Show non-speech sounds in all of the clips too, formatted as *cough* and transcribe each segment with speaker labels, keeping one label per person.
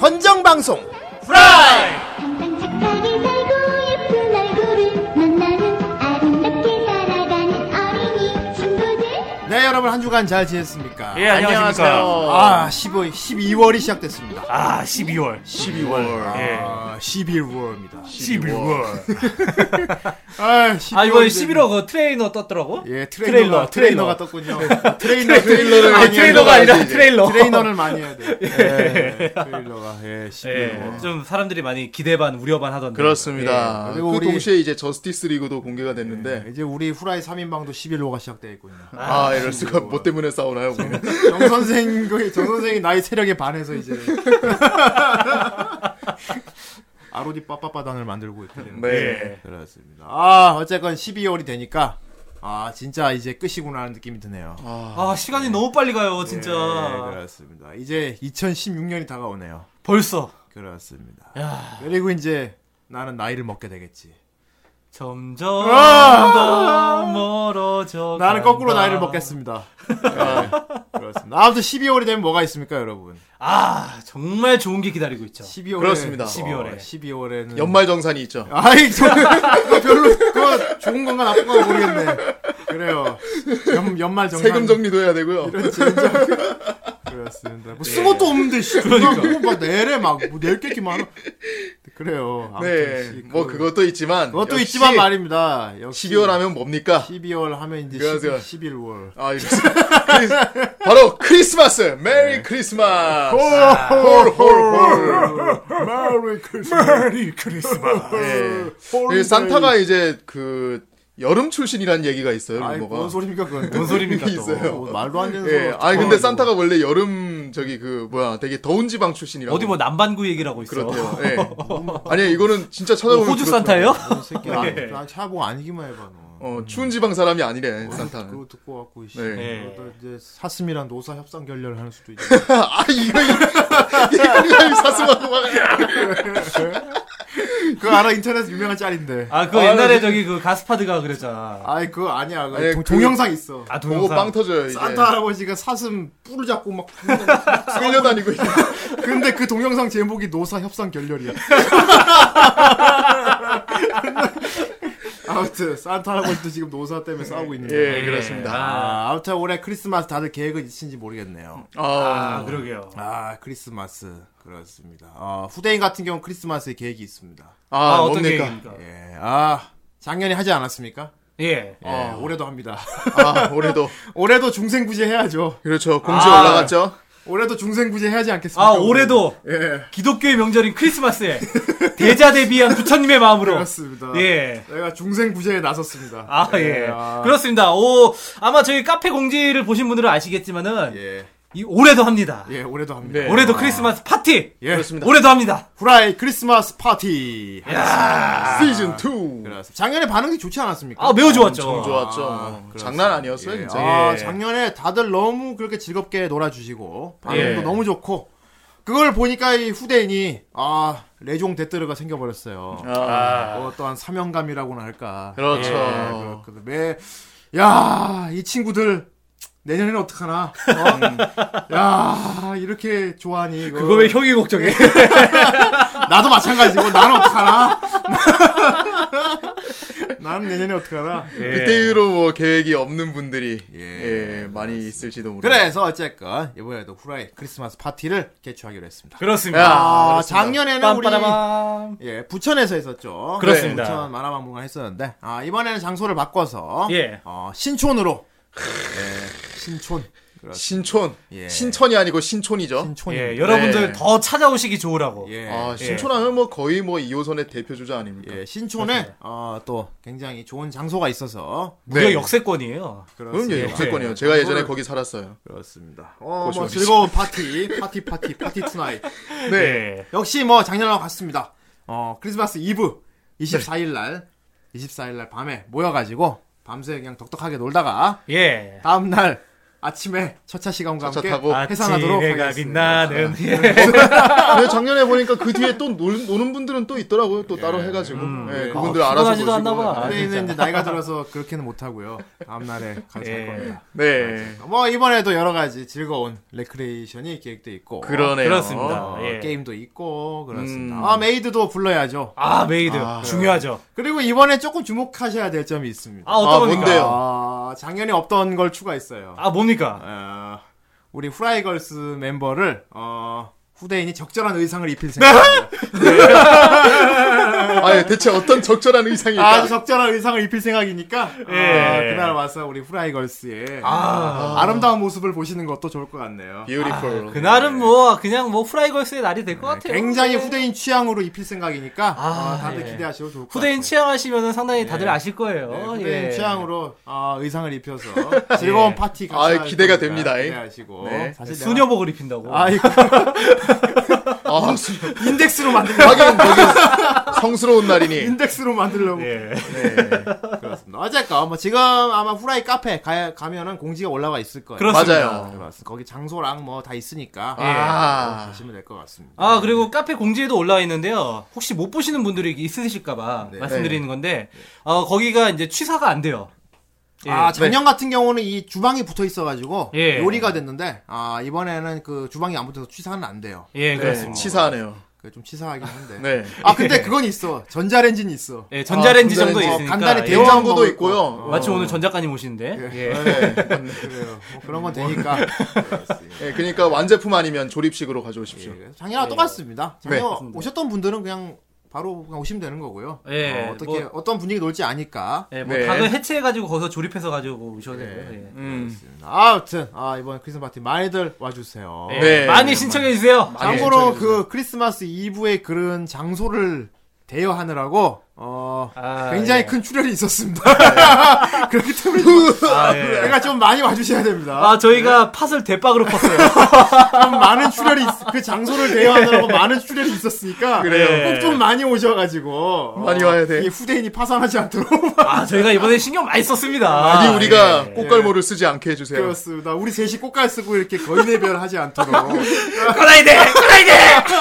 Speaker 1: 헌정 방송
Speaker 2: 항상 착하게 살고 예쁜 얼굴을 만나는 아름답게 살아가는 어린이 친구들
Speaker 1: 네 여러분 한 주간 잘 지냈습니까?
Speaker 3: 예, 안녕하십니까.
Speaker 1: 안녕하세요. 아 15, 12월이 시작됐습니다.
Speaker 3: 아 12월
Speaker 1: 12월 아, 11월입니다.
Speaker 3: 11월
Speaker 1: 아, 12월.
Speaker 4: 아 이번에 11호 그 트레이너 떴더라고?
Speaker 1: 예,
Speaker 4: 트레일러,
Speaker 1: 트레일러가, 트레일러가
Speaker 4: 트레일러.
Speaker 1: 떴군요. *laughs* 트레일러, 트레일러를
Speaker 4: 아니,
Speaker 1: 많이
Speaker 4: 트레일러가
Speaker 1: 해야 돼요,
Speaker 4: 아니라
Speaker 1: 이제.
Speaker 4: 트레일러.
Speaker 1: 트레일러를 많이 해야 돼. *laughs* 예, 트레일러가, 예, 11월.
Speaker 4: 예, 좀 사람들이 많이 기대 반 우려 반 하던데.
Speaker 3: 그렇습니다.
Speaker 1: 예,
Speaker 3: 그
Speaker 1: 그리고 예. 우리-
Speaker 3: 동시에 이제 저스티스 리그도 공개가 됐는데
Speaker 1: 이제 우리 후라이 3인방도 11호가 시작되어 있군요.
Speaker 3: 아, 이럴 수가 뭐 때문에 싸우나요? 우리는?
Speaker 1: 정 선생, 정 선생이 나이 세력에 반해서 이제. *laughs* 아로디 빠빠빠단을 만들고 있다는.
Speaker 3: 네.
Speaker 1: 그렇습니다. 아, 어쨌건 12월이 되니까, 아, 진짜 이제 끝이구나 하는 느낌이 드네요.
Speaker 4: 아 시간이 너무 빨리 가요 진짜.
Speaker 1: 네, 그렇습니다. 이제 2016년이 다가오네요.
Speaker 4: 벌써
Speaker 1: 그렇습니다. 그리고 이제 나는 나이를 먹게 되겠지.
Speaker 4: 점점
Speaker 1: 아!
Speaker 4: 더 멀어져.
Speaker 1: 나는
Speaker 3: 아,
Speaker 4: 간다.
Speaker 1: 거꾸로 나이를 먹겠습니다. 네, 그렇습니다. 아무튼 12월이 되면 뭐가 있습니까, 여러분?
Speaker 4: 아 정말 좋은 게 기다리고 있죠.
Speaker 1: 12월에
Speaker 3: 그렇습니다. 어, 예.
Speaker 1: 12월에
Speaker 4: 12월에.
Speaker 1: 12월에는
Speaker 3: 연말 정산이 있죠.
Speaker 1: 아이 저, *laughs* 그거 별로 그거 좋은 건가 나쁜 건가 모르겠네. 그래요. 연, 연말 정산
Speaker 3: 세금 정리도 해야 되고요. 예.
Speaker 1: 그렇습니다. 뭐쓴 것도 없는데
Speaker 3: 네,
Speaker 1: 씨. 그러니까 뭐막 내래 막뭐낼 게기만 그래요. 아무튼
Speaker 3: 네.
Speaker 1: 씨,
Speaker 3: 뭐
Speaker 1: 그-
Speaker 3: 그것도 있지만
Speaker 1: 그것도
Speaker 3: 역시
Speaker 1: 있지만 말입니다. 역시
Speaker 3: 12월 하면 뭡니까?
Speaker 1: 12월 하면 이제
Speaker 3: 그래서-
Speaker 1: 11, 11월.
Speaker 3: 아, 이럴 수가. 크리스, 바로 크리스마스. 메리
Speaker 1: 네.
Speaker 3: 크리스마스. 아, 홀홀홀.
Speaker 1: 메리 크리스마스. 메리 크리스마스.
Speaker 3: 예. 이 산타가 이제 그 여름 출신이라는 얘기가 있어요.
Speaker 1: 아이
Speaker 3: 루머가.
Speaker 1: 뭔 소리입니까 그건?
Speaker 4: 뭔 소리입니까 또.
Speaker 3: 있어요.
Speaker 1: 뭐, 말도 안 되는 소리.
Speaker 3: 예. 아니 근데 산타가 원래 여름 저기 그 뭐야 되게 더운 지방 출신이라고.
Speaker 4: 어디 뭐 남반구 얘기라고 있어.
Speaker 3: 그렇대요. 예. 아니 이거는 진짜
Speaker 4: 뭐
Speaker 3: 찾아보면
Speaker 4: 호주
Speaker 3: 그렇더라고요.
Speaker 4: 산타예요?
Speaker 1: 새끼야. 나 차보 아, 아니기만 해봐 너.
Speaker 3: 어 추운 지방 사람이
Speaker 1: 네,
Speaker 3: 아니래 산타는.
Speaker 1: 그거 듣고 갖고 씨.
Speaker 3: 네.
Speaker 4: 네.
Speaker 1: 그러다 이제 사슴이랑 노사 협상 결렬을 하는 수도 있지.
Speaker 3: *laughs* 아 이거 이거 사슴하고 막.
Speaker 1: *laughs* 그거 알아 인터넷 유명한 짤인데.
Speaker 4: 아 그거 옛날에 저기 그 가스파드가 그랬잖아.
Speaker 1: 아이 그거 아니야. 그거
Speaker 3: 아니,
Speaker 1: 동,
Speaker 3: 그-
Speaker 1: 동영상 있어.
Speaker 4: 아
Speaker 3: 보고
Speaker 4: 동영상.
Speaker 3: 빵 터져요 이제.
Speaker 1: 산타 할아버지가 사슴 뿔을 잡고 막. *laughs*
Speaker 3: 끌려다니고 있는.
Speaker 1: 근데 그 동영상 제목이 노사 협상 결렬이야. *laughs* 아무튼 산타 할아버지도 지금 노사 때문에 싸우고 있는 거예요.
Speaker 3: 예 그렇습니다.
Speaker 1: 아, 아무튼 올해 크리스마스 다들 계획은 있으신지 모르겠네요.
Speaker 4: 아
Speaker 3: 아
Speaker 4: 그러게요.
Speaker 1: 아 크리스마스 그렇습니다. 어, 후대인 같은 경우 크리스마스에 계획이 있습니다.
Speaker 4: 아,
Speaker 3: 아,
Speaker 4: 어떤
Speaker 3: 뭡니까?
Speaker 4: 계획입니까?
Speaker 1: 예, 아 작년에 하지 않았습니까?
Speaker 4: 예.
Speaker 1: 예, 올해도 합니다. *laughs*
Speaker 3: 아 올해도
Speaker 1: 올해도 중생구제 해야죠.
Speaker 3: 그렇죠 공지
Speaker 4: 아.
Speaker 3: 올라갔죠.
Speaker 1: 올해도 중생구제 해야지 않겠습니까?
Speaker 4: 아 올해도
Speaker 1: 예
Speaker 4: 기독교의 명절인 크리스마스에 대자 대비한 부처님의 마음으로
Speaker 1: 그렇습니다.
Speaker 4: 예.
Speaker 1: 내가 중생구제에 나섰습니다.
Speaker 4: 아, 예.
Speaker 1: 아,
Speaker 4: 그렇습니다. 오, 아마 저희 카페 공지를 보신 분들은 아시겠지만은,
Speaker 1: 예,
Speaker 4: 이, 올해도 합니다.
Speaker 1: 예, 올해도 합니다.
Speaker 3: 네.
Speaker 4: 올해도 크리스마스 파티!
Speaker 1: 예,
Speaker 3: 그렇습니다.
Speaker 4: 올해도 합니다. 예.
Speaker 1: 후라이 크리스마스 파티.
Speaker 3: 시즌 2.
Speaker 1: 그렇습니다. 작년에 반응이 좋지 않았습니까?
Speaker 4: 아, 매우 좋았죠.
Speaker 3: 엄청 좋았죠.
Speaker 1: 그렇죠. 아,
Speaker 3: 장난 아니었어요,
Speaker 1: 예.
Speaker 3: 진짜.
Speaker 1: 아,
Speaker 4: 예.
Speaker 1: 작년에 다들 너무 그렇게 즐겁게 놀아주시고 반응도
Speaker 4: 예.
Speaker 1: 너무 좋고 그걸 보니까 이 후대인이 아 레종 데뜨르가 생겨버렸어요.
Speaker 3: 아,
Speaker 1: 어떠한 사명감이라고나 할까. 예,
Speaker 3: 그렇죠.
Speaker 1: 그렇거든. 매, 야, 이 친구들. 내년에는 어떡하나?
Speaker 3: 음.
Speaker 1: 어? 야, 이렇게 좋아하니. 이거.
Speaker 4: 그거 왜 형이 *laughs* 걱정해?
Speaker 1: 나도 마찬가지고, 나는 어떡하나? *laughs* 나는 내년에 어떡하나?
Speaker 4: 예.
Speaker 3: 그때 이후로 뭐 계획이 없는 분들이
Speaker 1: 예,
Speaker 3: 예, 많이 있을지도 모르.
Speaker 1: 그래서 어쨌건, 이번에도 후라이 크리스마스 파티를 개최하기로 했습니다.
Speaker 4: 그렇습니다.
Speaker 3: 야,
Speaker 1: 아, 작년에는 우리
Speaker 4: 빰빠라밤.
Speaker 1: 예, 부천에서 했었죠.
Speaker 4: 그렇습니다.
Speaker 1: 네, 부천 만화박물관 했었는데 아, 이번에는 장소를 바꿔서
Speaker 4: 예.
Speaker 1: 어, 신촌으로 예, 신촌
Speaker 3: 신촌.
Speaker 1: 예.
Speaker 3: 신촌이 아니고 신촌이죠.
Speaker 1: 신촌
Speaker 4: 예,
Speaker 3: 네.
Speaker 4: 여러분들 더 찾아오시기 좋으라고.
Speaker 1: 예.
Speaker 3: 아, 신촌하면 뭐 거의 뭐 2호선의 대표 주자 아닙니까?
Speaker 1: 예, 신촌에 어, 또 굉장히 좋은 장소가 있어서
Speaker 4: 무려
Speaker 3: 네.
Speaker 4: 역세권이에요.
Speaker 3: 그럼요,
Speaker 1: 그렇습니다.
Speaker 3: 역세권이요. 제가 예전에 거기 살았어요.
Speaker 1: 그렇습니다. 어, 뭐
Speaker 3: 고시원이죠.
Speaker 1: 즐거운 파티, 파티, 파티, 파티 투나잇.
Speaker 4: 네.
Speaker 1: 역시 뭐 작년하고 같습니다. 어, 크리스마스 이브 24일 날 24일 날 밤에 모여 가지고 밤새 그냥 덕덕하게 놀다가
Speaker 4: 예.
Speaker 1: 다음 날 아침에 첫차 시간과
Speaker 3: 첫차
Speaker 1: 함께
Speaker 3: 타고.
Speaker 1: 해산하도록
Speaker 4: 해가
Speaker 1: 하겠습니다.
Speaker 4: 빛나는 예.
Speaker 3: 근데 작년에 보니까 그 뒤에 또 노, 노는 분들은 또 있더라고요. 또 따로 해가지고. 예,
Speaker 1: 예.
Speaker 3: 그분들
Speaker 4: 아,
Speaker 3: 알아서
Speaker 4: 피곤하지도
Speaker 3: 보시고.
Speaker 4: 않나 봐. 아, 진짜.
Speaker 1: 그때는 이제 나이가 들어서 그렇게는 못하고요. 다음날에 가서 할
Speaker 4: 예.
Speaker 1: 겁니다.
Speaker 3: 네.
Speaker 1: 뭐 이번에도 여러 가지 즐거운 레크레이션이 계획돼 있고
Speaker 3: 그러네요.
Speaker 4: 그렇습니다.
Speaker 1: 어,
Speaker 4: 예.
Speaker 1: 게임도 있고 그렇습니다.
Speaker 3: 음.
Speaker 1: 아 메이드도 불러야죠.
Speaker 4: 아 메이드 중요하죠.
Speaker 1: 그리고 이번에 조금 주목하셔야 될 점이 있습니다.
Speaker 4: 아 어떤
Speaker 3: 아,
Speaker 4: 겁니까?
Speaker 3: 뭔데요?
Speaker 1: 아, 작년에 없던 걸 추가했어요.
Speaker 4: 아 뭡니까?
Speaker 1: 어, 우리 후라이걸스 멤버를 어, 후대인이 적절한 의상을 입힐 생각입니다.
Speaker 3: 아, 예, 대체 어떤 적절한 의상일까?
Speaker 1: *laughs* 아주 적절한 의상을 입힐 생각이니까 아,
Speaker 4: 네. 예.
Speaker 1: 그날 와서 우리 후라이걸스의
Speaker 4: 아, 예.
Speaker 1: 아, 름다운 모습을 보시는 것도 좋을 것 같네요.
Speaker 3: Beautiful.
Speaker 4: 그날은 뭐 그냥 뭐 후라이걸스의 날이 될 것 같아요.
Speaker 1: 아. 네, 굉장히 후대인 취향으로 입힐 생각이니까
Speaker 4: 아,
Speaker 1: 어, 다들
Speaker 4: 예.
Speaker 1: 기대하셔도 좋을 것
Speaker 4: 후대인
Speaker 1: 같아요.
Speaker 4: 취향하시면은 상당히 다들 아실 거예요.
Speaker 1: 네, 후대인
Speaker 4: 예.
Speaker 1: 취향으로 어, 의상을
Speaker 4: *laughs*
Speaker 1: 입혀서 즐거운 파티 같이
Speaker 3: 아,
Speaker 1: 할
Speaker 3: 기대가
Speaker 1: 거니까
Speaker 3: 됩니다.
Speaker 1: 기대하시고
Speaker 3: 네.
Speaker 1: 사실 내가-
Speaker 4: 수녀복을 입힌다고.
Speaker 1: 아, 이거
Speaker 3: 아,
Speaker 1: 인덱스로 만들
Speaker 3: 하긴, 거기 성스러운 날이니. 네.
Speaker 1: 인덱스로 만들려고 *laughs*
Speaker 4: 예.
Speaker 1: 예. 그렇습니다. 어쨌건 뭐 지금 아마 후라이 카페 가, 가면은 공지가 올라와 있을 거예요. 네,
Speaker 4: 그렇습니다.
Speaker 3: 맞아요.
Speaker 1: 그렇습니다. 거기 장소랑 뭐 다 있으니까 아,
Speaker 3: 아,
Speaker 1: 가시면 될 것 같습니다.
Speaker 4: 아 그리고 카페 공지에도 올라와 있는데요. 혹시 못 보시는 분들이 있으실까봐
Speaker 1: 네.
Speaker 4: 말씀드리는 건데 어, 거기가 이제 취사가 안 돼요. 예.
Speaker 1: 아 작년 같은 경우는 이 주방이 붙어 있어가지고
Speaker 4: 예.
Speaker 1: 요리가 됐는데 아 이번에는 그 주방이 안 붙어서 취사는 안 돼요.
Speaker 4: 예
Speaker 3: 네,
Speaker 4: 그렇습니다.
Speaker 3: 치사하네요.
Speaker 1: 그게 좀 치사하긴 한데.
Speaker 3: 네.
Speaker 1: 아 근데 그건 있어. 전자레인지는 있어.
Speaker 4: 예, 전자레인지
Speaker 3: 아,
Speaker 4: 정도
Speaker 3: 전자레인지.
Speaker 4: 있으니까
Speaker 1: 어, 간단히 아.
Speaker 4: 예.
Speaker 1: 데워-
Speaker 3: 냉장고도
Speaker 1: 먹을
Speaker 3: 있고요.
Speaker 1: 거.
Speaker 3: 어.
Speaker 4: 마침 오늘 전작가님 오신데 예.
Speaker 3: 네.
Speaker 1: 그래요. 뭐 그런 건 되니까. 그렇습니다.
Speaker 3: 예, 그러니까 완제품 아니면 조립식으로 가져오십시오.
Speaker 1: 예, 작년과 똑같습니다.
Speaker 3: 네,
Speaker 1: 작년
Speaker 4: 맞습니다.
Speaker 1: 오셨던 분들은 그냥 바로 그냥 오시면 되는 거고요.
Speaker 4: 예,
Speaker 1: 어, 떻게
Speaker 4: 뭐-
Speaker 1: 어떤 분위기 놀지 아니까.
Speaker 4: 예, 뭐
Speaker 3: 네.
Speaker 4: 닭을 해체해가지고 거기서 조립해서 가지고 오셔도 돼요. 예.
Speaker 3: 음.
Speaker 1: 아, 아무튼 아, 이번 크리스마스 파티 많이들 와주세요.
Speaker 4: 예.
Speaker 3: 네.
Speaker 4: 많이 신청해 주세요.
Speaker 3: 많이
Speaker 1: 참고로
Speaker 3: 신청해주세요.
Speaker 1: 그 크리스마스 이브에 그런 장소를 대여하느라고 어,
Speaker 4: 아,
Speaker 1: 굉장히
Speaker 4: 예.
Speaker 1: 큰 출혈이 있었습니다. *laughs* 그렇기 때문에 좀-
Speaker 3: *laughs*
Speaker 4: 아, 예.
Speaker 1: 내가 좀 많이 와주셔야 됩니다.
Speaker 4: 아 저희가 팥을 대박으로 팠어요.
Speaker 1: 좀 많은 출혈이 있- 그 장소를 대여하느라고
Speaker 3: 예.
Speaker 1: 많은 출혈이 있었으니까
Speaker 4: 그래요.
Speaker 1: 꼭 좀 많이 오셔가지고 어,
Speaker 3: 많이 와야 돼.
Speaker 1: 이 후대인이 파산하지 않도록
Speaker 4: 아 저희가 이번에 신경 많이 썼습니다.
Speaker 3: 아니, 우리가
Speaker 4: 예.
Speaker 3: 꽃갈모를 쓰지 않게 해주세요.
Speaker 1: 그렇습니다. 우리 셋이 꽃갈 쓰고 이렇게 거인의별 하지
Speaker 4: *laughs*
Speaker 1: 않도록
Speaker 4: 예. 꺼내야 돼, 꺼내야 돼.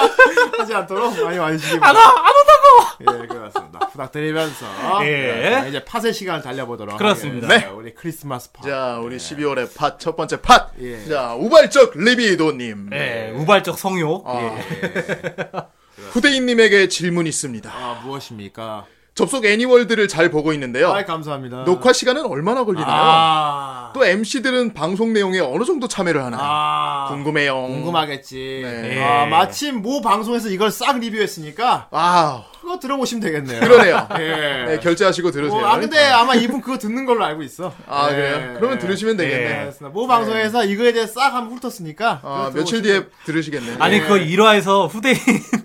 Speaker 1: 하지 않도록 많이 와주시기
Speaker 4: 안 와,
Speaker 1: 바랍니다.
Speaker 4: 안 온다고.
Speaker 1: 예, 그렇습니다. 부탁드리면서
Speaker 4: 예.
Speaker 1: 그렇습니다. 이제 팟의 시간을 달려보도록
Speaker 4: 그렇습니다. 네.
Speaker 1: 하겠습니다. 우리 크리스마스 팟.
Speaker 3: 자, 우리 12월의 팟, 첫 번째 팟.
Speaker 1: 예.
Speaker 3: 자, 우발적 리비도님.
Speaker 4: 예, 우발적 성욕.
Speaker 3: 네. 아,
Speaker 4: 예.
Speaker 3: *laughs* 후대인님에게 질문 있습니다.
Speaker 1: 아, 무엇입니까?
Speaker 3: 접속 애니월드를 잘 보고 있는데요.
Speaker 1: 아, 감사합니다.
Speaker 3: 녹화 시간은 얼마나 걸리나요?
Speaker 1: 아,
Speaker 3: 또 MC들은 방송 내용에 어느 정도 참여를 하나요?
Speaker 1: 아,
Speaker 3: 궁금해요.
Speaker 1: 궁금하겠지.
Speaker 3: 네.
Speaker 1: 아, 마침 모 방송에서 이걸 싹 리뷰했으니까
Speaker 3: 와우.
Speaker 1: 그거 들어보시면 되겠네요.
Speaker 3: 그러네요.
Speaker 1: 예.
Speaker 3: 네, 결제하시고 들으세요. 네.
Speaker 1: 뭐, 아 근데 아마 이분 그거 듣는 걸로 알고 있어.
Speaker 3: 아,
Speaker 1: 예.
Speaker 3: 그래요? 그러면 들으시면 되겠네.
Speaker 1: 알겠습니다. 모 방송에서 이거에 대해 싹 한번 훑었으니까.
Speaker 3: 아,
Speaker 1: 그거
Speaker 3: 며칠
Speaker 1: 들어보시면-
Speaker 3: 뒤에 들으시겠네.
Speaker 4: 아니
Speaker 3: 예.
Speaker 4: 그거 1화에서 후대인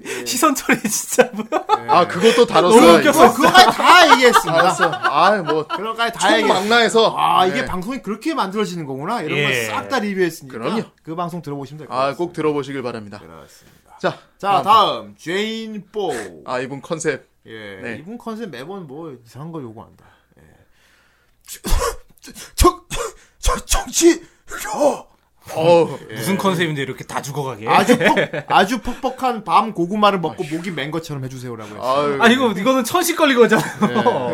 Speaker 3: 네.
Speaker 4: *laughs* 시선 처리 진짜 뭐야?
Speaker 3: 아, 그것도 다뤘어.
Speaker 4: 너무
Speaker 3: 이거.
Speaker 4: 웃겼어.
Speaker 1: 어, 그거까지 다 얘기했습니다.
Speaker 3: 알았어. 아, 뭐
Speaker 1: 그거까지 다
Speaker 3: 총
Speaker 1: 얘기했어.
Speaker 3: 망라해서
Speaker 1: 아, 이게
Speaker 3: 네.
Speaker 1: 방송이 그렇게 만들어지는 거구나. 이런 걸
Speaker 4: 예.
Speaker 1: 싹 다 리뷰했으니까.
Speaker 3: 그럼요.
Speaker 1: 그 방송 들어보시면 될 것
Speaker 3: 아,
Speaker 1: 같아요.
Speaker 3: 꼭 들어보시길 바랍니다.
Speaker 4: 예.
Speaker 1: 그렇습니다.
Speaker 3: 자,
Speaker 1: 자, 다음. 제인 뽀.
Speaker 3: 아, 이분 컨셉.
Speaker 1: 예.
Speaker 3: 네.
Speaker 1: 이분 컨셉 매번 뭐 이상한 거 요구한다. 예. 정, 정, 정치, 혀.
Speaker 4: 예.
Speaker 3: 어,
Speaker 4: 무슨 컨셉인데 이렇게 다 죽어가게? 아,
Speaker 1: 아주 퍽, 아주 퍽퍽한 밤 고구마를 먹고 목이 맨 것처럼 해주세요라고 했어요.
Speaker 3: 아유.
Speaker 4: 이거 이거는 천식 걸린 *laughs* 거잖아요. 어.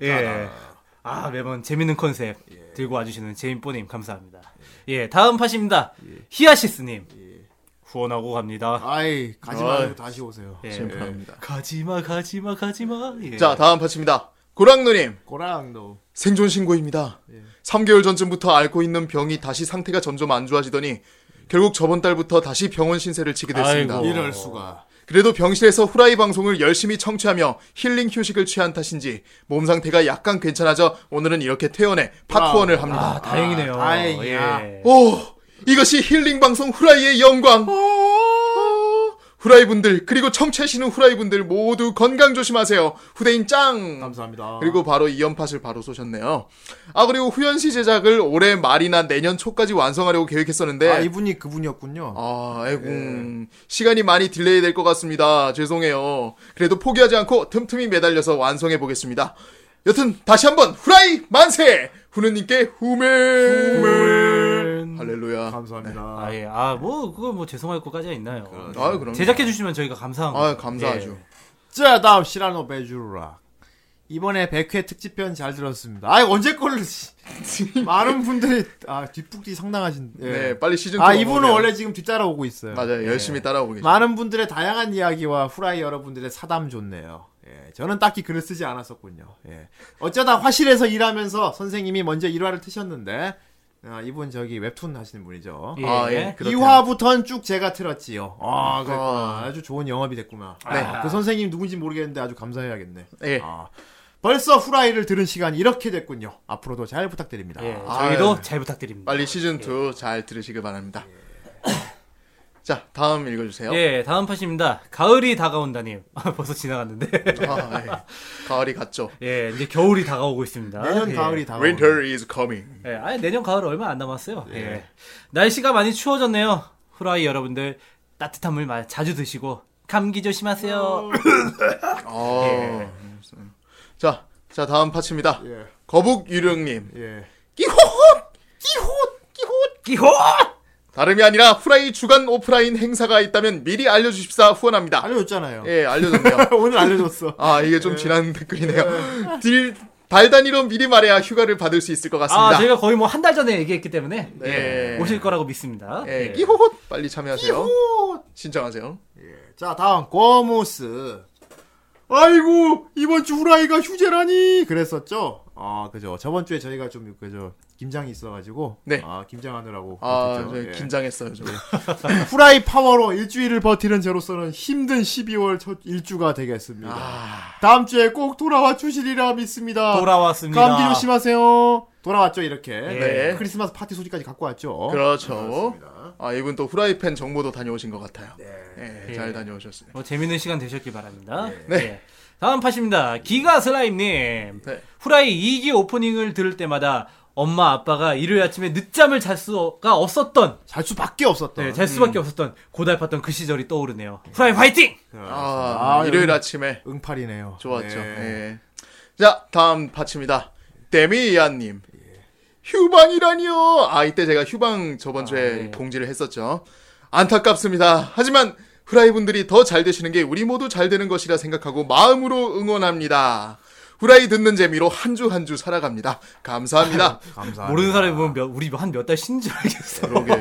Speaker 3: 예.
Speaker 4: 예. 아 매번 재밌는 컨셉
Speaker 3: 예.
Speaker 4: 들고 와주시는 제인뽀님 감사합니다. 예 다음 팟입니다.
Speaker 3: 예.
Speaker 4: 히아시스님 후원하고 갑니다.
Speaker 1: 아이 가지
Speaker 3: 아이.
Speaker 1: 말고 다시 오세요.
Speaker 4: 예.
Speaker 3: 지금 바랍니다.
Speaker 4: 가지마 가지마 가지마. 예.
Speaker 3: 자, 다음 파츠입니다. 고랑누님,
Speaker 1: 고랑도
Speaker 3: 생존 신고입니다.
Speaker 4: 예.
Speaker 3: 3개월 전쯤부터 앓고 있는 병이 다시 상태가 점점 안 좋아지더니 결국 저번 달부터 다시 병원 신세를 지게 됐습니다.
Speaker 4: 아이고.
Speaker 1: 이럴 수가.
Speaker 3: 그래도 병실에서 후라이 방송을 열심히 청취하며 힐링 휴식을 취한 탓인지 몸 상태가 약간 괜찮아져 오늘은 이렇게 퇴원해 파트원을 합니다.
Speaker 4: 아 다행이네요.
Speaker 1: 아, 다행이야.
Speaker 4: 예.
Speaker 3: 오, 이것이 힐링 방송 후라이의 영광.
Speaker 1: 아.
Speaker 3: 후라이 분들 그리고 청취하시는 후라이 분들 모두 건강 조심하세요. 후대인 짱.
Speaker 1: 감사합니다.
Speaker 3: 그리고 바로 이연팟을 바로 쏘셨네요. 아 그리고 후연시 제작을 올해 말이나 내년 초까지 완성하려고 계획했었는데
Speaker 1: 아
Speaker 3: 아,
Speaker 1: 이분이 그분이었군요.
Speaker 3: 어.
Speaker 1: 예.
Speaker 3: 아이고 음, 시간이 많이 딜레이 될 것 같습니다. 죄송해요. 그래도 포기하지 않고 틈틈이 매달려서 완성해 보겠습니다. 여튼 다시 한번 후라이 만세! 후느님께 후멘. 할렐루야.
Speaker 1: 감사합니다.
Speaker 4: 네. 아예 아뭐 그거 뭐 죄송할 거까지 있나요?
Speaker 3: 아 그럼.
Speaker 4: 제작해 주시면 저희가 감사한
Speaker 3: 아
Speaker 4: 거예요.
Speaker 3: 감사하죠.
Speaker 4: 예.
Speaker 1: 자, 다음 시라노 베주라. 이번에 100회 특집편 잘 들었습니다. 아, 언제 걸로 씨.
Speaker 3: *laughs*
Speaker 1: 많은 분들이 아, 뒷북이 상당하신. 예.
Speaker 3: 네, 빨리 시즌 2.
Speaker 1: 아, 이분은 원래 지금 뒤따라 오고 있어요.
Speaker 3: 맞아요.
Speaker 1: 예.
Speaker 3: 열심히 따라오고 계시죠.
Speaker 1: 많은 분들의 다양한 이야기와 후라이 여러분들의 사담 좋네요. 예, 저는 딱히 글을 쓰지 않았었군요. 예. 어쩌다 화실에서 일하면서 선생님이 먼저 1화를 트셨는데, 아, 이분 저기 웹툰 하시는 분이죠.
Speaker 4: 예.
Speaker 3: 아, 예. 그렇대요.
Speaker 1: 2화부터는 쭉 제가 틀었지요. 아, 그랬구나.
Speaker 3: 아.
Speaker 1: 아주 좋은 영업이 됐구나.
Speaker 3: 네.
Speaker 1: 아, 그 선생님 누군지 모르겠는데 아주 감사해야겠네.
Speaker 3: 예.
Speaker 1: 아, 벌써 후라이를 들은 시간이 이렇게 됐군요. 앞으로도 잘 부탁드립니다.
Speaker 4: 예,
Speaker 1: 아,
Speaker 4: 저희도
Speaker 3: 예.
Speaker 4: 잘 부탁드립니다.
Speaker 3: 빨리 시즌 2 잘 들으시길 바랍니다.
Speaker 1: 예.
Speaker 3: 자, 다음 읽어 주세요.
Speaker 4: 예, 다음 팟입니다. 가을이 다가온다님. *laughs* 아, 벌써 지나갔는데.
Speaker 3: 아, 예. 가을이 갔죠.
Speaker 4: 예, 이제 겨울이 다가오고 있습니다.
Speaker 1: 내년
Speaker 4: 예.
Speaker 3: 아,
Speaker 1: 가을이 *laughs* 다가오네.
Speaker 3: Winter is coming.
Speaker 4: 예, 아니 내년 가을 얼마 안 남았어요. 예. 날씨가 많이 추워졌네요. 후라이 여러분들 따뜻한 물 마- 자주 드시고 감기 조심하세요.
Speaker 3: 아. 자, 자 다음 파츠입니다.
Speaker 1: 예.
Speaker 3: 거북 유령님.
Speaker 1: 예.
Speaker 3: 끼호호! 끼호! 끼호!
Speaker 4: 끼호! 아,
Speaker 3: 다름이 아니라 후라이 주간 오프라인 행사가 있다면 미리 알려주십사 후원합니다.
Speaker 1: 알려줬잖아요. 예.
Speaker 3: 예, 알려줬네요.
Speaker 1: *laughs* 오늘 알려줬어.
Speaker 3: 아, 이게 좀 지난
Speaker 1: 예.
Speaker 3: 댓글이네요. 딜, 달 단위로 미리 말해야 휴가를 받을 수 있을 것 같습니다.
Speaker 4: 아, 저희가 거의 뭐 한 달 전에 얘기했기 때문에
Speaker 3: 네.
Speaker 4: 예, 오실 거라고 믿습니다.
Speaker 3: 예,
Speaker 4: 예.
Speaker 3: 끼호호! 빨리 참여하세요. 신청하세요.
Speaker 1: 자, 다음 꼬무스. 아이고 이번 주 후라이가 휴재라니 그랬었죠. 아 그죠. 저번 주에 저희가 좀 그죠 김장이 있어가지고
Speaker 3: 네.
Speaker 1: 아 김장하느라고
Speaker 3: 아,
Speaker 1: 그랬죠.
Speaker 3: 저
Speaker 1: 예.
Speaker 3: 긴장했어요, 저.
Speaker 1: 후라이 파워로 일주일을 버티는 제로서는 힘든 12월 첫 일주가 되겠습니다. 다음 주에 꼭 돌아와 주시리라 믿습니다.
Speaker 4: 돌아왔습니다.
Speaker 1: 감기 조심하세요. 돌아왔죠 이렇게.
Speaker 3: 네.
Speaker 1: 크리스마스 파티 소식까지 갖고 왔죠.
Speaker 3: 그렇죠. 아, 이분 또 후라이팬 정보도 다녀오신 것 같아요.
Speaker 1: 네.
Speaker 3: 예, 잘 다녀오셨어요.
Speaker 4: 뭐 재밌는 시간 되셨길 바랍니다. 예. 다음 팟입니다. 기가 슬라임님.
Speaker 3: 네.
Speaker 4: 후라이 2기 오프닝을 들을 때마다 엄마 아빠가 일요일 아침에 늦잠을 잘 수가 없었던,
Speaker 1: 잘 수밖에 없었던.
Speaker 4: 네, 잘 수밖에 없었던 고달팠던 그 시절이 떠오르네요. 후라이 화이팅!
Speaker 3: 아,
Speaker 1: 아,
Speaker 3: 일요일
Speaker 1: 여러분.
Speaker 3: 아침에
Speaker 1: 그 응팔이네요.
Speaker 3: 좋았죠.
Speaker 1: 네.
Speaker 3: 예. 자, 다음 파츠입니다. 데미야님. 휴방이라니요. 아, 이때 제가 휴방 저번 주에
Speaker 4: 네.
Speaker 3: 공지를 했었죠. 안타깝습니다. 하지만 후라이 분들이 더 잘 되시는 게 우리 모두 잘 되는 것이라 생각하고 마음으로 응원합니다. 후라이 듣는 재미로 한 주 한 주 살아갑니다. 감사합니다.
Speaker 1: 감사합니다.
Speaker 4: 모르는 사람이 보면 몇- 우리 한 몇 달 신지 알겠어.
Speaker 3: *laughs* 그러게.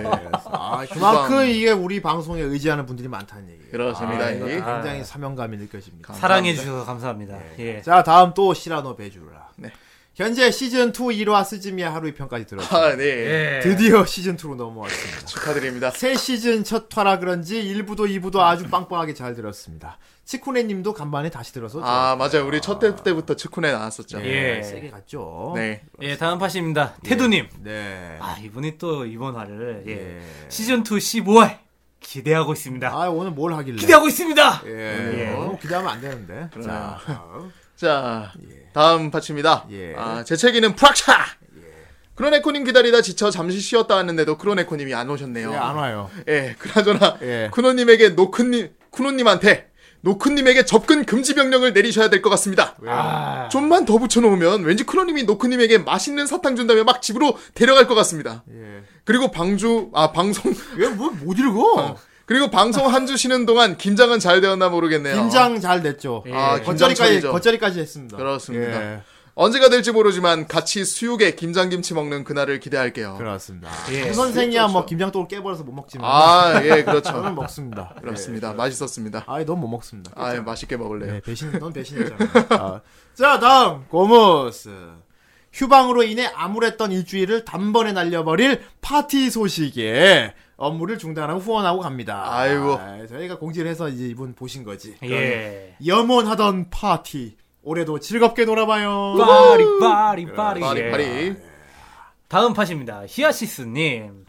Speaker 1: 아, 그만큼 이게 우리 방송에 의지하는 분들이 많다는 얘기예요.
Speaker 3: 그렇습니다.
Speaker 1: 아,
Speaker 3: 이.
Speaker 1: 이거 굉장히 사명감이 느껴집니다.
Speaker 4: 사랑해주셔서 감사합니다. 예.
Speaker 1: 자, 다음 또 시라노 베줄라.
Speaker 3: 네.
Speaker 1: 현재 시즌 2 1화 스즈미야 하루의 평까지 들었습니다.
Speaker 3: 아, 네.
Speaker 4: 예.
Speaker 1: 드디어 시즌 2로 넘어왔습니다.
Speaker 3: 축하드립니다.
Speaker 1: 새 시즌 첫 화라 그런지 1부도 2부도 아주 빵빵하게 잘 들었습니다. 치쿠네 님도 간만에 다시 들어서
Speaker 3: 아,
Speaker 1: 좋았어요.
Speaker 3: 맞아요. 우리 첫 대 때부터 측훈에 나왔었죠.
Speaker 4: 예.
Speaker 1: 세게 갔죠.
Speaker 3: 네.
Speaker 4: 예, 다음 팟입니다. 태두님.
Speaker 1: 네.
Speaker 4: 아, 이분이 또 이번 화를, 예.
Speaker 1: 예.
Speaker 4: 시즌2 15회 기대하고 있습니다.
Speaker 1: 아, 오늘 뭘 하길래?
Speaker 4: 기대하고 있습니다!
Speaker 1: 예. 너무 기대하면 안 되는데. 자.
Speaker 3: 아, 자, 다음 파츠입니다.
Speaker 1: 예.
Speaker 3: 아, 재채기는 프락차! 크로네코님 기다리다 지쳐 잠시 쉬었다 왔는데도 크로네코님이 안 오셨네요.
Speaker 1: 예, 안 와요.
Speaker 3: 예, 그나저나,
Speaker 1: 예.
Speaker 3: 쿠노님에게 노크님, 쿠노님한테 노크님에게 접근 금지 명령을 내리셔야 될 것 같습니다.
Speaker 4: 아,
Speaker 3: 좀만 더 붙여놓으면 왠지 크로님이 노크님에게 맛있는 사탕 준다며 막 집으로 데려갈 것 같습니다.
Speaker 1: 예.
Speaker 3: 그리고 방주, 아, 방송, *laughs*
Speaker 1: 왜못
Speaker 3: 아,
Speaker 1: 읽어?
Speaker 3: 그리고 방송 한 주 쉬는 동안 김장은 잘 되었나 모르겠네요.
Speaker 1: 긴장 잘 냈죠.
Speaker 3: 어.
Speaker 4: 예.
Speaker 3: 아, 긴장
Speaker 1: 겉절이까지
Speaker 3: 처리죠.
Speaker 1: 겉절이까지 했습니다.
Speaker 3: 그렇습니다.
Speaker 1: 예,
Speaker 3: 언제가 될지 모르지만 같이 수육에 김장김치 먹는 그날을 기대할게요.
Speaker 1: 그렇습니다.
Speaker 4: 예.
Speaker 1: 그 선생이야 뭐
Speaker 3: 어. 그렇죠.
Speaker 1: 김장떡을 깨버려서 못 먹지만
Speaker 3: 아, 예, 그렇죠.
Speaker 1: 저는 뭐, 먹습니다.
Speaker 3: *laughs*
Speaker 1: 예.
Speaker 3: 그렇습니다. 맛있었습니다.
Speaker 1: 아이 넌 못 먹습니다.
Speaker 3: 아, 예, 맛있게 먹을래요.
Speaker 1: 네, 배신 넌 배신했잖아. 아. 자 다음 고모스. 휴방으로 인해 암울했던 일주일을 단번에 날려버릴 파티 소식에 업무를 중단하고 후원하고 갑니다.
Speaker 3: 아이고.
Speaker 1: 아, 저희가 공지를 해서 이제 이분 보신 거지.
Speaker 4: 예.
Speaker 1: 염원하던 파티 올해도 즐겁게 놀아봐요.
Speaker 4: 빠리, 빠리, 빠리.
Speaker 3: 파리,
Speaker 4: 예.
Speaker 3: 파리.
Speaker 4: 다음 팟입니다. 히아시스님.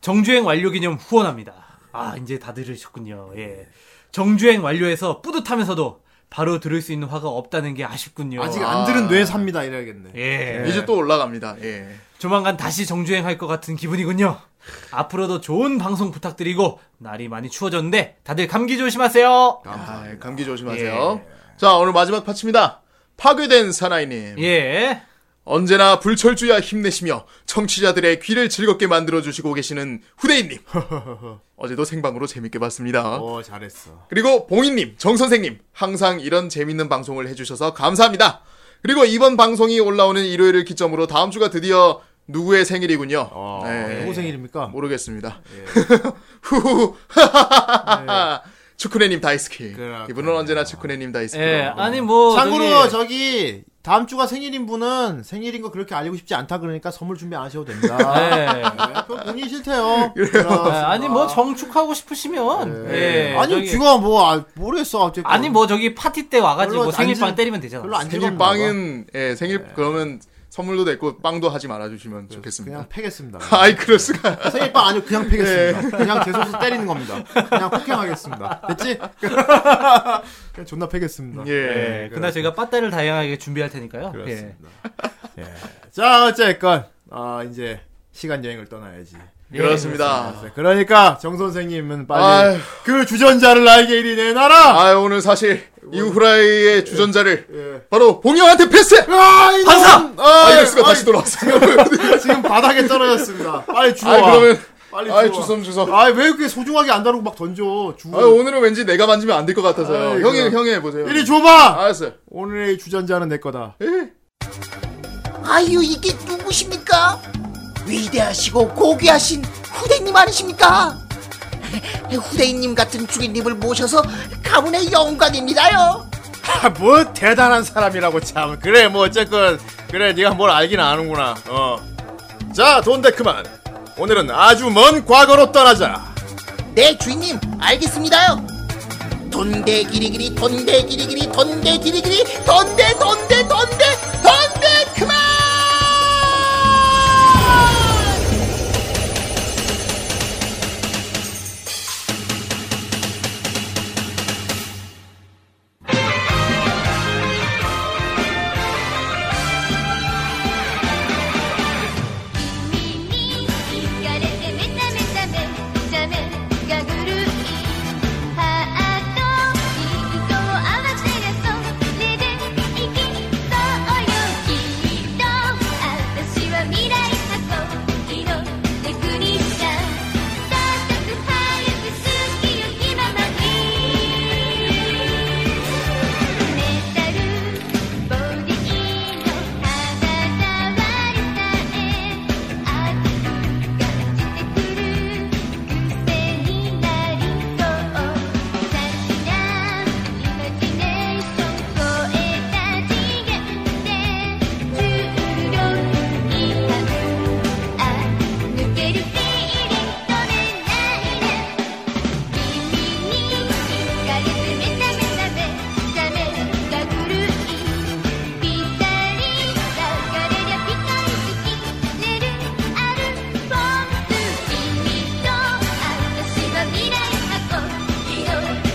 Speaker 4: 정주행 완료 기념 후원합니다. 아, 이제 다 들으셨군요. 예. 정주행 완료해서 뿌듯하면서도 바로 들을 수 있는 화가 없다는 게 아쉽군요.
Speaker 1: 아직
Speaker 3: 아.
Speaker 1: 안 들은 뇌 삽니다 이래야겠네.
Speaker 4: 예.
Speaker 3: 이제 또 올라갑니다. 예.
Speaker 4: 조만간 다시 정주행할 것 같은 기분이군요. 앞으로도 좋은 방송 부탁드리고 날이 많이 추워졌는데 다들 감기 조심하세요.
Speaker 3: 아, 예,
Speaker 1: 예.
Speaker 3: 감기 조심하세요. 자, 오늘 마지막 파츠입니다. 파괴된 사나이님.
Speaker 4: 예.
Speaker 3: 언제나 불철주야 힘내시며 청취자들의 귀를 즐겁게 만들어주시고 계시는
Speaker 1: *laughs*
Speaker 3: 후대인님. 어제도 생방으로 재밌게 봤습니다.
Speaker 1: 오 어, 잘했어.
Speaker 3: 그리고 봉인님, 정선생님, 항상 이런 재밌는 방송을 해주셔서 감사합니다. 그리고 이번 방송이 올라오는 일요일을 기점으로 다음 주가 드디어 누구의 생일이군요.
Speaker 1: 어,
Speaker 3: 네.
Speaker 1: 누구 예. 생일입니까?
Speaker 3: 모르겠습니다. *laughs* 후후, 하하하하하. 축구네님 다이스키.
Speaker 1: 네. 그렇군요.
Speaker 3: 이분은 언제나 축구네님 다이스키.
Speaker 4: 예, 아니 뭐
Speaker 1: 참고로
Speaker 4: 저기-
Speaker 1: 저기 다음 주가 생일인 분은 생일인 거 그렇게 알리고 싶지 않다 그러니까 선물 준비 안
Speaker 4: *laughs*
Speaker 1: 하셔도 됩니다. 네.
Speaker 4: 예.
Speaker 1: 그건 본인이 싫대요. 네.
Speaker 4: 아, 아니 뭐 정축하고 싶으시면 예,
Speaker 1: 아니
Speaker 4: 저기-
Speaker 1: 쥐가 뭐 아, 모르겠어. 어쨌든.
Speaker 4: 아니 뭐 저기 파티 때 와가지고
Speaker 1: 별로
Speaker 4: 생일빵
Speaker 1: 안 지-
Speaker 4: 때리면 되잖아.
Speaker 1: 별로 안
Speaker 3: 생일
Speaker 1: 즐겁나
Speaker 3: 빵은 예, 생일 그러면 선물도 됐고 빵도 하지 말아주시면 좋겠습니다. *laughs*
Speaker 4: *laughs*
Speaker 1: 그냥 패겠습니다.
Speaker 3: 아이 그럴 수가.
Speaker 1: 생일빵 아니고
Speaker 4: 네.
Speaker 1: 그냥 패겠습니다. 그냥 제소스 때리는 겁니다. 그냥 폭행하겠습니다.
Speaker 4: *laughs*
Speaker 1: 됐지? 그냥 존나 패겠습니다. 네,
Speaker 3: 예.
Speaker 4: 예, 그날 저희가 빠따를 다양하게 준비할 테니까요. 예.
Speaker 1: 그렇습니다. 예. 자 어쨌건 아 이제 시간 여행을 떠나야지. 네,
Speaker 3: 그렇습니다.
Speaker 1: 그러니까 정 선생님은 빨리
Speaker 3: 아유.
Speaker 1: 그 주전자를 나에게 이리 내놔라.
Speaker 3: 아 오늘 사실 이 후라이의 주전자를
Speaker 1: 예.
Speaker 3: 바로 봉영한테 패스.
Speaker 1: 아, 이놈!
Speaker 4: 반사!
Speaker 1: 아,
Speaker 3: 아 이럴수가 다시 돌아왔어요.
Speaker 1: *laughs* 지금 바닥에 떨어졌습니다. 빨리 주워.
Speaker 3: 아 그러면
Speaker 1: 빨리
Speaker 3: 아이
Speaker 1: 주워.
Speaker 3: 주섬 주섬.
Speaker 1: 아, 왜 이렇게 소중하게 안 다루고 막 던져? 주워.
Speaker 3: 아 오늘은 왠지 내가 만지면 안 될 것 같아서요.
Speaker 1: 아이,
Speaker 3: 형이
Speaker 1: 그럼.
Speaker 3: 형이 해보세요.
Speaker 1: 이리 줘봐!
Speaker 3: 알았어요.
Speaker 1: 오늘의 주전자는 내 거다.
Speaker 3: 예.
Speaker 5: 아유 이게 누구십니까? 위대하시고 고귀하신 후대님 아니십니까? *laughs* 후대님 같은 주인님을 모셔서 가문의 영광입니다요.
Speaker 1: 아, 뭐 대단한 사람이라고 참. 그래, 뭐 어쨌건 그래, 네가 뭘 알긴 아는구나. 어. 자, 돈데크만. 오늘은 아주 먼 과거로 떠나자.
Speaker 5: 네 주인님 알겠습니다요. 돈대 기리기리 돈대 기리기리 돈대 기리기리 돈대 돈대 돈대 돈대 그만!
Speaker 2: 「ボディの肌触りさえ」「熱く感じてくる癖になりそう」「さしなイマジネーション」「超えた次元で重力にはあ抜けるフィーリング止めないで」「君に惹かれて目覚めた目」「ためが狂い」「ぴったり抱かれりゃぴったり好き」「ねるあるポンプ」「君と私は未来箱」「広い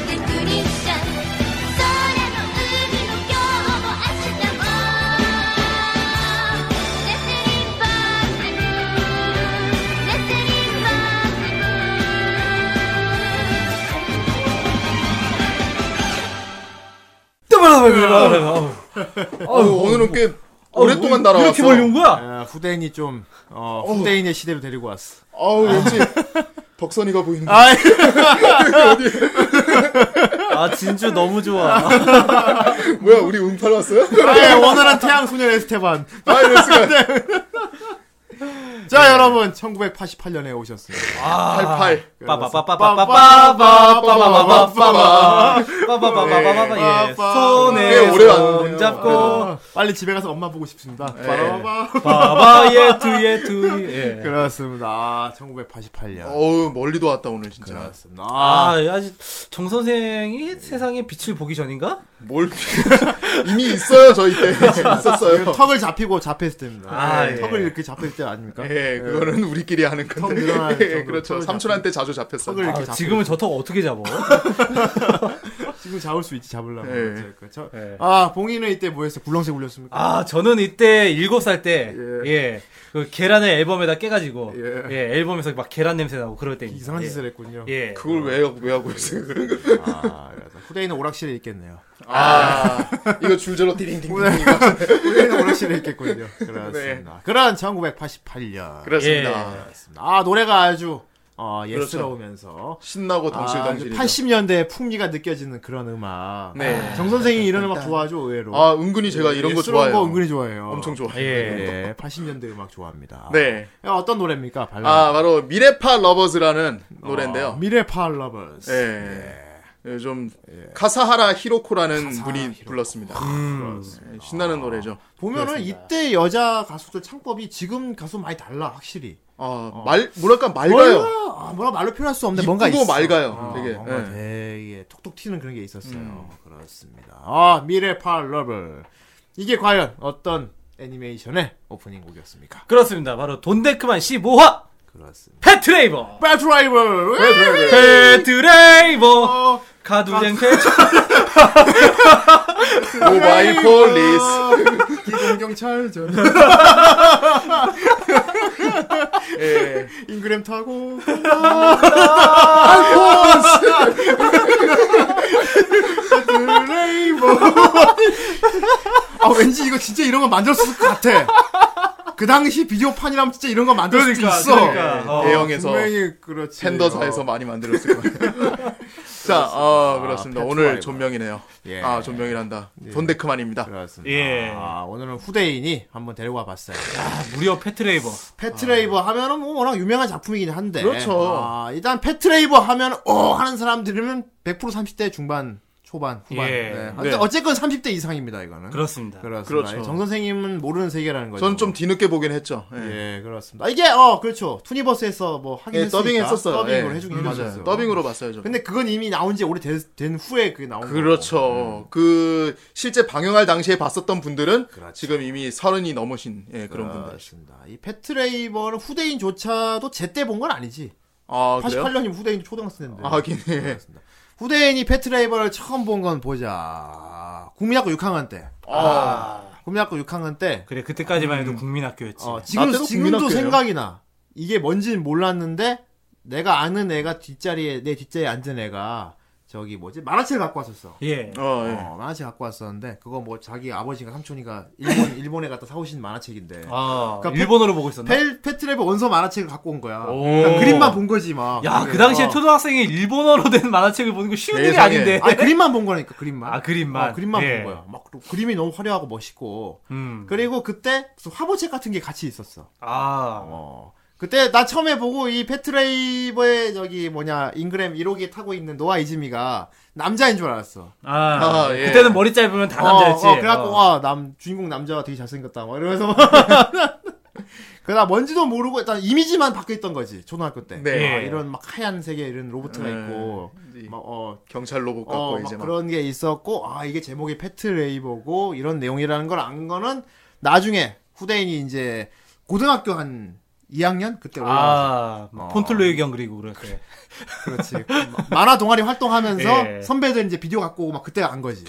Speaker 2: テクニシャン」「空の海の今日も明日も」「レスリンバーズムレスリンバーズム」
Speaker 3: 어, 오늘은 꽤 오랫동안 날아왔어.
Speaker 4: 이렇게 멀리 온 거야?
Speaker 1: 아, 후대인이 좀 어, 후대인의 시대로 데리고 왔어.
Speaker 3: 아우
Speaker 1: *laughs*
Speaker 3: 왠지 덕선이가 보이는. 거.
Speaker 1: 아이,
Speaker 4: 아 진주 너무 좋아.
Speaker 3: 뭐야 우리 운팔 왔어요?
Speaker 1: 아이 원활한 태양 소년 에스테반.
Speaker 3: 아 이럴 수가.
Speaker 1: 자, 여러분 1988년에 오셨습니다.
Speaker 3: 팔팔.
Speaker 4: 빠바바바바바바바바바바바바바바바바 예.
Speaker 3: 꽤
Speaker 4: 손에
Speaker 3: 오래
Speaker 4: 손
Speaker 3: 왔는데요.
Speaker 4: 잡고
Speaker 1: 어, 빨리 집에 가서 엄마 보고 싶습니다. 빠라바바.
Speaker 4: 바바 예투 예투 예.
Speaker 1: 그렇습니다. 아, 1988년.
Speaker 3: 어우 멀리도 왔다 오늘 진짜.
Speaker 1: 그렇습니다.
Speaker 4: 아
Speaker 1: 아,
Speaker 4: 아직 정 선생이 세상에 빛을 보기 전인가?
Speaker 3: 뭘 *laughs* 이미 있어요 저희
Speaker 1: *laughs*
Speaker 3: 때 있었어요.
Speaker 1: 그 턱을 잡히고 잡혔을 때입니다.
Speaker 4: 아,
Speaker 1: 예,
Speaker 4: 예.
Speaker 1: 턱을 이렇게 잡힐 때 아닙니까?
Speaker 3: 예, 그거는 우리끼리 하는
Speaker 1: 턱
Speaker 3: 건데.
Speaker 1: 늘어나는
Speaker 3: 예,
Speaker 1: 정도로
Speaker 3: 그렇죠.
Speaker 1: 턱을
Speaker 3: 삼촌한테 자주 잡혔어요.
Speaker 1: 턱을 이렇게
Speaker 4: 아,
Speaker 1: 잡
Speaker 4: 지금은 저 턱 어떻게 잡어?
Speaker 1: 지금 잡을 수 있지 잡으려고.
Speaker 3: 예.
Speaker 1: 어쨌건 저-
Speaker 4: 예.
Speaker 1: 아, 봉이는 이때 뭐 했어요? 굴렁쇠 굴렸습니까?
Speaker 4: 아 저는 이때 일곱 살 때 예. 그 계란을 앨범에다 깨가지고
Speaker 1: 예.
Speaker 4: 예. 앨범에서 막 계란 냄새 나고 그럴 때
Speaker 1: 이상한 짓을 그 했군요.
Speaker 4: 예.
Speaker 3: 아, 그걸 왜, 왜 하고 있어요? 그런 거.
Speaker 1: 아, 네. 그래서 후대인은 오락실에 있겠네요.
Speaker 3: 아, 아, 이거 줄절로 디링딩.
Speaker 1: 우리는 오락실에 있겠군요. *laughs* 그렇습니다. 그런 1988년.
Speaker 3: 네. 그렇습니다.
Speaker 1: 아, 노래가 아주, 어, 예스러우면서.
Speaker 3: 그렇죠.
Speaker 1: 아, 그
Speaker 3: 신나고 덩실덩실.
Speaker 1: 80년대 풍미가 느껴지는 그런 음악.
Speaker 3: 네.
Speaker 1: 정 선생이 이런 음악 좋아하죠, 의외로.
Speaker 3: 아, 은근히 제가 이런 거
Speaker 1: 예스러운
Speaker 3: 좋아해요.
Speaker 1: 거 은근히 좋아해요.
Speaker 3: 엄청 좋아해요.
Speaker 1: 예, 80년대 음악 좋아합니다.
Speaker 3: 네.
Speaker 1: 야, 어떤 노래입니까? 발라드.
Speaker 3: 아, 바로 미래파 러버즈라는
Speaker 1: 어,
Speaker 3: 노래인데요.
Speaker 1: 미래파 러버스.
Speaker 3: 예. 예, 좀 카사하라 히로코라는
Speaker 1: 카사하라
Speaker 3: 분이
Speaker 1: 히로코. 음.
Speaker 3: 불렀습니다. 예, 신나는 노래죠.
Speaker 1: 보면은 이때 여자 가수들 창법이 지금 가수 많이 달라, 확실히.
Speaker 3: 아,
Speaker 1: 어.
Speaker 3: 말 뭐랄까 맑아요.
Speaker 1: 뭐라, 아, 뭐라 말로 표현할 수 없는데 뭔가
Speaker 3: 이쁘고
Speaker 1: 있어.
Speaker 3: 맑아요,
Speaker 1: 어,
Speaker 3: 되게.
Speaker 1: 뭔가
Speaker 3: 예. 음.
Speaker 1: 되게 톡톡 튀는 그런 게 있었어요. 그렇습니다. 아, 미래파 러블. 이게 과연 어떤 애니메이션의 오프닝 곡이었습니까?
Speaker 4: 그렇습니다. 바로 돈데크만 15화
Speaker 1: 그렇습니다.
Speaker 4: 패트레이버.
Speaker 1: 배트라이벌!
Speaker 4: 패트레이버
Speaker 1: 어, 아,
Speaker 4: 가두쟁
Speaker 1: 그
Speaker 4: 패트.
Speaker 3: 뭐,
Speaker 1: 네.
Speaker 3: 모바일
Speaker 1: 아.
Speaker 3: 폴리스.
Speaker 1: *laughs* 기동경찰전.
Speaker 4: *laughs*
Speaker 3: 예.
Speaker 1: 인그램 타고.
Speaker 4: 아,
Speaker 1: 아, 드레이버. 아, 왠지 이거 진짜 이런 거 만들었을 것 같아. 그 당시 비디오판이라면 진짜 이런 거 만들 수도
Speaker 4: 그러니까,
Speaker 1: 있어. 예.
Speaker 4: 그러니까. 어,
Speaker 3: 대형에서
Speaker 1: 분명히 그렇지. 네.
Speaker 3: 팬더사에서 많이 만들었을 거예요.
Speaker 1: *laughs*
Speaker 3: 자, 어, 그렇습니다.
Speaker 1: 아,
Speaker 3: 오늘
Speaker 1: 패트라이버.
Speaker 3: 존명이네요.
Speaker 1: 예.
Speaker 3: 아, 존명이란다. 돈데크만입니다.
Speaker 1: 그렇습니다.
Speaker 4: 예.
Speaker 1: 아, 오늘은 후대인이 한번 데리고 와봤어요.
Speaker 4: 무려 패트레이버.
Speaker 1: 패트레이버 하면은 뭐 워낙 유명한 작품이긴 한데.
Speaker 3: 그렇죠.
Speaker 1: 아, 일단 패트레이버 하면 오 하는 사람들은 100% 30대 중반, 초반, 후반.
Speaker 4: 예.
Speaker 1: 네.
Speaker 4: 네.
Speaker 1: 근데 어쨌건 30대 이상입니다 이거는.
Speaker 4: 그렇습니다.
Speaker 1: 그렇습니다. 예,
Speaker 3: 그렇죠.
Speaker 1: 정 선생님은 모르는 세계라는 거죠.
Speaker 3: 저는 좀 뒤늦게 보긴 했죠. 예.
Speaker 1: 예, 그렇습니다. 이게 어 그렇죠. 투니버스에서 뭐 하긴
Speaker 3: 예,
Speaker 1: 했으니까
Speaker 3: 더빙했었어요.
Speaker 1: 더빙으로
Speaker 3: 예.
Speaker 1: 해주긴
Speaker 3: 음,
Speaker 1: 했었어요.
Speaker 3: 더빙으로 봤어요, 저.
Speaker 1: 근데 그건 이미 나온 지 오래된 된 후에 그 나온
Speaker 3: 그렇죠. 그 실제 방영할 당시에 봤었던 분들은
Speaker 1: 그렇죠.
Speaker 3: 지금 이미 서른이 넘으신 예, 그런 분들.
Speaker 1: 그렇습니다. 아, 이 패트레이버는 후대인조차도 제때 본 건 아니지.
Speaker 3: 아 그래요?
Speaker 1: 88년이면 후대인 초등학생인데.
Speaker 3: 아 하긴 해.
Speaker 1: 그렇습니다. 후대인이 패트레이버를 처음 본 건 보자. 국민학교 6학년 때.
Speaker 4: 아.
Speaker 1: 국민학교 6학년 때.
Speaker 4: 그래 그때까지만 해도 국민학교였지.
Speaker 1: 어,
Speaker 3: 나
Speaker 1: 지금
Speaker 3: 때도
Speaker 1: 지금도
Speaker 3: 국민학교예요.
Speaker 1: 생각이 나. 이게 뭔지는 몰랐는데 내가 아는 애가 뒷자리에 내 뒷자리에 앉은 애가 저기 뭐지 만화책 갖고 왔었어.
Speaker 4: 예.
Speaker 3: 어, 예.
Speaker 1: 어, 만화책 갖고 왔었는데 그거 뭐 자기 아버지가 삼촌이가
Speaker 3: *laughs*
Speaker 1: 일본 일본에 갔다 사오신 만화책인데
Speaker 4: 아,
Speaker 1: 그러니까
Speaker 4: 일본어로 보고 있었나?
Speaker 1: 펠 패트랩의 원서 만화책을 갖고 온 거야.
Speaker 4: 오.
Speaker 1: 그러니까 그림만 본 거지 막.
Speaker 4: 야,
Speaker 1: 그게.
Speaker 4: 그 당시에
Speaker 1: 어.
Speaker 4: 초등학생이 일본어로 된 만화책을 보는 거 쉬운 일이
Speaker 3: 세상에.
Speaker 4: 아닌데.
Speaker 1: 아니, 그림만 본 거라니까
Speaker 4: *laughs*
Speaker 1: 그림만.
Speaker 4: 아, 그림만.
Speaker 1: 어, 그림만
Speaker 4: 예.
Speaker 1: 본 거야. 막 그리고 그림이 너무 화려하고 멋있고.
Speaker 4: 음.
Speaker 1: 그리고 그때 무슨 화보책 같은 게 같이 있었어.
Speaker 4: 아.
Speaker 1: 어. 그때 나 처음에 보고 이 패트레이버의 저기 뭐냐 인그램 1호기에 타고 있는 노아 이즈미가 남자인 줄 알았어.
Speaker 4: 아.
Speaker 3: 아, 예.
Speaker 4: 그때는 머리 짧으면 다 남자였지.
Speaker 1: 어, 어, 그래갖고
Speaker 4: 어.
Speaker 1: 와남 주인공 남자가 되게 잘생겼다 막 이러면서 막
Speaker 4: *laughs*
Speaker 1: 그나 뭔지도 모르고 일단 이미지만 바뀌어 있던 거지 초등학교 때.
Speaker 3: 네.
Speaker 1: 아, 이런 막 하얀색의 이런 로봇가
Speaker 3: 네.
Speaker 1: 있고
Speaker 3: 이
Speaker 1: 막 어,
Speaker 3: 경찰 로봇 같고
Speaker 1: 어, 막
Speaker 3: 이제 막.
Speaker 1: 그런 게 있었고 아 이게 제목이 패트레이버고 이런 내용이라는 걸 안 거는 나중에 후대인이 이제 고등학교 한 2학년 그때 올라와서
Speaker 4: 아,
Speaker 1: 어.
Speaker 4: 폰틀로 의견 그리고 그랬어요.
Speaker 1: 그렇지 마- 만화 동아리 활동하면서
Speaker 4: 예. 음.
Speaker 1: 선배들 이제 비디오 갖고 오고 막 그때 간 거지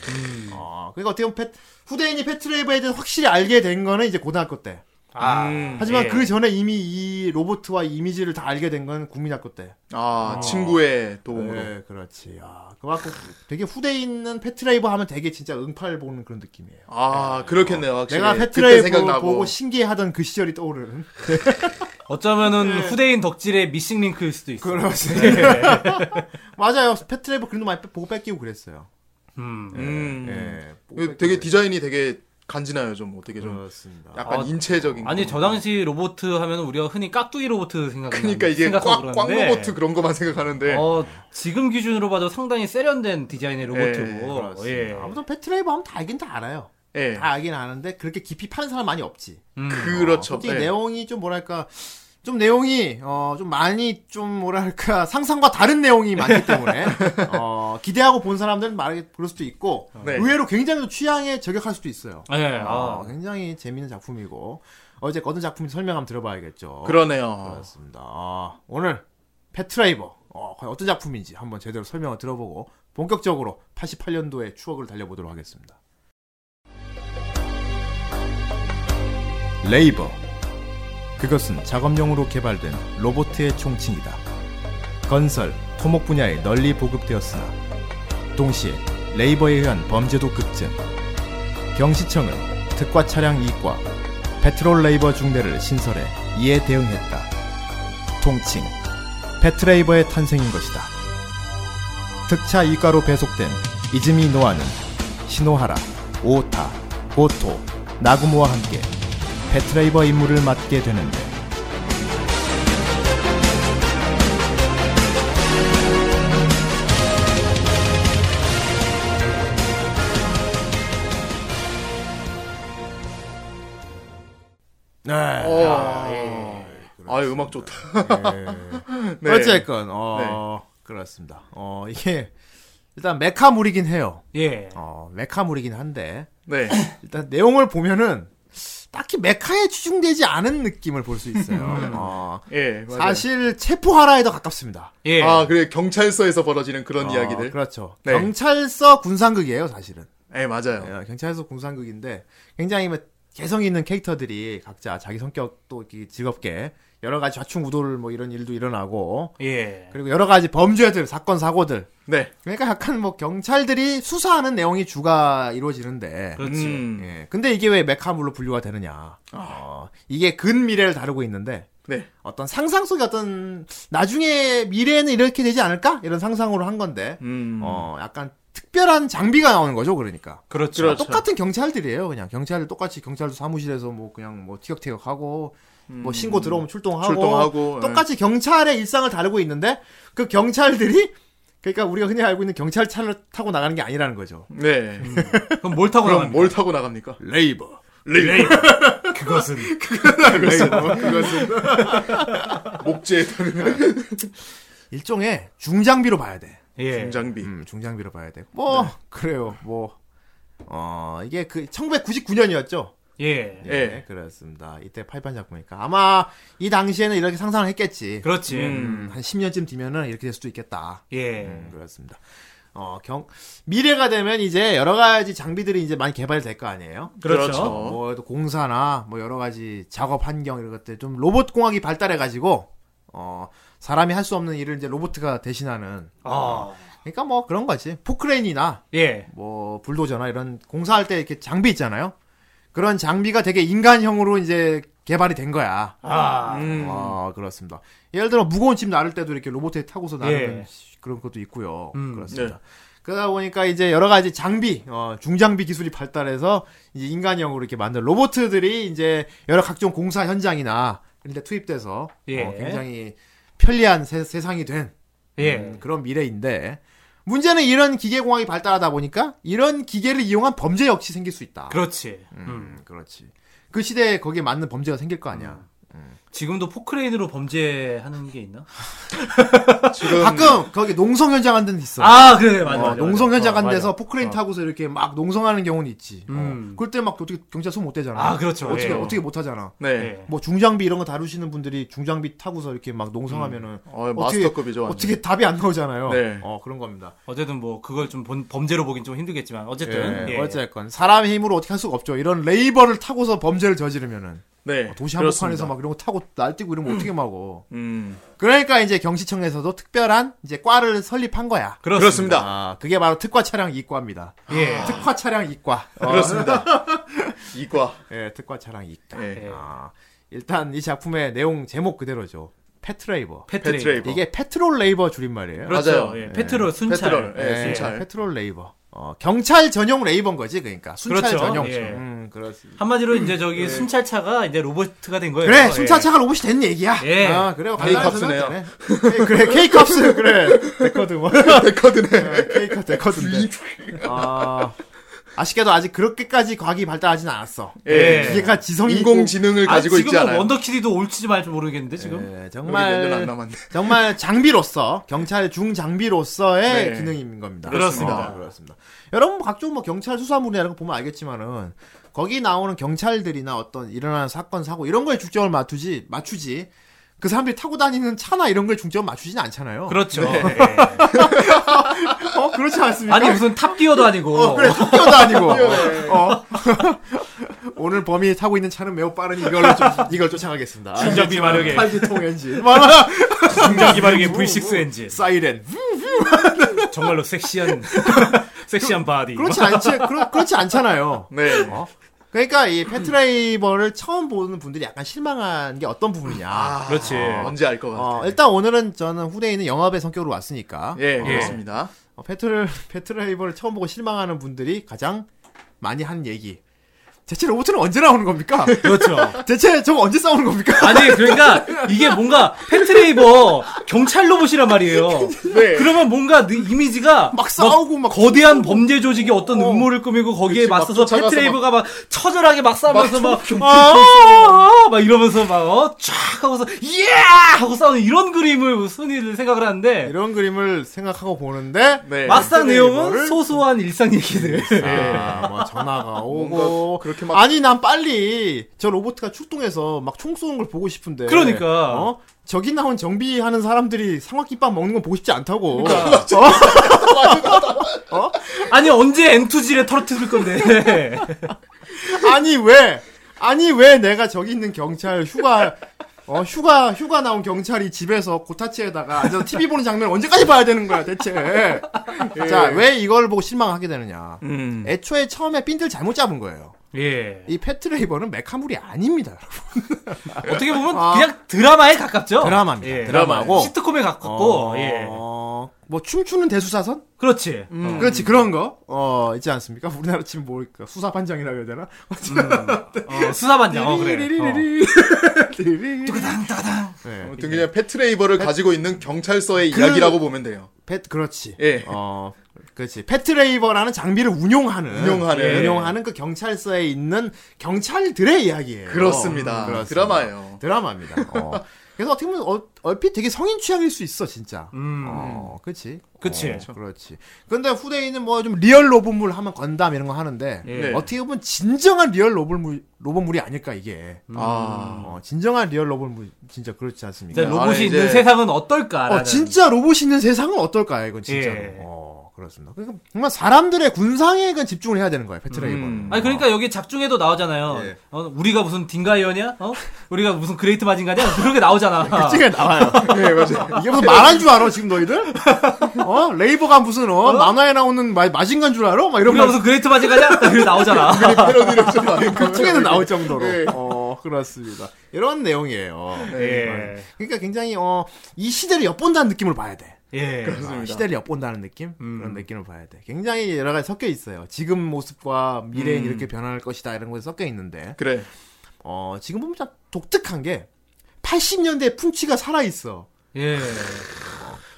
Speaker 1: 어, 그러니까 어떻게 보면 패- 후대인이 패트레이버에 대해서 확실히 알게 된 거는 이제 고등학교 때
Speaker 4: 아,
Speaker 1: 하지만
Speaker 4: 예.
Speaker 1: 그 전에 이미 이 로봇과 이 이미지를 다 알게 된 건 국민학교 때
Speaker 3: 아 친구의 도움으로.
Speaker 1: 어. 네, 그렇지 아, 그만큼 되게 후대인은 패트레이버 하면 되게 진짜 응팔 보는 그런 느낌이에요
Speaker 3: 아 그렇겠네요. 확실히.
Speaker 1: 어. 내가
Speaker 3: 그때
Speaker 1: 패트라이브
Speaker 3: 생각나고.
Speaker 1: 보고 신기해하던 그 시절이 떠오르는.
Speaker 4: 어쩌면은 후대인 덕질의 미싱 링크일 수도 있어.
Speaker 1: 그렇습니다. 맞아요. 패트라이브 그림도 많이 빼- 보고 뺏기고 그랬어요.
Speaker 4: 음.
Speaker 3: 음.
Speaker 1: 예.
Speaker 3: 이거 되게 디자인이 되게 간지나요 좀 어떻게 좀
Speaker 1: 그렇습니다.
Speaker 3: 약간
Speaker 4: 아,
Speaker 3: 인체적인.
Speaker 4: 아니
Speaker 3: 거.
Speaker 4: 저 당시 로봇 하면 우리가 흔히 깍두기 로봇 생각이
Speaker 3: 그러니까 이게 꽉, 꽉 로봇 *laughs* 그런 것만 생각하는데.
Speaker 4: 어 지금 기준으로 봐도 상당히 세련된 디자인의 로봇이고
Speaker 1: 그렇습니다.
Speaker 4: 예.
Speaker 1: 아무튼 패트라이브 하면 다 알긴 다 알아요.
Speaker 3: 예.
Speaker 1: 다 알긴 아는데 그렇게 깊이 파는 사람 많이 없지.
Speaker 4: 음.
Speaker 3: 그렇죠.
Speaker 1: 솔직히
Speaker 3: 예.
Speaker 1: 내용이 좀 뭐랄까 좀 내용이 어 좀 많이 좀 뭐랄까 *laughs* 상상과 다른 내용이
Speaker 3: 네.
Speaker 1: 많기 때문에 어 기대하고 본 사람들은 말하게 그럴 수도 있고
Speaker 3: 네.
Speaker 1: 의외로 굉장히 취향에 저격할 수도 있어요.
Speaker 4: 예.
Speaker 1: 아,
Speaker 4: 아.
Speaker 1: 굉장히 재미있는 작품이고 어제 어떤 작품 설명 한번 들어봐야겠죠.
Speaker 3: 그러네요.
Speaker 1: 그렇습니다. 아, 오늘 패트라이버 어, 과연 어떤 작품인지 한번 제대로 설명을 들어보고 본격적으로 88년도의 추억을 달려보도록 하겠습니다. 레이버 그것은 작업용으로 개발된 로봇의 총칭이다. 건설, 토목 분야에 널리 보급되었으나 동시에 레이버에 의한 범죄도 급증. 경시청은 특과 차량 2과 페트롤 레이버 중대를 신설해 이에 대응했다. 통칭 페트레이버의 탄생인 것이다. 특차 2과로 배속된 이즈미 노아는 시노하라, 오타, 고토, 나구모와 함께 페트레이버 임무를 맡게 되는데 네.
Speaker 3: 아, 음악 좋다. *laughs* 네.
Speaker 1: 어쨌건 어 그렇습니다. 어 이게 일단 메카물이긴 해요.
Speaker 4: 예.
Speaker 1: 어 메카물이긴 한데
Speaker 3: 네.
Speaker 1: 일단 내용을 보면은 딱히 메카에 추중되지 않은 느낌을 볼 수
Speaker 3: *laughs*
Speaker 1: 있어요. 어,
Speaker 3: 예. 음. 맞아요.
Speaker 1: 사실 체포 하라에 더 가깝습니다.
Speaker 4: 예.
Speaker 3: 아, 그래. 경찰서에서 벌어지는 그런
Speaker 1: 어,
Speaker 3: 이야기들.
Speaker 1: 그렇죠.
Speaker 3: 네.
Speaker 1: 경찰서 군상극이에요, 사실은.
Speaker 3: 예, 맞아요.
Speaker 4: 그렇죠.
Speaker 1: 예, 경찰서 군상극인데 굉장히 뭐 개성 있는 캐릭터들이 각자 자기 성격 또 이렇게 즐겁게 여러 가지 좌충우돌 뭐 이런 일도 일어나고
Speaker 4: 예.
Speaker 1: 그리고 여러 가지 범죄들, 사건 사고들
Speaker 3: 네.
Speaker 1: 그러니까 약간 뭐 경찰들이 수사하는 내용이 주가 이루어지는데.
Speaker 4: 그렇지.
Speaker 3: 음,
Speaker 1: 예. 근데 이게 왜 메카물로 분류가 되느냐.
Speaker 4: 아.
Speaker 1: 어, 이게 근 미래를 다루고 있는데
Speaker 3: 네.
Speaker 1: 어떤 상상 속의 어떤 나중에 미래에는 이렇게 되지 않을까 이런 상상으로 한 건데.
Speaker 3: 음.
Speaker 1: 어, 약간 특별한 장비가 나오는 거죠, 그러니까.
Speaker 4: 그렇죠.
Speaker 3: 그렇죠.
Speaker 1: 똑같은 경찰들이에요, 그냥 경찰 똑같이 경찰도 사무실에서 뭐 그냥 뭐 티격태격하고 뭐 신고 들어오면 출동하고,
Speaker 3: 출동하고,
Speaker 1: 똑같이 경찰의 일상을 다루고 있는데 그 경찰들이 그러니까 우리가 흔히 알고 있는 경찰차를 타고 나가는 게 아니라는 거죠.
Speaker 3: 네.
Speaker 4: 그럼 뭘 타고
Speaker 3: 그럼
Speaker 4: 나갑니까?
Speaker 3: 뭘 타고
Speaker 1: *laughs*
Speaker 3: 나갑니까?
Speaker 1: 레이버.
Speaker 4: 레이. 그것은
Speaker 3: 그것은, 그것은 *laughs* 목재에 타는
Speaker 1: 일종의 중장비로 봐야 돼.
Speaker 4: 예.
Speaker 3: 장비.
Speaker 1: 음, 중장비로 봐야 돼. 뭐 그래요. 뭐 어, 이게 그 1999년이었죠.
Speaker 4: 예.
Speaker 1: 예,
Speaker 3: 예.
Speaker 1: 그렇습니다. 이때 팔판 작품이니까 아마 이 당시에는 이렇게 상상을 했겠지.
Speaker 4: 그렇지.
Speaker 1: 음, 한 10년쯤 뒤면은 이렇게 될 수도 있겠다.
Speaker 4: 예.
Speaker 1: 음, 그렇습니다. 어, 경, 미래가 되면 이제 여러 가지 장비들이 이제 많이 개발될 거 아니에요?
Speaker 4: 그렇죠.
Speaker 3: 그렇죠.
Speaker 1: 뭐, 또 공사나 뭐 여러 가지 작업 환경 이런 것들 좀 로봇 공학이 발달해가지고, 어, 사람이 할 수 없는 일을 이제 로봇가 대신하는.
Speaker 4: 아.
Speaker 1: 그러니까 뭐 그런 거지. 포크레인이나
Speaker 4: 예.
Speaker 1: 뭐 불도저나 이런 공사할 때 이렇게 장비 있잖아요? 그런 장비가 되게 인간형으로 이제 개발이 된 거야.
Speaker 4: 아.
Speaker 3: 음.
Speaker 1: 아 그렇습니다. 예를 들어 무거운 짐 나를 때도 이렇게 로봇에 타고서 나르는
Speaker 4: 예.
Speaker 1: 시- 그런 것도 있고요.
Speaker 4: 음,
Speaker 1: 그렇습니다. 그러다 보니까 이제 여러 가지 장비, 어, 중장비 기술이 발달해서 이제 인간형으로 이렇게 만든 로봇들이 이제 여러 각종 공사 현장이나 이런 데 투입돼서
Speaker 4: 예.
Speaker 1: 어, 굉장히 편리한 세, 상이된
Speaker 4: 예.
Speaker 1: 음, 그런 미래인데 문제는 이런 기계공학이 발달하다 보니까 이런 기계를 이용한 범죄 역시 생길 수 있다.
Speaker 4: 그렇지.
Speaker 1: 음,
Speaker 4: 음.
Speaker 1: 그렇지. 그 시대에 거기에 맞는 범죄가 생길 거 아니야.
Speaker 4: 지금도 포크레인으로 범죄하는 게 있나?
Speaker 3: 지금
Speaker 1: 가끔 거기 농성 현장 한 데는 있어.
Speaker 4: 아, 그래. 맞아.
Speaker 1: 어,
Speaker 4: 맞아, 맞아.
Speaker 1: 농성 현장
Speaker 4: 어,
Speaker 1: 간
Speaker 4: 맞아.
Speaker 1: 데서 포크레인 타고서 이렇게 막 농성하는 경우는 있지. 어,
Speaker 4: 음.
Speaker 1: 그럴 때 막 어떻게 경찰 소못 되잖아.
Speaker 4: 아, 그렇죠.
Speaker 1: 어떻게
Speaker 4: 예.
Speaker 1: 어떻게 못 하잖아.
Speaker 3: 네.
Speaker 4: 예.
Speaker 1: 뭐 중장비 이런 거 다루시는 분들이 중장비 타고서 이렇게 막
Speaker 4: 음.
Speaker 1: 농성하면은
Speaker 3: 어,
Speaker 1: 어떻게-
Speaker 3: 마스터급이죠. 완전.
Speaker 1: 어떻게 답이 안 나오잖아요.
Speaker 3: 네.
Speaker 1: 어 그런 겁니다.
Speaker 4: 어쨌든 뭐 그걸 좀 본- 범죄로 보긴 좀 힘들겠지만 어쨌든
Speaker 1: 예,
Speaker 4: 예.
Speaker 1: 어쨌건 사람의 힘으로 어떻게 할 수가 없죠. 이런 레이버를 타고서 범죄를 저지르면은
Speaker 3: 네.
Speaker 1: 어, 도시
Speaker 3: 그렇습니다.
Speaker 1: 한복판에서 막 이런 거 타고 날뛰고 이러면 어떻게 막어.
Speaker 3: 음.
Speaker 1: 그러니까 이제 경시청에서도 특별한 이제 과를 설립한 거야.
Speaker 3: 그렇습니다.
Speaker 1: 아, 그게 바로 특화 차량 이과입니다. 아,
Speaker 4: 예.
Speaker 1: 특화 차량 이과.
Speaker 3: 아, 그렇습니다. 이과.
Speaker 1: *laughs*
Speaker 3: *laughs*
Speaker 1: 예, 특화 차량 이과.
Speaker 3: 예.
Speaker 4: 예.
Speaker 1: 아, 일단 이 작품의 내용 제목 그대로죠. 페트레이버.
Speaker 4: 페트레이.
Speaker 3: 페트레이버.
Speaker 1: 이게 페트롤 레이버 줄임말이에요.
Speaker 4: 그렇죠.
Speaker 3: 맞아요.
Speaker 4: 예. 페트롤 순찰.
Speaker 3: 페트롤, 예,
Speaker 1: 예,
Speaker 3: 순찰.
Speaker 1: 페트롤 레이버. 어, 경찰 전용 레이버인 거지, 그러니까. 순찰
Speaker 4: 그렇죠.
Speaker 1: 전용.
Speaker 4: 예.
Speaker 1: 음, 그렇습니다.
Speaker 4: 한마디로 이제 저기 순찰차가 이제 로봇가 된 거예요.
Speaker 1: 그래,
Speaker 4: 예.
Speaker 1: 순찰차가 로봇이 된 얘기야.
Speaker 4: 예.
Speaker 1: 아, 그래요.
Speaker 3: K-컵스네요.
Speaker 1: 간단하잖아요. 예, 그래, 케이컵스, 그래. 데커드 뭐.
Speaker 3: 데커드네. *laughs*
Speaker 1: 케이컵 데커드인데.
Speaker 4: 뭐.
Speaker 1: 아, 아쉽게도 아직 그렇게까지 과학이 발달하진 않았어.
Speaker 3: 예.
Speaker 1: 기계가 지성이 있고
Speaker 3: 인공지능을
Speaker 4: 아,
Speaker 3: 가지고 있지
Speaker 4: 지금은
Speaker 3: 않아요.
Speaker 4: 원더키디도 올지 말지 모르겠는데 지금.
Speaker 1: 예,
Speaker 3: 여기 몇년안
Speaker 1: 정말
Speaker 3: 남았네.
Speaker 1: 정말 장비로서 경찰 중 장비로서의
Speaker 3: 네.
Speaker 1: 기능인 겁니다.
Speaker 4: 그렇습니다.
Speaker 1: 어, 그렇습니다. 여러분 뭐 각종 뭐 경찰 수사물이나 이런 거 보면 알겠지만은 거기 나오는 경찰들이나 어떤 일어나는 사건 사고 이런 거에 중점을 맞추지 맞추지 그 사람들이 타고 다니는 차나 이런 거에 중점을 맞추진 않잖아요.
Speaker 4: 그렇죠.
Speaker 1: 어, 그렇지
Speaker 4: 예.
Speaker 1: 않습니까?
Speaker 4: 아니 무슨 탑기어도 아니고.
Speaker 1: 어, 그래 학교도 아니고. 어. *laughs* 오늘 범인이 타고 있는 차는 매우 빠르니 이걸로 좀 이걸 쫓아가겠습니다.
Speaker 4: 진정비 마르게. *laughs*
Speaker 1: 팔지통 엔진. 많아.
Speaker 4: 뭐, 중장기 발행의 V6 엔진.
Speaker 1: 사이렌.
Speaker 4: *laughs* 정말로 섹시한 섹시한 바디.
Speaker 1: 그렇지 않지 그러, 그렇지 않잖아요.
Speaker 3: 네.
Speaker 1: 어? 그러니까 이 패트라이버를 처음 보는 분들이 약간 실망한 게 어떤 부분이냐.
Speaker 4: 그렇지.
Speaker 3: 뭔지 알 아, 것 같아요.
Speaker 1: 어, 일단 오늘은 저는 후대인은 영업의 성격으로 왔으니까
Speaker 3: 예, 그렇습니다.
Speaker 1: 어, 패트를 패트라이버를 처음 보고 실망하는 분들이 가장 많이 하는 얘기. 대체 로봇은 언제 나오는 겁니까?
Speaker 4: 그렇죠.
Speaker 1: 대체 저거 언제 싸우는 겁니까?
Speaker 4: *laughs* 아니 그러니까 이게 뭔가 패트레이버 경찰 로봇이란 말이에요.
Speaker 3: 네.
Speaker 4: 그러면 뭔가 느- 이미지가
Speaker 3: 뭐
Speaker 1: 막 싸우고 막
Speaker 4: 거대한 범죄 조직이 어떤 음모를 꾸미고 거기에
Speaker 3: 그치, 막
Speaker 4: 맞서서
Speaker 3: 쫓아가서
Speaker 4: 패트레이버가 막 처절하게 막 싸우면서
Speaker 3: 막
Speaker 4: 막, 아, 아, 아, 막 이러면서 막쫙 하고서 예 하고 싸우는 이런 그림을 뭐 순위를 생각을 하는데
Speaker 1: 이런 그림을 생각하고 보는데
Speaker 3: 네.
Speaker 4: 막상 내용은
Speaker 1: 패트레이버를-
Speaker 4: 소소한 일상 얘기들.
Speaker 1: 아, 뭐 전화가 오고
Speaker 3: 뭔가 예, 그렇게 막-
Speaker 1: 아니 난 빨리 저 로봇가 출동해서 막 총 쏘는 걸 보고 싶은데
Speaker 4: 그러니까.
Speaker 1: 어? 저기 나온 정비하는 사람들이 삼각김밥 먹는 건 보고 싶지 않다고
Speaker 4: 그러니까.
Speaker 1: 어?
Speaker 4: 아니 언제 엔투지를 털어뜨릴 건데.
Speaker 1: *laughs*
Speaker 4: *laughs*
Speaker 1: 아니 왜 아니 왜 내가 저기 있는 경찰 휴가 어 휴가 휴가 나온 경찰이 집에서 고타치에다가 앉아서 TV 보는 장면 을 언제까지 봐야 되는 거야 대체
Speaker 3: 예.
Speaker 1: 자 왜 이걸 보고 실망하게 되느냐
Speaker 3: 음.
Speaker 1: 애초에 처음에 핀들 잘못 잡은 거예요
Speaker 4: 예.
Speaker 1: 이 패트레이버는 메카물이 아닙니다
Speaker 4: 어떻게 보면 그냥 드라마에 가깝죠.
Speaker 1: 아. 드라마입니다.
Speaker 4: 예.
Speaker 1: 드라마고.
Speaker 4: 시트콤에 가깝고. 예.
Speaker 1: 어, 뭐 춤추는 대수사선?
Speaker 4: 그렇지.
Speaker 3: 음.
Speaker 1: 그렇지 그런 거. 어 있지 않습니까? 우리나라 지금 뭘까 수사반장이라고 해야 되나?
Speaker 3: 음.
Speaker 4: 어, 수사반장. 어,
Speaker 1: *laughs*
Speaker 4: 그래. 어.
Speaker 1: 리리리리리. 리리리리. 네.
Speaker 3: 아무튼 그냥 패트레이버를 가지고 있는 경찰서의 이야기라고 보면 돼요.
Speaker 1: 패 그렇지.
Speaker 3: 예.
Speaker 1: 어 그렇지. 패트레이버라는 장비를 운용하는
Speaker 3: 운용하는.
Speaker 1: 예, 운용하는 그 경찰서에 있는 경찰들의 이야기예요.
Speaker 3: 그렇습니다.
Speaker 1: 음, 그렇습니다.
Speaker 3: 어, 드라마예요.
Speaker 1: 드라마입니다. 어. *laughs* 그래서 어떻게 보면 어, 얼핏 되게 성인 취향일 수 있어 진짜.
Speaker 4: 음.
Speaker 1: 어, 그치.
Speaker 4: 그치.
Speaker 1: 어, 그렇지. 근데 후대인은 뭐 좀 리얼 로봇물 하면 건담 이런 거 하는데,
Speaker 4: 예.
Speaker 1: 어떻게 보면 진정한 리얼 로봇물, 로봇물이 아닐까, 이게.
Speaker 4: 음.
Speaker 3: 아.
Speaker 1: 어, 진정한 리얼 로봇물, 진짜 그렇지 않습니까?
Speaker 4: 이제 로봇이
Speaker 3: 아, 이제-
Speaker 4: 있는 세상은 어떨까라는.
Speaker 1: 어, 진짜 로봇이 있는 세상은 어떨까요, 이건 진짜로.
Speaker 4: 예.
Speaker 1: 어, 그렇습니다. 그러니까 정말 사람들의 군상에 그 집중을 해야 되는 거예요, 패트레이버는.
Speaker 3: 음.
Speaker 4: 아니 그러니까 여기 작중에도 나오잖아요.
Speaker 1: 예.
Speaker 4: 어, 우리가 무슨 딘가이어냐? 어? 우리가 무슨 그레이트 마징가냐? 그런 게
Speaker 1: *laughs*
Speaker 4: 나오잖아.
Speaker 1: 찍에 나와요.
Speaker 3: 예, 맞아요.
Speaker 1: 네, 이게 무슨 말한 줄 알아, 지금 너희들? 어? 레이버가 무슨, 어? 만화에 나오는 마, 마징간 줄 알아? 막 이런
Speaker 4: 우리가
Speaker 1: 말-
Speaker 4: 무슨 그레이트 마징가냐? 그게
Speaker 1: *laughs*
Speaker 4: 나오잖아.
Speaker 3: 패러디를 좀 많이
Speaker 1: 극중에는 그 나올 정도로.
Speaker 3: 네.
Speaker 1: 어, 그렇습니다. 이런 내용이에요. 네.
Speaker 4: 예.
Speaker 1: 그러니까 굉장히, 어, 이 시대를 엿본다는 느낌을 봐야 돼.
Speaker 4: 예.
Speaker 1: 아,
Speaker 3: 그렇습니다.
Speaker 1: 시대를 엿본다는 느낌? 그런 느낌을 봐야 돼. 굉장히 여러 가지 섞여 있어요. 지금 모습과 미래엔 이렇게 변할 것이다, 이런 것에 섞여 있는데,
Speaker 3: 그래.
Speaker 1: 어, 지금 보면 참 독특한 게, 80년대 풍치가 살아있어.
Speaker 4: 예.
Speaker 1: 그러니까.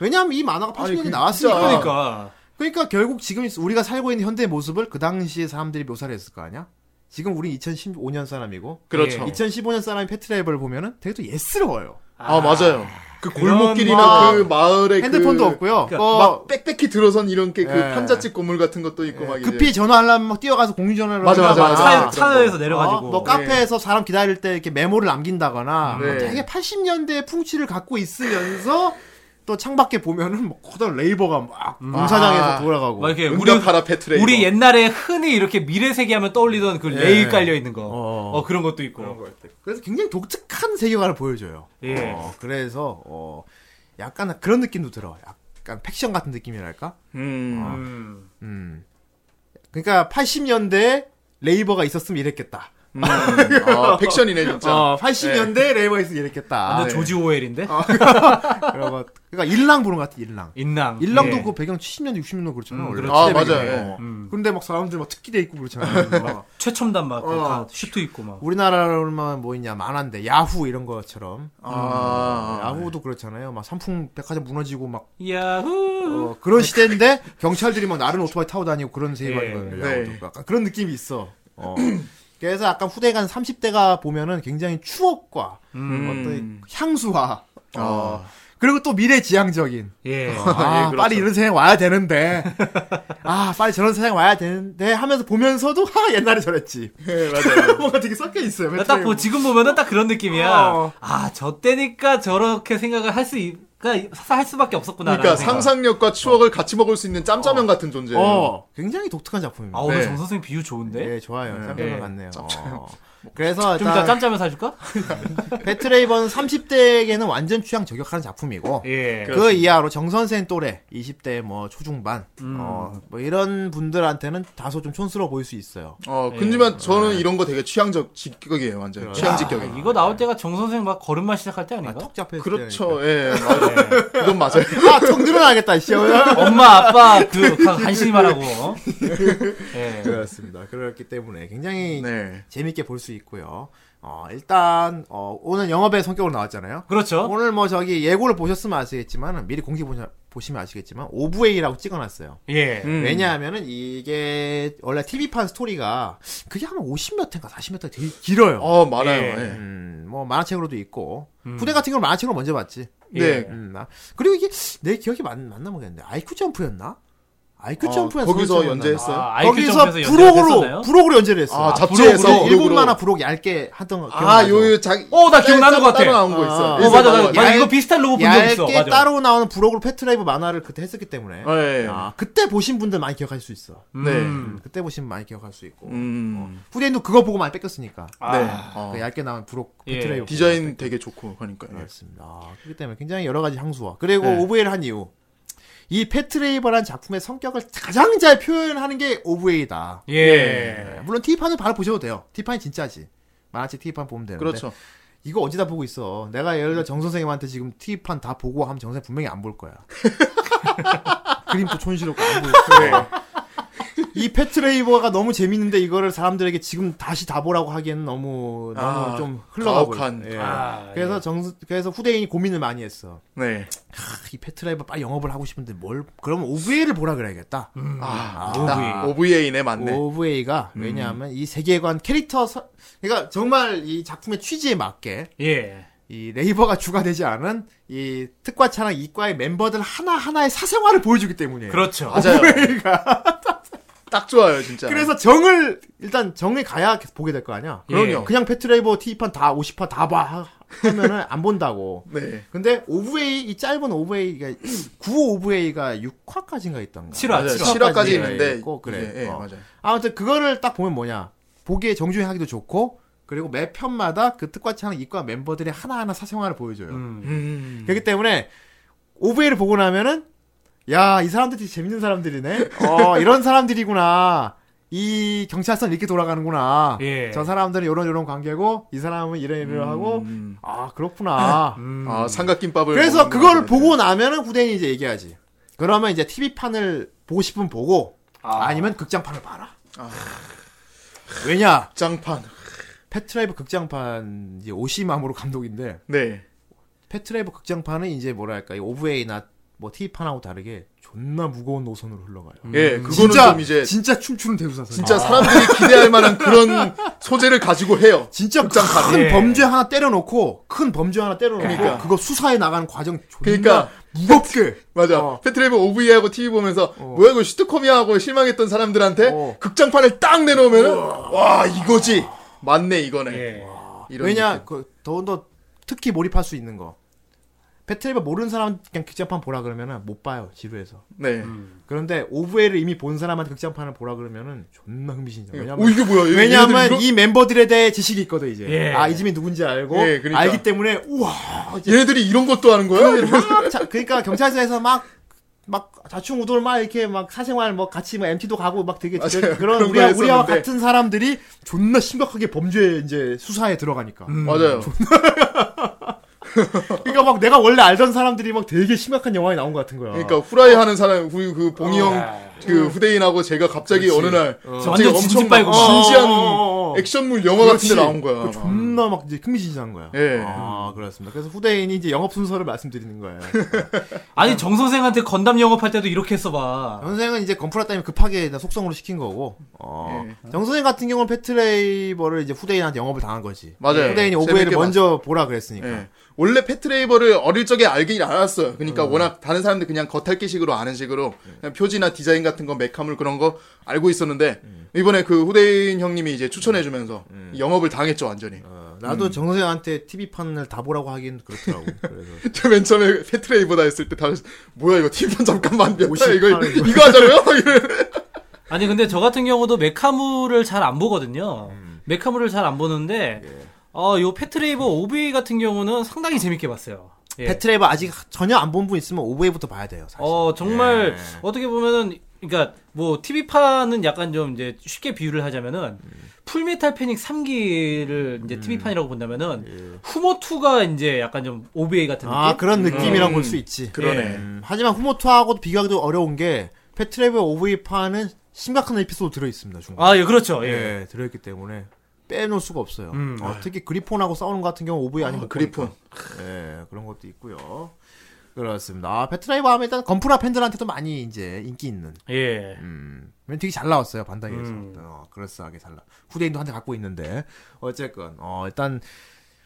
Speaker 1: 왜냐하면 이 만화가 80년대
Speaker 3: 그-
Speaker 1: 나왔으니까.
Speaker 3: 진짜.
Speaker 1: 그러니까.
Speaker 4: 그러니까
Speaker 1: 결국 지금 우리가 살고 있는 현대의 모습을 그 당시에 사람들이 묘사를 했을 거 아니야? 지금 우리 2015년 사람이고,
Speaker 3: 그렇죠.
Speaker 4: 예.
Speaker 1: 2015년 사람이 패트라이브를 보면은 되게 또 예스러워요.
Speaker 3: 아, 맞아요. 그
Speaker 4: 그런
Speaker 3: 골목길이나
Speaker 1: 막-
Speaker 3: 그 마을에
Speaker 1: 핸드폰도
Speaker 3: 그...
Speaker 1: 없고요.
Speaker 4: 그러니까
Speaker 1: 어,
Speaker 3: 막 빽빽히 들어선 이런 게 그
Speaker 1: 예.
Speaker 3: 판잣집 건물 같은 것도 있고 막 이제.
Speaker 1: 급히 그 전화하려면 막 뛰어가서 공유 전화를
Speaker 3: 맞아, 맞아,
Speaker 1: 하다가
Speaker 3: 맞아.
Speaker 4: 차,
Speaker 3: 아,
Speaker 4: 차에서
Speaker 1: 어,
Speaker 4: 내려가지고.
Speaker 1: 너
Speaker 3: 예.
Speaker 1: 카페에서 사람 기다릴 때 이렇게 메모를
Speaker 4: 음.
Speaker 1: 남긴다거나
Speaker 3: 네.
Speaker 1: 되게 80년대 풍치를 갖고 있으면서 또 창밖에 보면은 뭐 커다란 레이버가 막 공사장에서
Speaker 3: 아.
Speaker 1: 돌아가고
Speaker 4: 음. 막 이렇게 우리
Speaker 3: 응답하라 네, 패트레이버.
Speaker 4: 우리 옛날에 흔히 이렇게 미래 세계하면 떠올리던 그 레일 깔려 있는 거,
Speaker 1: 어.
Speaker 4: 어, 그런 것도 있고.
Speaker 1: 그래서 굉장히 독특한 세계관을 보여줘요.
Speaker 4: 예.
Speaker 1: 어, 그래서 어, 약간 그런 느낌도 들어. 약간 팩션 같은 느낌이랄까?
Speaker 3: 음.
Speaker 4: 음.
Speaker 1: 음. 그러니까 80년대 레이버가 있었으면 이랬겠다.
Speaker 3: 아, 팩션이네 진짜.
Speaker 1: 어, 80년대 레이버가 있으면 이랬겠다.
Speaker 4: 네. 아, 근데 조지 오웰인데?
Speaker 1: 그러고, 그러니까 일랑 보는 것 같아, 일랑.
Speaker 4: 인랑.
Speaker 1: 일랑도
Speaker 4: 예.
Speaker 1: 그 배경 70년, 60년도 그렇잖아.
Speaker 4: 음,
Speaker 1: 원래.
Speaker 4: 그렇지.
Speaker 3: 아, 맞아요.
Speaker 1: 어.
Speaker 4: 음.
Speaker 1: 근데 막 사람들 막 특기대
Speaker 4: *laughs*
Speaker 1: 입고 그렇잖아. 막
Speaker 4: 최첨단 막, 그
Speaker 1: 어.
Speaker 4: 다 슈트 입고 막.
Speaker 1: 우리나라로만 뭐 있냐, 만화인데, 야후 이런 것처럼.
Speaker 4: 네.
Speaker 3: 아.
Speaker 1: 야후도 그렇잖아요. 막 상품 백화점 무너지고 막
Speaker 4: 야후!
Speaker 1: 어,
Speaker 4: *laughs*
Speaker 1: 그런 시대인데 경찰들이 막 나른 오토바이 타고 다니고 그런
Speaker 4: 예.
Speaker 1: 세계관이거든요.
Speaker 3: 네.
Speaker 1: 야후도. 약간 그런 느낌이 있어. 어. *clears throat* 그래서 약간 후대가 한 30대가 보면은 굉장히 추억과
Speaker 4: 음.
Speaker 3: 음.
Speaker 1: 어떤 향수와
Speaker 4: 아.
Speaker 1: 어, 그리고 또 미래지향적인
Speaker 4: 예.
Speaker 1: 아,
Speaker 3: 예, 그렇죠.
Speaker 1: 빨리 이런 세상 와야 되는데. 아, 빨리 저런 세상 와야 되는데 하면서 보면서도 *laughs* 하 옛날에 저랬지.
Speaker 3: 예, 맞아요.
Speaker 1: *laughs* 뭔가 되게 섞여 있어요.
Speaker 4: 그러니까 딱 보, 지금 보면은 딱 그런 느낌이야.
Speaker 1: 어.
Speaker 4: 아, 저 때니까 저렇게 생각을 할 수, 있, 그니까 할 수밖에 없었구나.
Speaker 3: 그러니까 상상력과 추억을 같이 먹을 수 있는 짬짜면 같은 존재예요.
Speaker 1: 어, 굉장히 독특한
Speaker 4: 아,
Speaker 1: 작품입니다.
Speaker 4: 오늘
Speaker 3: 네.
Speaker 4: 정선생님 비유 좋은데?
Speaker 1: 예, 좋아요. 짬짜면
Speaker 4: 예.
Speaker 1: 같네요. 어. 그래서
Speaker 4: 좀 이따
Speaker 1: 일단
Speaker 4: 짬짜면 사줄까?
Speaker 1: 배트레이버는 30대에게는 완전 취향 저격하는 작품이고
Speaker 4: 예.
Speaker 1: 그 이하로 정선생 또래 20대 뭐 초중반
Speaker 4: 음.
Speaker 1: 어, 뭐 이런 분들한테는 다소 좀 촌스러워 보일 수 있어요.
Speaker 3: 어, 근지만 저는 이런 거 되게 취향적 직격이에요, 완전. 취향
Speaker 4: 아,
Speaker 3: 직격이.
Speaker 4: 이거 나올 때가 정 선생 막 걸음마 시작할 때
Speaker 1: 아,
Speaker 4: 아닌가?
Speaker 1: 턱 잡혀
Speaker 3: 그렇죠, 예, 맞아요. 그건 맞아요.
Speaker 1: 아턱 그러니까. 늘어나겠다 씨.
Speaker 4: 엄마 아빠 그 가- 간신히 말하고. 어? 예.
Speaker 1: *laughs* 그렇습니다. 그렇기 때문에 굉장히
Speaker 3: 네.
Speaker 1: 재밌게 볼 수 있고요. 어, 일단 어, 오늘 영업의 성격으로 나왔잖아요.
Speaker 4: 그렇죠.
Speaker 1: 오늘 뭐 저기 예고를 보셨으면 아시겠지만 미리 공지 보시면 아시겠지만 오브웨이라고 찍어놨어요.
Speaker 4: 예.
Speaker 1: 음. 왜냐하면은 이게 원래 TV판 스토리가 그게 한 50몇 회인가 40몇 회 되게 길어요.
Speaker 3: 어, 많아요.
Speaker 4: 예.
Speaker 3: 예.
Speaker 1: 음, 뭐 만화책으로도 있고
Speaker 4: 음. 예.
Speaker 1: 후대 같은 경우 는 만화책으로 먼저 봤지.
Speaker 3: 네.
Speaker 6: 예.
Speaker 1: 음, 나- 그리고 이게 내 기억이 맞, 맞나 모르겠는데 아이큐 점프였나? 아이큐
Speaker 3: 어,
Speaker 1: 점프였나?
Speaker 3: 거기서
Speaker 1: 서울
Speaker 3: 연재했어요?
Speaker 1: 점프였나?
Speaker 4: 아, IQ
Speaker 1: 거기서
Speaker 4: 점프에서
Speaker 1: 부록으로
Speaker 4: 연재했었나요?
Speaker 1: 부록으로 연재를 했어.
Speaker 3: 아,
Speaker 1: 부록으로
Speaker 3: 잡지에서
Speaker 1: 일본
Speaker 3: 부록으로.
Speaker 1: 만화 부록 얇게 하던 거.
Speaker 3: 아, 요, 자,
Speaker 4: 어, 나 기억나는 것 같아.
Speaker 3: 따로 나온 거 예. 있어.
Speaker 1: 아.
Speaker 4: 어, 맞아, 맞아.
Speaker 1: 얇-
Speaker 4: 맞아. 이거 비슷한 로봇 본 적 있어.
Speaker 1: 얇게
Speaker 4: 맞아. 어,
Speaker 1: 따로 나오는 부록으로 패트라이브 만화를 그때 했었기 때문에
Speaker 3: 예. 네.
Speaker 1: 아, 그때 보신 분들 많이 기억할 수 있어.
Speaker 4: 음.
Speaker 1: 그때 보시면 많이 기억할 수 있고
Speaker 3: 음.
Speaker 1: 후대인도 그거 보고 많이 뺏겼으니까
Speaker 4: 아,
Speaker 3: 네. 어.
Speaker 1: 그 얇게 나온 부록
Speaker 4: 예.
Speaker 1: 패트라이브 보고
Speaker 3: 디자인 되게 좋고, 그러니까. 예.
Speaker 1: 그렇습니다. 아, 그렇기 때문에 굉장히 여러 가지 향수와 그리고
Speaker 3: 네.
Speaker 1: 오브웨이를 한 이유 이 패트레이버란 작품의 성격을 가장 잘 표현하는 게 오브웨이다.
Speaker 4: 예.
Speaker 1: 물론 T판을 바로 보셔도 돼요. T판이 진짜지. 만화책 T판 보면 되는데
Speaker 3: 그렇죠.
Speaker 1: 이거 어디다 보고 있어. 내가 예를 들어 정 선생님한테 지금 T판 다 보고 하면 정 선생 분명히 안 볼
Speaker 3: *laughs*
Speaker 1: 거야. 그림도 촌스럽고 안 보일
Speaker 3: 네.
Speaker 1: 이 패트레이버가 너무 재밌는데 이거를 사람들에게 지금 다시 다 보라고 하기에는 너무 너무
Speaker 3: 아,
Speaker 1: 좀 흘러가
Speaker 3: 가혹한.
Speaker 1: 보여. 예.
Speaker 4: 아,
Speaker 1: 그래서
Speaker 4: 예.
Speaker 1: 정 그래서 후대인이 고민을 많이 했어.
Speaker 3: 네.
Speaker 1: 크, 이 패트라이버 빨리 영업을 하고 싶은데 뭘 그러면 오브웨이를 보라 그래야겠다.
Speaker 3: 아,
Speaker 1: 아,
Speaker 3: 맞다. OVA네, 맞네.
Speaker 1: 오브웨이가
Speaker 4: 음.
Speaker 1: 왜냐하면 이 세계관 캐릭터 서, 그러니까 정말 이 작품의 취지에 맞게
Speaker 4: 예.
Speaker 1: 이 레이버가 주가되지 않은 이 특과차랑 이과의 멤버들 하나 하나의 사생활을 보여주기 때문이에요.
Speaker 4: 그렇죠.
Speaker 3: 맞아요. 딱 좋아요, 진짜.
Speaker 1: 그래서 정을 일단 정에 가야 계속 보게 될 거 아니야.
Speaker 4: 예.
Speaker 3: 그럼요.
Speaker 1: 그냥 패트레이버 T판 다 50판 다 봐 하면은
Speaker 4: *laughs*
Speaker 1: 안 본다고.
Speaker 3: 네.
Speaker 1: 근데 오브웨이 이 짧은 오브웨이가 9 오브웨이가 6화까지인가 있던가.
Speaker 4: 7화,
Speaker 3: 맞아요.
Speaker 4: 7화.
Speaker 3: 7화까지
Speaker 1: 예,
Speaker 3: 있는데
Speaker 1: 있고, 그래.
Speaker 3: 이게, 예,
Speaker 1: 어.
Speaker 3: 맞아요.
Speaker 1: 아무튼 그거를 딱 보면 뭐냐 보기에 정주행하기도 좋고 그리고 매 편마다 그 특과차는 이과 멤버들이 하나하나 사생활을 보여줘요.
Speaker 4: 음.
Speaker 3: 음.
Speaker 1: 그렇기 때문에 OVA를 보고 나면은 야 이 사람들 되게 재밌는 사람들이네. 어 이런 사람들이구나. 이 경찰선 이렇게 돌아가는구나.
Speaker 4: 예.
Speaker 1: 저 사람들은 이런 이런 관계고 이 사람은 이런 이런 하고
Speaker 3: 음.
Speaker 1: 아 그렇구나.
Speaker 4: 음.
Speaker 3: 아, 삼각김밥을
Speaker 1: 그래서
Speaker 3: 먹는
Speaker 1: 그거를
Speaker 3: 거네.
Speaker 1: 보고 나면은 후대인이 이제 얘기하지. 그러면 이제 TV판을 보고 싶으면 보고
Speaker 4: 아.
Speaker 1: 아니면 극장판을 봐라.
Speaker 3: 아.
Speaker 1: 왜냐
Speaker 3: 장판.
Speaker 1: 패트라이브 극장판 이제 오시마모로 감독인데
Speaker 3: 네.
Speaker 1: 패트레이브 극장판은 이제 뭐랄까 이 오브웨이나 뭐 TV판하고 다르게 존나 무거운 노선으로 흘러가요.
Speaker 3: 예, 그거는
Speaker 1: 음. 진짜
Speaker 3: 좀 이제
Speaker 1: 진짜 아. 춤추는 대우사선.
Speaker 3: 진짜 사람들이 기대할 만한
Speaker 1: *laughs*
Speaker 3: 그런 소재를 가지고 해요.
Speaker 1: 진짜 큰
Speaker 4: 예.
Speaker 1: 범죄 하나 때려놓고 큰 범죄 하나 때려놓고
Speaker 3: 그러니까.
Speaker 1: 그거 수사해 나가는 과정 존나
Speaker 3: 그러니까
Speaker 1: 무겁게
Speaker 3: *laughs* 맞아.
Speaker 1: 어.
Speaker 3: 패트레이브 OVA하고 TV 보면서 뭐야 이거 시트콤이야 하고 실망했던 사람들한테
Speaker 1: 어.
Speaker 3: 극장판을 딱 내놓으면은 와 이거지. 맞네 이거네.
Speaker 4: 예.
Speaker 3: 이런
Speaker 1: 왜냐
Speaker 3: 느낌.
Speaker 1: 그 더더 특히 몰입할 수 있는 거. 패트레이브 모르는 사람 그냥 극장판 보라 그러면은 못 봐요 지루해서.
Speaker 3: 네.
Speaker 1: 음, 그런데 오브웨이를 이미 본 사람한테 극장판을 보라 그러면은 존나 흥미진진. 왜냐면
Speaker 3: 오 예. 어, 이게 뭐야? 얘-
Speaker 1: 왜냐하면
Speaker 3: 얘네들
Speaker 1: 이 멤버들에 대해 지식이 있거든 이제
Speaker 4: 예.
Speaker 1: 아 이 집이 누군지 알고
Speaker 3: 예, 그러니까.
Speaker 1: 알기 때문에 우와
Speaker 3: 이런, 얘네들이 이런 것도 하는 거야? 이러면서.
Speaker 1: 막 자- 그러니까 경찰서에서 막 막 자충우돌 막 이렇게 막 사생활 뭐 같이 뭐 MT도 가고 막 되게
Speaker 3: 맞아요. 그런
Speaker 1: 그런
Speaker 3: 거
Speaker 1: 우리와, 우리와
Speaker 3: 했었는데.
Speaker 1: 같은 사람들이 존나 심각하게 범죄 이제 수사에 들어가니까
Speaker 3: 맞아요.
Speaker 1: 그러니까 막 내가 원래 알던 사람들이 막 되게 심각한 영화에 나온 것 같은 거야
Speaker 3: 그러니까 후라이
Speaker 1: 어.
Speaker 3: 하는 사람 우리 그 봉이
Speaker 4: 어.
Speaker 3: 형그 후대인하고 제가 갑자기 어느 날 갑자기
Speaker 4: 완전
Speaker 3: 엄청
Speaker 4: 진지
Speaker 3: 막
Speaker 4: 빨고 막.
Speaker 3: 진지한
Speaker 1: 어, 어, 어.
Speaker 3: 액션물 영화
Speaker 1: 그렇지.
Speaker 3: 같은데 나온 거야. 어.
Speaker 1: 그 존나 막 이제 흥미진진한 거야
Speaker 3: 예.
Speaker 1: 아 그렇습니다 그래서 후대인이 이제 영업 순서를 말씀드리는 거예요
Speaker 4: 아니 정 선생한테 건담 영업할 때도 이렇게 써봐.
Speaker 1: 아, 정선생은 이제 건프라 때문에 급하게 일단 속성으로 시킨 거고, 어,
Speaker 3: 예.
Speaker 1: 정선생 같은 경우는 패트레이버를 이제 후대인한테 영업을 당한 거지.
Speaker 3: 맞아요.
Speaker 1: 후대인이
Speaker 3: 재밌게
Speaker 1: 오브웨이를 먼저 보라 그랬으니까.
Speaker 3: 예. 원래 패트레이버를 어릴 적에 알긴 알았어요. 그러니까 워낙 다른 사람들 그냥 겉핥기식으로 아는 식으로 그냥 표지나 디자인 같은 거, 메카물 그런 거 알고 있었는데 이번에 그 후대인 형님이 이제 추천해주면서 영업을 당했죠 완전히.
Speaker 1: 어, 나도 정선생한테 TV판을 다 보라고 하긴 그렇더라고.
Speaker 3: *laughs*
Speaker 1: 그래서.
Speaker 3: 저맨 처음에 패트레이버다 했을 때 다들 뭐야 이거 팀판 잠깐만 몇
Speaker 1: 오십팔
Speaker 3: 야 이거
Speaker 1: 이거.
Speaker 3: 이거 하자고요? 이래.
Speaker 1: 음.
Speaker 4: 아니 근데 저 같은 경우도 메카물을 잘 안 보거든요. 메카물을 잘 안 보는데
Speaker 1: 예.
Speaker 4: 어, 요 패트레이버 OVA 같은 경우는 상당히 재밌게 봤어요. 예.
Speaker 7: 배트레이버 아직 전혀 안 본 분 있으면 오브웨이부터 봐야 돼요. 사실.
Speaker 4: 어 정말
Speaker 7: 예.
Speaker 4: 어떻게 보면은 그러니까 뭐 TV 판은 약간 좀 이제 쉽게 비유를 하자면은
Speaker 7: 음.
Speaker 4: 풀메탈 패닉 3기를 이제 TV 판이라고 본다면은
Speaker 7: 예.
Speaker 4: 후모 2가 이제 약간 좀 OVA 같은 느낌.
Speaker 7: 아 그런 느낌이라고
Speaker 3: 음.
Speaker 7: 볼 수 있지.
Speaker 3: 그러네.
Speaker 7: 음, 하지만 후모투하고 비교하기도 어려운 게 패트레이버 오브웨이판은 심각한 에피소드 들어 있습니다. 중간.
Speaker 4: 아, 예, 그렇죠. 예.
Speaker 7: 예, 들어있기 때문에 빼놓을 수가 없어요.
Speaker 4: 음.
Speaker 7: 어, 특히 그리폰하고 싸우는 것 같은 경우 오브웨이 아니면
Speaker 3: 아, 그리폰.
Speaker 7: 예, 그런 것도 있고요. 그렇습니다. 아, 패트레이버 하면 일단 건프라 팬들한테도 많이 이제 인기 있는.
Speaker 4: 예.
Speaker 7: 음, 되게 잘 나왔어요 반다이에서.
Speaker 4: 음.
Speaker 7: 어, 그럴싸하게 잘 나. 후대인도 한 대 갖고 있는데 어쨌건 어 일단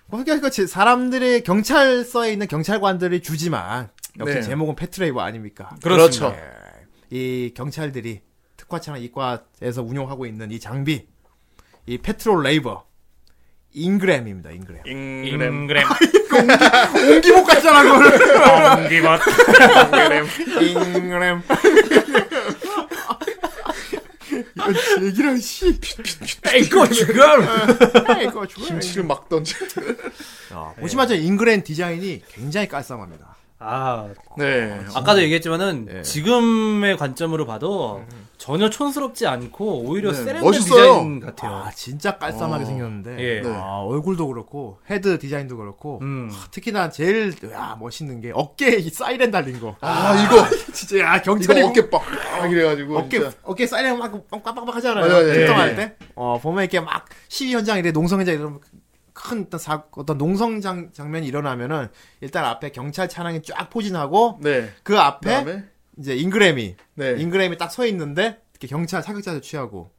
Speaker 7: 뭐 그러니까 제- 사람들의 경찰서에 있는 경찰관들이 주지만 역시
Speaker 3: 네.
Speaker 7: 제목은 패트레이버 아닙니까?
Speaker 3: 그렇죠.
Speaker 7: 예. 이 경찰들이 특화차나 이과에서 운용하고 있는 이 장비, 이 페트롤 레이버, 인그램입니다. 인그램.
Speaker 3: 잉그램.
Speaker 7: 공기복 같잖아 *laughs* 그걸.
Speaker 4: 공기맛.
Speaker 3: 잉그램. 아,
Speaker 7: 인그램. 얘기를 씨. *laughs*
Speaker 4: 이거 지금.
Speaker 7: 이거 네, 좋아.
Speaker 3: 김치를 막 던지.
Speaker 7: 어, 보시마자 인그랜 디자인이 굉장히 깔쌈합니다.
Speaker 4: 아,
Speaker 3: 네.
Speaker 4: 아까도 얘기했지만은
Speaker 7: 예. 음.
Speaker 4: 지금의 관점으로 봐도 전혀 촌스럽지 않고 오히려
Speaker 3: 네,
Speaker 4: 세련된
Speaker 3: 멋있어요.
Speaker 4: 디자인 같아요.
Speaker 7: 아 진짜 깔쌈하게 생겼는데
Speaker 4: 예.
Speaker 3: 네.
Speaker 7: 아, 얼굴도 그렇고 헤드 디자인도 그렇고
Speaker 4: 음.
Speaker 7: 아, 특히나 제일 야, 멋있는 게 어깨에 이 사이렌 달린 거.
Speaker 3: 아, 이거.
Speaker 7: 진짜 야 경찰이
Speaker 3: 이거
Speaker 1: 뭐
Speaker 3: 어깨 빡. 이래가지고.
Speaker 7: 어깨
Speaker 3: 진짜.
Speaker 7: 어깨 사이렌 막 깜빡깜빡 하잖아요.
Speaker 3: 맞아요, 맞아요.
Speaker 7: 출동할
Speaker 4: 예.
Speaker 7: 때. 어 보면 이렇게 막 시위 현장 이래 농성 현장 이런 큰 어떤 사 어떤 농성 장, 장면이 일어나면은 일단 앞에 경찰 차량이 쫙 포진하고
Speaker 3: 네.
Speaker 7: 그 앞에
Speaker 3: 그다음에
Speaker 7: 이제 인그램이
Speaker 3: 네.
Speaker 7: 인그램이 딱 서 있는데 이렇게 경찰 사격 자세 취하고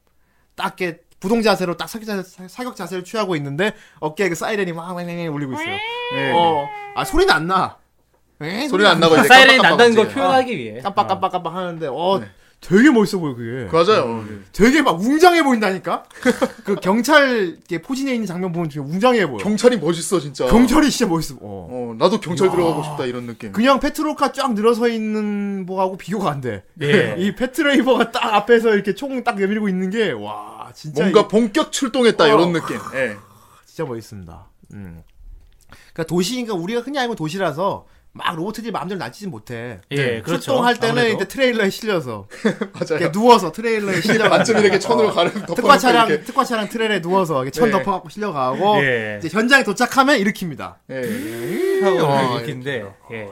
Speaker 7: 딱 이렇게 부동 자세로 딱 사격 자세 사- 사격 자세를 취하고 있는데 어깨에 그 사이렌이 왕왕왕 울리고 있어요.
Speaker 3: 네.
Speaker 7: 어, 아 소리는 안 나. 에?
Speaker 3: 소리는 안 나고 이제
Speaker 4: 그 사이렌이
Speaker 3: 깜빡깜빡
Speaker 4: 난다는 걸
Speaker 3: 거지.
Speaker 4: 표현하기 위해.
Speaker 7: 깜빡깜빡깜빡 하는데 어
Speaker 3: 네.
Speaker 7: 되게 멋있어 예. 보여 그게.
Speaker 3: 아, 맞아요.
Speaker 7: 되게 막 웅장해
Speaker 3: *laughs*
Speaker 7: 보인다니까. 그 경찰 이렇게 포진해 있는 장면 보면 되게 웅장해 보여.
Speaker 3: 경찰이 멋있어 진짜.
Speaker 7: 경찰이 진짜 멋있어. 어.
Speaker 3: 어 나도 경찰 들어가고 싶다 이런 느낌.
Speaker 7: 그냥 페트롤카 쫙 늘어서 있는 거하고 비교가 안 돼.
Speaker 4: 예.
Speaker 7: *laughs* 이 패트레이버가 딱 앞에서 이렇게 총 딱 내밀고 있는 게 와 진짜
Speaker 3: 뭔가
Speaker 7: 이게 어.
Speaker 3: 본격 출동했다 이런 느낌. 예.
Speaker 7: 진짜 멋있습니다. 음. 그러니까 도시니까 우리가 흔히 알고 있는 도시라서 막 로봇들이 마음대로 날뛰진 못해.
Speaker 4: 예, 그렇죠.
Speaker 7: 출동할 때는
Speaker 4: 아무래도.
Speaker 7: 이제 트레일러에 실려서
Speaker 3: *laughs* 맞아요.
Speaker 7: 이렇게 누워서
Speaker 3: *laughs*
Speaker 7: 트레일러에 실려
Speaker 3: 완전 이렇게 천으로 가는
Speaker 7: 특화 차량 특화 차량 트레일러에 누워서 이렇게 천
Speaker 3: 네.
Speaker 7: 덮어갖고 실려가고
Speaker 4: 예.
Speaker 7: 이제 현장에 도착하면 일으킵니다.
Speaker 3: 예.
Speaker 4: 하고
Speaker 7: 어,
Speaker 4: 느낀데. 예.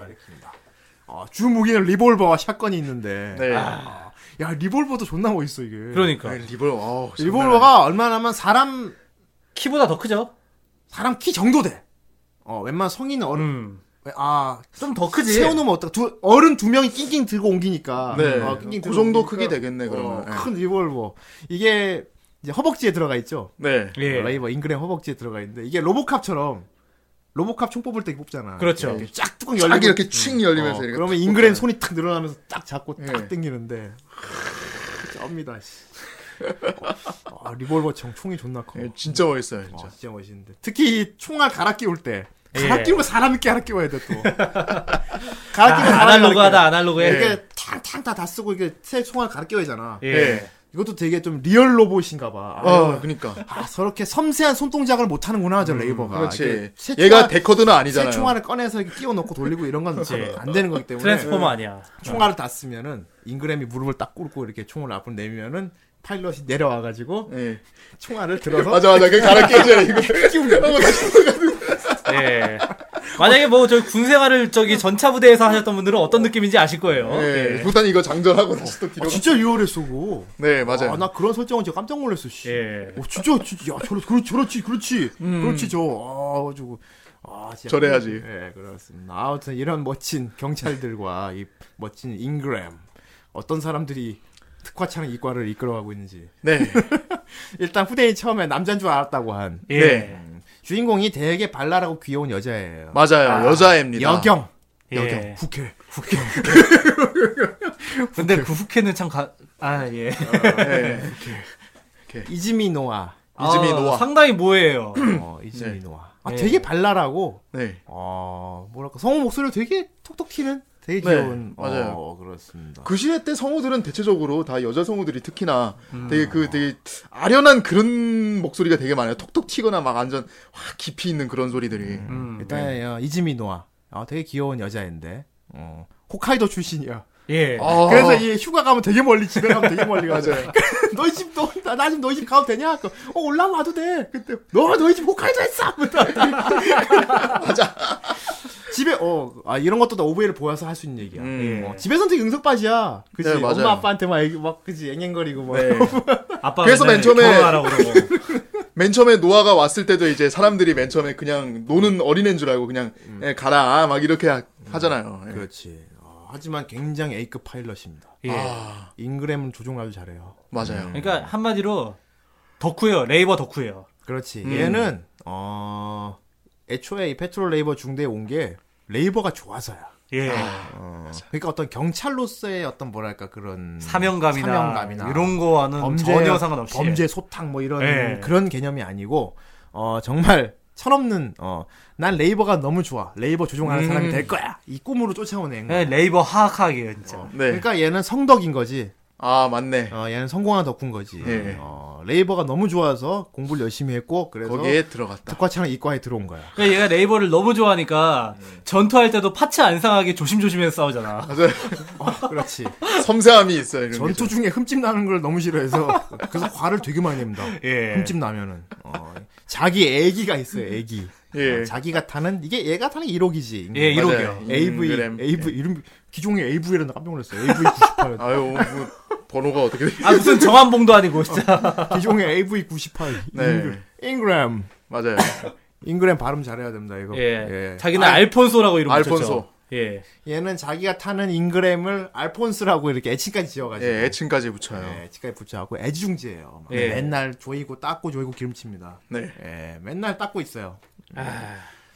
Speaker 7: 어, 주 무기는 리볼버와 샷건이 있는데
Speaker 3: 네.
Speaker 7: 아, 야 리볼버도 존나 멋있어 이게.
Speaker 4: 그러니까
Speaker 3: 네, 리볼. 어.
Speaker 7: 리볼버가 얼마나면 사람
Speaker 4: 키보다 더 크죠?
Speaker 7: 사람 키 정도 돼. 어, 웬만 성인 어른,
Speaker 4: 음.
Speaker 7: 아,
Speaker 4: 좀 더 크지.
Speaker 7: 세워놓으면 어떡, 두, 어른 두 명이 낑낑 들고 옮기니까.
Speaker 3: 네.
Speaker 7: 어,
Speaker 3: 그 정도
Speaker 7: 옮기니까.
Speaker 3: 크기 되겠네
Speaker 7: 어,
Speaker 3: 그러면. 예.
Speaker 7: 큰 리볼버. 이게, 이제 허벅지에 들어가 있죠.
Speaker 3: 네.
Speaker 4: 예.
Speaker 7: 레이버 인그램 허벅지에 들어가 있는데, 이게 로보캅처럼, 로보캅 총 뽑을 때 뽑잖아.
Speaker 4: 그렇죠.
Speaker 7: 이렇게 쫙 뚜껑 열리고.
Speaker 3: 쫙 이렇게 칭 열리면서
Speaker 7: 어,
Speaker 3: 이렇게.
Speaker 7: 그러면
Speaker 3: 톡
Speaker 7: 인그램
Speaker 3: 톡
Speaker 7: 손이 탁 늘어나면서 딱 잡고 딱
Speaker 3: 예.
Speaker 7: 당기는데. 하, 쩝니다, 씨. 아, 리볼버 총, 총이 존나 커.
Speaker 3: 예, 진짜 멋있어요
Speaker 7: 아,
Speaker 3: 진짜.
Speaker 7: 진짜. 멋있는데. 특히 이 총알 갈아 끼울 때. 갈아
Speaker 4: 예.
Speaker 7: 끼우면 사람 있게 갈아 끼워야 돼, 또.
Speaker 4: *laughs* 아,
Speaker 7: 갈아 끼우면 사람
Speaker 4: 아날로그하다
Speaker 7: 갈아 끼워야 돼.
Speaker 4: 아날로그해.
Speaker 7: 이렇게 탕탕 다, 다 쓰고 이게 새 총알 갈아 끼워야 되잖아.
Speaker 4: 예.
Speaker 3: 네. 예.
Speaker 7: 이것도 되게 좀 리얼 로봇인가 봐. 아,
Speaker 3: 아, 그니까.
Speaker 7: 아, 저렇게 섬세한 손동작을 못 하는구나, 저 레이버가.
Speaker 3: 음, 그렇지.
Speaker 7: 이게 새
Speaker 3: 얘가
Speaker 7: 총알-
Speaker 3: 데커드는 아니잖아요.
Speaker 7: 새 총알을 꺼내서 이렇게 끼워 넣고 돌리고 이런 건 안 되는 거기 때문에.
Speaker 4: 트랜스포머 아니야.
Speaker 7: 총알을 다 쓰면은 인그램이 무릎을 딱 꿇고 이렇게 총을 앞으로 내면은 파일럿이 내려와가지고
Speaker 3: 예.
Speaker 7: 총알을 *laughs* 들어서
Speaker 3: 맞아 맞아. 그 갈아 끼워줘야
Speaker 7: *laughs*
Speaker 3: 이거.
Speaker 4: 예. *laughs* 만약에 뭐 저 군생활을 저기 전차 부대에서 하셨던 분들은 어떤 느낌인지 아실 거예요.
Speaker 3: 예. 일단 이거 장전하고 다시 또 뒤로.
Speaker 7: 아,
Speaker 3: 가-
Speaker 7: 진짜 리얼했어, 그거.
Speaker 3: 네 맞아요.
Speaker 7: 아, 나 그런 설정은 진짜 깜짝 놀랐어, 씨.
Speaker 4: 예.
Speaker 7: 어, 진짜, 진짜, 야, 저렇, 그렇지, 그렇지, 그렇지. 그렇지, 저. 아, 가지고. 아, 진짜.
Speaker 3: 저래야지.
Speaker 7: 예, 그렇습니다. 아무튼 이런 멋진 경찰들과 이 멋진 인그램. 어떤 사람들이 특화차는 이과를 이끌어가고 있는지.
Speaker 3: 네.
Speaker 7: 일단 후대인 처음에 남자인 줄 알았다고 한.
Speaker 4: 예.
Speaker 3: 네.
Speaker 7: 주인공이 되게 발랄하고 귀여운 여자예요.
Speaker 3: 맞아요. 여자입니다.
Speaker 7: 여경.
Speaker 4: 예.
Speaker 7: 여경. 국회.
Speaker 4: 근데 그 후캐는 참 가, 아, 예.
Speaker 3: 예.
Speaker 7: 이즈미 노아.
Speaker 3: 이즈미
Speaker 4: 아,
Speaker 3: 노아.
Speaker 4: 상당히 뭐예요.
Speaker 7: 어, 이즈미 노아. 아,
Speaker 4: 예.
Speaker 7: 되게 발랄하고.
Speaker 3: 네.
Speaker 7: 어, 뭐랄까, 성우 목소리로 되게 톡톡 튀는? 되게
Speaker 3: 네,
Speaker 7: 귀여운.
Speaker 3: 맞아요.
Speaker 7: 어, 그렇습니다.
Speaker 3: 그 시대 때 성우들은 대체적으로 다 여자 성우들이 특히나
Speaker 7: 음.
Speaker 3: 되게 그 되게 아련한 그런 목소리가 되게 많아요. 톡톡 튀거나 막 완전 확 깊이 있는 그런 소리들이.
Speaker 4: 음.
Speaker 7: 일단 어, 이즈미 노아. 어, 되게 귀여운 여자인데. 어, 홋카이도 출신이야. *laughs*
Speaker 4: 예.
Speaker 3: 아,
Speaker 7: 그래서 이 휴가 가면 되게 멀리 집에 가면 되게 멀리 가죠.
Speaker 3: 맞아요.
Speaker 7: 그 너희 집 너나좀 너희 집 가도 되냐? 그, 어 올라와도 돼. 그때 너 너희 집 홋카이도 했어.
Speaker 3: 맞아.
Speaker 7: 집에 어 아 이런 것도 다 오브웨이를 보여서 할 수 있는 얘기야.
Speaker 3: 음.
Speaker 7: 어, 집에선 되게 응석빠지야. 그지
Speaker 3: 네, 맞아요.
Speaker 7: 엄마 아빠한테 막, 얘기- 막 그지 앵앵거리고 뭐.
Speaker 3: 네.
Speaker 4: 아빠
Speaker 3: 그래서
Speaker 4: 맨날
Speaker 3: 맨 처음에-
Speaker 4: 결혼하라고 그러고.
Speaker 3: 맨 처음에 노아가 왔을 때도 이제 사람들이 맨 처음에 그냥 노는 어린애인 줄 알고 그냥 예, 가라 막 이렇게 하, 잖아요
Speaker 7: 음. 네. 그렇지. 어, 하지만 굉장히 A급 파일럿입니다.
Speaker 4: 예.
Speaker 3: 아
Speaker 7: 인그램은 조종 아주 잘해요.
Speaker 3: 맞아요.
Speaker 7: 네.
Speaker 4: 그러니까 한마디로 덕후예요. 레이버 덕후예요.
Speaker 7: 그렇지.
Speaker 3: 음.
Speaker 7: 얘는 어 애초에 이 페트롤 레이버 중대에 온 게 레이버가 좋아서야.
Speaker 4: 예.
Speaker 7: 어, 그러니까 어떤 경찰로서의 어떤 뭐랄까 그런
Speaker 4: 사명감이나,
Speaker 7: 사명감이나
Speaker 4: 이런 거와는 전혀 상관없이
Speaker 7: 범죄 소탕 뭐 이런
Speaker 4: 예.
Speaker 7: 그런 개념이 아니고 어 정말 철없는 어난 레이버가 너무 좋아 레이버 조종하는
Speaker 4: 음.
Speaker 7: 사람이 될 거야 이 꿈으로 쫓아온 애인 거야.
Speaker 4: 예, 레이버 하악하게요 진짜.
Speaker 7: 어,
Speaker 3: 네.
Speaker 7: 그러니까 얘는 성덕인 거지
Speaker 3: 아 맞네.
Speaker 7: 어 얘는 성공한 덕후인 거지
Speaker 3: 예.
Speaker 7: 어 레이버가 너무 좋아서 공부를 열심히 했고 그래서
Speaker 3: 거기에 들어갔다.
Speaker 7: 특화처럼 이과에
Speaker 3: *laughs*
Speaker 7: 들어온 거야
Speaker 4: 그러니까 얘가 레이버를 너무 좋아하니까 전투할 때도 파츠 안 상하게 조심조심해서 싸우잖아.
Speaker 3: 맞아요.
Speaker 7: 어, 그렇지
Speaker 3: *laughs* 섬세함이 있어요. 이런 게 좀.
Speaker 7: 전투 중에 흠집 나는 걸 너무 싫어해서 그래서 과를 되게 많이 냅니다
Speaker 4: 예.
Speaker 7: 흠집 나면은 어, 자기 애기가 있어요 애기
Speaker 3: 예.
Speaker 7: 어, 자기가 타는 이게 얘가 타는 1호기지
Speaker 4: 예,
Speaker 3: 맞아요.
Speaker 4: 1호기요.
Speaker 7: AV
Speaker 3: 인그램. 예.
Speaker 7: AV 이름 기종이 AV라는 깜짝 놀랐어요 AV
Speaker 3: *laughs*
Speaker 7: 98
Speaker 3: 아유 뭐, 번호가 어떻게 돼?
Speaker 4: 아 무슨 정한봉도 아니고 진짜.
Speaker 7: 기종이 AV 98
Speaker 3: 네.
Speaker 7: 잉그램
Speaker 3: 맞아요.
Speaker 7: 잉그램 발음 잘해야 됩니다 이거
Speaker 4: 예.
Speaker 7: *laughs* 예.
Speaker 4: 자기는 알폰소라고 이름 붙였죠.
Speaker 3: 알폰소.
Speaker 4: 예.
Speaker 7: 얘는 자기가 타는 잉그램을 알폰스라고 이렇게 애칭까지 지어가지고
Speaker 3: 예, 애칭까지
Speaker 7: 예,
Speaker 3: 붙여요.
Speaker 7: 애칭까지 붙여갖고 애지중지예요 막
Speaker 4: 예.
Speaker 7: 맨날 조이고 닦고 조이고 기름칩니다
Speaker 3: 네.
Speaker 7: 예, 맨날 닦고 있어요
Speaker 4: 아.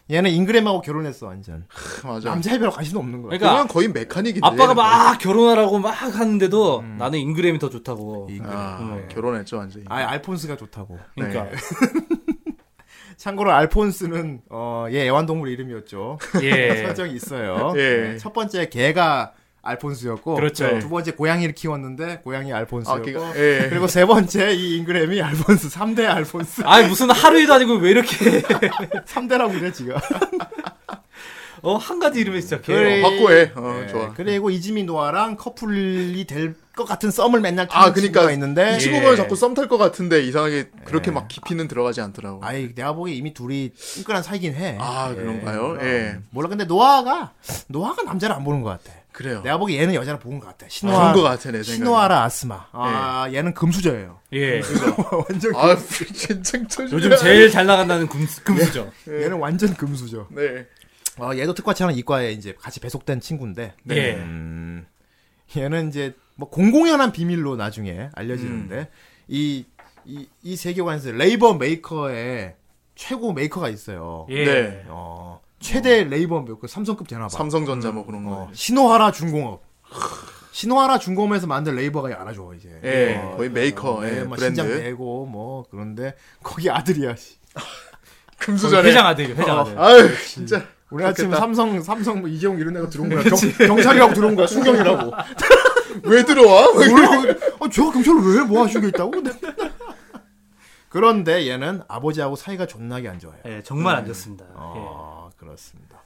Speaker 7: 얘는 잉그램하고 결혼했어 완전
Speaker 3: 맞아. 요
Speaker 7: 남자에 별로 관심도 없는 거야
Speaker 4: 그러니까
Speaker 3: 그건 거의 메카닉인데.
Speaker 4: 아빠가 막 결혼하라고 막 하는데도 나는 인그램이 더 좋다고.
Speaker 7: 잉그램.
Speaker 3: 아,
Speaker 4: 음.
Speaker 3: 결혼했죠 완전히.
Speaker 7: 아 알폰스가 좋다고
Speaker 4: 그러니까
Speaker 7: 참고로 알폰스는 어, 얘 애완동물 이름이었죠.
Speaker 4: *laughs*
Speaker 7: *laughs*
Speaker 4: 예.
Speaker 7: 설정이 있어요.
Speaker 3: 예.
Speaker 7: 네, 첫 번째 개가 알폰스였고 네,
Speaker 4: 그렇죠.
Speaker 7: 두 번째 고양이를 키웠는데 고양이 알폰스였고
Speaker 3: 아, 걔가- 예. *laughs*
Speaker 7: 그리고 세 번째 이 잉그램이 알폰스 3대 알폰스
Speaker 4: 아 무슨 하루 일도 아니고 왜 이렇게 *laughs*
Speaker 7: 3대라고 그래 지금.
Speaker 4: 어 한 가지 이름에
Speaker 7: 그래.
Speaker 4: 시작해요.
Speaker 3: 어, 확고해. 어,
Speaker 7: 예,
Speaker 3: 좋아.
Speaker 7: 그리고 이지미 노아랑 커플이 될 것 같은 썸을 맨날 타는
Speaker 3: 아, 그러니까
Speaker 7: 친구가 있는데
Speaker 3: 이 친구면
Speaker 4: 예.
Speaker 3: 자꾸 썸 탈 것 같은데 이상하게 그렇게
Speaker 7: 예.
Speaker 3: 막 깊이는 들어가지 않더라고. 아,
Speaker 7: 아이 내가 보기에 이미 둘이 끈끈한 사이긴 해.
Speaker 3: 그런가요?
Speaker 7: 그럼.
Speaker 3: 예.
Speaker 7: 몰라 근데 노아가 노아가 남자를 안 보는 것 같아.
Speaker 3: 그래요.
Speaker 7: 내가 보기에 얘는 여자를 본것 같아. 신화.
Speaker 3: 그런 것 같아 내 생각.
Speaker 7: 신노아라 아스마. 아, 얘는 금수저예요. *laughs*
Speaker 4: 예.
Speaker 7: 완전
Speaker 3: 아, *laughs* 진짜 철.
Speaker 4: 요즘 제일 잘 나간다는 금, 금수죠.
Speaker 3: 예.
Speaker 7: 얘는 완전 금수저.
Speaker 3: 네.
Speaker 7: 어, 얘도 특과처럼 이과에 이제 같이 배속된 친구인데.
Speaker 4: 네.
Speaker 7: 음, 얘는 이제 뭐 공공연한 비밀로 나중에 알려지는데
Speaker 3: 음.
Speaker 7: 이 이 이 세계관에서 레이버 메이커의 최고 메이커가 있어요.
Speaker 4: 예.
Speaker 3: 네.
Speaker 7: 어, 최대 레이버 메이커 삼성급 되나 봐.
Speaker 3: 삼성전자 뭐 그런
Speaker 7: 어,
Speaker 3: 거.
Speaker 7: 신호하라 중공업. 신호하라 중공업에서 만든 레이버가 얘 알아줘 이제.
Speaker 3: 예.
Speaker 7: 어,
Speaker 3: 거의 메이커.
Speaker 7: 예,
Speaker 3: 예.
Speaker 7: 막
Speaker 3: *laughs*
Speaker 7: 신장
Speaker 3: 브랜드.
Speaker 7: 내고 뭐 그런데 거기 아들이야. 씨.
Speaker 3: 금수저네.
Speaker 4: 회장 아들, 회장 아들.
Speaker 3: 아유, 진짜.
Speaker 7: 우리 아침
Speaker 3: 그렇겠다.
Speaker 7: 삼성 삼성 뭐 이재용 이런 애가 들어온 거야. 경, 찰이라고 들어온 거야. 순경이라고.
Speaker 3: *laughs* 왜 들어와?
Speaker 7: 몰라. 아, 제가 경찰을 왜뭐 하시고 있다고? 근데- 그런데 얘는 아버지하고 사이가 존나게 안 좋아요.
Speaker 4: 예, 정말 안 좋습니다. 예.
Speaker 7: 아 그렇습니다.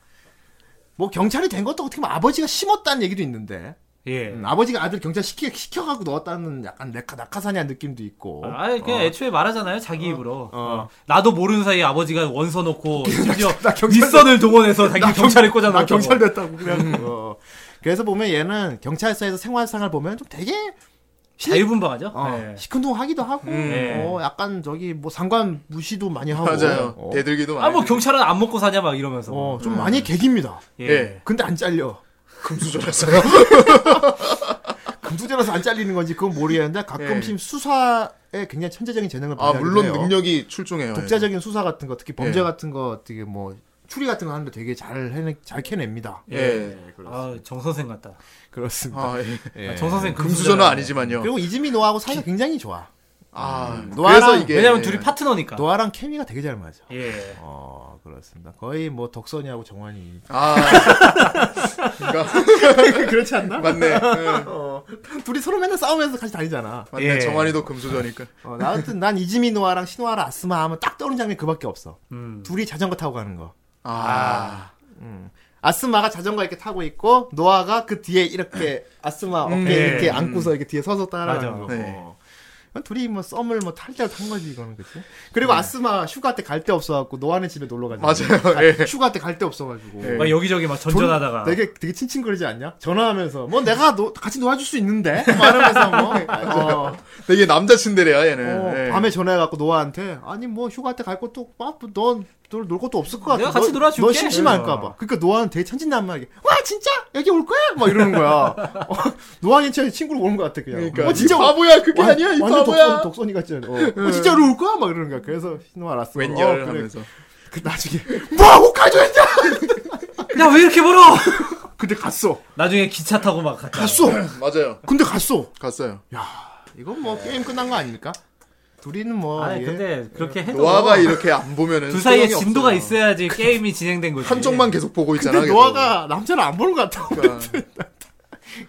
Speaker 7: 뭐 경찰이 된 것도 어떻게 보면 아버지가 심었다는 얘기도 있는데
Speaker 4: 예.
Speaker 7: 음, 아버지가 아들 경찰 시키, 시켜갖고 넣었다는 약간 낙하, 낙하산이야 느낌도 있고
Speaker 3: 어?
Speaker 4: 아, 아니, 그냥 애초에 말하잖아요, 자기 입으로.
Speaker 7: 어.
Speaker 4: 나도 모르는 사이에 아버지가
Speaker 3: *laughs*
Speaker 4: 원서 놓고, 심지어
Speaker 7: 경찰-
Speaker 4: 윗선을 동원해서 자기 경찰에 꽂아놓고.
Speaker 7: 나 경찰 됐다고 그냥 어. 그래서 보면 얘는 경찰서에서 생활상을 보면 좀 되게
Speaker 4: 자유분방하죠?
Speaker 7: 어,
Speaker 4: 예.
Speaker 7: 시큰둥하기도 하고
Speaker 4: 예.
Speaker 7: 어, 약간 저기 뭐 상관 무시도 많이 하고
Speaker 3: 맞아요.
Speaker 7: 어,
Speaker 3: 대들기도 많이.
Speaker 4: 아, 뭐 경찰은 안 먹고 사냐, 막 이러면서.
Speaker 7: 어, 좀
Speaker 3: 음.
Speaker 7: 많이 개깁니다
Speaker 4: 예.
Speaker 3: 예.
Speaker 7: 근데 안 잘려
Speaker 3: 금수저라서요.
Speaker 7: *laughs* 금수저라서 안 잘리는 건지 그건 모르겠는데 가끔씩 수사에 굉장히 천재적인 재능을
Speaker 3: 네. 아,
Speaker 7: 발휘하긴
Speaker 3: 물론
Speaker 7: 해요.
Speaker 3: 능력이 출중해요.
Speaker 7: 독자적인 수사 같은 거 특히 범죄
Speaker 3: 예.
Speaker 7: 같은 거 되게 뭐 추리 같은 거 하는데 되게 잘 해내, 잘 캐냅니다
Speaker 3: 예. 예.
Speaker 4: 아, 정선생 같다.
Speaker 7: 그렇습니다
Speaker 3: 아, 예.
Speaker 7: 예.
Speaker 4: 정선생
Speaker 3: 금수저는 아니지만요.
Speaker 7: 그리고 이지미 노하고 사이가 굉장히 좋아
Speaker 3: 아,
Speaker 7: 노아랑-
Speaker 3: 그래서 이게 예. 아.
Speaker 4: 왜냐면 둘이 파트너니까.
Speaker 7: 노아랑 케미가 되게 잘 맞아
Speaker 4: 예.
Speaker 7: 어, 그렇습니다. 거의 뭐 덕선이하고 정환이
Speaker 3: 아. 그러니까
Speaker 7: *laughs* 그렇지 않나?
Speaker 3: 맞네. 예,
Speaker 7: 어, *laughs* 둘이 서로 맨날 싸우면서 같이 다니잖아.
Speaker 3: 맞네.
Speaker 4: 예.
Speaker 3: 정환이도 금수저니까.
Speaker 7: 어, 나 같은 난 이지미노아랑 신호아라 아스마 하면 딱 떠오르는 장면이 그밖에 없어.
Speaker 4: 음.
Speaker 7: 둘이 자전거 타고 가는 거.
Speaker 3: 아.
Speaker 7: 아스마가 자전거 이렇게 타고 있고 노아가 그 뒤에 이렇게 아스마 어깨
Speaker 3: 음,
Speaker 4: 예.
Speaker 7: 이렇게 안고서 이렇게 뒤에 서서 따라가는
Speaker 4: 맞아.
Speaker 7: 거.
Speaker 3: 네.
Speaker 7: 어. 이건 둘이 뭐 썸을 뭐 탈대로 탄 거지 이거는 그치? 그리고 아스마 휴가 때 갈 데 없어갖고 노아네 집에 놀러 가잖아.
Speaker 3: 네. 맞아요.
Speaker 7: 아,
Speaker 3: 예.
Speaker 7: 휴가 때 갈 데 없어가지고.
Speaker 3: 예.
Speaker 4: 막 여기저기 막 전전하다가
Speaker 7: 전- 되게 되게 칭칭거리지 않냐? 전화하면서 뭐 내가 노- 같이 놀아줄 수 있는데 말하면서
Speaker 3: *laughs*
Speaker 7: 뭐 어,
Speaker 3: 되게 남자 친데레야 얘는.
Speaker 7: 어,
Speaker 3: 예.
Speaker 7: 밤에 전화해갖고 노아한테 아니 뭐 휴가 때 갈 것도 아, 뭐, 넌놀 것도 없을 것 같아.
Speaker 4: 내가 같이
Speaker 7: 너-
Speaker 4: 놀아줄게.
Speaker 7: 너
Speaker 3: 네.
Speaker 7: 심심할까봐. 그러니까 노아는 되게 천진난만하게 와 진짜 여기 올 거야? 막
Speaker 3: *laughs*
Speaker 7: 이러는 거야. 어, 노아는 진짜 친구로 오는 것 같아 그냥.
Speaker 3: 그러니까
Speaker 7: 어, 진짜
Speaker 3: 이 바보야 그게
Speaker 7: 완-
Speaker 3: 아니야 이
Speaker 7: 완전
Speaker 3: 바보야. 네.
Speaker 7: 독선, 독선이 같지 않아? 어, 어, 진짜로 올 거야? 막 이러는 거야. 그래서 신호 알았어.
Speaker 3: 웬열
Speaker 7: 어, 그래.
Speaker 3: 하면서. *laughs*
Speaker 7: 그 나중에 뭐 호카이도 했냐?
Speaker 4: 야 왜 이렇게 멀어 *laughs*
Speaker 7: 근데 갔어.
Speaker 4: 나중에 기차 타고 막 갔다
Speaker 7: 갔어.
Speaker 3: 맞아요.
Speaker 7: 근데 갔어.
Speaker 3: 갔어요.
Speaker 7: 이건 뭐 게임 끝난 거 아닙니까? 둘이는 뭐
Speaker 4: 아
Speaker 7: 이게-
Speaker 4: 근데 그렇게 해도
Speaker 3: 노아가 이렇게 안 보면은
Speaker 4: 둘 사이에
Speaker 3: 예. 소용이
Speaker 4: 진도가
Speaker 3: 없어요. 그
Speaker 4: 있어야지 게임이 진행된 거지
Speaker 3: 한쪽만 계속 보고 있잖아.
Speaker 7: 예. 근데
Speaker 3: 계속.
Speaker 7: 노아가 남자를 안 보는 것 같아. *laughs*
Speaker 3: 그러니까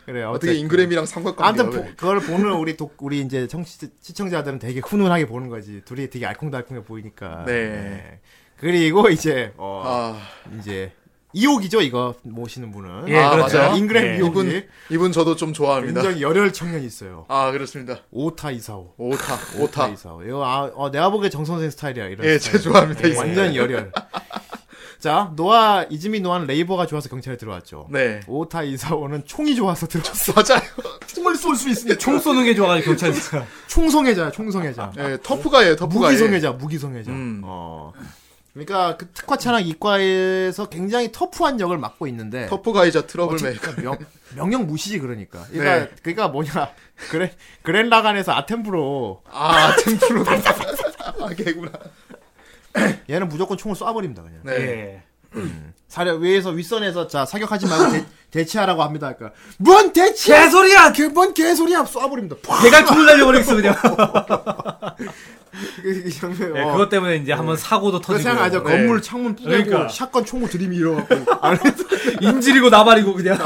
Speaker 7: 그래
Speaker 3: 어떻게 인그램이랑 상관관계
Speaker 7: 아무튼 보- 그걸 보는 우리 독, 우리 이제 청시, 시청자들은 되게 훈훈하게 보는 거지. 둘이 되게 알콩달콩해 보이니까.
Speaker 3: 네.
Speaker 7: 그리고 이제 어
Speaker 3: 아
Speaker 7: 이제 이옥이죠 이거 모시는 분은.
Speaker 4: 예
Speaker 3: 아,
Speaker 4: 그렇죠
Speaker 3: 맞아요.
Speaker 7: 인그램
Speaker 4: 예.
Speaker 7: 이옥이
Speaker 3: 이분 이분 저도 좀 좋아합니다.
Speaker 7: 굉장히 열혈 청년이 있어요.
Speaker 3: 아 그렇습니다.
Speaker 7: 오타 이사오.
Speaker 3: 오타 오타.
Speaker 7: 이사오. 이거 아, 어, 내가 보기엔 정 선생 스타일이야 이런.
Speaker 3: 예, 제
Speaker 7: 스타일.
Speaker 3: 좋아합니다. 이 사람.
Speaker 7: 완전 열혈. *laughs* 자 노아 이즈미 노아는 레이버가 좋아서 경찰에 들어왔죠.
Speaker 3: 네. *laughs*
Speaker 7: 오타 이사오는 총이 좋아서 들어왔어.
Speaker 3: 맞아요.
Speaker 7: 총을 쏠 수 있으니 총
Speaker 4: 총 쏘는 게 좋아가지고 경찰서
Speaker 7: 총성애자야 총성애자.
Speaker 3: 예, 터프가예요. 터프가.
Speaker 7: 무기성애자, 무기성애자.
Speaker 3: 음.
Speaker 7: 어. 그러니까 그 특화 차랑 이과에서 굉장히 터프한 역을 맡고 있는데
Speaker 3: 터프가이자 트러블메이커.
Speaker 7: 어쨌든 명, 명령 무시지 그러니까. 그러니까
Speaker 4: 네.
Speaker 7: 그러니까 뭐냐 *laughs* 그래 그랜라간에서 아템브로
Speaker 3: *laughs* 아, 템플로. 아, 개구나.
Speaker 7: 얘는 무조건 총을 쏴버립니다 그냥.
Speaker 3: 네.
Speaker 4: 예.
Speaker 7: 사려 위에서 윗선에서 자 사격하지 말고 대, *laughs* 대치하라고 합니다. 그러니까 뭔 대치?
Speaker 4: 개소리야
Speaker 7: 개- 뭔 개소리야 쏴버립니다. 팍! *laughs*
Speaker 4: 개가 총을 날려버리겠어 그냥
Speaker 7: 그- 그 장면,
Speaker 4: 예,
Speaker 7: 어.
Speaker 4: 그것 때문에 이제 한번 사고도
Speaker 7: 그거
Speaker 4: 터지고
Speaker 7: 생각하죠.
Speaker 3: 네.
Speaker 7: 건물 창문 뿌리고
Speaker 4: 그러니까.
Speaker 7: 샷건 총을 들이밀어갖고
Speaker 4: 인질이고 나발이고 그냥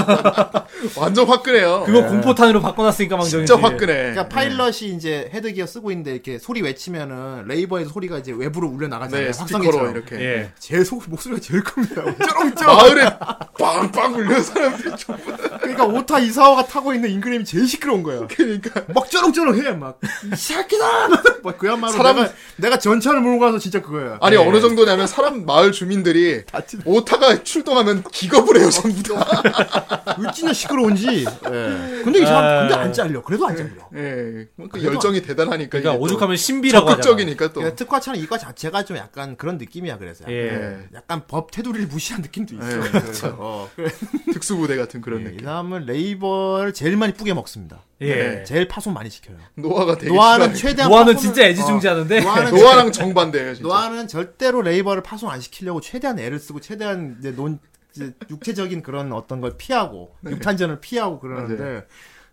Speaker 3: 완전 화끈해요.
Speaker 4: 그거 공포탄으로 바꿔놨으니까 망정이
Speaker 3: 진짜 화끈해.
Speaker 7: 네. 그러니까 파일럿이 이제 헤드기어 쓰고 있는데 이렇게 소리 외치면은 레이버에서 소리가 이제 외부로 울려 나가잖아요.
Speaker 3: 네,
Speaker 7: 확성기처럼.
Speaker 3: 스피커로 이렇게.
Speaker 4: 예.
Speaker 7: 제 소, 목소리가 제일 큽니다. 쩌렁쩌렁.
Speaker 3: 마을에 빵빵 울려 사람들이 좀-
Speaker 7: 그러니까 오타 이사오가 타고 있는 인그램이 제일 시끄러운 거야.
Speaker 3: 그러니까
Speaker 7: 막 쩌렁쩌렁해 막. 이 새끼다. 막 그야말로
Speaker 3: 사람-
Speaker 7: 내가 내가 전차를 몰고 가서 진짜 그거야.
Speaker 3: 아니 어느 정도냐면 사람 마을 주민들이
Speaker 7: 찢어.
Speaker 3: 오타가 출동하면 기겁을
Speaker 7: 어,
Speaker 3: 해요 전부 다.
Speaker 7: 어찌나 시끄러운지. 예. 근데 이
Speaker 4: 아.
Speaker 7: 사람 근데 안 잘려. 그래도 안 잘려.
Speaker 3: 예, 그 열정이 대단하니까. 이게
Speaker 4: 그러니까
Speaker 3: 또
Speaker 4: 오죽하면 신비라고 하잖아
Speaker 3: 적극적이니까 또.
Speaker 7: 그러니까 특화차는 이과 자체가 좀 약간 그런 느낌이야 그래서 약간,
Speaker 4: 예.
Speaker 3: 네. 예.
Speaker 7: 약간 법 테두리를 무시한 느낌도 있어.
Speaker 3: 예,
Speaker 7: 그래서, 어, 그래.
Speaker 3: 특수부대 같은 그런
Speaker 7: 예, 이
Speaker 3: 느낌.
Speaker 7: 사람은 레이버를 제일 많이 뿌게 먹습니다.
Speaker 4: 예.
Speaker 7: 제일 파손 많이 시켜요.
Speaker 3: 노아가 되게
Speaker 7: 노아는 어.
Speaker 3: 싫어하니까.
Speaker 7: 뭐 네. 최대한
Speaker 4: 노아는
Speaker 7: 파손을-
Speaker 4: 진짜 애지중지하는데
Speaker 7: 노아는,
Speaker 3: 노아랑 정반대예요 진짜.
Speaker 7: 노아는 절대로 레이버를 파손 안 시키려고 최대한 애를 쓰고 최대한 이제 논 이제 육체적인 그런 어떤 걸 피하고 육탄전을 피하고 그러는데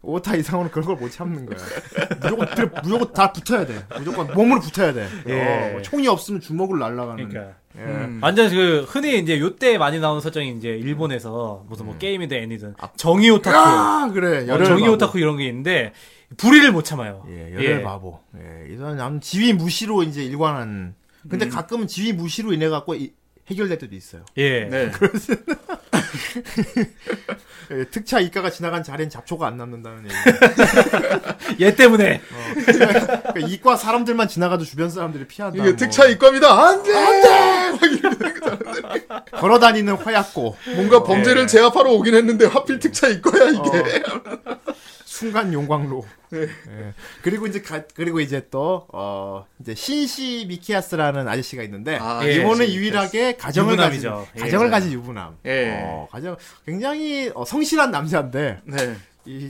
Speaker 7: 오타 이상으로 그런 걸 못 참는 거야. 무조건 들- 무조건 다 붙어야 돼. 무조건 몸으로 붙어야 돼.
Speaker 4: 예.
Speaker 7: 어, 총이 없으면 주먹으로 날아가는.
Speaker 4: 그러니까
Speaker 7: 예.
Speaker 4: 완전 그 흔히 이제 요때 많이 나오는 설정이 이제 일본에서 무슨 뭐 게임이든 애니든 정의 오타쿠
Speaker 7: 아 음. 그래.
Speaker 4: 어,
Speaker 7: 열혈
Speaker 4: 정의
Speaker 7: 바보.
Speaker 4: 오타쿠 이런 게 있는데 불의를 못 참아요.
Speaker 7: 예, 열혈 바보. 예, 이런 아무 지위 무시로 이제 일관한. 근데 가끔은 지위 무시로 인해 갖고 이- 해결될 때도 있어요.
Speaker 4: 예.
Speaker 3: 네.
Speaker 7: *laughs* 예, 특차 이과가 지나간 자리엔 잡초가 안 남는다는 얘기.
Speaker 4: 얘 때문에
Speaker 7: 그러니까 이과 사람들만 지나가도 주변 사람들이 피한다.
Speaker 3: 이게
Speaker 7: 뭐.
Speaker 3: 특차 이과입니다. 안돼. 안돼.
Speaker 7: 걸어다니는 화약고.
Speaker 3: *laughs* 뭔가
Speaker 7: 네.
Speaker 3: 범죄를 제압하러 오긴 했는데 하필 특차 이과야 이게.
Speaker 7: 어. 순간 용광로.
Speaker 3: 네.
Speaker 7: 예. 그리고 이제 가- 그리고 이제 또 어, 이제 신시 미키아스라는 아저씨가 있는데
Speaker 3: 아,
Speaker 4: 예.
Speaker 7: 이분은
Speaker 3: 신시
Speaker 7: 유일하게 가정을
Speaker 4: 유부남이죠.
Speaker 7: 가진
Speaker 4: 예.
Speaker 7: 가정을 가진 유부남.
Speaker 3: 예.
Speaker 7: 어, 가정 굉장히 어, 성실한 남자인데
Speaker 3: 네.
Speaker 7: 이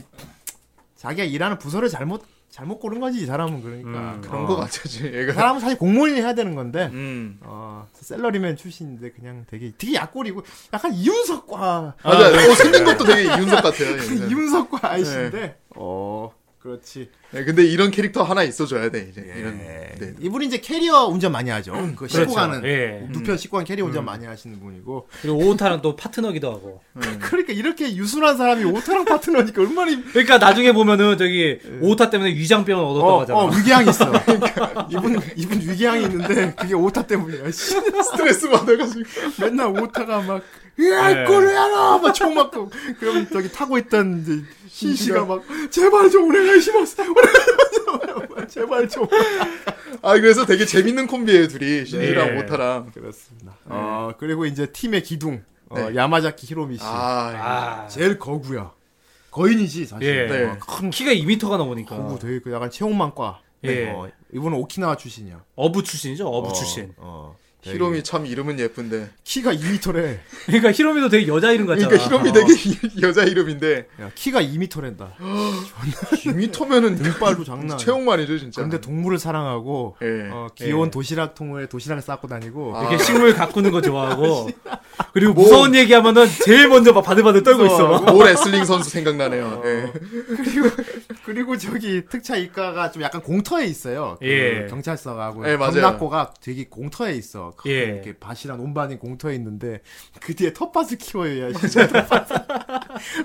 Speaker 7: 자기가 일하는 부서를 잘못 잘못 고른 거지 이 사람은 그러니까
Speaker 4: 음,
Speaker 3: 그런
Speaker 7: 어.
Speaker 3: 거 같아 지 얘가.
Speaker 7: 사람은 사실 공무원이 해야 되는 건데
Speaker 3: 음.
Speaker 7: 어 셀러리맨 출신인데 그냥 되게 되게 약골이고 약간 이윤석과
Speaker 3: 아,
Speaker 7: 네. 아. *laughs*
Speaker 3: 맞아. 어, 생긴 것도 되게 이윤석 같아요. 얘는.
Speaker 7: 이윤석과 아이씨인데 어 그렇지.
Speaker 3: 네, 근데 이런 캐릭터 하나 있어줘야 돼 이제 이런.
Speaker 7: 예.
Speaker 3: 네.
Speaker 7: 이분이 이제 캐리어 운전 많이 하죠. 그 싣고
Speaker 4: 그렇죠.
Speaker 7: 가는
Speaker 4: 예. 아.
Speaker 7: 우편 싣고 가는 캐리어 운전 많이 하시는 분이고.
Speaker 4: 그리고 오타랑 또 파트너기도 하고.
Speaker 7: 그러니까 이렇게 유순한 사람이 오타랑 파트너니까 얼마나 힘-
Speaker 4: 그러니까 나중에 보면은 저기 오타 때문에 위장병을 얻었다고
Speaker 7: 예. 어,
Speaker 4: 하잖아.
Speaker 7: 어 위기양이 *laughs* 있어. 이분 이분 위기양이 있는데 그게 오타 때문이야. *laughs* 씨,
Speaker 3: 스트레스 받아가지고.
Speaker 7: 맨날 오타가 막 야,
Speaker 4: 네.
Speaker 7: 꼬레야라 막총 맞고 그럼 저기 타고 있던 이제 신씨가 막 제발 좀 오래가 심었어. 오래가 제발 좀.
Speaker 3: 아 그래서 되게 재밌는 콤비예요 둘이 신이랑
Speaker 4: 네.
Speaker 3: 오타랑.
Speaker 7: 그렇습니다. 어 그리고 이제 팀의 기둥 어,
Speaker 3: 네.
Speaker 7: 야마자키 히로미 씨
Speaker 3: 아,
Speaker 4: 아,
Speaker 7: 제일 거구야. 거인이지 사실.
Speaker 4: 예.
Speaker 7: 어,
Speaker 3: 네.
Speaker 7: 큰
Speaker 4: 키가 2m가 넘으니까.
Speaker 7: 거구 되게 그 약간 체육만과.
Speaker 4: 예.
Speaker 7: 어, 이분은 오키나와 출신이야.
Speaker 4: 어부 출신이죠, 어부 출신.
Speaker 7: 어. 되게-
Speaker 3: 히로미 참 이름은 예쁜데.
Speaker 7: 키가 2미터래.
Speaker 4: 그러니까 히로미도 되게 여자 이름 같잖아.
Speaker 3: 그러니까
Speaker 7: 어.
Speaker 3: 히로미 되게 *laughs* 여자 이름인데
Speaker 7: 야, 키가 2미터랜다. *laughs*
Speaker 3: 김이토면은
Speaker 7: 눈발도 장난. 아니야.
Speaker 3: 체형만이죠 진짜.
Speaker 7: 음. 근데 동물을 사랑하고
Speaker 3: 예.
Speaker 7: 어, 귀여운
Speaker 4: 예.
Speaker 7: 도시락 통에 도시락을 싸고 다니고
Speaker 3: 아.
Speaker 4: 이렇게 식물 가꾸는 거
Speaker 7: *laughs*
Speaker 4: 좋아하고. 그리고
Speaker 7: 뭐.
Speaker 4: 무서운 얘기하면은 제일 먼저 막 바들바들 떨고 있어. 막.
Speaker 3: 오 레슬링 선수
Speaker 7: 어.
Speaker 3: 생각나네요. 예.
Speaker 7: 그리고 저기 특차 이과가 좀 약간 공터에 있어요. 그
Speaker 4: 예.
Speaker 7: 경찰서하고
Speaker 3: 예, 맞아요.
Speaker 7: 경락고가 되게 공터에 있어. 큰
Speaker 4: 예.
Speaker 7: 이렇게 밭이랑 논반이 공터에 있는데 그 뒤에 *laughs* 텃밭을 키워요. 야, 진짜 텃밭.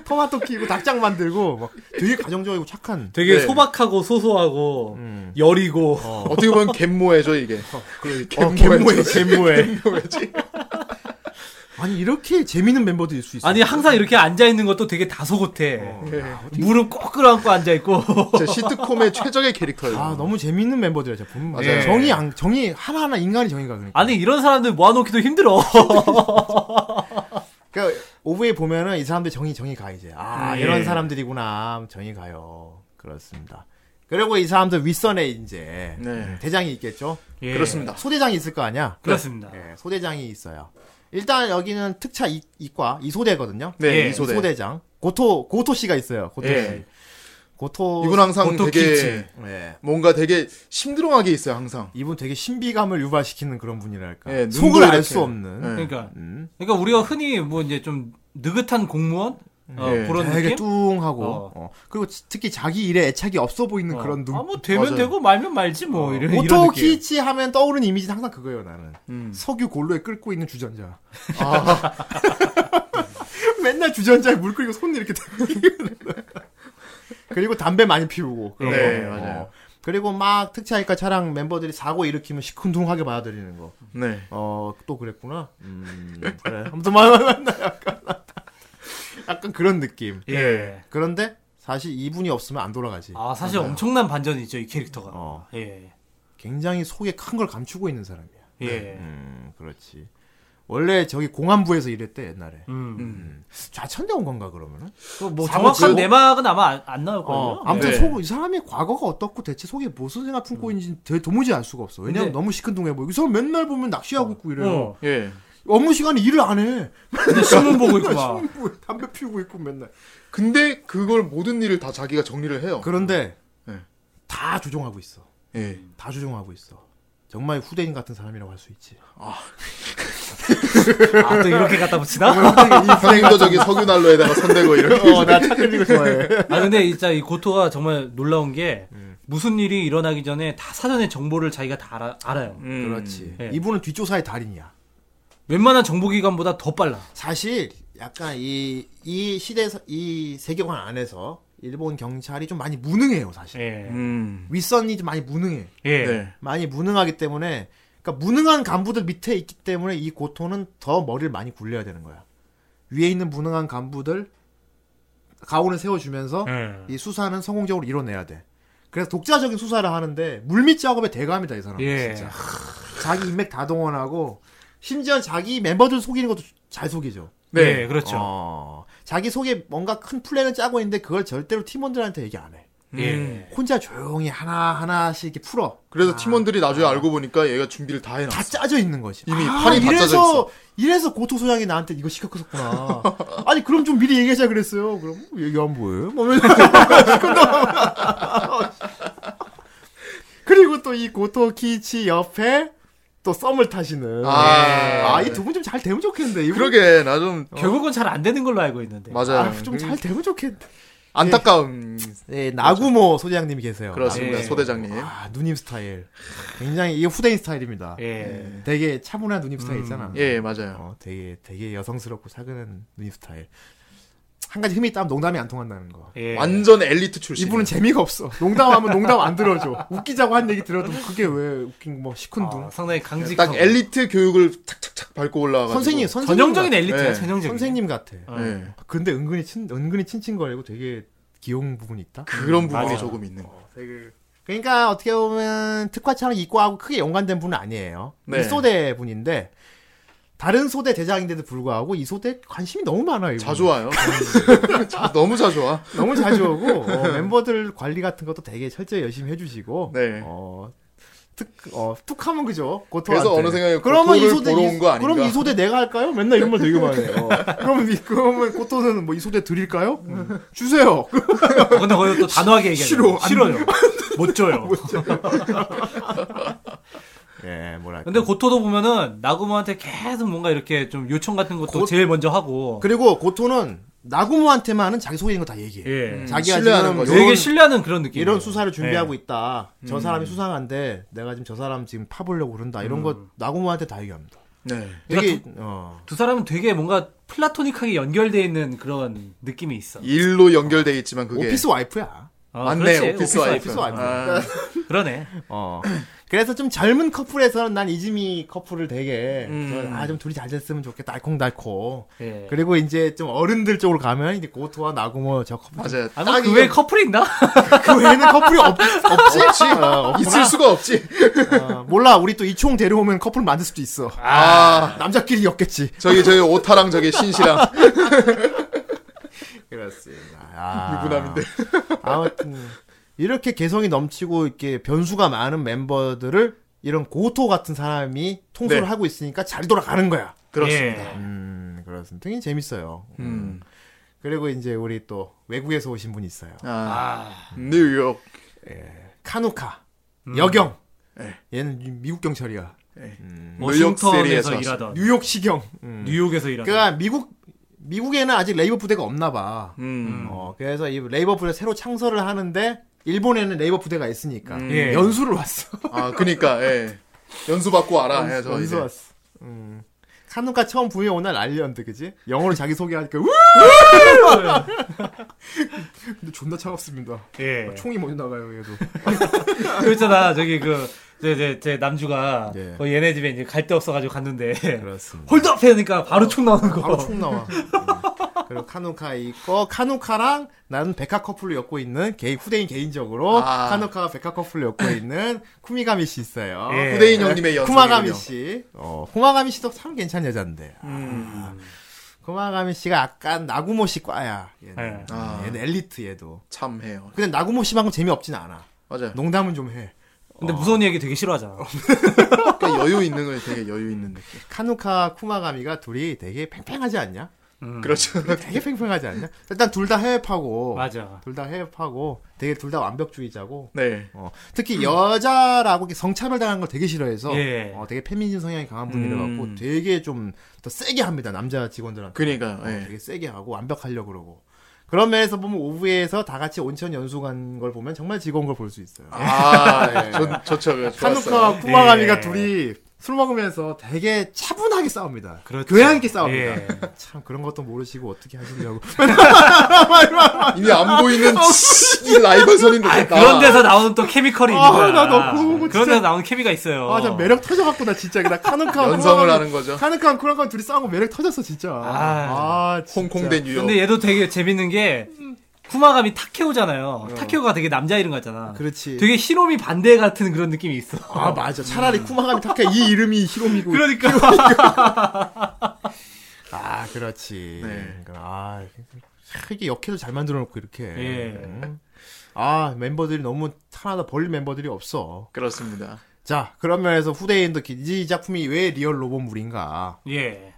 Speaker 7: 토마토 키우고 닭장 만들고 막 되게 가정적이고 착한.
Speaker 4: 되게
Speaker 3: 네.
Speaker 4: 소박하고 소소하고
Speaker 7: 음.
Speaker 4: 여리고
Speaker 3: 어떻게 보면 갯모애죠 이게.
Speaker 7: 어, 갯모애,
Speaker 4: 갯모에
Speaker 3: 갯모애지.
Speaker 7: 아니 이렇게 재밌는 멤버들일 수 있어.
Speaker 4: 아니 항상 이렇게 앉아 있는 것도 되게 다소곳해
Speaker 7: 어.
Speaker 3: 예.
Speaker 4: 무릎 꼭 끌어안고 앉아 있고 *laughs*
Speaker 3: 진짜 시트콤의 최적의 캐릭터예요.
Speaker 7: 아 너무 재밌는 멤버들이야. 진짜 보면
Speaker 3: 맞아요. 예.
Speaker 7: 정이 안- 정이 하나하나 인간이 정이가 그러니까.
Speaker 4: 아니 이런 사람들 모아놓기도
Speaker 7: *laughs*
Speaker 4: 힘들어
Speaker 7: 그러니까 오브에 보면은 이 사람들 정이 정이 가 이제 아
Speaker 4: 예.
Speaker 7: 이런 사람들이구나 정이 가요 그렇습니다 그리고 이 사람들 윗선에 이제
Speaker 3: 네.
Speaker 7: 음, 대장이 있겠죠
Speaker 4: 예.
Speaker 3: 그렇습니다.
Speaker 7: 소대장이 있을 거 아니야
Speaker 4: 그렇습니다
Speaker 7: 예, 소대장이 있어요 일단 여기는 특차 이, 이과 이소대거든요
Speaker 3: 네,
Speaker 4: 예,
Speaker 3: 이소대.
Speaker 7: 소대장 고토 고토 씨가 있어요 고토
Speaker 3: 예.
Speaker 7: 씨 고토
Speaker 3: 이분 항상
Speaker 4: 보통
Speaker 3: 되게
Speaker 4: 기침.
Speaker 7: 예.
Speaker 3: 뭔가 되게 심드렁하게 있어요 항상.
Speaker 7: 이분 되게 신비감을 유발시키는 그런 분이랄까
Speaker 3: 예,
Speaker 7: 속을
Speaker 3: 눈도
Speaker 7: 알
Speaker 3: 이렇게.
Speaker 7: 수 없는
Speaker 3: 예.
Speaker 4: 그러니까
Speaker 7: 음.
Speaker 4: 그러니까 우리가 흔히 뭐 이제 좀 느긋한 공무원 어,
Speaker 3: 예.
Speaker 4: 그런
Speaker 7: 되게
Speaker 4: 느낌
Speaker 7: 뚱하고
Speaker 4: 어.
Speaker 7: 어. 그리고 특히 자기 일에 애착이 없어 보이는 그런 눈 어.
Speaker 4: 아뭐 되면
Speaker 3: 맞아요.
Speaker 4: 되고 말면 말지 뭐 이런 이런 느낌
Speaker 7: 오토키치 하면 떠오르는 이미지는 항상 그거예요 나는
Speaker 3: 음.
Speaker 7: 석유 골로에 끓고 있는 주전자 아. *laughs* 맨날 주전자에 물 끓이고 손 이렇게 대고 그리고 담배 많이 피우고 그런
Speaker 3: 네,
Speaker 7: 거.
Speaker 3: 맞아요.
Speaker 7: 어. 그리고 막 특차니까 차량 멤버들이 사고 일으키면 시큰둥하게 받아들이는 거.
Speaker 3: 네.
Speaker 7: 어, 또 그랬구나. 음,
Speaker 3: *laughs*
Speaker 7: 그래. 아무튼
Speaker 3: 뭐,
Speaker 7: 만나 약간 약간 그런 느낌.
Speaker 4: 예.
Speaker 7: 그런데 사실 이분이 없으면 안 돌아가지.
Speaker 4: 아 사실 엄청난 반전이죠 이 캐릭터가
Speaker 7: 어.
Speaker 4: 예.
Speaker 7: 굉장히 속에 큰 걸 감추고 있는 사람이야.
Speaker 4: 예.
Speaker 7: 음, 그렇지. 원래 저기 공안부에서 일했대 옛날에.
Speaker 4: 음.
Speaker 7: 좌천대 온 건가 그러면은?
Speaker 4: 그뭐
Speaker 7: 사고 치고?
Speaker 4: 정확한 내막은 아마 안, 안 나올 거예요.
Speaker 7: 어, 아무튼
Speaker 3: 네.
Speaker 7: 속, 이 사람의 과거가 어떻고 대체 속에 무슨 생각 품고 있는지 되- 도무지 알 수가 없어. 왜냐면
Speaker 4: 근데-
Speaker 7: 너무 시큰둥해 보이고 이 사람 맨날 보면 낚시하고 있고 이래요. *laughs*
Speaker 4: 어.
Speaker 3: 예.
Speaker 7: 업무 시간에 일을 안 해.
Speaker 4: 근데 신문 보고 있고 막.
Speaker 7: 맨날 술 먹고 담배 피우고 있고 맨날.
Speaker 3: 근데 그걸 모든 일을 다 자기가 정리를 해요.
Speaker 7: 그런데
Speaker 3: 네.
Speaker 7: 다 조종하고 있어.
Speaker 3: 예.
Speaker 7: 다 조종하고 있어. 정말 후대인 같은 사람이라고 할 수 있지.
Speaker 4: 아, 또 이렇게 갖다 붙이나?
Speaker 3: 선생님도 저기 석유 난로에다가 선대고 이렇게.
Speaker 7: 나차 끌리고 좋아해.
Speaker 4: 아, 근데 진짜 이 고토가 정말 놀라운 게, 무슨 일이 일어나기 전에 다 사전에 정보를 자기가 다 알아, 알아요.
Speaker 3: 음.
Speaker 7: 그렇지.
Speaker 4: 네.
Speaker 7: 이분은 뒷조사의 달인이야.
Speaker 4: 웬만한 정보기관보다 더 빨라.
Speaker 7: 사실 약간 이, 이 시대에서 이 세계관 안에서 일본 경찰이 좀 많이 무능해요 사실
Speaker 4: 예.
Speaker 3: 음.
Speaker 7: 윗선이 좀 많이 무능해
Speaker 4: 예.
Speaker 3: 네.
Speaker 7: 많이 무능하기 때문에 그러니까 무능한 간부들 밑에 있기 때문에 이 고토는 더 머리를 많이 굴려야 되는 거야 위에 있는 무능한 간부들 가오를 세워주면서
Speaker 4: 예.
Speaker 7: 이 수사는 성공적으로 이뤄내야 돼 그래서 독자적인 수사를 하는데 물밑 작업의 대감이다 이 사람은
Speaker 4: 예.
Speaker 7: 진짜 자기 인맥 다 동원하고 심지어 자기 멤버들 속이는 것도 잘 속이죠
Speaker 4: 네.
Speaker 3: 네.
Speaker 4: 예, 그렇죠.
Speaker 7: 어, 자기 속에 뭔가 큰 플랜을 짜고 있는데 그걸 절대로 팀원들한테 얘기 안 해.
Speaker 4: 예.
Speaker 7: 혼자 조용히 하나 하나씩 이렇게 풀어.
Speaker 3: 그래서
Speaker 7: 아,
Speaker 3: 팀원들이 나중에 알고 보니까 얘가 준비를 다 해놨어.
Speaker 7: 다 짜져 있는 거지.
Speaker 3: 이미
Speaker 7: 아,
Speaker 3: 판이 다
Speaker 7: 이래서
Speaker 3: 짜져 있어.
Speaker 7: 이래서 고토 소장이 나한테 이거 시켰었구나. *laughs* 아니 그럼 좀 미리 얘기하자 그랬어요. 그럼 뭐 얘기하면 뭐예요? 뭐 이러면서 *laughs* 그리고 또 이 고토 키치 옆에 또 썸을 타시는.
Speaker 3: 아.
Speaker 7: 이 두 분 좀 잘 되면 좋겠는데. 이분
Speaker 3: 그러게 나 좀
Speaker 4: 어. 결국은 잘 안 되는 걸로 알고 있는데.
Speaker 3: 맞아요.
Speaker 7: 아, 좀 잘 되면 좋겠는데.
Speaker 3: 안타까움.
Speaker 7: 음. 예, 나구모 소장님이 계세요.
Speaker 3: 그렇습니다.
Speaker 4: 예.
Speaker 3: 소대장님.
Speaker 7: 아, 누님 스타일. 굉장히 이게 후대인 스타일입니다.
Speaker 4: 예.
Speaker 7: 되게 차분한 누님 스타일 있잖아.
Speaker 3: 예, 맞아요.
Speaker 7: 어, 되게 되게 여성스럽고 차근한 누님 스타일. 한 가지 흠이 있다면 농담이 안 통한다는 거.
Speaker 4: 예.
Speaker 3: 완전 엘리트 출신.
Speaker 7: 이분은 재미가 없어. 농담하면 농담 안 들어줘. 웃기자고 한 얘기 들어도 그게 왜 웃긴 뭐 시큰둥.
Speaker 4: 아, 상당히 강직하고
Speaker 3: 딱 엘리트 교육을 착착착 밟고 올라와가지고.
Speaker 7: 선생님, 선생님
Speaker 4: 전형적인 엘리트야.
Speaker 3: 예.
Speaker 7: 같아.
Speaker 4: 전형적인.
Speaker 7: 선생님 같아.
Speaker 4: 어.
Speaker 3: 예.
Speaker 7: 근데 은근히 친 은근히 친친거리고 되게 귀여운 부분이 있다.
Speaker 3: 그런 부분이
Speaker 4: 맞아요.
Speaker 3: 조금 있는
Speaker 4: 어,
Speaker 3: 거.
Speaker 7: 그러니까 어떻게 보면 특화처럼 이과하고 크게 연관된 분은 아니에요.
Speaker 3: 네.
Speaker 7: 이 소대 분인데 다른 소대 대장인데도 불구하고 이 소대 관심이 너무 많아요. 이분은.
Speaker 3: 자주 와요. *laughs* 음. 자- 너무 자주 와.
Speaker 7: 너무 자주 오고
Speaker 3: *laughs*
Speaker 7: 어, 멤버들 관리 같은 것도 되게 철저히 열심히 해주시고
Speaker 3: 네.
Speaker 7: 어, 특, 어, 툭하면 그죠 고토
Speaker 3: 그래서 어느 생각에
Speaker 7: 그러면 이
Speaker 3: 고토를
Speaker 7: 소대
Speaker 3: 보러
Speaker 7: 이-
Speaker 3: 온거 아닌가? 네.
Speaker 7: 그럼 이 소대 내가 할까요? 맨날 이런 말 되게 많이
Speaker 3: *laughs*
Speaker 7: 해요 그럼 이- 그러면 고토는 뭐 이 소대 드릴까요?
Speaker 3: 음.
Speaker 7: 주세요
Speaker 4: 근데 거기서 또 단호하게 얘기해.
Speaker 7: 싫어, 안
Speaker 4: 싫어요. 못 줘요.
Speaker 7: 예 뭐랄까
Speaker 4: 근데 고토도 보면은 나구모한테 계속 뭔가 이렇게 좀 요청 같은 것도
Speaker 7: 고-
Speaker 4: 제일 먼저 하고
Speaker 7: 그리고 고토는 나구모한테만은 자기 소개인 거 다
Speaker 3: 네.
Speaker 7: 얘기해
Speaker 4: 예.
Speaker 7: 자기가
Speaker 3: 음, 신뢰하는
Speaker 7: 지금
Speaker 3: 거죠.
Speaker 7: 요런-
Speaker 4: 되게 신뢰하는 그런 느낌.
Speaker 7: 이런 수사를 준비하고
Speaker 3: 음.
Speaker 7: 있다 저 사람이 수상한데 내가 지금 저 사람 지금 파보려고 그런다
Speaker 3: 음.
Speaker 7: 이런 거 나구모한테 다 얘기합니다
Speaker 3: 네.
Speaker 7: 되게 어.
Speaker 4: 그러니까 두 사람은 되게 뭔가 플라토닉하게 연결돼 있는 그런 느낌이 있어.
Speaker 3: 일로 연결돼 있지만 그게
Speaker 7: 오피스 와이프야
Speaker 4: 어,
Speaker 3: 맞네,
Speaker 4: 그렇지.
Speaker 3: 오피스 와이프.
Speaker 7: 오피스 와이프.
Speaker 3: 아.
Speaker 4: 그러네.
Speaker 7: 어. 그래서 좀 젊은 커플에서는 난 이지미 커플을 되게
Speaker 3: 음.
Speaker 7: 아 좀 둘이 잘 됐으면 좋겠다 알콩달콩.
Speaker 3: 네.
Speaker 4: 예.
Speaker 7: 그리고 이제 좀 어른들 쪽으로 가면 이제 고토와 나구모 저 커플
Speaker 3: 맞아요.
Speaker 4: 아,
Speaker 3: 딱
Speaker 4: 그왜
Speaker 3: 이게
Speaker 4: 커플이 있나?
Speaker 7: 그 외에는 커플이 없, 없지 없지 어,
Speaker 3: 뭐, 있을 수가 없지.
Speaker 7: 어, 몰라 우리 또 이총 데려오면 커플 만들 수도 있어
Speaker 3: 아,
Speaker 7: 남자끼리 없겠지
Speaker 3: 저기 저기 오타랑 저기 신시랑
Speaker 7: *laughs* 그렇습니다 아,
Speaker 3: 유부남인데.
Speaker 7: 아무튼 이렇게 개성이 넘치고 이렇게 변수가 많은 멤버들을 이런 고토 같은 사람이 통솔을
Speaker 3: 네.
Speaker 7: 하고 있으니까 잘 돌아가는 거야
Speaker 3: 그렇습니다.
Speaker 4: 예.
Speaker 7: 음, 그렇습니다. 되게 재밌어요.
Speaker 3: 음.
Speaker 7: 그리고 이제 우리 또 외국에서 오신 분이 있어요.
Speaker 3: 아,
Speaker 4: 아,
Speaker 3: 뉴욕.
Speaker 7: 카누카
Speaker 3: 음.
Speaker 7: 여경. 얘는 미- 미국 경찰이야.
Speaker 4: 워싱턴에서
Speaker 3: 뉴욕시리에서
Speaker 4: 일하던
Speaker 7: 뉴욕 시경. 음.
Speaker 4: 뉴욕에서 일하던
Speaker 7: 그러니까 미국 미국에는 아직 레이버 부대가 없나 봐.
Speaker 3: 음.
Speaker 7: 어, 그래서 이 레이버 부대 새로 창설을 하는데 일본에는 레이버 부대가 있으니까
Speaker 3: 음.
Speaker 4: 예.
Speaker 7: 연수를 왔어.
Speaker 3: 아, 그니까, 예. 연수 받고 와라 해서
Speaker 7: 연수
Speaker 3: 이제.
Speaker 7: 왔어. 음. 카누카 처음 부에 온 날 알리언데 그지? 영어로 자기 소개하니까
Speaker 3: *laughs*
Speaker 7: 우! 근데 존나 차갑습니다.
Speaker 4: 예.
Speaker 3: 네.
Speaker 7: 총이 먼저 나가요 얘도.
Speaker 4: 그렇잖아. 저기 그, 제, 제, 제 남주가
Speaker 7: 예.
Speaker 4: 어, 얘네 집에 이제 갈 데 없어가지고 갔는데.
Speaker 7: 그렇습니다.
Speaker 4: 홀드업 해니까 바로 총 나오는 거.
Speaker 7: 바로 총 나와. 음. 그리고 카누카 있고 카누카랑 나는 백화 커플로 엮고 있는 개인 후대인 개인적으로
Speaker 3: 아.
Speaker 7: 카누카가 백화 커플로 엮고 있는 쿠미가미 씨 있어요.
Speaker 4: 예.
Speaker 3: 후대인 형님의 연수.
Speaker 7: 쿠마가미 씨. 어, 쿠마가미 씨도 참 괜찮은 여잔데. 아, 쿠마가미 씨가 약간 나구모 씨 과야. 얘는.
Speaker 4: 예.
Speaker 3: 아.
Speaker 7: 얘는 엘리트 얘도.
Speaker 3: 참 해요.
Speaker 7: 근데 나구모 씨만큼 재미없진 않아.
Speaker 3: 맞아요.
Speaker 7: 농담은 좀 해.
Speaker 4: 근데 무서운 얘기 되게 싫어하잖아.
Speaker 3: 그러니까 여유 있는 걸 되게 여유 있는 느낌.
Speaker 7: 카누카 쿠마가미가 둘이 되게 팽팽하지 않냐?
Speaker 3: 그렇죠.
Speaker 7: 되게 팽팽하지 않냐? 일단 둘 다 해외파고.
Speaker 4: 맞아.
Speaker 7: 둘 다 해협하고 되게 둘 다 완벽주의자고
Speaker 3: *laughs* 네.
Speaker 7: 어, 특히 여자라고 이렇게 성차별 당하는 걸 되게 싫어해서
Speaker 4: 예.
Speaker 7: 어, 되게 페미니즘 성향이 강한 분이라 갖고
Speaker 3: 음.
Speaker 7: 되게 좀 더 세게 합니다 남자 직원들한테
Speaker 3: 그니까,
Speaker 7: 어,
Speaker 3: 예.
Speaker 7: 되게 세게 하고 완벽하려고 그러고 그런 면에서 보면 오후에서 다 같이 온천 연수 간 걸 보면 정말 즐거운 걸 볼 수 있어요
Speaker 3: 아, 그렇죠. 예. 좋, 좋죠. 네. 그거 좋았어요.
Speaker 7: 카누카와 쿠마가미가
Speaker 4: 예.
Speaker 7: 둘이 술 먹으면서 되게 차분하게 싸웁니다
Speaker 4: 그렇죠.
Speaker 7: 교양 있게 싸웁니다
Speaker 4: 예.
Speaker 7: 참 그런 것도 모르시고
Speaker 3: *laughs*
Speaker 7: 어떻게 하시려고
Speaker 3: 이미 안
Speaker 7: *laughs*
Speaker 3: 보이는
Speaker 7: 어,
Speaker 3: 이 라이벌 선인데. 아,
Speaker 4: 그런 데서 나오는 또 케미컬이 있는
Speaker 7: 그러니까. 아,
Speaker 4: 거야.
Speaker 7: 나 너무 그거
Speaker 4: 그런
Speaker 7: 진짜-
Speaker 4: 데서 나오는 케미가 있어요.
Speaker 7: *laughs* 아, 나 매력 터져갖고, 나
Speaker 3: *laughs*
Speaker 7: 진짜. 나 카누카.
Speaker 3: 연성을 하는 거죠.
Speaker 7: 카누카, 쿠라카 둘이 싸우고 매력 터졌어, 진짜.
Speaker 4: 아.
Speaker 7: 아, 진짜.
Speaker 3: 홍콩 대 뉴욕.
Speaker 4: 근데 얘도 되게 재밌는 게
Speaker 7: 음.
Speaker 4: 쿠마감이 타케오잖아요. 타케오가 되게 남자 이름 같잖아.
Speaker 7: 그렇지.
Speaker 4: 되게 히로미 반대 같은 그런 느낌이 있어.
Speaker 7: 아, 맞아. 차라리 쿠마가미 타케 이 이름이 히로미고.
Speaker 4: *laughs* 그러니까
Speaker 7: 아, 그렇지.
Speaker 3: 네.
Speaker 7: 아, 이게 역해도 잘 만들어 놓고, 이렇게.
Speaker 4: 예.
Speaker 7: 음. 아, 멤버들이 너무 하나 벌릴 멤버들이 없어.
Speaker 3: 그렇습니다.
Speaker 7: 자, 그런 면에서 후대인도 기- 이 작품이 왜 리얼 로봇물인가.
Speaker 4: 예.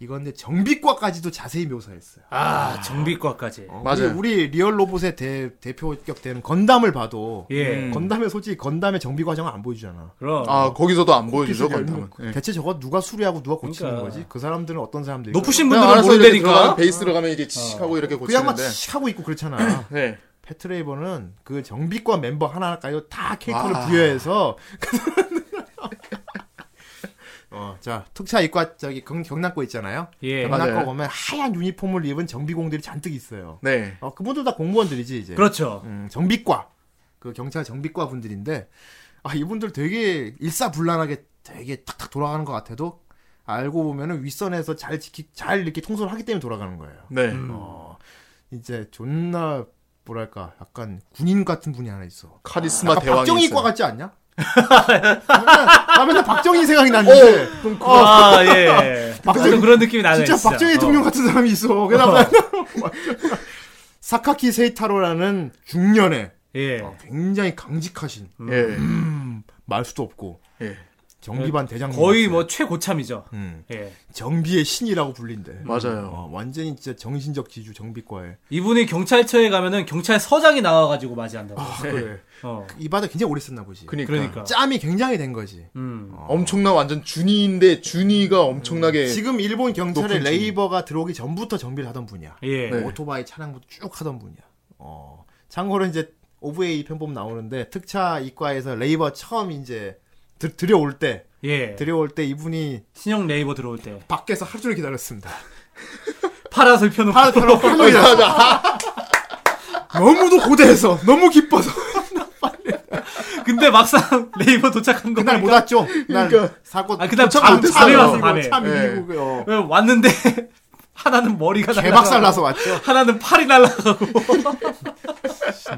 Speaker 7: 이건 근데 정비과까지도 자세히 묘사했어요.
Speaker 4: 아, 정비과까지.
Speaker 7: 어,
Speaker 3: 맞아요.
Speaker 7: 우리, 우리 리얼 로봇의 대, 대표격 되는 건담을 봐도
Speaker 4: 예.
Speaker 3: 음.
Speaker 7: 건담에 솔직히 건담의 정비 과정을 안 보여주잖아.
Speaker 4: 그럼.
Speaker 3: 아 거기서도 안 보여주죠
Speaker 7: 기술이
Speaker 3: 건담은.
Speaker 7: 없는-
Speaker 3: 예.
Speaker 7: 대체 저거 누가 수리하고 누가 고치는
Speaker 4: 그러니까.
Speaker 7: 거지? 그 사람들은 어떤 사람들이?
Speaker 4: 높으신
Speaker 3: 그냥
Speaker 4: 분들은
Speaker 3: 알아서 이렇게
Speaker 4: 모르니까.
Speaker 3: 들어가면 베이스로 가면 이게 칙 하고 이렇게
Speaker 7: 그 양반
Speaker 3: 고치는데.
Speaker 7: 씩 하고 있고
Speaker 3: 어.
Speaker 7: 그렇잖아. *clears throat*
Speaker 3: 네.
Speaker 7: 패트레이버는 그 정비과 멤버 하나하나까지 다 캐릭터를
Speaker 3: 와.
Speaker 7: 부여해서 *laughs* 어, 자, 특차 이과 저기 경, 경남고 있잖아요.
Speaker 4: 예.
Speaker 7: 경남고
Speaker 3: 네, 맞아요.
Speaker 7: 보면 하얀 유니폼을 입은 정비공들이 잔뜩 있어요.
Speaker 3: 네.
Speaker 7: 어, 그분들 다 공무원들이지 이제.
Speaker 4: 그렇죠.
Speaker 7: 음, 정비과 그 경찰 정비과 분들인데 아 이분들 되게 일사불란하게 되게 탁탁 돌아가는 것 같아도 알고 보면은 윗선에서 잘 지키 잘 이렇게 통솔을 하기 때문에 돌아가는 거예요.
Speaker 3: 네.
Speaker 7: 어 이제 존나 뭐랄까 약간 군인 같은 분이 하나 있어.
Speaker 3: 카리스마
Speaker 7: 약간
Speaker 3: 대왕이
Speaker 7: 박정희과
Speaker 3: 있어요.
Speaker 7: 같지 않냐? *laughs* 나 맨날 박정희 생각이 나는데
Speaker 3: 어,
Speaker 4: 아,
Speaker 7: *laughs*
Speaker 4: 예.
Speaker 7: 박정희-
Speaker 4: 박정희 그런 느낌이 나네요. 어.
Speaker 7: 진짜 박정희 대통령 같은 사람이 있어. 그래서 나- *laughs* 사카키 세이타로라는 중년에
Speaker 4: 예.
Speaker 7: 어, 굉장히 강직하신
Speaker 3: 예.
Speaker 7: 말수도 없고
Speaker 3: 예.
Speaker 7: 정비반 대장님
Speaker 4: 거의 뭐 최고참이죠.
Speaker 7: 음,
Speaker 4: 예.
Speaker 7: 정비의 신이라고 불린대.
Speaker 3: 맞아요.
Speaker 7: 어, 완전히 진짜 정신적 지주 정비과에.
Speaker 4: 이분이 경찰서에 가면은 경찰서장이 나와가지고 맞이한다고.
Speaker 7: 아, 그래.
Speaker 4: 어.
Speaker 7: 이 바닥 굉장히 오래 썼나 보지.
Speaker 3: 그러니까. 어.
Speaker 4: 그러니까.
Speaker 7: 짬이 굉장히 된 거지.
Speaker 4: 음.
Speaker 3: 엄청난 완전 준이인데 준이가 엄청나게
Speaker 7: 지금 일본 경찰에
Speaker 3: 높은 지위.
Speaker 7: 레이버가 들어오기 전부터 정비를 하던 분이야.
Speaker 4: 예.
Speaker 3: 네.
Speaker 7: 뭐 오토바이 차량부터 쭉 하던 분이야. 어. 참고로 이제 오브웨이 편법 나오는데 특차 이과에서 레이버 처음 이제 들, 들여올 때
Speaker 4: 예.
Speaker 7: 들여올 때 이분이
Speaker 4: 신형 레이버 들어올 때
Speaker 7: 밖에서 하루 종일 기다렸습니다.
Speaker 4: 파라솔 펴놓고
Speaker 7: 하루 종일 하루 종일 기다렸어. 너무도 고대해서 너무 기뻐서
Speaker 4: *laughs* 근데 막상 *laughs* 레이버 도착한 거
Speaker 7: 그날 못
Speaker 4: 보니까
Speaker 7: 왔죠. 그날
Speaker 3: 그러니까.
Speaker 7: 사고
Speaker 4: 아, 그날
Speaker 7: 도착
Speaker 4: 밤-
Speaker 7: 못
Speaker 4: 밤에
Speaker 7: 했어요.
Speaker 4: 왔어, 밤에.
Speaker 7: 차
Speaker 3: 예.
Speaker 7: 밀리고 그요.
Speaker 4: 왜 왔는데 *laughs* 하나는 머리가 날라가고
Speaker 7: 개박살 나서 왔죠.
Speaker 4: 하나는 팔이
Speaker 7: *laughs*
Speaker 4: 날라가고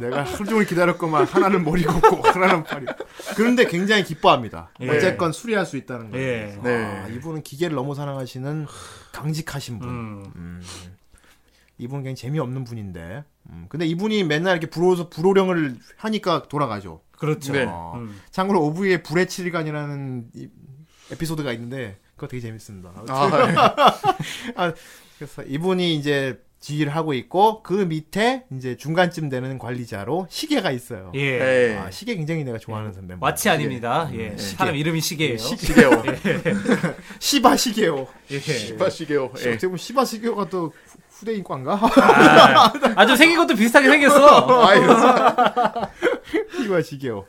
Speaker 7: 내가 하루 종일 기다렸구만. 하나는 머리 굽고 하나는 팔이. 그런데 굉장히 기뻐합니다.
Speaker 4: 예.
Speaker 7: 어쨌건 수리할 수 있다는 거예요.
Speaker 4: 예.
Speaker 7: 아,
Speaker 3: 네.
Speaker 7: 이분은 기계를 너무 사랑하시는 강직하신 분.
Speaker 4: 음.
Speaker 7: 이분은 굉장히 재미없는 분인데. 음, 근데 이분이 맨날 이렇게 불어서 불호령을 하니까 돌아가죠.
Speaker 4: 그렇죠
Speaker 3: 네.
Speaker 7: 어,
Speaker 4: 음.
Speaker 7: 참고로 오브의 불의 7일간이라는 이- 에피소드가 있는데 그거 되게 재밌습니다.
Speaker 3: 아,
Speaker 4: 예.
Speaker 7: *laughs* 아, 그래서 이분이 이제 지휘를 하고 있고 그 밑에 이제 중간쯤 되는 관리자로 시계가 있어요.
Speaker 4: 예
Speaker 3: 예. 예.
Speaker 7: 아, 시계 굉장히 내가 좋아하는 선배.
Speaker 4: 왓치 아닙니다 예 사람 이름이 시계예요 *laughs*
Speaker 3: 시계오.
Speaker 7: 시바 시계요.
Speaker 4: 예.
Speaker 3: 시바 시계오. 예.
Speaker 7: 어떻게 보면 시바 시계가 또 후- 후대인 관가? *laughs*
Speaker 4: 아, 아주 생긴 것도 비슷하게
Speaker 1: *laughs*
Speaker 4: 생겼어
Speaker 3: 아, 이거
Speaker 7: 시바 시계요.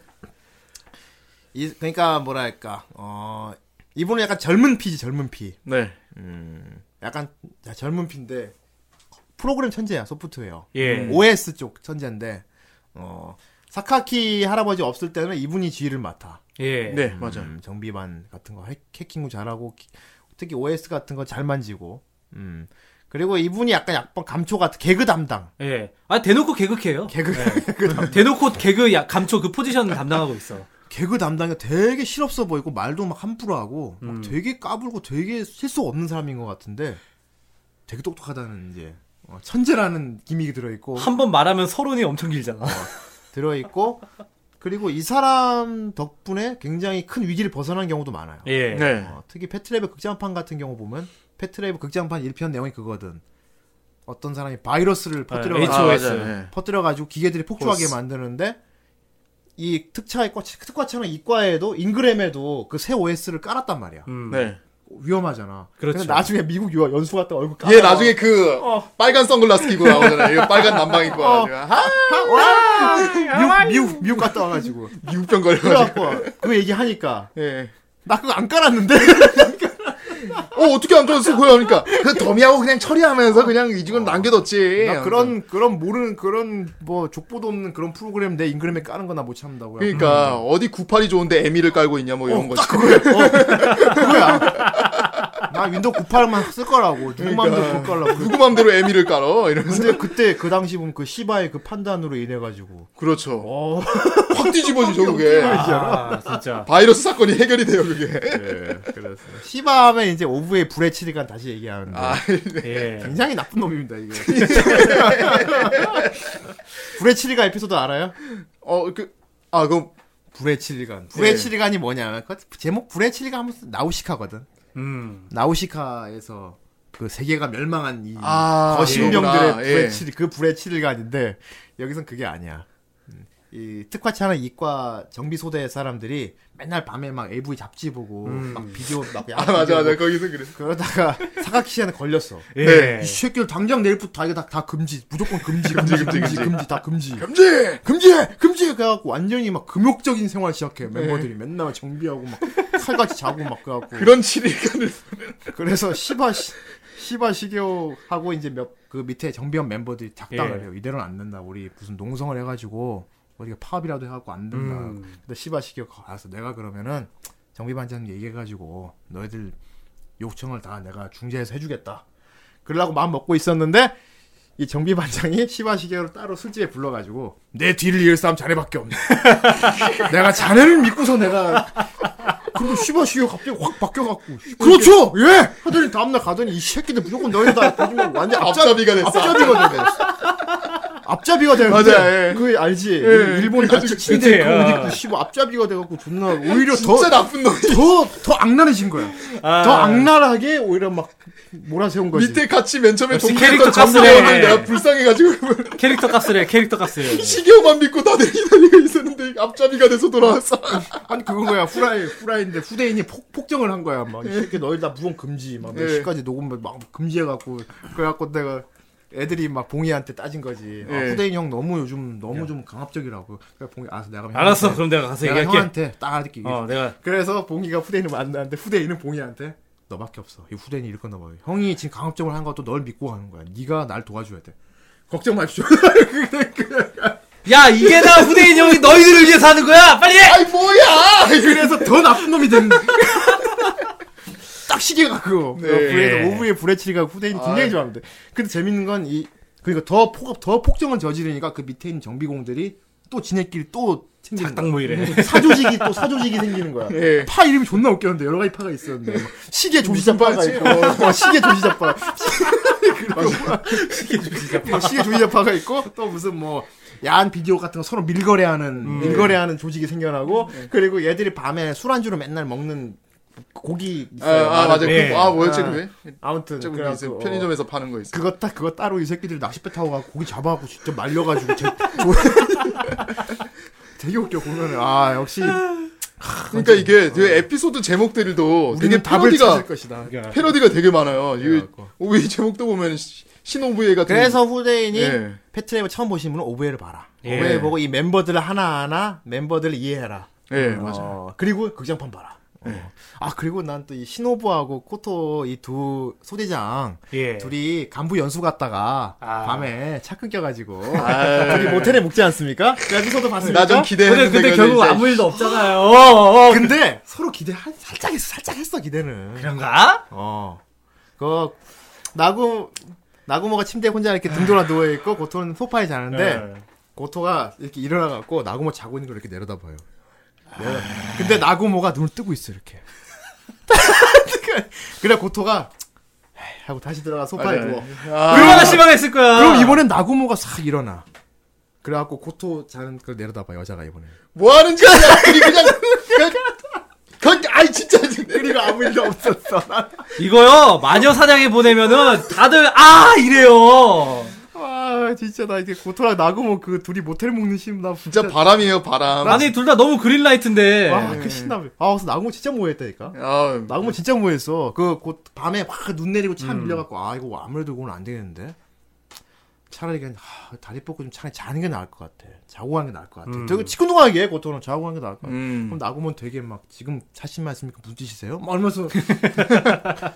Speaker 7: 이 그러니까 뭐랄까 어 이분은 약간 젊은 피지 젊은 피.
Speaker 3: 네.
Speaker 7: 약간 자, 젊은 피인데 프로그램 천재야 소프트웨어.
Speaker 4: 예
Speaker 7: OS 쪽 천재인데 어 사카키 할아버지 없을 때는 이분이 지휘를 맡아.
Speaker 4: 예.
Speaker 3: 네, 맞아요.
Speaker 7: 음, 정비반 같은 거 해- 해킹도 잘하고 기- 특히 OS 같은 거 잘 만지고. 음. 그리고 이분이 약간 약간 감초 같은 개그 담당.
Speaker 4: 예. 아 대놓고 개그해요
Speaker 7: 개그
Speaker 4: 대놓고 개그 야- 감초 그 포지션을 담당하고 있어
Speaker 7: *laughs* 개그 담당이 되게 실없어 보이고 말도 막 함부로 하고 막 되게 까불고 되게 실수 없는 사람인 것 같은데 되게 똑똑하다는 이제 어, 천재라는 기믹이 들어 있고
Speaker 4: 한 번 말하면 서론이 엄청 길잖아
Speaker 7: 들어 있고 그리고 이 사람 덕분에 굉장히 큰 위기를 벗어난 경우도 많아요.
Speaker 4: 예
Speaker 3: 네.
Speaker 7: 어, 특히 패트레이브 극장판 같은 경우 보면 패트레이브 극장판 1편 내용이 그거든. 어떤 사람이 바이러스를 퍼뜨려
Speaker 4: 아,
Speaker 7: 가지고
Speaker 4: HOS.
Speaker 3: 맞아요. 예.
Speaker 7: 퍼뜨려 가지고 기계들이 폭주하게
Speaker 3: 코스.
Speaker 7: 만드는데 이 특차의 과 특과차는 이과에도 인그램에도 그 새 OS를 깔았단 말이야.
Speaker 4: 음.
Speaker 3: 네.
Speaker 7: 위험하잖아.
Speaker 4: 그렇죠.
Speaker 7: 근데 나중에 미국 유학 연수 갔다 얼굴 깔아.
Speaker 3: 얘 나중에 그
Speaker 7: 어.
Speaker 3: 빨간 선글라스 끼고 나오잖아요. 이거 빨간 남방 입고 와가지고 아,
Speaker 7: 미국 미국, 미국 갔다 와
Speaker 4: *laughs*
Speaker 7: 가지고
Speaker 3: 미국병 걸려가지고.
Speaker 7: 그래갖고 그 얘기 하니까
Speaker 3: 예.
Speaker 7: 나 그거 안 깔았는데.
Speaker 3: 어 어떻게 안 들었어? 그거 하니까 그 더미하고 그냥 처리하면서 그냥 이직은 남겨뒀지.
Speaker 7: 어. 나
Speaker 3: 네.
Speaker 7: 그런 그런 모르는 그런 뭐 족보도 없는 그런 프로그램 내 인그램에 까는 거 나 못 참는다고요.
Speaker 3: 그러니까
Speaker 7: 음.
Speaker 3: 어디 구팔이 좋은데 애미를 깔고 있냐 뭐
Speaker 7: 어,
Speaker 3: 이런 거지.
Speaker 7: 나 윈도우 98만 쓸 거라고 누구
Speaker 3: 그러니까.
Speaker 7: 마음대로 못 깔라고.
Speaker 3: 누구 맘대로 애미를 깔어 이러면서. *laughs*
Speaker 7: 근데 그때 그 당시 보면 그 시바의 그 판단으로 인해 가지고
Speaker 3: *laughs* 그렇죠.
Speaker 7: 어,
Speaker 3: 확 뒤집어지죠 *laughs* 그게.
Speaker 4: 아 진짜
Speaker 3: 바이러스 사건이 해결이 돼요 그게.
Speaker 7: 그래서 시바 하면 이제 오브의 불의 칠이간 다시 얘기하는데
Speaker 3: 아,
Speaker 4: 예
Speaker 7: 굉장히 나쁜
Speaker 3: *laughs*
Speaker 7: 놈입니다 이게. *laughs* 불의 칠이간 에피소드 알아요?
Speaker 3: 어 그. 아 그럼
Speaker 7: 불의 칠이간. 불의
Speaker 3: 예.
Speaker 7: 칠이간이 뭐냐면 그 제목 불의 칠이간 하면 나우시카거든.
Speaker 4: 음.
Speaker 7: 나우시카에서 그 세계가 멸망한 이
Speaker 3: 아,
Speaker 7: 거신병들의
Speaker 3: 그거구나. 예.
Speaker 7: 불의 칠, 그 불의 칠일간인데 여기선 그게 아니야. 음, 이 특화차는 이과 정비소대 사람들이 맨날 밤에 막 AV 잡지 보고 막 비디오 막
Speaker 3: 아 맞아 맞아 거기서 그랬어.
Speaker 7: 그러다가 *laughs* 사각시에는 걸렸어.
Speaker 4: 예.
Speaker 3: 네.
Speaker 7: 이 새끼들 당장 내일부터 다 이거 다, 다 금지 무조건 금지 금지 금지 금지, 금지 다 금지
Speaker 3: 금지.
Speaker 7: 금지해! 금지해! 그래갖고 완전히 막 금욕적인 생활 시작해. 멤버들이 맨날 정비하고 막 칼같이 자고 막 그래갖고.
Speaker 3: 그런 7일간을
Speaker 7: 그래서 시바, 시, 시바 시교하고 이제 몇, 그 밑에 정비원 멤버들이 작당을
Speaker 4: 예.
Speaker 7: 해요. 이대로는 안 된다. 우리 무슨 농성을 해가지고 어디가 파업이라도 해갖고 안 된다.
Speaker 4: 음.
Speaker 7: 근데 시바 시교 가서 내가 그러면은 정비반장 얘기해가지고 너희들 요청을 다 내가 중재해서 해주겠다. 그러려고 마음 먹고 있었는데 이 정비 반장이 시바시계로 따로 술집에 불러가지고 내 뒤를 이을 사람 자네밖에 없네. *laughs* 내가 자네를 믿고서 내가 그리고 시바시계 갑자기 확 바뀌어갖고 그렇죠 예 하더니 다음날 가더니 이 새끼들 무조건 너희다 거짓말 완전 앞잡
Speaker 3: 앞잡이가 됐어.
Speaker 7: 앞잡이가 되네. 앞잡이가 되는데
Speaker 3: 맞아, 예.
Speaker 7: 그 알지
Speaker 3: 예,
Speaker 7: 일본이 같이
Speaker 4: 그치,
Speaker 7: 침대 어, 입고
Speaker 4: 아.
Speaker 7: 오니까 씨발 앞잡이가 돼갖고 존나 오히려 더
Speaker 3: 진짜 나쁜 놈.
Speaker 7: 더, 더 악랄해진 거야. 더 악랄하게 오히려 막 몰아세운 거지.
Speaker 3: 밑에 같이 맨 처음에
Speaker 4: 역시
Speaker 3: 동료했던
Speaker 4: 캐릭터
Speaker 3: 잡무원을
Speaker 4: 값을 해.
Speaker 7: 네.
Speaker 3: 내가 불쌍해가지고
Speaker 4: 캐릭터 값을 해, 캐릭터 값을.
Speaker 3: 시계만 믿고 다들 기다리고 있었는데 앞잡이가 돼서 돌아왔어.
Speaker 7: 아니 그건 거야 후라이 후라이인데 후대인이 폭, 폭정을 한 거야 막 이렇게 너희 다 무언 금지 막
Speaker 3: 네.
Speaker 7: 몇 시까지 녹음 막 금지해갖고 그래갖고 내가 애들이 막 봉이한테 따진 거지 아,
Speaker 3: 네.
Speaker 7: 후대인 형 너무 요즘 너무 좀 강압적이라고 그래서 봉이 알았어 내가 그럼
Speaker 4: 알았어,
Speaker 7: 형한테-
Speaker 4: 그럼 내가 가서
Speaker 7: 내가
Speaker 4: 얘기할게.
Speaker 7: 형한테 딱 이렇게
Speaker 4: 어, 내가.
Speaker 7: 그래서 봉이가 후대인을 만나는데 후대인은 봉이한테 너밖에 없어. 이 후대인이 이럴 건나 봐. 형이 지금 강압적으로 한 것도 널 믿고 가는 거야. 네가 날 도와줘야 돼.
Speaker 3: *laughs*
Speaker 7: 걱정 마십시오.
Speaker 4: 야, 이게 다 후대인 형이 너희들을 위해서 하는 거야! 빨리 해!
Speaker 3: 아이 뭐야?
Speaker 7: 그래서 더 나쁜 놈이 됐는데. 딱 시계가 그거.
Speaker 3: 네.
Speaker 7: 그래서 오후에 불해치리가 후대인이 굉장히
Speaker 3: 아이. 예.
Speaker 7: 좋아하는데. 근데 재밌는 건 이, 그러니까 더 폭, 더 폭정을 저지르니까 그 밑에 있는 정비공들이 또 지네끼리 또 챙기는 거야.
Speaker 4: 딱뭐 모이래.
Speaker 7: 네. 사조직이 또 사조직이 생기는 거야.
Speaker 3: 예.
Speaker 7: 파 이름이 존나 웃겼는데 여러 가지 파가 있었는데 막 시계 조시자파가
Speaker 3: 무슨
Speaker 7: 있고 어, 시계 조시자파 아, 뭐 시계 조시자파가 있고 또 무슨 뭐 야한 비디오 같은 거 서로 밀거래하는 밀거래하는 조직이 생겨나고 그리고 얘들이 밤에 술안주로 맨날 먹는 고기
Speaker 3: 아,
Speaker 7: 있어요.
Speaker 3: 아 맞아.
Speaker 4: 네.
Speaker 3: 그, 아 뭐였지
Speaker 7: 아.
Speaker 3: 그게?
Speaker 7: 아무튼
Speaker 3: 저기
Speaker 7: 그래갖고,
Speaker 3: 있어요.
Speaker 7: 어.
Speaker 3: 편의점에서 파는 거 있어.
Speaker 7: 그거 딱 그거 따로 이 새끼들 낚싯배 타고 가 고기 잡아갖고 직접 *laughs* 말려가지고 제, 되게 웃겨 보면은 아 역시
Speaker 3: 그러니까 이게 되게 에피소드 제목들도 되게
Speaker 7: 어. 우리는 뭐 답을 찾을
Speaker 3: 패러디가
Speaker 7: 것이다.
Speaker 3: 패러디가 되게 많아요. 이거
Speaker 7: 그래갖고.
Speaker 3: 오이 제목도 보면 시- 신오부에 같은.
Speaker 7: 그래서 후대인이
Speaker 3: 예.
Speaker 7: 패트레이브 처음 보신 분은 오브웨를 봐라.
Speaker 4: 예.
Speaker 7: 오브웨 보고 이 멤버들을 하나하나 멤버들을 이해해라.
Speaker 3: 예 맞아.
Speaker 4: 네.
Speaker 7: 어, 그리고 극장판 봐라. 어. 아 그리고 난 또 이 신호부하고 코토 이 두 소대장
Speaker 4: 예.
Speaker 7: 둘이 간부 연수 갔다가
Speaker 4: 아.
Speaker 7: 밤에 차 끊겨가지고 둘이 모텔에 묵지 않습니까? 그래서도 봤습니다.
Speaker 3: 나 좀
Speaker 4: 근데,
Speaker 3: 기대했는데
Speaker 4: 근데
Speaker 3: 그거는
Speaker 4: 결국
Speaker 3: 이제
Speaker 4: 아무 일도 없잖아요. 어, 어.
Speaker 7: 근데 서로 기대 한 살짝 했어, 살짝 했어 기대는.
Speaker 4: 그런가?
Speaker 7: 어. 그 나구 나구모가 침대에 혼자 이렇게 등 돌아 누워 있고 고토는 소파에 자는데
Speaker 4: 네.
Speaker 7: 고토가 이렇게 일어나갖고 나구모 자고 있는 걸 이렇게 내려다봐요. 내려- 근데 나구모가 눈을 뜨고 있어 이렇게. *laughs* 그래 고토가 에이, 하고 다시 들어가 소파에
Speaker 3: 맞아요.
Speaker 7: 누워.
Speaker 3: 아,
Speaker 4: 얼마나 실망했을 거야.
Speaker 7: 그럼 이번엔 나구모가 싹 일어나. 그래갖고 고토 자는 걸 내려다봐 여자가 이번에.
Speaker 3: 뭐 하는 짓이야? 둘이 그냥 그, 그, 아이 진짜
Speaker 7: 그리고 아무 일도 없었어.
Speaker 4: 이거요, 마녀 사냥에 보내면은 다들, 아! 이래요.
Speaker 7: 아 진짜 나 이제 고토랑 나구모 그 둘이 모텔 먹는 씬나
Speaker 3: 진짜 바람이에요 바람.
Speaker 4: 아니, 둘 다 너무 그린라이트인데.
Speaker 7: 와, 그 신나면. 아, 그래서 나구모 진짜 모호했다니까.
Speaker 3: 아,
Speaker 7: 나구모 진짜 모호했어. 그, 곧 밤에 막 눈 내리고 차 밀려갖고, 아, 이거 아무래도 오늘 안 되겠는데? 차라리 그냥, 하, 다리 뻗고 좀 차라리 자는 게 나을 것 같아. 자고 가는 게 나을 것 같아. 되게 치근동하게, 고토는 자고 가는 게 나을 것 같아.
Speaker 3: 음.
Speaker 7: 그럼 나구모는 되게 막, 지금 자신 말씀니까 무슨 짓이세요? 막 이러면서.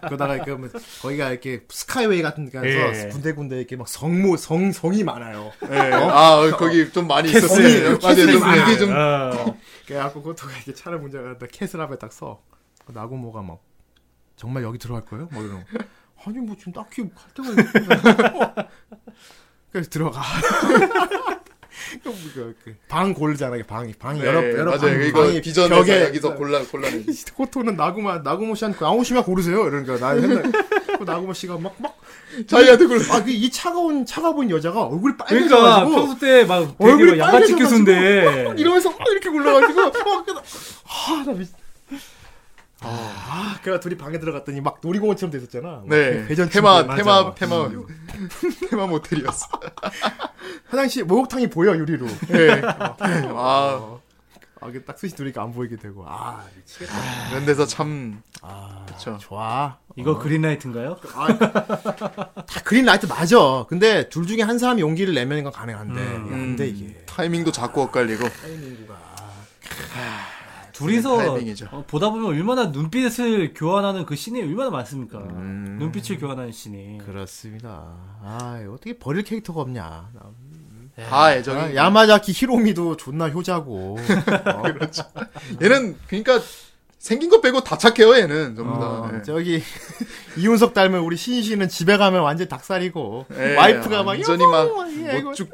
Speaker 7: 그러다가, 이렇게 하면 거기가 이렇게 스카이웨이 같은 데 가서
Speaker 4: 예.
Speaker 7: 군데군데 이렇게 막 성모, 성, 성이 많아요.
Speaker 3: 예. 아 어, 거기 좀 많이 있었어요. 맞아요.
Speaker 7: 캐슬.
Speaker 3: 좀
Speaker 7: 캐슬이
Speaker 3: 이게 좀
Speaker 4: 어.
Speaker 7: 그래갖고 고토가 이렇게 차를 문제가다 캐슬 앞에 딱 서. 그 나고모가 막 정말 여기 들어갈 거예요? 뭐 이런. 거. 아니 뭐 지금 딱히 갈 데가 있는데. 어. 그래서 들어가. 그, 그, 방 고르잖아. 이게 방이 방이 여러
Speaker 3: 네,
Speaker 7: 여러
Speaker 3: 맞아요.
Speaker 7: 방이,
Speaker 3: 이거
Speaker 7: 방이
Speaker 3: 비전에서
Speaker 7: 벽에
Speaker 3: 여기서 골라 골라내.
Speaker 7: 코토는 나고마 나고모 씨한테 아오시마 고르세요. 이러니까 나 맨날 그 나고모 씨가 막막아그이 그
Speaker 3: 자기한테 골라.
Speaker 7: 차가운 차가운 여자가 얼굴이
Speaker 4: 그러니까,
Speaker 7: 빨개져가지고
Speaker 4: 평소 때 막, 되게 막
Speaker 7: 얼굴이
Speaker 4: 양아치
Speaker 7: 빨개져가지고
Speaker 4: 교수인데.
Speaker 7: *laughs* 이러면서 막 이렇게 올라가지고 아 나 미친 아, 그래 둘이 방에 들어갔더니 막 놀이공원처럼 돼 있었잖아.
Speaker 3: 네.
Speaker 7: 회전
Speaker 3: 테마 테마 테마 테마 모텔이었어.
Speaker 7: 화장실 목욕탕이 보여 *laughs* 유리로.
Speaker 3: 네. 아
Speaker 7: 아, 이게 딱 스시 둘이니까 안 보이게 되고. 아, 미치겠다.
Speaker 3: 이런 데서 참 그렇죠.
Speaker 7: 좋아.
Speaker 4: 이거 그린라이트인가요?
Speaker 7: 다 아, 그린 라이트 맞아. 근데 둘 중에 한 사람이 용기를 내면 이건 가능한데 이게 안 돼, 이게.
Speaker 3: 음, 타이밍도 자꾸 엇갈리고.
Speaker 7: 네,
Speaker 4: 둘이서
Speaker 3: 타이밍이죠.
Speaker 4: 어, 보다 보면 얼마나 눈빛을 교환하는 그 씬이 얼마나 많습니까?
Speaker 7: 음.
Speaker 4: 눈빛을 교환하는 씬이.
Speaker 7: 그렇습니다. 아, 이거 어떻게 버릴 캐릭터가 없냐.
Speaker 3: 다 애정이.
Speaker 7: 아, 야마자키 히로미도 존나 효자고. 어,
Speaker 3: 얘는 그러니까 생긴 거 빼고 다 착해요. 얘는 전부 다.
Speaker 7: 어,
Speaker 3: 네.
Speaker 7: *laughs* 저기 이윤석 닮은 우리 신씨는 집에 가면 완전 닭살이고
Speaker 3: 예,
Speaker 7: 와이프가 막
Speaker 3: 완전히
Speaker 7: 여보, 예, 이거-
Speaker 3: 막못 죽.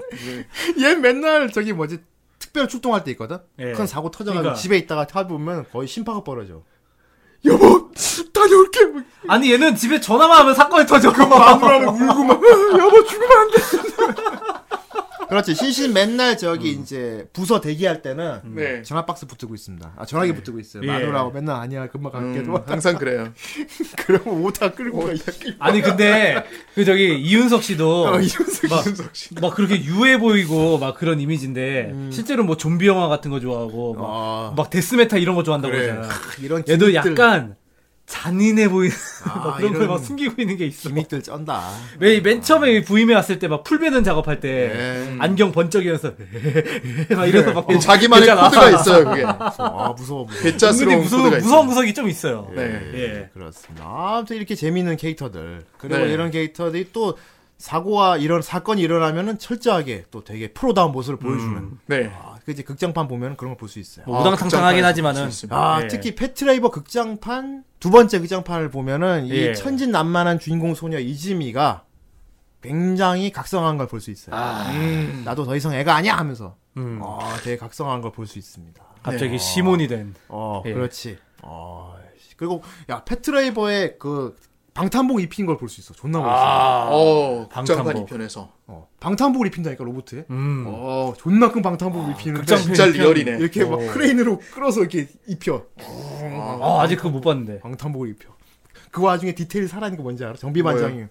Speaker 3: 예.
Speaker 7: 얘 맨날 저기 뭐지 특별 출동할 때 있거든.
Speaker 4: 예.
Speaker 7: 큰 사고 터져가지고
Speaker 4: 그러니까.
Speaker 7: 집에 있다가 타보면 거의 심파가 벌어져. 여보 다녀올게. 막
Speaker 4: 아니 얘는 집에 전화만 하면 사건이 터져.
Speaker 7: 마누라는 울고 막 여보 죽으면 안 돼. 그렇지 신씨 맨날 저기 이제 부서 대기할 때는
Speaker 3: 음. 네.
Speaker 7: 전화 박스 붙들고 있습니다. 아 전화기 붙들고 있어요.
Speaker 4: 예.
Speaker 7: 마누라고 맨날 아니야 금방 갈게.
Speaker 3: 음, 항상 그래요.
Speaker 7: 그러면 오타 끌고 가. 이 새끼.
Speaker 4: 아니 근데 그 저기 이윤석 씨도
Speaker 7: 어, 이윤석
Speaker 4: 막,
Speaker 3: 윤석 씨. 음.
Speaker 4: 막 그렇게 유해 보이고 막 그런 이미지인데 실제로 뭐 좀비 영화 같은 거 좋아하고 막,
Speaker 7: 아.
Speaker 4: 막 데스메탈 이런 거 좋아한다고
Speaker 3: 그래.
Speaker 4: 그러잖아.
Speaker 7: 이런
Speaker 4: 얘도
Speaker 7: 기믹들.
Speaker 4: 약간 잔인해 보이는
Speaker 3: 아,
Speaker 4: *laughs* 막 그런 걸
Speaker 7: 이런
Speaker 4: 막 숨기고 있는 게 있어.
Speaker 7: 기믹들 쩐다.
Speaker 4: 왜, 맨 처음에 부임해 왔을 때 막 풀베는 작업할 때
Speaker 3: 예.
Speaker 4: 안경 번쩍이면서 *laughs* 막 이래서
Speaker 3: 어,
Speaker 4: 막
Speaker 3: 네. 자기만의
Speaker 4: 괜찮아.
Speaker 3: 코드가 있어요. *laughs* 그게
Speaker 7: 아 무서워 무서워.
Speaker 4: 은근히
Speaker 3: 괴짜스러운
Speaker 4: 무서운
Speaker 3: 코드가
Speaker 4: 무서운
Speaker 3: 있어요.
Speaker 4: 구석이 좀 있어요.
Speaker 3: 네.
Speaker 4: 예.
Speaker 7: 그렇습니다. 아무튼 이렇게 재미있는 캐릭터들 그리고
Speaker 3: 네.
Speaker 7: 이런 캐릭터들이 또 사고와 이런 사건이 일어나면은 철저하게 또 되게 프로다운 모습을 보여주는.
Speaker 3: 네.
Speaker 7: 아, 그 이제 극장판 보면 그런 걸 볼 수 있어요.
Speaker 4: 뭐 우당탕탕하긴
Speaker 3: 극장판에서
Speaker 4: 하지만은
Speaker 3: 볼수 있습니다.
Speaker 7: 아
Speaker 4: 예.
Speaker 7: 특히 패트라이버 극장판 두 번째 극장판을 보면은 이
Speaker 4: 예.
Speaker 7: 천진난만한 주인공 소녀 이지미가 굉장히 각성한 걸 볼 수 있어요.
Speaker 3: 음.
Speaker 7: 나도 더 이상 애가 아니야 하면서
Speaker 4: 음.
Speaker 7: 아 되게 각성한 걸 볼 수 있습니다.
Speaker 3: 네.
Speaker 4: 갑자기 시몬이 된
Speaker 7: 어,
Speaker 4: 예.
Speaker 7: 그렇지. 어, 씨. 그리고 야 패트레이버의 그 방탄복 입힌 걸 볼 수 있어. 존나 멋있어. 아,
Speaker 3: 어, 극장판
Speaker 4: 방탄복.
Speaker 3: 2편에서.
Speaker 7: 어, 방탄복을 입힌다니까 로봇에.
Speaker 4: 음.
Speaker 7: 어, 존나 큰
Speaker 3: 아,
Speaker 7: 방탄복을 입히는데
Speaker 4: 극장
Speaker 3: 진짜 리얼이네.
Speaker 7: *laughs* 이렇게 막 크레인으로 끌어서 이렇게 입혀.
Speaker 4: 아, 아직 그거 못 봤는데.
Speaker 7: 방탄복을 입혀. 그 와중에 디테일이 살아있는 게 뭔지 알아? 정비반장이.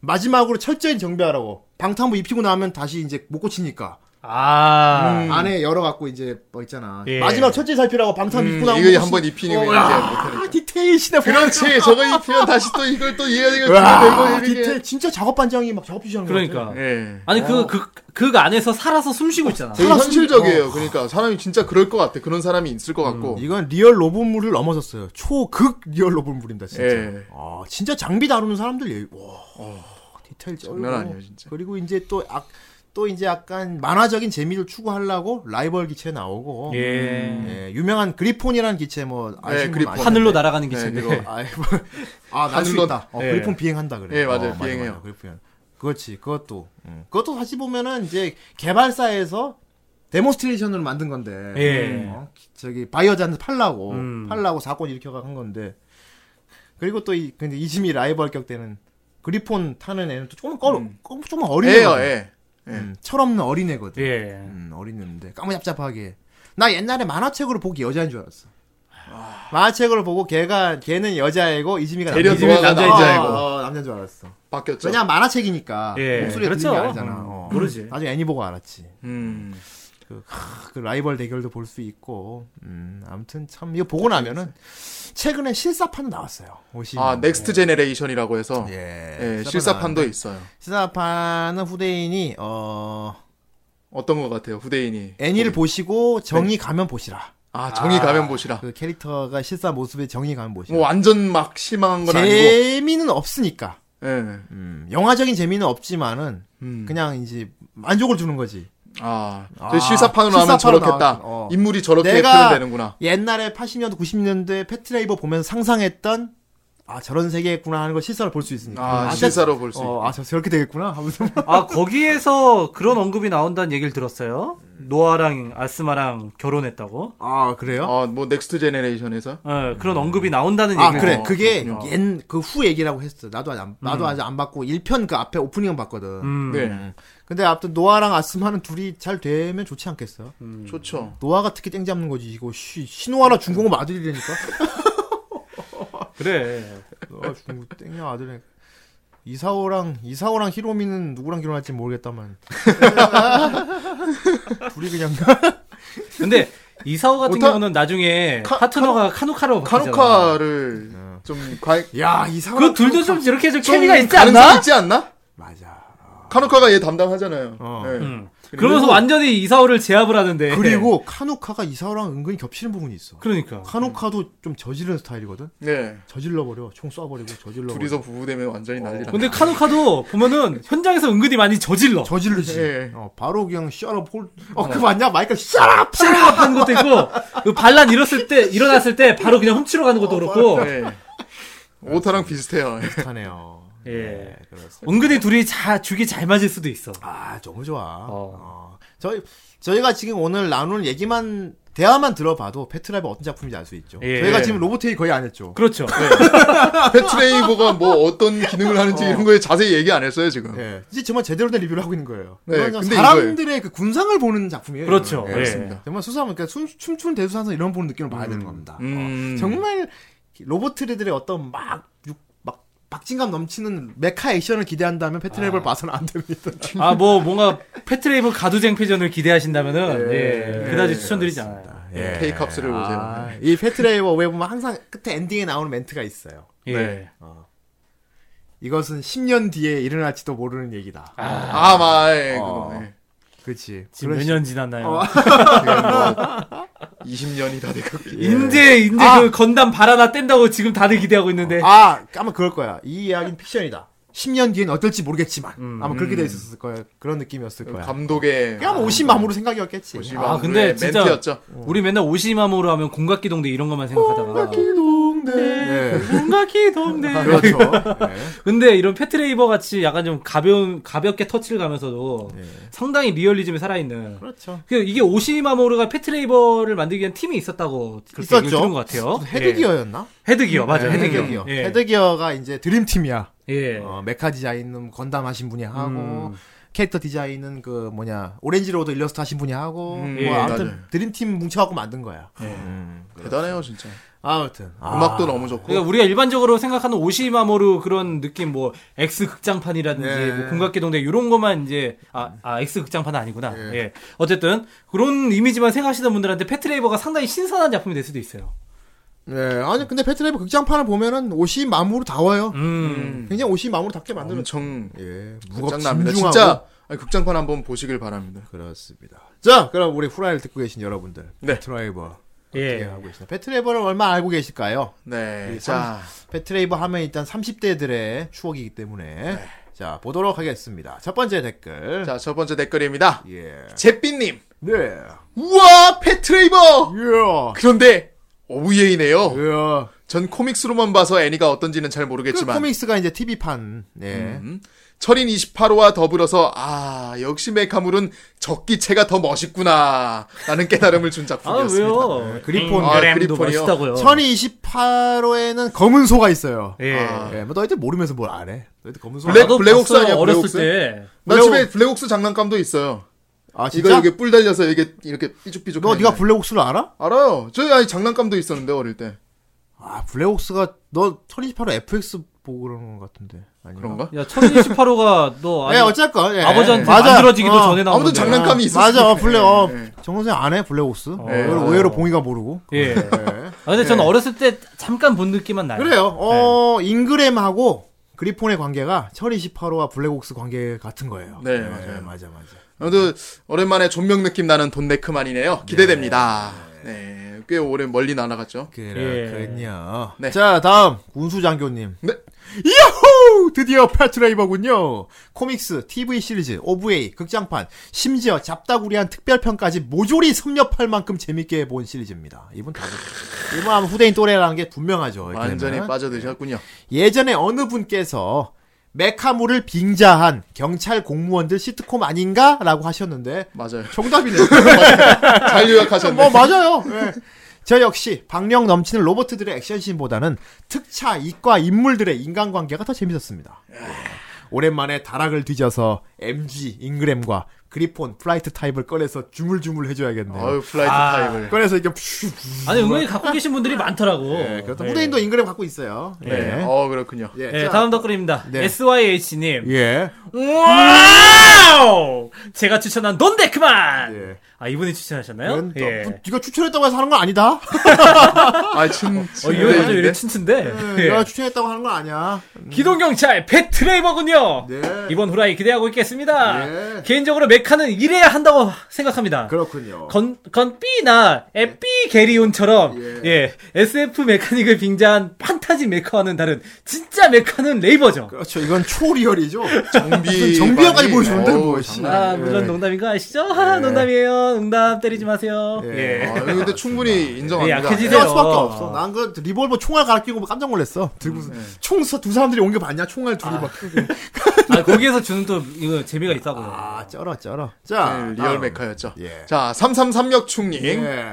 Speaker 7: 마지막으로 철저히 정비하라고. 방탄복 입히고 나면 다시 이제 못 고치니까.
Speaker 4: 아.
Speaker 7: 음, 안에 열어갖고 이제 뭐 있잖아.
Speaker 4: 예.
Speaker 7: 마지막 철저히 살피라고 방탄
Speaker 3: 음,
Speaker 7: 입고 나면
Speaker 3: 이거
Speaker 7: 못
Speaker 3: 한번
Speaker 7: 고치-
Speaker 3: 입히는 거
Speaker 7: 어,
Speaker 3: 이제
Speaker 7: 야,
Speaker 3: 못하니까.
Speaker 7: 디테일 시대
Speaker 3: 그렇지. 저거 입히면 다시 또 이걸 또 이해가 되고
Speaker 7: 와,
Speaker 3: 되고
Speaker 7: 디테일
Speaker 3: 이렇게.
Speaker 7: 진짜 작업 반장이 막 작업 주시는
Speaker 4: 그러니까.
Speaker 3: 예.
Speaker 4: 아니 그 극 극 안에서 살아서 숨 쉬고 있잖아.
Speaker 3: 되게
Speaker 7: 사람
Speaker 3: 현실적이에요. 그러니까 사람이 진짜 그럴 것 같아. 그런 사람이 있을 것 같고.
Speaker 7: 어. 음. 이건 리얼 로봇물을 넘어섰어요. 초극 리얼 로봇물입니다, 진짜.
Speaker 3: 예.
Speaker 7: 아, 진짜 장비 다루는 사람들 예. 와. 디테일 쩔고.
Speaker 3: 장난 아니에요, 진짜.
Speaker 7: 그리고 이제 또 악, 또 이제 약간 만화적인 재미를 추구하려고 라이벌 기체 나오고.
Speaker 4: 예.
Speaker 7: 예, 유명한 그리폰이라는 기체 뭐 아시는
Speaker 3: 예,
Speaker 7: 분
Speaker 3: 그리폰.
Speaker 7: 많이-
Speaker 4: 하늘로 날아가는 기체인데.
Speaker 3: 네, 그거.
Speaker 7: 아, 뭐- 아, 날수
Speaker 3: 하늘로-
Speaker 7: 있다. 어,
Speaker 4: 예.
Speaker 7: 그리폰 비행한다 그래.
Speaker 3: 예, 맞아요.
Speaker 7: 어, 맞아,
Speaker 3: 비행해요. 예.
Speaker 7: 맞아, 그리폰. 그렇지. 그것도. 음. 그것도 다시 보면은 이제 개발사에서 데모스트레이션으로 만든 건데.
Speaker 4: 예.
Speaker 7: 어, 기- 저기 바이어자한테 팔라고
Speaker 4: 음.
Speaker 7: 팔라고 사건 일으켜가 한 건데. 그리고 또 이 근데 이심이 라이벌격 때는 그리폰 타는 애는 또 조금 꺼, 꺼- 조금 어린
Speaker 3: 음. 예요,
Speaker 7: 애거든.
Speaker 3: 예.
Speaker 7: 음, 철없는 어린애거든.
Speaker 4: 예.
Speaker 7: 음, 어린애인데 까무잡잡하게. 나 옛날에 만화책으로 보기 여자인 줄 알았어. 만화책으로 보고 걔가 걔는 여자애고 이지미가
Speaker 3: 데려
Speaker 7: 남자애고.
Speaker 3: 놓아가
Speaker 7: 이지미가
Speaker 3: 남자애고. 그렇죠.
Speaker 7: 어, 어, 남자인 줄 알았어.
Speaker 3: 바뀌었죠.
Speaker 7: 왜냐 면 만화책이니까
Speaker 4: 예.
Speaker 7: 목소리 가
Speaker 4: 그렇죠.
Speaker 7: 들리는 게 알잖아.
Speaker 4: 음,
Speaker 7: 어.
Speaker 4: 모르지.
Speaker 7: 나중에 애니 보고 알았지.
Speaker 3: 음.
Speaker 7: 그 라이벌 대결도 볼 수 있고, 음, 아무튼 참, 이거 보고 나면은, 최근에 실사판도 나왔어요. 오시.
Speaker 3: 아, 넥스트 제네레이션이라고 해서
Speaker 7: 예.
Speaker 3: 예, 실사판도 있어요.
Speaker 7: 실사판은 후대인이, 어,
Speaker 3: 어떤 것 같아요, 후대인이?
Speaker 7: 애니를 보시고, 정이 가면 보시라.
Speaker 3: 아, 정의 가면 보시라.
Speaker 7: 그 캐릭터가 실사 모습에 정이 가면 보시라.
Speaker 3: 뭐 완전 막 실망한 건 아니고.
Speaker 7: 재미는 없으니까.
Speaker 3: 예.
Speaker 7: 음, 영화적인 재미는 없지만은,
Speaker 3: 음.
Speaker 7: 그냥 이제, 만족을 주는 거지.
Speaker 3: 아,
Speaker 7: 아,
Speaker 3: 저 실사판으로 하면
Speaker 7: 실사판으로
Speaker 3: 저렇겠다.
Speaker 7: 나왔- 어.
Speaker 3: 인물이 저렇게
Speaker 7: 내가-
Speaker 3: 표현되는구나.
Speaker 7: 옛날에 80년대, 90년대 패트레이버 보면서 상상했던, 아, 저런 세계겠구나 하는 걸 실사로 볼 수 있으니까.
Speaker 3: 아,
Speaker 7: 아,
Speaker 3: 실사로 볼 수 있고.
Speaker 7: 어, 아, 저, 저렇게 되겠구나 하면서. *laughs*
Speaker 4: 아 거기에서 그런 언급이 나온다는 얘기를 들었어요. 노아랑 아스마랑 결혼했다고.
Speaker 7: 아, 그래요?
Speaker 3: 아, 뭐 넥스트 제네레이션에서?
Speaker 4: 예, 그런 언급이 나온다는
Speaker 7: 아,
Speaker 4: 얘기를.
Speaker 7: 그래. 그게
Speaker 3: 그렇군요. 음.
Speaker 7: 옛, 그 후 얘기라고 했어. 나도 아직 안, 나도 아직 안 봤고, 1편 그 앞에 오프닝은 봤거든.
Speaker 4: 음.
Speaker 3: 네.
Speaker 7: 근데 아무튼 노아랑 아스마는 둘이 잘 되면 좋지 않겠어?
Speaker 3: 좋죠.
Speaker 7: 음. 노아가 특히 땡 잡는 거지. 이거 씨, 신호 하나 준 거고 마들이라니까?
Speaker 4: 그래.
Speaker 1: 아, 중국 땡녀 아들. 이사오랑 이사오랑 히로미는 누구랑 결혼할지 모르겠다만. *laughs* 둘이 그냥
Speaker 4: 근데 이사오 같은
Speaker 3: 오타-
Speaker 4: 경우는 나중에
Speaker 3: 카-
Speaker 4: 파트너가 어, 카누카로 바뀌잖아.
Speaker 3: 카누카를 좀 과...
Speaker 7: 음.
Speaker 1: 야, 이사오.
Speaker 4: 그 둘도 좀 이렇게 좀
Speaker 3: 좀
Speaker 4: 케미가 있지
Speaker 3: 가능성이
Speaker 4: 않나?
Speaker 3: 있지 않나?
Speaker 1: 맞아.
Speaker 3: 카누카가 얘 담당하잖아요.
Speaker 1: 어.
Speaker 3: 네.
Speaker 4: 음. 그러면서 완전히 이사오를 제압을 하는데.
Speaker 1: 그리고 카누카가 이사오랑 은근히 겹치는 부분이 있어.
Speaker 4: 그러니까.
Speaker 1: 카누카도 좀 저지르는 스타일이거든.
Speaker 3: 네.
Speaker 1: 저질러 버려. 총 쏴 버리고 저질러.
Speaker 3: 둘이서 부부되면 완전히 난리나.
Speaker 4: 근데 카누카도 보면은 현장에서 은근히 많이 저질러.
Speaker 1: 저지르지.
Speaker 3: 예.
Speaker 1: 어, 바로 그냥 셔럽 홀. 어, 그거 맞냐? 마이클 셔럽.
Speaker 4: 샤라 하는 것도 있고 그 반란 일었을 때 일어났을 때 바로 그냥 훔치러 가는 것도 그렇고
Speaker 3: 네. 오타랑 비슷해요.
Speaker 1: 비슷하네요.
Speaker 4: 예.
Speaker 1: 네, 그렇습니다.
Speaker 4: 은근히 둘이 자 죽이 잘 맞을 수도 있어.
Speaker 1: 아, 너무 좋아.
Speaker 4: 어.
Speaker 1: 어. 저희 저희가 지금 오늘 나눌 얘기만 대화만 들어봐도 패트라이브 어떤 작품인지 알 수 있죠.
Speaker 4: 예.
Speaker 1: 저희가 지금 로봇 테이 거의 안 했죠.
Speaker 4: 그렇죠.
Speaker 3: *laughs* 패트레이버가 뭐 어떤 기능을 하는지 이런 거에 자세히 얘기 안 했어요
Speaker 7: 네.
Speaker 3: 지금.
Speaker 1: 예. 이제 정말 제대로 된 리뷰를 하고 있는 거예요.
Speaker 3: 네,
Speaker 1: 그냥
Speaker 3: 근데 네,
Speaker 1: 사람들의 그 군상을 보는 작품이에요.
Speaker 4: 그렇죠.
Speaker 1: 이거는.
Speaker 4: 예.
Speaker 1: 예. 정말 수사하면 그러니까 숨- 춤추는 대수사에서 이런 보는 느낌을 봐야 되는 겁니다.
Speaker 3: 음.
Speaker 1: 어, 정말 로봇들의 어떤 막, 육- 막 박진감 넘치는 메카 액션을 기대한다면 패트랩을 봐서는 안 됩니다.
Speaker 4: 아, 뭐, 뭔가, 패트레이브 가두쟁 패전을 기대하신다면은,
Speaker 1: 예,
Speaker 4: 예, 그다지 추천드리지 않아요.
Speaker 1: 예.
Speaker 3: 테이크업스를 보세요.
Speaker 1: 아, *laughs*
Speaker 7: 예.
Speaker 1: 이 패트레이버 왜 보면 항상 끝에 엔딩에 나오는 멘트가 있어요.
Speaker 4: 예.
Speaker 1: 이것은 10년 뒤에 일어날지도 모르는 얘기다.
Speaker 3: 아, 마이.
Speaker 1: 어.
Speaker 3: 그거. 네.
Speaker 1: 그렇지.
Speaker 4: 지금 몇 년 지났나요? *laughs*
Speaker 1: 어.
Speaker 3: 지금 뭐 20년이 다 됐고.
Speaker 4: 인제, 인제
Speaker 1: 아.
Speaker 4: 그 건담 발 하나 뗀다고 지금 다들 기대하고 있는데.
Speaker 1: 아, 아마 그럴 거야. 이 이야기는 픽션이다. 10년 뒤엔 어떨지 모르겠지만 아마 그렇게 돼 있었을 거야. 음, 그런 느낌이었을 거야.
Speaker 3: 감독의
Speaker 1: 그냥 오심마무로 생각이었겠지.
Speaker 3: 오시마
Speaker 4: 아, 근데
Speaker 3: 의
Speaker 4: 진짜
Speaker 3: 멘트였죠.
Speaker 4: 우리 맨날 오시마모로 하면 공각기동대 이런 것만 생각하다가.
Speaker 1: 기동대.
Speaker 4: *laughs* 공각기동대.
Speaker 1: 그렇죠. 네.
Speaker 4: 근데 이런 패트레이버 같이 약간 좀 가벼운, 가볍게 터치를 가면서도 상당히 리얼리즘이 살아있는.
Speaker 1: *laughs* 그렇죠.
Speaker 4: 그 이게 오시마모르가 패트레이버를 만들기 위한 팀이 있었다고 그렇게
Speaker 1: 있었죠.
Speaker 4: 얘기를 들은 것 같아요.
Speaker 1: 헤드기어였나? 네,
Speaker 4: 예. 헤드기어 맞아. 요 헤드기어.
Speaker 1: 헤드기어.
Speaker 4: 예.
Speaker 1: 헤드기어가 이제 드림팀이야.
Speaker 4: 예.
Speaker 1: 어, 메카 디자인은 건담 하신 분이 하고 캐릭터 디자인은 그 뭐냐 오렌지 로드 일러스트 하신 분이 하고
Speaker 3: 음,
Speaker 1: 뭐
Speaker 4: 예,
Speaker 1: 아무튼
Speaker 3: 맞아요.
Speaker 1: 드림팀 뭉쳐갖고 만든 거야.
Speaker 3: 대단해요 진짜.
Speaker 1: 아무튼 아,
Speaker 3: 음악도 너무 좋고.
Speaker 4: 그러니까 우리가 일반적으로 생각하는 오시마모르 그런 느낌 뭐 X 극장판이라든지
Speaker 3: 네.
Speaker 1: 예.
Speaker 4: 뭐 공각기동대 이런 것만 이제 아, 아 X 극장판 아니구나.
Speaker 3: 네.
Speaker 4: 예. 어쨌든 그런 이미지만 생각하시는 분들한테 패트레이버가 상당히 신선한 작품이 될 수도 있어요.
Speaker 1: 네, 아니 근데 패트랩 극장판을 보면은 옷이 마무로 다워요.
Speaker 4: 음.
Speaker 1: 굉장히 옷이 마무로 답게 만드는.
Speaker 3: 엄청
Speaker 1: 예,
Speaker 3: 무겁납니다.
Speaker 1: 진중하고.
Speaker 3: 진짜 아니, 극장판 한번 보시길 바랍니다.
Speaker 1: 그렇습니다. 자, 그럼 우리 후라이를 듣고 계신 여러분들,
Speaker 3: 네.
Speaker 1: 패트레이버 어떻게
Speaker 4: 예.
Speaker 1: 하고 계시나? 패트레이버를 얼마 알고 계실까요?
Speaker 3: 네.
Speaker 1: 이
Speaker 3: 자,
Speaker 1: 패트레이버 하면 일단 30대들의 추억이기 때문에 자 보도록 하겠습니다. 첫 번째 댓글.
Speaker 3: 네. 자 첫 번째 댓글입니다.
Speaker 1: 예.
Speaker 3: 제삐님,
Speaker 1: 네.
Speaker 3: 우와 패트레이버.
Speaker 1: 예.
Speaker 3: 그런데 오예이네요.
Speaker 1: 예.
Speaker 3: 전 코믹스로만 봐서 애니가 어떤지는 잘
Speaker 1: 그
Speaker 3: 모르겠지만
Speaker 1: 코믹스가 이제 TV판. 예.
Speaker 3: 음, 철인 28호와 더불어서 아 역시 메카물은 적기체가 더 멋있구나 라는 깨달음을 준
Speaker 4: 아
Speaker 3: 작품이었습니다.
Speaker 4: 왜요?
Speaker 1: 그리폰.
Speaker 3: 아,
Speaker 4: 그램도
Speaker 3: 그리폰이요.
Speaker 4: 멋있다고요.
Speaker 1: 1028호에는 검은 소가 있어요.
Speaker 4: 예.
Speaker 3: 아.
Speaker 1: 예, 뭐 너희들 모르면서 뭘 안 해. 너희들 검은 소.
Speaker 3: 블랙-
Speaker 1: 알아?
Speaker 4: 나도
Speaker 3: 블랙옥스
Speaker 4: 봤어요,
Speaker 3: 아니야,
Speaker 4: 어렸을
Speaker 3: 블랙옥스?
Speaker 4: 때.
Speaker 3: 나
Speaker 1: 블랙-
Speaker 3: 집에 블랙옥스 장난감도 있어요.
Speaker 1: 아
Speaker 3: 이거
Speaker 1: 진짜?
Speaker 3: 여기 뿔 달려서 이게 이렇게 삐죽삐죽.
Speaker 1: 너 네가
Speaker 3: 하는
Speaker 1: 블랙옥스를 알아?
Speaker 3: 거. 알아요? 저희 아이 장난감도 있었는데 어릴 때
Speaker 1: 아 블랙옥스가 너 1028호 FX 보고 그러는 것 같은데. 아닌가?
Speaker 3: 그런가?
Speaker 4: 야 1028호가 너
Speaker 3: 네,
Speaker 1: 예,
Speaker 4: 아니,
Speaker 1: 어쨌건 예.
Speaker 4: 아버지한테
Speaker 1: 맞아.
Speaker 4: 만들어지기도
Speaker 1: 어.
Speaker 4: 전에 나온
Speaker 3: 아무튼
Speaker 4: 건데.
Speaker 3: 장난- 장난감이 있었어.
Speaker 1: 맞아, 어, 블랙, 어,
Speaker 3: 예, 예.
Speaker 1: 정 선생 안 해, 블랙옥스.
Speaker 4: 어.
Speaker 3: 예.
Speaker 1: 의외로, 의외로 봉이가 모르고.
Speaker 4: 예.
Speaker 3: 네.
Speaker 1: 예.
Speaker 4: 아, 근데 저는 어렸을 때 잠깐 본 느낌만 나요.
Speaker 1: 그래요.
Speaker 3: 네.
Speaker 1: 어, 잉그램하고 그리폰의 관계가 철이 18호와 블랙옥스 관계 같은 거예요.
Speaker 3: 네,
Speaker 1: 예,
Speaker 3: 맞아요.
Speaker 1: 맞아, 맞아.
Speaker 3: 아무튼 오랜만에 존명 느낌 나는 돈네크만이네요. 기대됩니다. 네, 꽤 오래 멀리 날아갔죠.
Speaker 1: 그렇군요.
Speaker 3: 네.
Speaker 1: 자, 다음 군수 장교님.
Speaker 3: 네.
Speaker 1: 야호! 드디어 패트레이버군요. 코믹스, TV 시리즈, OVA, 극장판, 심지어 잡다구리한 특별편까지 모조리 섭렵할 만큼 재밌게 본 시리즈입니다. 이분 다 보셨죠. 이분 아마 후대인 또래라는 게 분명하죠. 이렇게
Speaker 3: 완전히
Speaker 1: 되면.
Speaker 3: 빠져드셨군요.
Speaker 1: 예전에 어느 분께서 메카물을 빙자한 경찰 공무원들 시트콤 아닌가라고 하셨는데
Speaker 3: 맞아요.
Speaker 1: 정답이네.
Speaker 3: 잘 요약하셨네.
Speaker 1: 뭐 맞아요. 예. 저 역시 박력 넘치는 로버트들의 액션씬보다는 특차 이과 인물들의 인간관계가 더 재밌었습니다. 예. 오랜만에 다락을 뒤져서 MG 잉그램과 그리폰 플라이트 타입을 꺼내서 주물주물 해줘야겠네요.
Speaker 3: 어유 플라이트
Speaker 4: 아.
Speaker 3: 타임을.
Speaker 1: 꺼내서 이렇게 푸
Speaker 4: 아니 은근히 갖고 계신 분들이 많더라고.
Speaker 1: 네, 그렇다.
Speaker 4: 예.
Speaker 1: 후대인도 잉그램 갖고 있어요.
Speaker 3: 네.
Speaker 1: 예.
Speaker 3: 어 그렇군요.
Speaker 1: 예,
Speaker 4: 네,
Speaker 1: 자,
Speaker 4: 다음 어? 덧글입니다.
Speaker 1: 네.
Speaker 4: SYH님.
Speaker 1: 예.
Speaker 4: 와우! 제가 추천한 돈데 그만!
Speaker 1: 예.
Speaker 4: 아, 이분이 추천하셨나요?
Speaker 1: 이건 또
Speaker 4: 예.
Speaker 1: 부- 네가 추천했다고 해서 하는 건 아니다.
Speaker 3: 아 진.
Speaker 4: 어, 이거 완전 이렇게 친친데?
Speaker 1: 네.
Speaker 4: 예.
Speaker 1: 내가 추천했다고 하는 건 아니야.
Speaker 4: 기동경찰 배트레이버군요!
Speaker 1: 네.
Speaker 4: 이번 후라이 기대하고 있겠습니다.
Speaker 1: 예.
Speaker 4: 개인적으로 메카는 이래야 한다고 생각합니다.
Speaker 1: 그렇군요.
Speaker 4: 건, 건 B나 에피 게리온처럼
Speaker 1: 예.
Speaker 4: 예. SF 메카닉을 빙자한 판타지 메카와는 다른 진짜 메카는 레이버죠.
Speaker 1: 그렇죠. 이건 초리얼이죠.
Speaker 3: 정비.
Speaker 1: 정비형까지
Speaker 3: 방이- 네.
Speaker 1: 보여주는데
Speaker 3: 어우,
Speaker 1: 뭐. 씨.
Speaker 3: 장난
Speaker 4: 아, 물론
Speaker 1: 예.
Speaker 4: 농담인 거 아시죠? 하하, 농담이에요. 농담 때리지 마세요.
Speaker 1: 예.
Speaker 4: 예.
Speaker 3: 아, 근데
Speaker 1: 네.
Speaker 3: 충분히 인정합니다.
Speaker 4: 예, 약해지세요.
Speaker 1: 어, 이럴 수밖에 없어. 난 그 리볼버 총알 갈아 끼고 뭐 깜짝 놀랐어. 들고 총두 사람들이 온 게 맞냐? 총알 둘이 막.
Speaker 4: 아, 거기에서 주는 또 이거 재미가 있다고요.
Speaker 1: 아, 쩔어, 쩔어.
Speaker 3: 네,
Speaker 1: 자,
Speaker 3: 리얼
Speaker 1: 다음.
Speaker 3: 메카였죠.
Speaker 1: 예.
Speaker 3: 자, 333역충님.
Speaker 1: 예.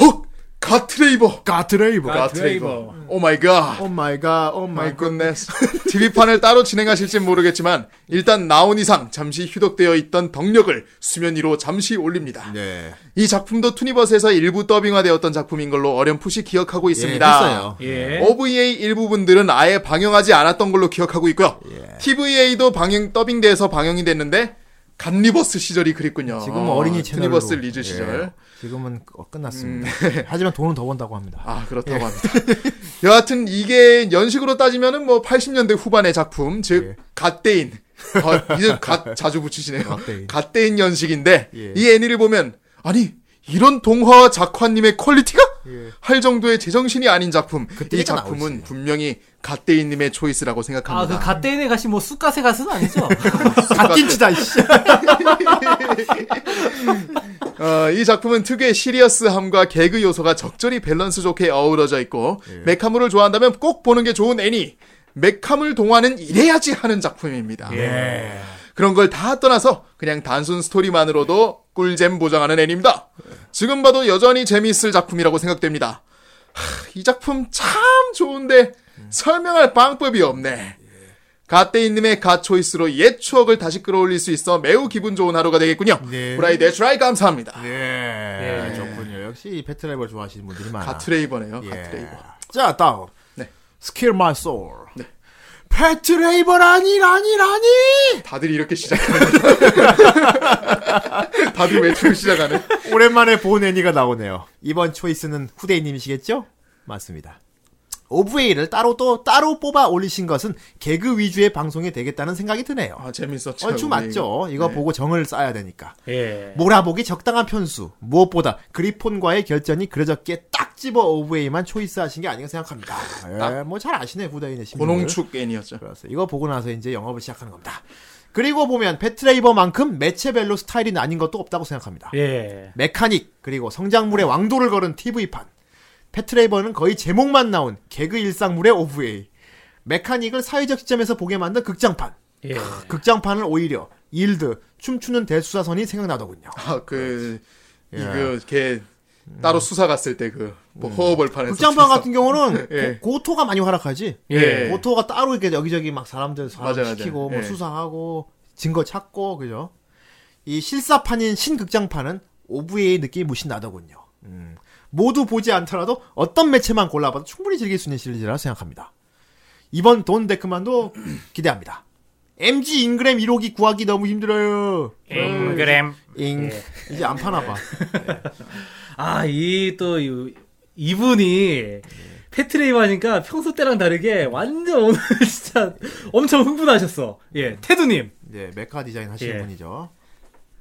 Speaker 3: 헉! 가트레이버!
Speaker 1: 가트레이버.
Speaker 3: 가트레이버. 오 마이 갓.
Speaker 1: 오 마이 갓, 오 마이
Speaker 3: 마이
Speaker 1: 갓.
Speaker 3: 굿네스. Oh TV판을 따로 진행하실진 모르겠지만, 일단 나온 이상 잠시 휴독되어 있던 덕력을 수면 위로 잠시 올립니다.
Speaker 1: 네.
Speaker 3: 이 작품도 투니버스에서 일부 더빙화되었던 작품인 걸로 어렴풋이 기억하고 있습니다.
Speaker 1: 네. 했어요.
Speaker 4: 예.
Speaker 3: OVA 일부분들은 아예 방영하지 않았던 걸로 기억하고 있고요.
Speaker 1: 예.
Speaker 3: TVA도 방영 더빙돼서 방영이 됐는데 갓리버스 시절이 그립군요.
Speaker 1: 지금은 어린이 채널로.
Speaker 3: 투니버스 리즈 시절.
Speaker 1: 예. 지금은 어, 끝났습니다. 하지만 돈은 더 번다고 *laughs* 합니다. 예.
Speaker 3: 아 그렇다고 합니다.
Speaker 1: *laughs*
Speaker 3: 여하튼 이게 연식으로 따지면은 뭐 80년대 후반의 작품, 즉
Speaker 1: 예.
Speaker 3: 갓대인.
Speaker 1: *laughs*
Speaker 3: 아, 이제 갓 자주 붙이시네요.
Speaker 1: 갓대인.
Speaker 3: 갓대인 연식인데
Speaker 1: 예.
Speaker 3: 이 애니를 보면 아니 이런 동화 작화님의 퀄리티가
Speaker 1: 예.
Speaker 3: 할 정도의 제정신이 아닌 작품.
Speaker 1: 그때가
Speaker 3: 이 작품은
Speaker 1: 나오지.
Speaker 3: 분명히 갓대인님의 초이스라고
Speaker 4: 아, 그
Speaker 3: 생각합니다.
Speaker 4: 갓대인의 가시 뭐 쑥갓의 갓은
Speaker 1: *laughs*
Speaker 4: 아니죠?
Speaker 1: 갓김치다, 씨.
Speaker 3: 어, 이 작품은 특유의 시리어스함과 개그 요소가 적절히 밸런스 좋게 어우러져 있고 메카물을 좋아한다면 꼭 보는 게 좋은 애니. 메카물 동화는 이래야지 하는 작품입니다. 그런 걸 다 떠나서 그냥 단순 스토리만으로도 꿀잼 보장하는 애니입니다. 지금 봐도 여전히 재미있을 작품이라고 생각됩니다. 하, 이 작품 참 좋은데 설명할 방법이 없네. 갓데이님의 갓초이스로 옛 추억을 다시 끌어올릴 수 있어 매우 기분 좋은 하루가 되겠군요.
Speaker 1: 네.
Speaker 3: 후라이 데트라이 감사합니다.
Speaker 1: 예. 좋군요. 역시 배트레이버 좋아하시는 분들이 많아.
Speaker 3: 갓트레이버네요.
Speaker 1: 예.
Speaker 3: 갓트레이버.
Speaker 1: 자, 다음.
Speaker 3: 네.
Speaker 1: Skill My Soul. 배트레이버라니, 라니, 라니!
Speaker 3: 다들 이렇게 시작하는 거 *laughs* 다들 외출을 시작하네.
Speaker 1: 오랜만에 본 애니가 나오네요. 이번 초이스는 후대인님이시겠죠? 맞습니다. OVA를 따로 또 따로 뽑아 올리신 것은 개그 위주의 방송이 되겠다는 생각이 드네요.
Speaker 3: 아 재밌었죠.
Speaker 1: 얼추 어, 맞죠? 이거
Speaker 3: 네.
Speaker 1: 보고 정을 쌓아야 되니까.
Speaker 4: 예.
Speaker 1: 몰아보기 적당한 편수. 무엇보다 그리폰과의 결전이 그려졌기에 딱 집어 OVA만 초이스하신 게 아닌가 생각합니다. 예, 뭐 잘 아시네 후대인의 심리를.
Speaker 3: 고농축 애니였죠.
Speaker 1: 그렇습니다. 이거 보고 나서 이제 영업을 시작하는 겁니다. 그리고 보면 배트레이버만큼 매체별로 스타일이 나뉜 것도 없다고 생각합니다.
Speaker 4: 예.
Speaker 1: 메카닉 그리고 성장물의 왕도를 걸은 TV판 패트레이버는 거의 제목만 나온 개그 일상물의 OVA 메카닉을 사회적 시점에서 보게 만든 극장판
Speaker 4: 예.
Speaker 1: 극장판은 오히려 일드 춤추는 대수사선이 생각나더군요
Speaker 3: 아그
Speaker 1: 예.
Speaker 3: 이거 걔 따로 수사 갔을 때 그 허허벌판에서
Speaker 1: 음. 극장판 같은 뭐 경우는
Speaker 3: *laughs* 예.
Speaker 1: 고, 토가 많이 활약하지
Speaker 3: 예.
Speaker 1: 고토가 따로 이렇게 여기저기 막 사람들 사람
Speaker 3: 맞아요, 맞아요.
Speaker 1: 시키고 뭐
Speaker 3: 예.
Speaker 1: 수사하고 증거 찾고 그죠 이 실사판인 신극장판은 오브의 느낌이 무신 나더군요 음. 모두 보지 않더라도 어떤 매체만 골라봐도 충분히 즐길 수 있는 시리즈라 생각합니다 이번 돈 데크만도 기대합니다 MG 잉그램 1호기 구하기 너무 힘들어요
Speaker 4: 잉그램.
Speaker 1: 잉
Speaker 4: 예.
Speaker 1: 이제 안 파나봐
Speaker 4: 아, 이 또 이분이 패트레이브 하니까 평소 때랑 다르게 완전 오늘 *laughs* 진짜 엄청 흥분하셨어. 예, 테두님.
Speaker 1: 네 메카 디자인 하시는
Speaker 4: 예.
Speaker 1: 분이죠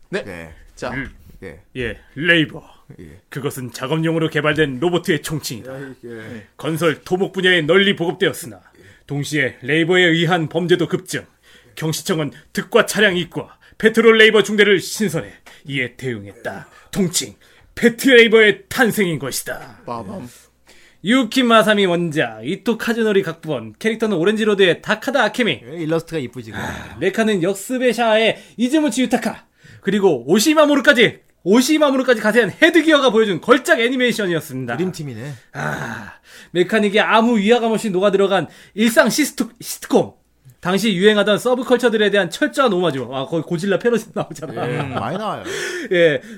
Speaker 3: 네.
Speaker 1: 네.
Speaker 3: 자
Speaker 1: 네.
Speaker 4: 예, 레이버.
Speaker 1: 예.
Speaker 4: 그것은 작업용으로 개발된 로봇의 총칭이다.
Speaker 1: 예.
Speaker 4: 건설, 토목 분야에 널리 보급되었으나 동시에 레이버에 의한 범죄도 급증. 경시청은 특과 차량 입과 페트롤 레이버 중대를 신설해 이에 대응했다. 통칭 페트레이버의 탄생인 것이다.
Speaker 3: 빠밤
Speaker 4: 유키 마사미 원작, 이토 카즈노리 각본, 캐릭터는 오렌지로드의 다카다 아케미, 아,
Speaker 1: 예, 일러스트가 이쁘지 그래.
Speaker 4: 메카는 역스베샤의 이즈무치 유타카, 그리고 오시마모루까지, 오시마모루까지 가세한 헤드기어가 보여준 걸작 애니메이션이었습니다.
Speaker 1: 드림팀이네
Speaker 4: 아, 메카닉에 아무 위화감 없이 녹아들어간 일상 시스트, 시트콤. 당시 유행하던 서브컬처들에 대한 철저한 오마주. 아, 거의 고질라 패러디 나오잖아. 예.
Speaker 1: 많이
Speaker 4: *laughs*
Speaker 1: 나와요.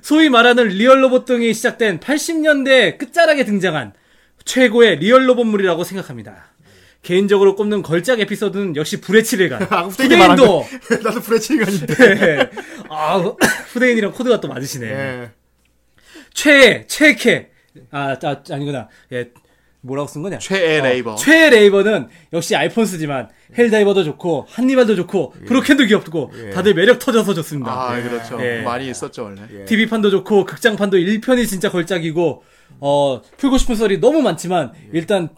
Speaker 4: 소위 말하는 리얼 로봇 등이 시작된 80년대 끝자락에 등장한 최고의 리얼 로봇물이라고 생각합니다. 개인적으로 꼽는 걸작 에피소드는 역시 불의 7일간.
Speaker 1: *laughs* 아, 후대인이
Speaker 4: 후대인도.
Speaker 1: *laughs* 나도 브레치가 있는데.
Speaker 4: 예. 아, 후대인이랑 코드가 또 맞으시네.
Speaker 1: 예.
Speaker 4: 최애, 최캐. 아, 아, 아니구나. 예. 뭐라고 쓴 거냐?
Speaker 1: 어.
Speaker 3: 최애 레이버.
Speaker 4: 최애 레이버는 역시 알폰스지만 헬다이버도 좋고 한니발도 좋고 브로켄도 귀엽고 다들 매력 터져서 좋습니다.
Speaker 3: 아, 그렇죠.
Speaker 4: 예.
Speaker 3: 많이 있었죠, 원래.
Speaker 4: TV판도 좋고 극장판도 1편이 진짜 걸작이고 어 풀고 싶은 썰이 너무 많지만 일단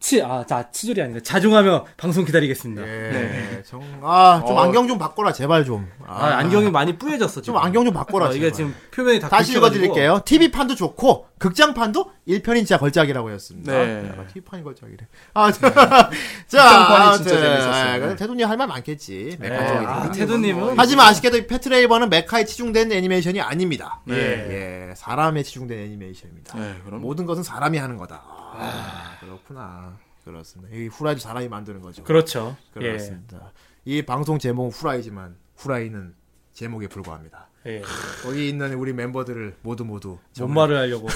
Speaker 4: 치아자 치졸이 아니라 자중하며 방송 기다리겠습니다.
Speaker 1: 예. 정, 아, 좀
Speaker 3: 어.
Speaker 1: 안경 좀 바꿔라, 제발 좀. 아,
Speaker 4: 아, 안경이 많이 뿌얘졌어 지금.
Speaker 1: 좀 안경 좀 바꿔라,
Speaker 4: 어, 이게
Speaker 1: 제발.
Speaker 4: 지금 표면이
Speaker 3: 아,
Speaker 4: 다
Speaker 1: 다시
Speaker 4: 긁혀가지고.
Speaker 1: 읽어드릴게요. TV판도 좋고, 극장판도 1편이 진짜 걸작이라고 했습니다.
Speaker 3: 네.
Speaker 1: 아, TV판이 걸작이래. 아, *laughs* 자. 자,
Speaker 3: 극장판이 진짜 재밌었어요. 네.
Speaker 1: 태도님 할 말 많겠지.
Speaker 4: 예,
Speaker 1: 메카 쪽이니까.
Speaker 4: 아, 태도님은
Speaker 1: 하지만 아쉽게도 패트레이버는 메카에 치중된 애니메이션이 아닙니다.
Speaker 4: 예.
Speaker 1: 예, 사람에 치중된 애니메이션입니다.
Speaker 3: 네, 그럼.
Speaker 1: 모든 것은 사람이 하는 거다. 아, 그렇구나. 그렇습니다. 이 후라이도 사람이 만드는 거죠.
Speaker 4: 그렇죠. 예.
Speaker 1: 그렇습니다. 이 방송 제목은 후라이지만 후라이는 제목에 불과합니다.
Speaker 4: 예.
Speaker 1: 거기 있는 우리 멤버들을 모두 모두
Speaker 4: 뭔 말을 *laughs* 하려고.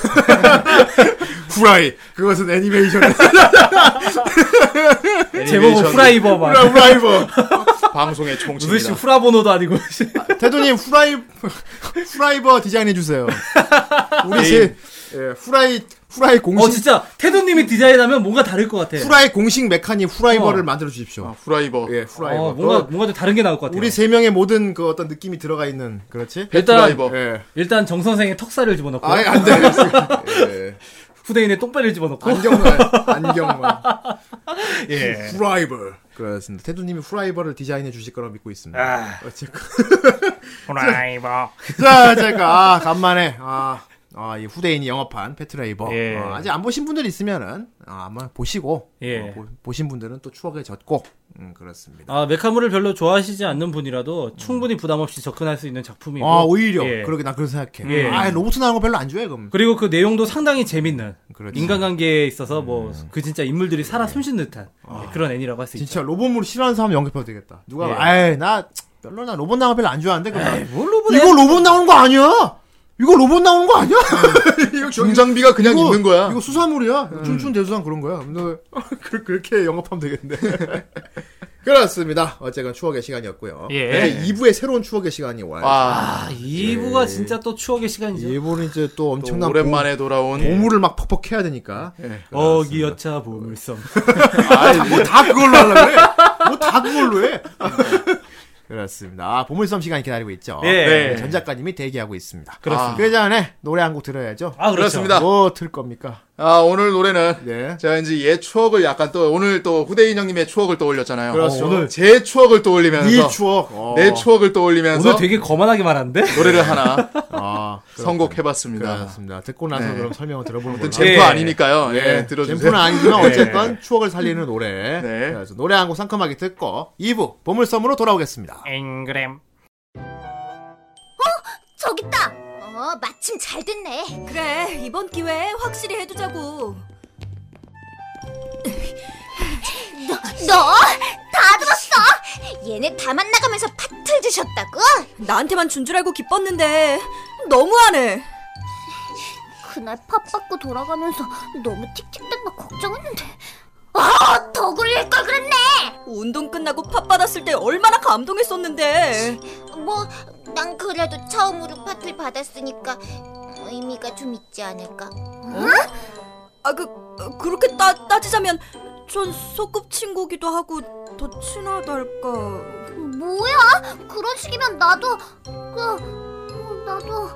Speaker 1: 후라이 그것은 애니메이션 *laughs*
Speaker 4: 제목은
Speaker 3: 애니메이션.
Speaker 4: 예, 후라이버만.
Speaker 1: 후라이버
Speaker 3: 방송의
Speaker 4: 무슨 씨
Speaker 3: 총치입니다.
Speaker 4: 후라보노도 *laughs* 아니고.
Speaker 1: 대도님 후라이 후라이버 디자인해 주세요. 우리 제 예, 후라이 후라이 공식
Speaker 4: 네. 어 진짜 태도님이 디자인하면 뭔가 다를 것 같아.
Speaker 1: 후라이 공식 메카님 후라이버를
Speaker 4: 어.
Speaker 1: 만들어
Speaker 3: 아,
Speaker 1: 주십시오.
Speaker 3: 후라이버.
Speaker 1: 예, 후라이버.
Speaker 4: 어, 뭔가 뭔가 좀 다른 게 나올 것 같아.
Speaker 1: 우리 세 명의 모든 그 어떤 느낌이 들어가 있는 그렇지?
Speaker 4: 일단
Speaker 3: 후라이버.
Speaker 1: 예.
Speaker 4: 일단 정 선생의 턱살을 집어넣고
Speaker 1: 아예
Speaker 4: *laughs*
Speaker 1: 안 돼. 예.
Speaker 4: 후대인의 똥배를 집어넣고 *laughs*
Speaker 1: 안경만 안경만.
Speaker 4: 예.
Speaker 1: 후라이버. 그렇습니다. 태두님이 후라이버를 디자인해 주실 거라고 믿고 있습니다. 어쨌건.
Speaker 4: 아. *laughs* 후라이버.
Speaker 1: 자, 제가 아, 간만에 아, 아, 이 후대인이 영업한 패트레이버.
Speaker 4: 예.
Speaker 1: 어, 아직 안 보신 분들 있으면은 아, 한번 보시고
Speaker 4: 예.
Speaker 1: 어, 보, 보신 분들은 또 추억에 젖고 음, 그렇습니다.
Speaker 4: 아 메카물을 별로 좋아하시지 않는 분이라도 충분히 부담 없이 접근할 수 있는 작품이고.
Speaker 1: 아, 오히려
Speaker 4: 예.
Speaker 1: 그러게 난 그런 생각해.
Speaker 4: 예.
Speaker 1: 아, 로봇 나오는 거 별로 안 좋아해 그럼.
Speaker 4: 그리고 그 내용도 상당히 재밌는
Speaker 1: 그렇지.
Speaker 4: 인간관계에 있어서 뭐 그 진짜 인물들이 살아 숨쉬는 듯한 예, 그런 애니라고 할 수 있죠.
Speaker 1: 진짜 로봇물 싫어하는 사람 영업해도 되겠다. 누가
Speaker 4: 예.
Speaker 1: 아이, 나 별로 나 로봇 나오는 거 별로 안 좋아하는데 그럼.
Speaker 3: 뭐
Speaker 4: 뭘 로봇
Speaker 1: 이거 로봇 나오는 거 아니야? 이거 로봇 나오는 거 아니야?
Speaker 3: *laughs*
Speaker 1: 이거 저기-
Speaker 3: 중장비가 어. 그냥 있는 거야. 음.
Speaker 1: 이거 수산물이야. 춘춘 대수산 그런 거야. 너 *laughs* 그, 그렇게 영업하면 되겠는데. *laughs* 그렇습니다. 어쨌건 추억의 시간이었고요. 네,
Speaker 4: 예.
Speaker 1: 이제 2부의 새로운 추억의 시간이 와요.
Speaker 3: 와,
Speaker 4: 아, 2부가 진짜 또 추억의 시간이죠.
Speaker 1: 2부는 이제 또
Speaker 3: 또
Speaker 1: 엄청난
Speaker 3: 오랜만에 예. 돌아온.
Speaker 1: 고- 고무를 막 퍽퍽 해야 되니까.
Speaker 4: 어기여차 보물섬.
Speaker 1: 뭐 다 그걸로 하려고 해. 뭐 다 그걸로 해. *laughs* 그렇습니다. 아, 보물섬 시간 기다리고 있죠.
Speaker 4: 예.
Speaker 1: 네, 전 작가님이 대기하고 있습니다.
Speaker 4: 그렇습니다.
Speaker 1: 아, 그 전에 노래 한 곡 들어야죠.
Speaker 4: 아 그렇죠.
Speaker 3: 그렇습니다.
Speaker 1: 뭐 틀 겁니까?
Speaker 3: 아, 오늘 노래는
Speaker 1: 네.
Speaker 3: 제가 이제 옛 추억을 약간 또 오늘 또 후대인 형님의 추억을 떠올렸잖아요.
Speaker 1: 그렇죠.
Speaker 3: 어, 오늘 제 추억을 떠올리면서
Speaker 1: 이 추억. 어.
Speaker 3: 내 추억을 떠올리면서
Speaker 4: 오늘 되게 거만하게 말하는데?
Speaker 3: 노래를 하나
Speaker 1: 아,
Speaker 3: 선곡해봤습니다.
Speaker 1: 그렇습니다. 듣고 나서
Speaker 3: 네.
Speaker 1: 그럼 설명을 들어보는 거죠.
Speaker 3: 젠프
Speaker 4: 예.
Speaker 3: 아니니까요. 예, 들어주세요.
Speaker 1: 젠프는 아니지만 어쨌건 추억을 살리는 노래.
Speaker 3: 네.
Speaker 1: 그래서 노래 한 곡 상큼하게 듣고 2부 보물섬으로 돌아오겠습니다.
Speaker 4: 앵그램.
Speaker 2: 저기 있다. 어, 마침 잘 됐네.
Speaker 8: 그래 이번 기회에 확실히 해두자고
Speaker 2: 너 다 들었어? 얘네 다 만나가면서 파틀 드셨다고?
Speaker 8: 나한테만 준 줄 알고 기뻤는데 너무하네
Speaker 2: 그날 팝 받고 돌아가면서 너무 틱틱댄다 걱정했는데. 아, 더 굴릴 걸 그랬네.
Speaker 8: 운동 끝나고 팝 받았을 때 얼마나 감동했었는데
Speaker 2: 뭐 난 그래도 처음으로 파틀 받았으니까 의미가 좀 있지 않을까?
Speaker 8: 아 그 그렇게 따, 따지자면 전 소꿉친구기도 하고 더 친하달까
Speaker 2: 뭐야? 그런 식이면 나도 그 나도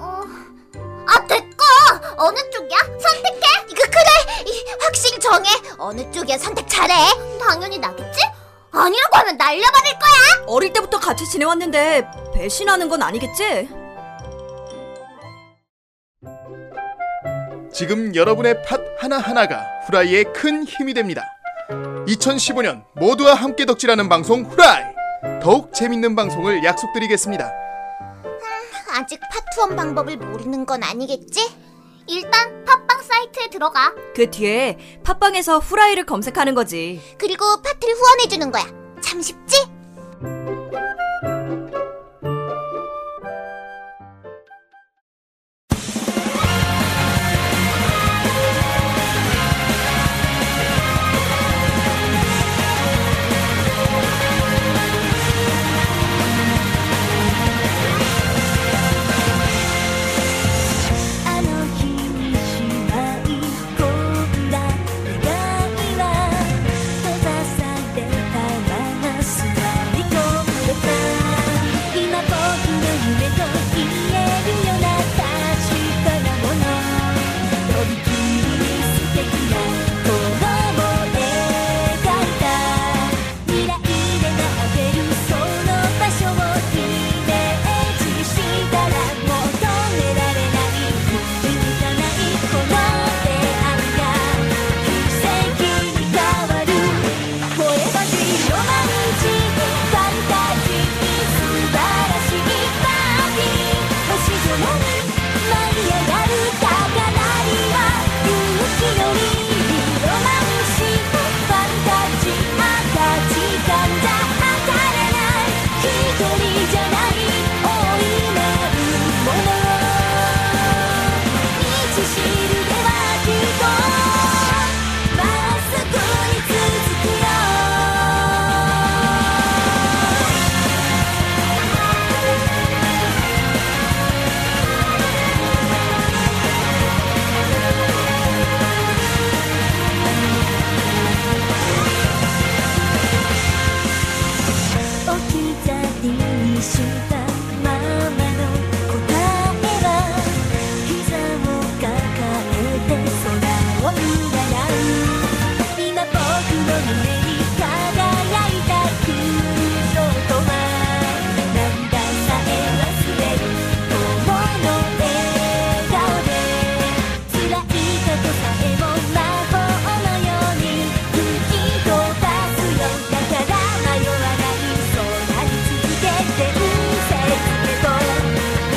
Speaker 2: 어. 아 됐고 어느 쪽이야? 선택해. 이거 그래 이, 확실히 정해. 어느 쪽이야 선택 잘해. 당연히 나겠지? 아니라고 하면 날려버릴 거야.
Speaker 8: 어릴 때부터 같이 지내왔는데 배신하는 건 아니겠지?
Speaker 3: 지금 여러분의 팟 하나하나가 후라이의 큰 힘이 됩니다. 2015년 모두와 함께 덕질하는 방송 후라이. 더욱 재밌는 방송을 약속드리겠습니다.
Speaker 2: 아직 파투원 방법을 모르는 건 아니겠지? 일단 팟빵 사이트에 들어가.
Speaker 8: 그 뒤에 팟빵에서 후라이를 검색하는 거지
Speaker 2: 그리고 파트를 후원해주는 거야. 참
Speaker 6: 참 쉽지?
Speaker 2: 「あの日にしまい込んだ願いは」「閉ざされたまま座り込んでた」「今僕の夢と言えるような確かなもの」「とびきり素敵な子供を描いた」「未来で並べるその場所をイメージしたらもう止められない」「気づかないこの出会いが奇跡に変わる」「声ばしいロマンチックファンタジー素晴らしいパーティー」「星空に舞い上がる高鳴りは」勇気よりロマンシックファンタジーあた時間じゃ当たらない一人じゃない大いなるもの道しるべはきっとまっすぐに続くよ置き去りにしたままの答えは膝を抱えて空を占う今僕の胸に輝いた空想とはなんださえ忘れる友の笑顔で「つらいことさえも魔法のように吹き飛ばすよ」「だから迷わない空に続けてうせけど」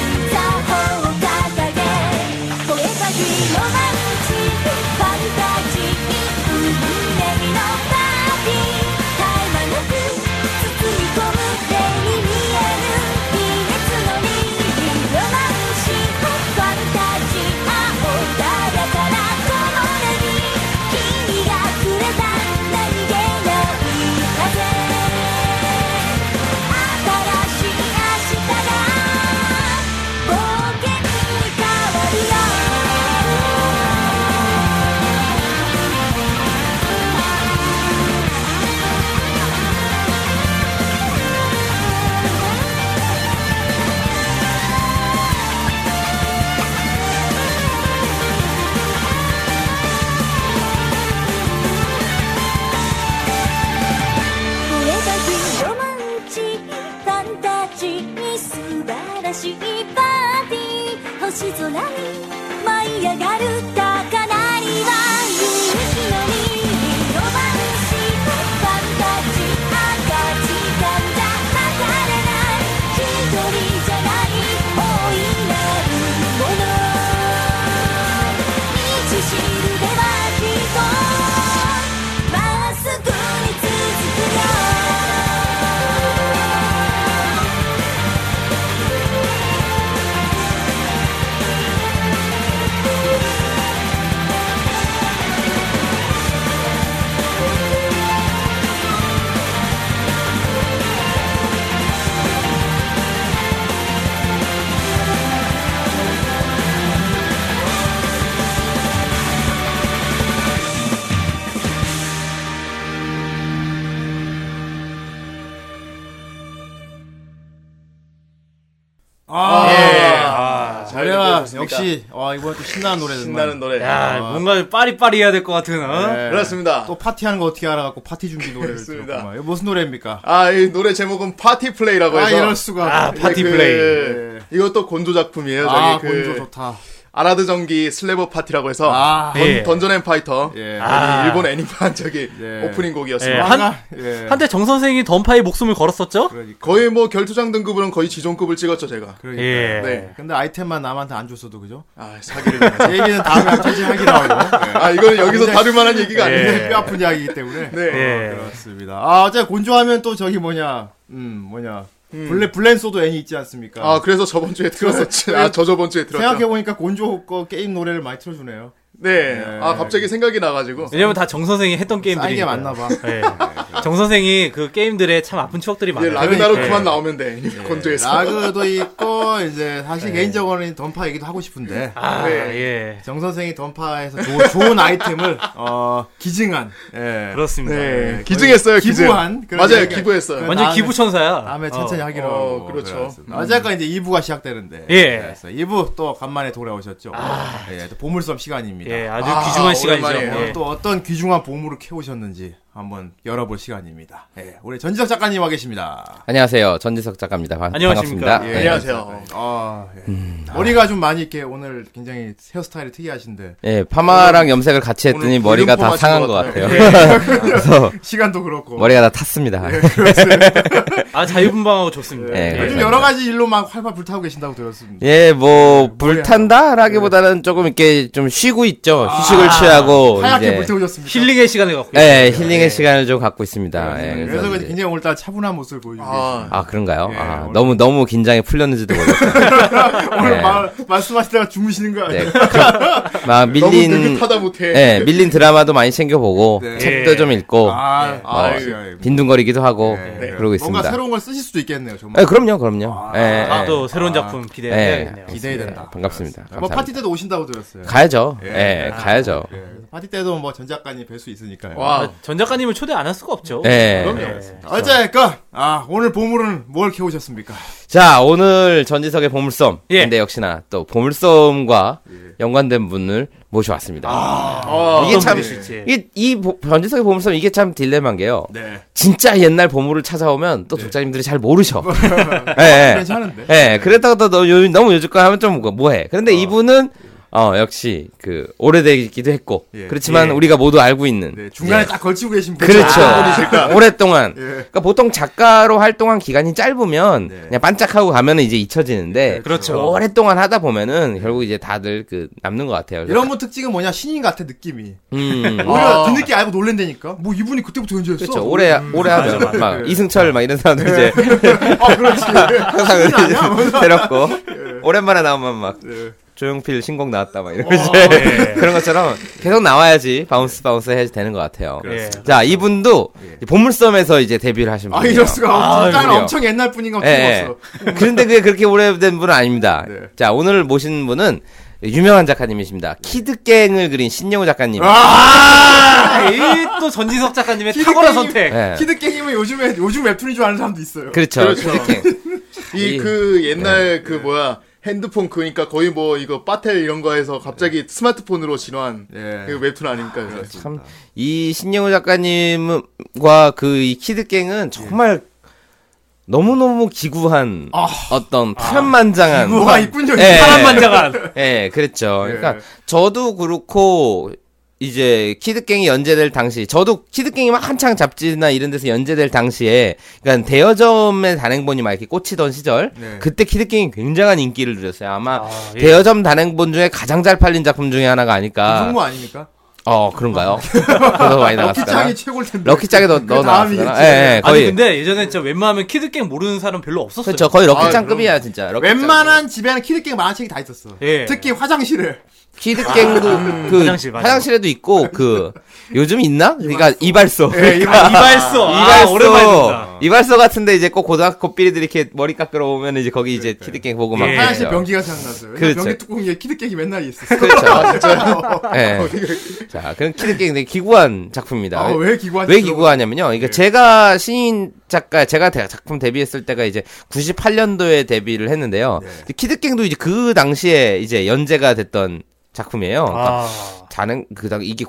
Speaker 2: 「座法を掲げ」「声ばじロマンチックファンタジー」「運命のパーティー」「絶え間なく包み込む目に見える」「秘密のリーロマンシックファンタジー」「青空からこぼれ落ちる」「君がくれた何気ない風」「新しい明日が冒険に変わるよ」「これだけロマンチック」「ファンタジー」「素晴らしいパーティー」「星空に舞い上がる高鳴りは勇気のり」「ロマンチック」「ファンタジー」「赤時間じゃ測れない」「一人じゃない大いなるもの」「道しるべはきっと」まっすぐに続くよ
Speaker 1: 아
Speaker 3: 아, 잘
Speaker 1: 노래가
Speaker 3: 들으셨습니까?
Speaker 1: 역시 아 이번 또 신나는 노래
Speaker 3: 신나는 노래.
Speaker 4: 야, 뭔가 빠리빠리 해야 될 것 같은, 어?
Speaker 3: 네. 예, 그렇습니다.
Speaker 1: 또 파티하는 거 어떻게 알아갖고 파티 준비
Speaker 3: *laughs*
Speaker 1: 노래를
Speaker 3: 그렇습니다.
Speaker 1: 들었구만. 이거 무슨 노래입니까?
Speaker 3: 아, 이 노래 제목은 파티 플레이라고
Speaker 1: 아
Speaker 3: 해서. 그
Speaker 1: 이럴 수가.
Speaker 4: 아, 파티 플레이.
Speaker 3: 이것도 곤조 작품이에요.
Speaker 1: 아
Speaker 3: 저기 그
Speaker 1: 곤조 좋다.
Speaker 3: 아 아라드 전기 슬래버 파티라고 해서
Speaker 1: 아.
Speaker 3: 던,
Speaker 4: 예.
Speaker 3: 던전 앤 파이터
Speaker 1: 예.
Speaker 4: 아.
Speaker 3: 일본 애니판 *laughs* 저기
Speaker 1: 예.
Speaker 3: 오프닝
Speaker 4: 예,
Speaker 3: 곡이었습니다.
Speaker 4: 한-
Speaker 1: 아, 예.
Speaker 4: 한때 정 선생이 던파의 목숨을 걸었었죠?
Speaker 1: 그러니까.
Speaker 3: 거의 뭐 결투장 등급으로는 거의 지존급을 찍었죠 제가.
Speaker 1: 그러니까.
Speaker 4: 예.
Speaker 3: 네.
Speaker 1: 근데 아이템만 남한테 안 줬어도 그죠?
Speaker 3: 아 사기를. 당했어요.
Speaker 1: 제 얘기는 다음에 한천씩 하기로 하고. *laughs* 예.
Speaker 3: 아 이거는 여기서
Speaker 1: 굉장히-
Speaker 3: 다룰 만한 얘기가
Speaker 4: 예.
Speaker 3: 아니에요.
Speaker 1: 굉장히 뼈아픈 이야기이기 때문에.
Speaker 3: 네.
Speaker 4: 예.
Speaker 1: 그렇습니다. 아, 어제 곤조하면 또 저기 뭐냐, 음, 뭐냐. 블랙, 블랜소드 애니 있지 않습니까? 네.
Speaker 3: 아 그래서 저번 주에 들었었지. 아 저저번 주에 들었죠.
Speaker 1: 그렇죠. 그러니까. 생각해보니까 곤조 거 게임 노래를 많이 틀어주네요.
Speaker 3: 네.
Speaker 1: 네.
Speaker 3: 아 갑자기 생각이 나가지고.
Speaker 4: 왜냐면 다 정 선생이 했던 게임들이.
Speaker 1: 싸게 맞나봐.
Speaker 4: 정 선생이 그 게임들에 참 아픈 추억들이
Speaker 3: 이제
Speaker 4: 많아요.
Speaker 3: 라그나로
Speaker 4: 예.
Speaker 3: 그만 나오면 돼. 건조해서.
Speaker 1: 네. 라그도 있고, 이제, 사실 개인적으로는 던파 얘기도 하고 싶은데.
Speaker 4: 아,
Speaker 3: 네.
Speaker 4: 예.
Speaker 1: 정선생이 던파에서 좋은, 좋은 *laughs* 아이템을, 어, 기증한, 예.
Speaker 4: 그렇습니다.
Speaker 3: 네. 기증했어요. 기증.
Speaker 1: 기부한 그런
Speaker 3: 맞아요.
Speaker 1: 얘기가-
Speaker 3: 기부했어요.
Speaker 1: 그런-
Speaker 4: 완전
Speaker 1: 다음에-
Speaker 4: 기부천사야.
Speaker 1: 다음에
Speaker 4: 어.
Speaker 1: 천천히 하기로
Speaker 3: 어,
Speaker 1: 하고.
Speaker 3: 그렇죠.
Speaker 1: 그래가지고. 어제가 이제 2부가 시작되는데.
Speaker 4: 예.
Speaker 1: 그래서 2부 또 간만에 돌아오셨죠. 예, 또 보물섬 시간입니다.
Speaker 4: 예, 아주
Speaker 3: 아,
Speaker 4: 귀중한 시간이죠.
Speaker 3: 오랜만이에요.
Speaker 4: 예.
Speaker 1: 또 어떤 귀중한 보물을 캐오셨는지 한번 열어볼 시간입니다. 예, 우리 전지석 작가님 와 계십니다.
Speaker 6: 안녕하세요. 전지석 작가입니다. 반,
Speaker 4: 안녕하십니까.
Speaker 6: 반갑습니다.
Speaker 3: 예,
Speaker 6: 네.
Speaker 3: 안녕하세요.
Speaker 1: 아, 예.
Speaker 6: 음,
Speaker 1: 머리가 좀 많이 이렇게 오늘 굉장히 헤어스타일이 특이하신데
Speaker 6: 예, 파마랑 염색을 같이 했더니
Speaker 3: 오늘
Speaker 6: 머리가
Speaker 3: 기름
Speaker 6: 다
Speaker 3: 뿜어진
Speaker 6: 상한
Speaker 3: 것
Speaker 6: 것
Speaker 3: 같아요.
Speaker 6: 같아요. *laughs* 그래서
Speaker 1: 예. *laughs* 시간도 그렇고
Speaker 6: 머리가 다 탔습니다.
Speaker 4: 아, 자유분방하고 좋습니다.
Speaker 6: 예,
Speaker 1: 요즘
Speaker 6: 그렇습니다.
Speaker 1: 여러 가지 일로 막 활발 불타고 계신다고 들었습니다.
Speaker 6: *laughs* 예, 뭐 불탄다라기보다는 조금 이렇게 좀 쉬고 있죠.
Speaker 1: 아,
Speaker 6: 휴식을 취하고
Speaker 1: 하얗게
Speaker 6: 이제
Speaker 1: 불태우셨습니다.
Speaker 4: 힐링의 시간을 갖고
Speaker 6: 예, 힐링의 시간을 좀 갖고 있습니다. 예,
Speaker 1: 그래서,
Speaker 6: 그래서 이제-
Speaker 1: 굉장히 오늘따라 차분한 모습을 보여주고
Speaker 3: 아,
Speaker 6: 아 그런가요?
Speaker 1: 예,
Speaker 6: 아,
Speaker 1: 오늘-
Speaker 6: 너무 너무 긴장이 풀렸는지도 모르겠어요.
Speaker 1: 계십니다. 오늘
Speaker 6: 예.
Speaker 1: 말, 말씀하시다가 주무시는 거 아니에요?
Speaker 6: 네, 그- 막
Speaker 3: 밀린... 너무
Speaker 6: 밀린
Speaker 3: 느긋하다 못해.
Speaker 6: 예, 밀린 드라마도 많이 *laughs* 챙겨보고
Speaker 1: 네.
Speaker 6: 책도 좀 읽고
Speaker 1: 아,
Speaker 6: 어,
Speaker 1: 아, 예, 예.
Speaker 6: 빈둥거리기도 하고
Speaker 1: 예.
Speaker 6: 그러고 있습니다.
Speaker 1: 뭔가 새로운 걸 쓰실 수도 있겠네요. 정말.
Speaker 6: 예, 그럼요, 그럼요. 예,
Speaker 4: 아,
Speaker 6: 예.
Speaker 4: 또 새로운 작품 기대해야겠네요.
Speaker 1: 기대된다.
Speaker 6: 예, 반갑습니다.
Speaker 1: 뭐
Speaker 6: 감사합니다.
Speaker 1: 파티 때도 오신다고 들었어요.
Speaker 6: 가야죠. 예,
Speaker 1: 예.
Speaker 6: 가야죠.
Speaker 1: 예, 그래서 파티 때도 뭐 전 작가님 뵐 수 있으니까요.
Speaker 3: 와.
Speaker 4: 아, 전 작가님을 초대 안 할 수가 없죠.
Speaker 6: 어. 예.
Speaker 4: 예.
Speaker 1: 어쨌건 아 오늘 보물은 뭘 캐오셨습니까?
Speaker 6: 자, 오늘 전지석의 보물섬.
Speaker 4: 예.
Speaker 6: 근데 역시나 또 보물섬과 연관된 분을 모셔왔습니다.
Speaker 3: 아,
Speaker 6: 이게 참,
Speaker 4: 분이실지.
Speaker 6: 이, 이 보- 전지석의 보물섬 이게 참 딜레마인 게요.
Speaker 1: 네.
Speaker 6: 진짜 옛날 보물을 찾아오면 또 독자님들이 잘 *laughs* 모르셔. 예, 예.
Speaker 1: 괜찮은데.
Speaker 6: 예, 그랬다가 또 너, 요- 너무 요즘 거 하면 좀 뭐- 뭐해. 그런데 이분은 어 역시 그 오래되기도 했고
Speaker 1: 예.
Speaker 6: 그렇지만
Speaker 4: 예.
Speaker 6: 우리가 모두 알고 있는
Speaker 1: 네, 중간에 딱 걸치고 계신 분.
Speaker 6: 예. 그렇죠.
Speaker 1: 아,
Speaker 6: 오랫동안.
Speaker 1: 예.
Speaker 6: 그러니까 보통 작가로 활동한 기간이 짧으면
Speaker 1: 네.
Speaker 6: 그냥 반짝하고 가면은 이제 잊혀지는데
Speaker 4: 그렇죠.
Speaker 6: 오랫동안 하다 보면은 결국 이제 다들 그 남는 것 같아요.
Speaker 1: 이런 분 특징은 뭐냐 신인 같아 느낌이.
Speaker 6: 음.
Speaker 1: *laughs* 오히려 뒤늦게 알고 놀랜다니까. 뭐 이분이 그때부터 연주했어. 음.
Speaker 6: 그렇죠. 오래 오래 하면
Speaker 4: 맞아, 맞아.
Speaker 6: 막 이승철 막 이런 사람들
Speaker 4: 예.
Speaker 6: 이제
Speaker 1: 아 그렇지.
Speaker 6: 항상 이제 데렸고 오랜만에 나오면 막 조용필 신곡 나왔다 막 이런 이제 그런 것처럼 계속 나와야지 바운스 바운스 해야지 되는 것 같아요.
Speaker 4: 예.
Speaker 6: 자 이분도 보물섬에서 이제 데뷔를 하신 분이에요.
Speaker 1: 아 이럴 수가.
Speaker 6: 아,
Speaker 1: 아, 딱
Speaker 6: 그래요.
Speaker 1: 엄청 옛날 분인가
Speaker 6: 예,
Speaker 1: 보고
Speaker 6: 예. 그런데 그게 그렇게 오래된 분은 아닙니다.
Speaker 1: 네.
Speaker 6: 자, 오늘 모신 분은 유명한 작가님이십니다. 키드갱을 그린 신영우 작가님.
Speaker 1: 아.
Speaker 4: 이또 전지석 작가님의 탁월한 선택.
Speaker 1: *laughs*
Speaker 6: 예.
Speaker 1: 키드 게임은 요즘에 요즘 웹툰인 줄 아는 사람도 있어요.
Speaker 6: 그렇죠.
Speaker 3: 그렇죠.
Speaker 6: 키드갱. 이-
Speaker 3: 이 그 옛날 그 뭐야 핸드폰 그니까 거의 뭐 이거 빠텔 이런 거에서 갑자기
Speaker 1: 네.
Speaker 3: 스마트폰으로 진화한
Speaker 1: 예.
Speaker 3: 그 웹툰 아닙니까? 그거?
Speaker 1: 그렇죠.
Speaker 6: 참, 이 신영우 작가님과 그 이 키드갱은 정말 너무너무 기구한 어떤 파란만장한
Speaker 1: 뭐가 아. 있군요.
Speaker 6: 예.
Speaker 4: 사람만장한.
Speaker 6: 예, 그랬죠. 그러니까 저도 그렇고 이제 키드갱이 연재될 당시 저도 키드갱이 막 한창 잡지나 이런 데서 연재될 당시에 그러니까 대여점의 단행본이 막 이렇게 꽂히던 시절
Speaker 1: 네.
Speaker 6: 그때 키드갱이 굉장한 인기를 누렸어요. 아마
Speaker 4: 아, 예.
Speaker 6: 대여점 단행본 중에 가장 잘 팔린 작품 중에 하나가 아닐까.
Speaker 1: 성무 그 아닙니까? 아.
Speaker 6: 어, 그런가요? 그래서 많이 나갔을까?
Speaker 1: 럭키짱이 최고일 텐데.
Speaker 6: 럭키짱에 넣-
Speaker 1: 그
Speaker 6: 넣어
Speaker 1: 다음이겠지.
Speaker 6: 나왔을까? 예, 예,
Speaker 4: 아니
Speaker 6: 거의.
Speaker 4: 근데 예전에 진짜 웬만하면 키드갱 모르는 사람 별로 없었어요.
Speaker 6: 그렇죠. 거의
Speaker 3: 아,
Speaker 6: 럭키짱급이야, 진짜. 럭키짱.
Speaker 1: 웬만한 집에는 키드게임 만화책이 다 있었어.
Speaker 4: 예.
Speaker 1: 특히 화장실에.
Speaker 6: 키드갱도
Speaker 1: 아, 음.
Speaker 6: 그
Speaker 4: 화장실, 맞아.
Speaker 6: 화장실에도 있고
Speaker 1: *laughs*
Speaker 6: 그 요즘 있나? 그러니까 이발소.
Speaker 1: 예,
Speaker 6: *laughs*
Speaker 4: 이발소. 아,
Speaker 6: 이발소
Speaker 4: 오랜만에 듣다.
Speaker 6: 이발소 같은데 이제 꼭 고등학교 고삐리들이 이렇게 머리 깎으러 오면 이제 거기 이제 키드갱 보고 막
Speaker 4: 예.
Speaker 1: 화장실
Speaker 6: 그러죠.
Speaker 1: 변기가 생각났어요.
Speaker 6: 그렇죠.
Speaker 1: 변기 뚜껑에 키드게임이 맨날 있었어. *laughs* 어,
Speaker 6: 그렇죠. 예. 자, 그럼 키드갱 되게 기구한 작품입니다.
Speaker 1: 아, 왜 기구하지?
Speaker 6: 왜 기구하냐면요. 그러니까 제가 신인 작가, 제가 대- 작품 데뷔했을 때가 이제 98년도에 데뷔를 했는데요. 근데 키드갱도 이제 그 당시에 이제 연재가 됐던 작품이에요. 그러니까
Speaker 4: 아,
Speaker 6: 자는 그당 이게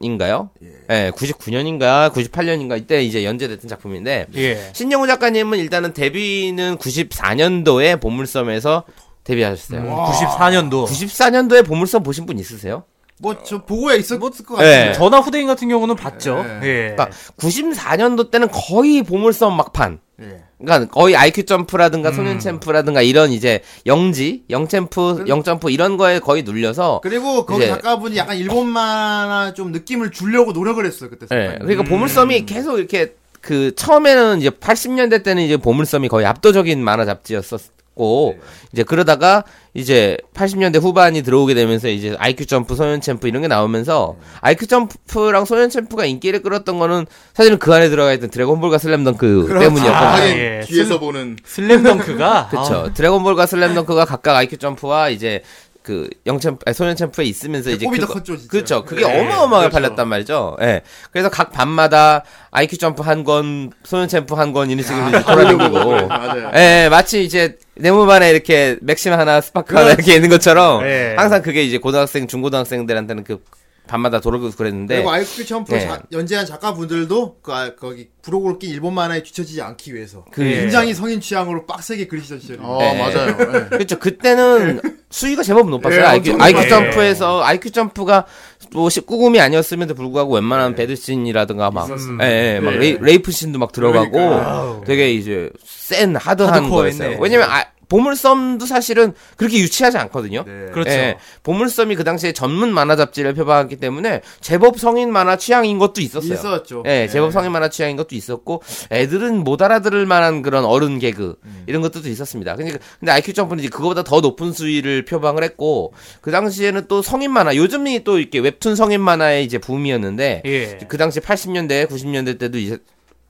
Speaker 6: 99년인가요? 예, 99년인가 98년인가 이때 이제 연재됐던 작품인데
Speaker 4: 예.
Speaker 6: 신영우 작가님은 일단은 데뷔는 94년도에 보물섬에서 데뷔하셨어요.
Speaker 4: 94년도.
Speaker 6: 94년도에 보물섬 보신 분 있으세요?
Speaker 1: 뭐 저 보고에 있었을 것
Speaker 6: 네.
Speaker 1: 같은데.
Speaker 4: 예. 전화 후대인 같은 경우는 봤죠. 예.
Speaker 6: 그러니까 94년도 때는 거의 보물섬 막판.
Speaker 1: 예. 음.
Speaker 6: 그러니까 거의 IQ 점프라든가 소년 챔프라든가 이런 이제 영지, 영 챔프,
Speaker 1: 그러니까
Speaker 6: 영 점프 이런 거에 거의 눌려서
Speaker 1: 그리고 거기
Speaker 6: 이제-
Speaker 1: 작가분이 약간 일본 만화 좀 느낌을 주려고 노력을 했어요 그때.
Speaker 6: 예.
Speaker 1: 생각에.
Speaker 6: 그러니까 보물섬이 계속 이렇게 그 처음에는 이제 80년대 때는 이제 보물섬이 거의 압도적인 만화 잡지였었고
Speaker 1: 네.
Speaker 6: 이제 그러다가 이제 80년대 후반이 들어오게 되면서 이제 IQ 점프, 소년 챔프 이런 게 나오면서
Speaker 1: 네.
Speaker 6: IQ 점프랑 소년 챔프가 인기를 끌었던 거는 사실은 그 안에 들어가 있던 드래곤볼과 슬램덩크
Speaker 1: 그렇죠.
Speaker 6: 때문이었거든요.
Speaker 4: 아,
Speaker 3: 하긴
Speaker 4: 예.
Speaker 6: 음.
Speaker 3: 뒤에서 보는
Speaker 4: 슬램덩크가 아,
Speaker 6: 그쵸. 드래곤볼과 슬램덩크가 각각 IQ 점프와 이제 그 영챔 아니, 소년 챔프에 있으면서 이제
Speaker 1: 배꼽이 더
Speaker 6: 그거-
Speaker 1: 컸죠, 진짜.
Speaker 6: 그쵸. 그게
Speaker 4: 예,
Speaker 6: 어마어마하게
Speaker 3: 그렇죠.
Speaker 6: 팔렸단 말이죠. 예. 그래서 각 반마다 IQ 점프 한 권, 소년 챔프 한 권 이런 식으로 이제
Speaker 3: 네,
Speaker 6: 돌아다니고.
Speaker 3: 맞아요.
Speaker 6: 예, 마치 이제 네모반에 이렇게 맥심 하나, 스파크 하나 이렇게 있는 것처럼
Speaker 4: 예.
Speaker 6: 항상 그게 이제 고등학생, 중고등학생들한테는 그 반마다 돌아고 그랬는데
Speaker 1: 그리고 뭐 아이큐 점프
Speaker 6: 네.
Speaker 1: 자- 연재한 작가분들도 그 아- 거기 부록으로 낀 일본 만화에 뒤처지지 않기 위해서
Speaker 6: 그-
Speaker 4: 예.
Speaker 1: 굉장히 성인 취향으로 빡세게 그리시던 시절이.
Speaker 3: 어
Speaker 6: 네.
Speaker 3: 맞아요. 네.
Speaker 6: *laughs* 그렇죠. 그때는 수위가 제법 높았어요.
Speaker 3: 예,
Speaker 6: IQ,
Speaker 3: 엄청
Speaker 6: IQ
Speaker 4: 높았어요.
Speaker 6: 점프에서 IQ 점프가 뭐 19금이 아니었음에도 불구하고 웬만한 배드신이라든가 막,
Speaker 3: 있었어요.
Speaker 6: 예, 예, 막
Speaker 3: 예.
Speaker 6: 레이, 레이프 신도 막 들어가고
Speaker 3: 그러니까요.
Speaker 6: 되게 이제 센 하드한
Speaker 4: 하드코어
Speaker 6: 거였어요.
Speaker 4: 했네.
Speaker 6: 왜냐면 아, 보물섬도 사실은 그렇게 유치하지 않거든요.
Speaker 4: 그렇죠.
Speaker 6: 예, 보물섬이 그 당시에 전문 만화 잡지를 표방했기 때문에 제법 성인 만화 취향인 것도 있었어요.
Speaker 1: 있었죠. 네,
Speaker 6: 예, 제법 성인 만화 취향인 것도 있었고 애들은 못 알아들을 만한 그런 어른 개그 이런 것들도 있었습니다. 그러니까 근데 IQ 점프는 이제 그거보다 더 높은 수위를 표방을 했고 그 당시에는 또 성인 만화 요즘이 또 이렇게 웹툰 성인 만화의 이제 붐이었는데
Speaker 4: 예.
Speaker 6: 그 당시 80년대 90년대 때도 이제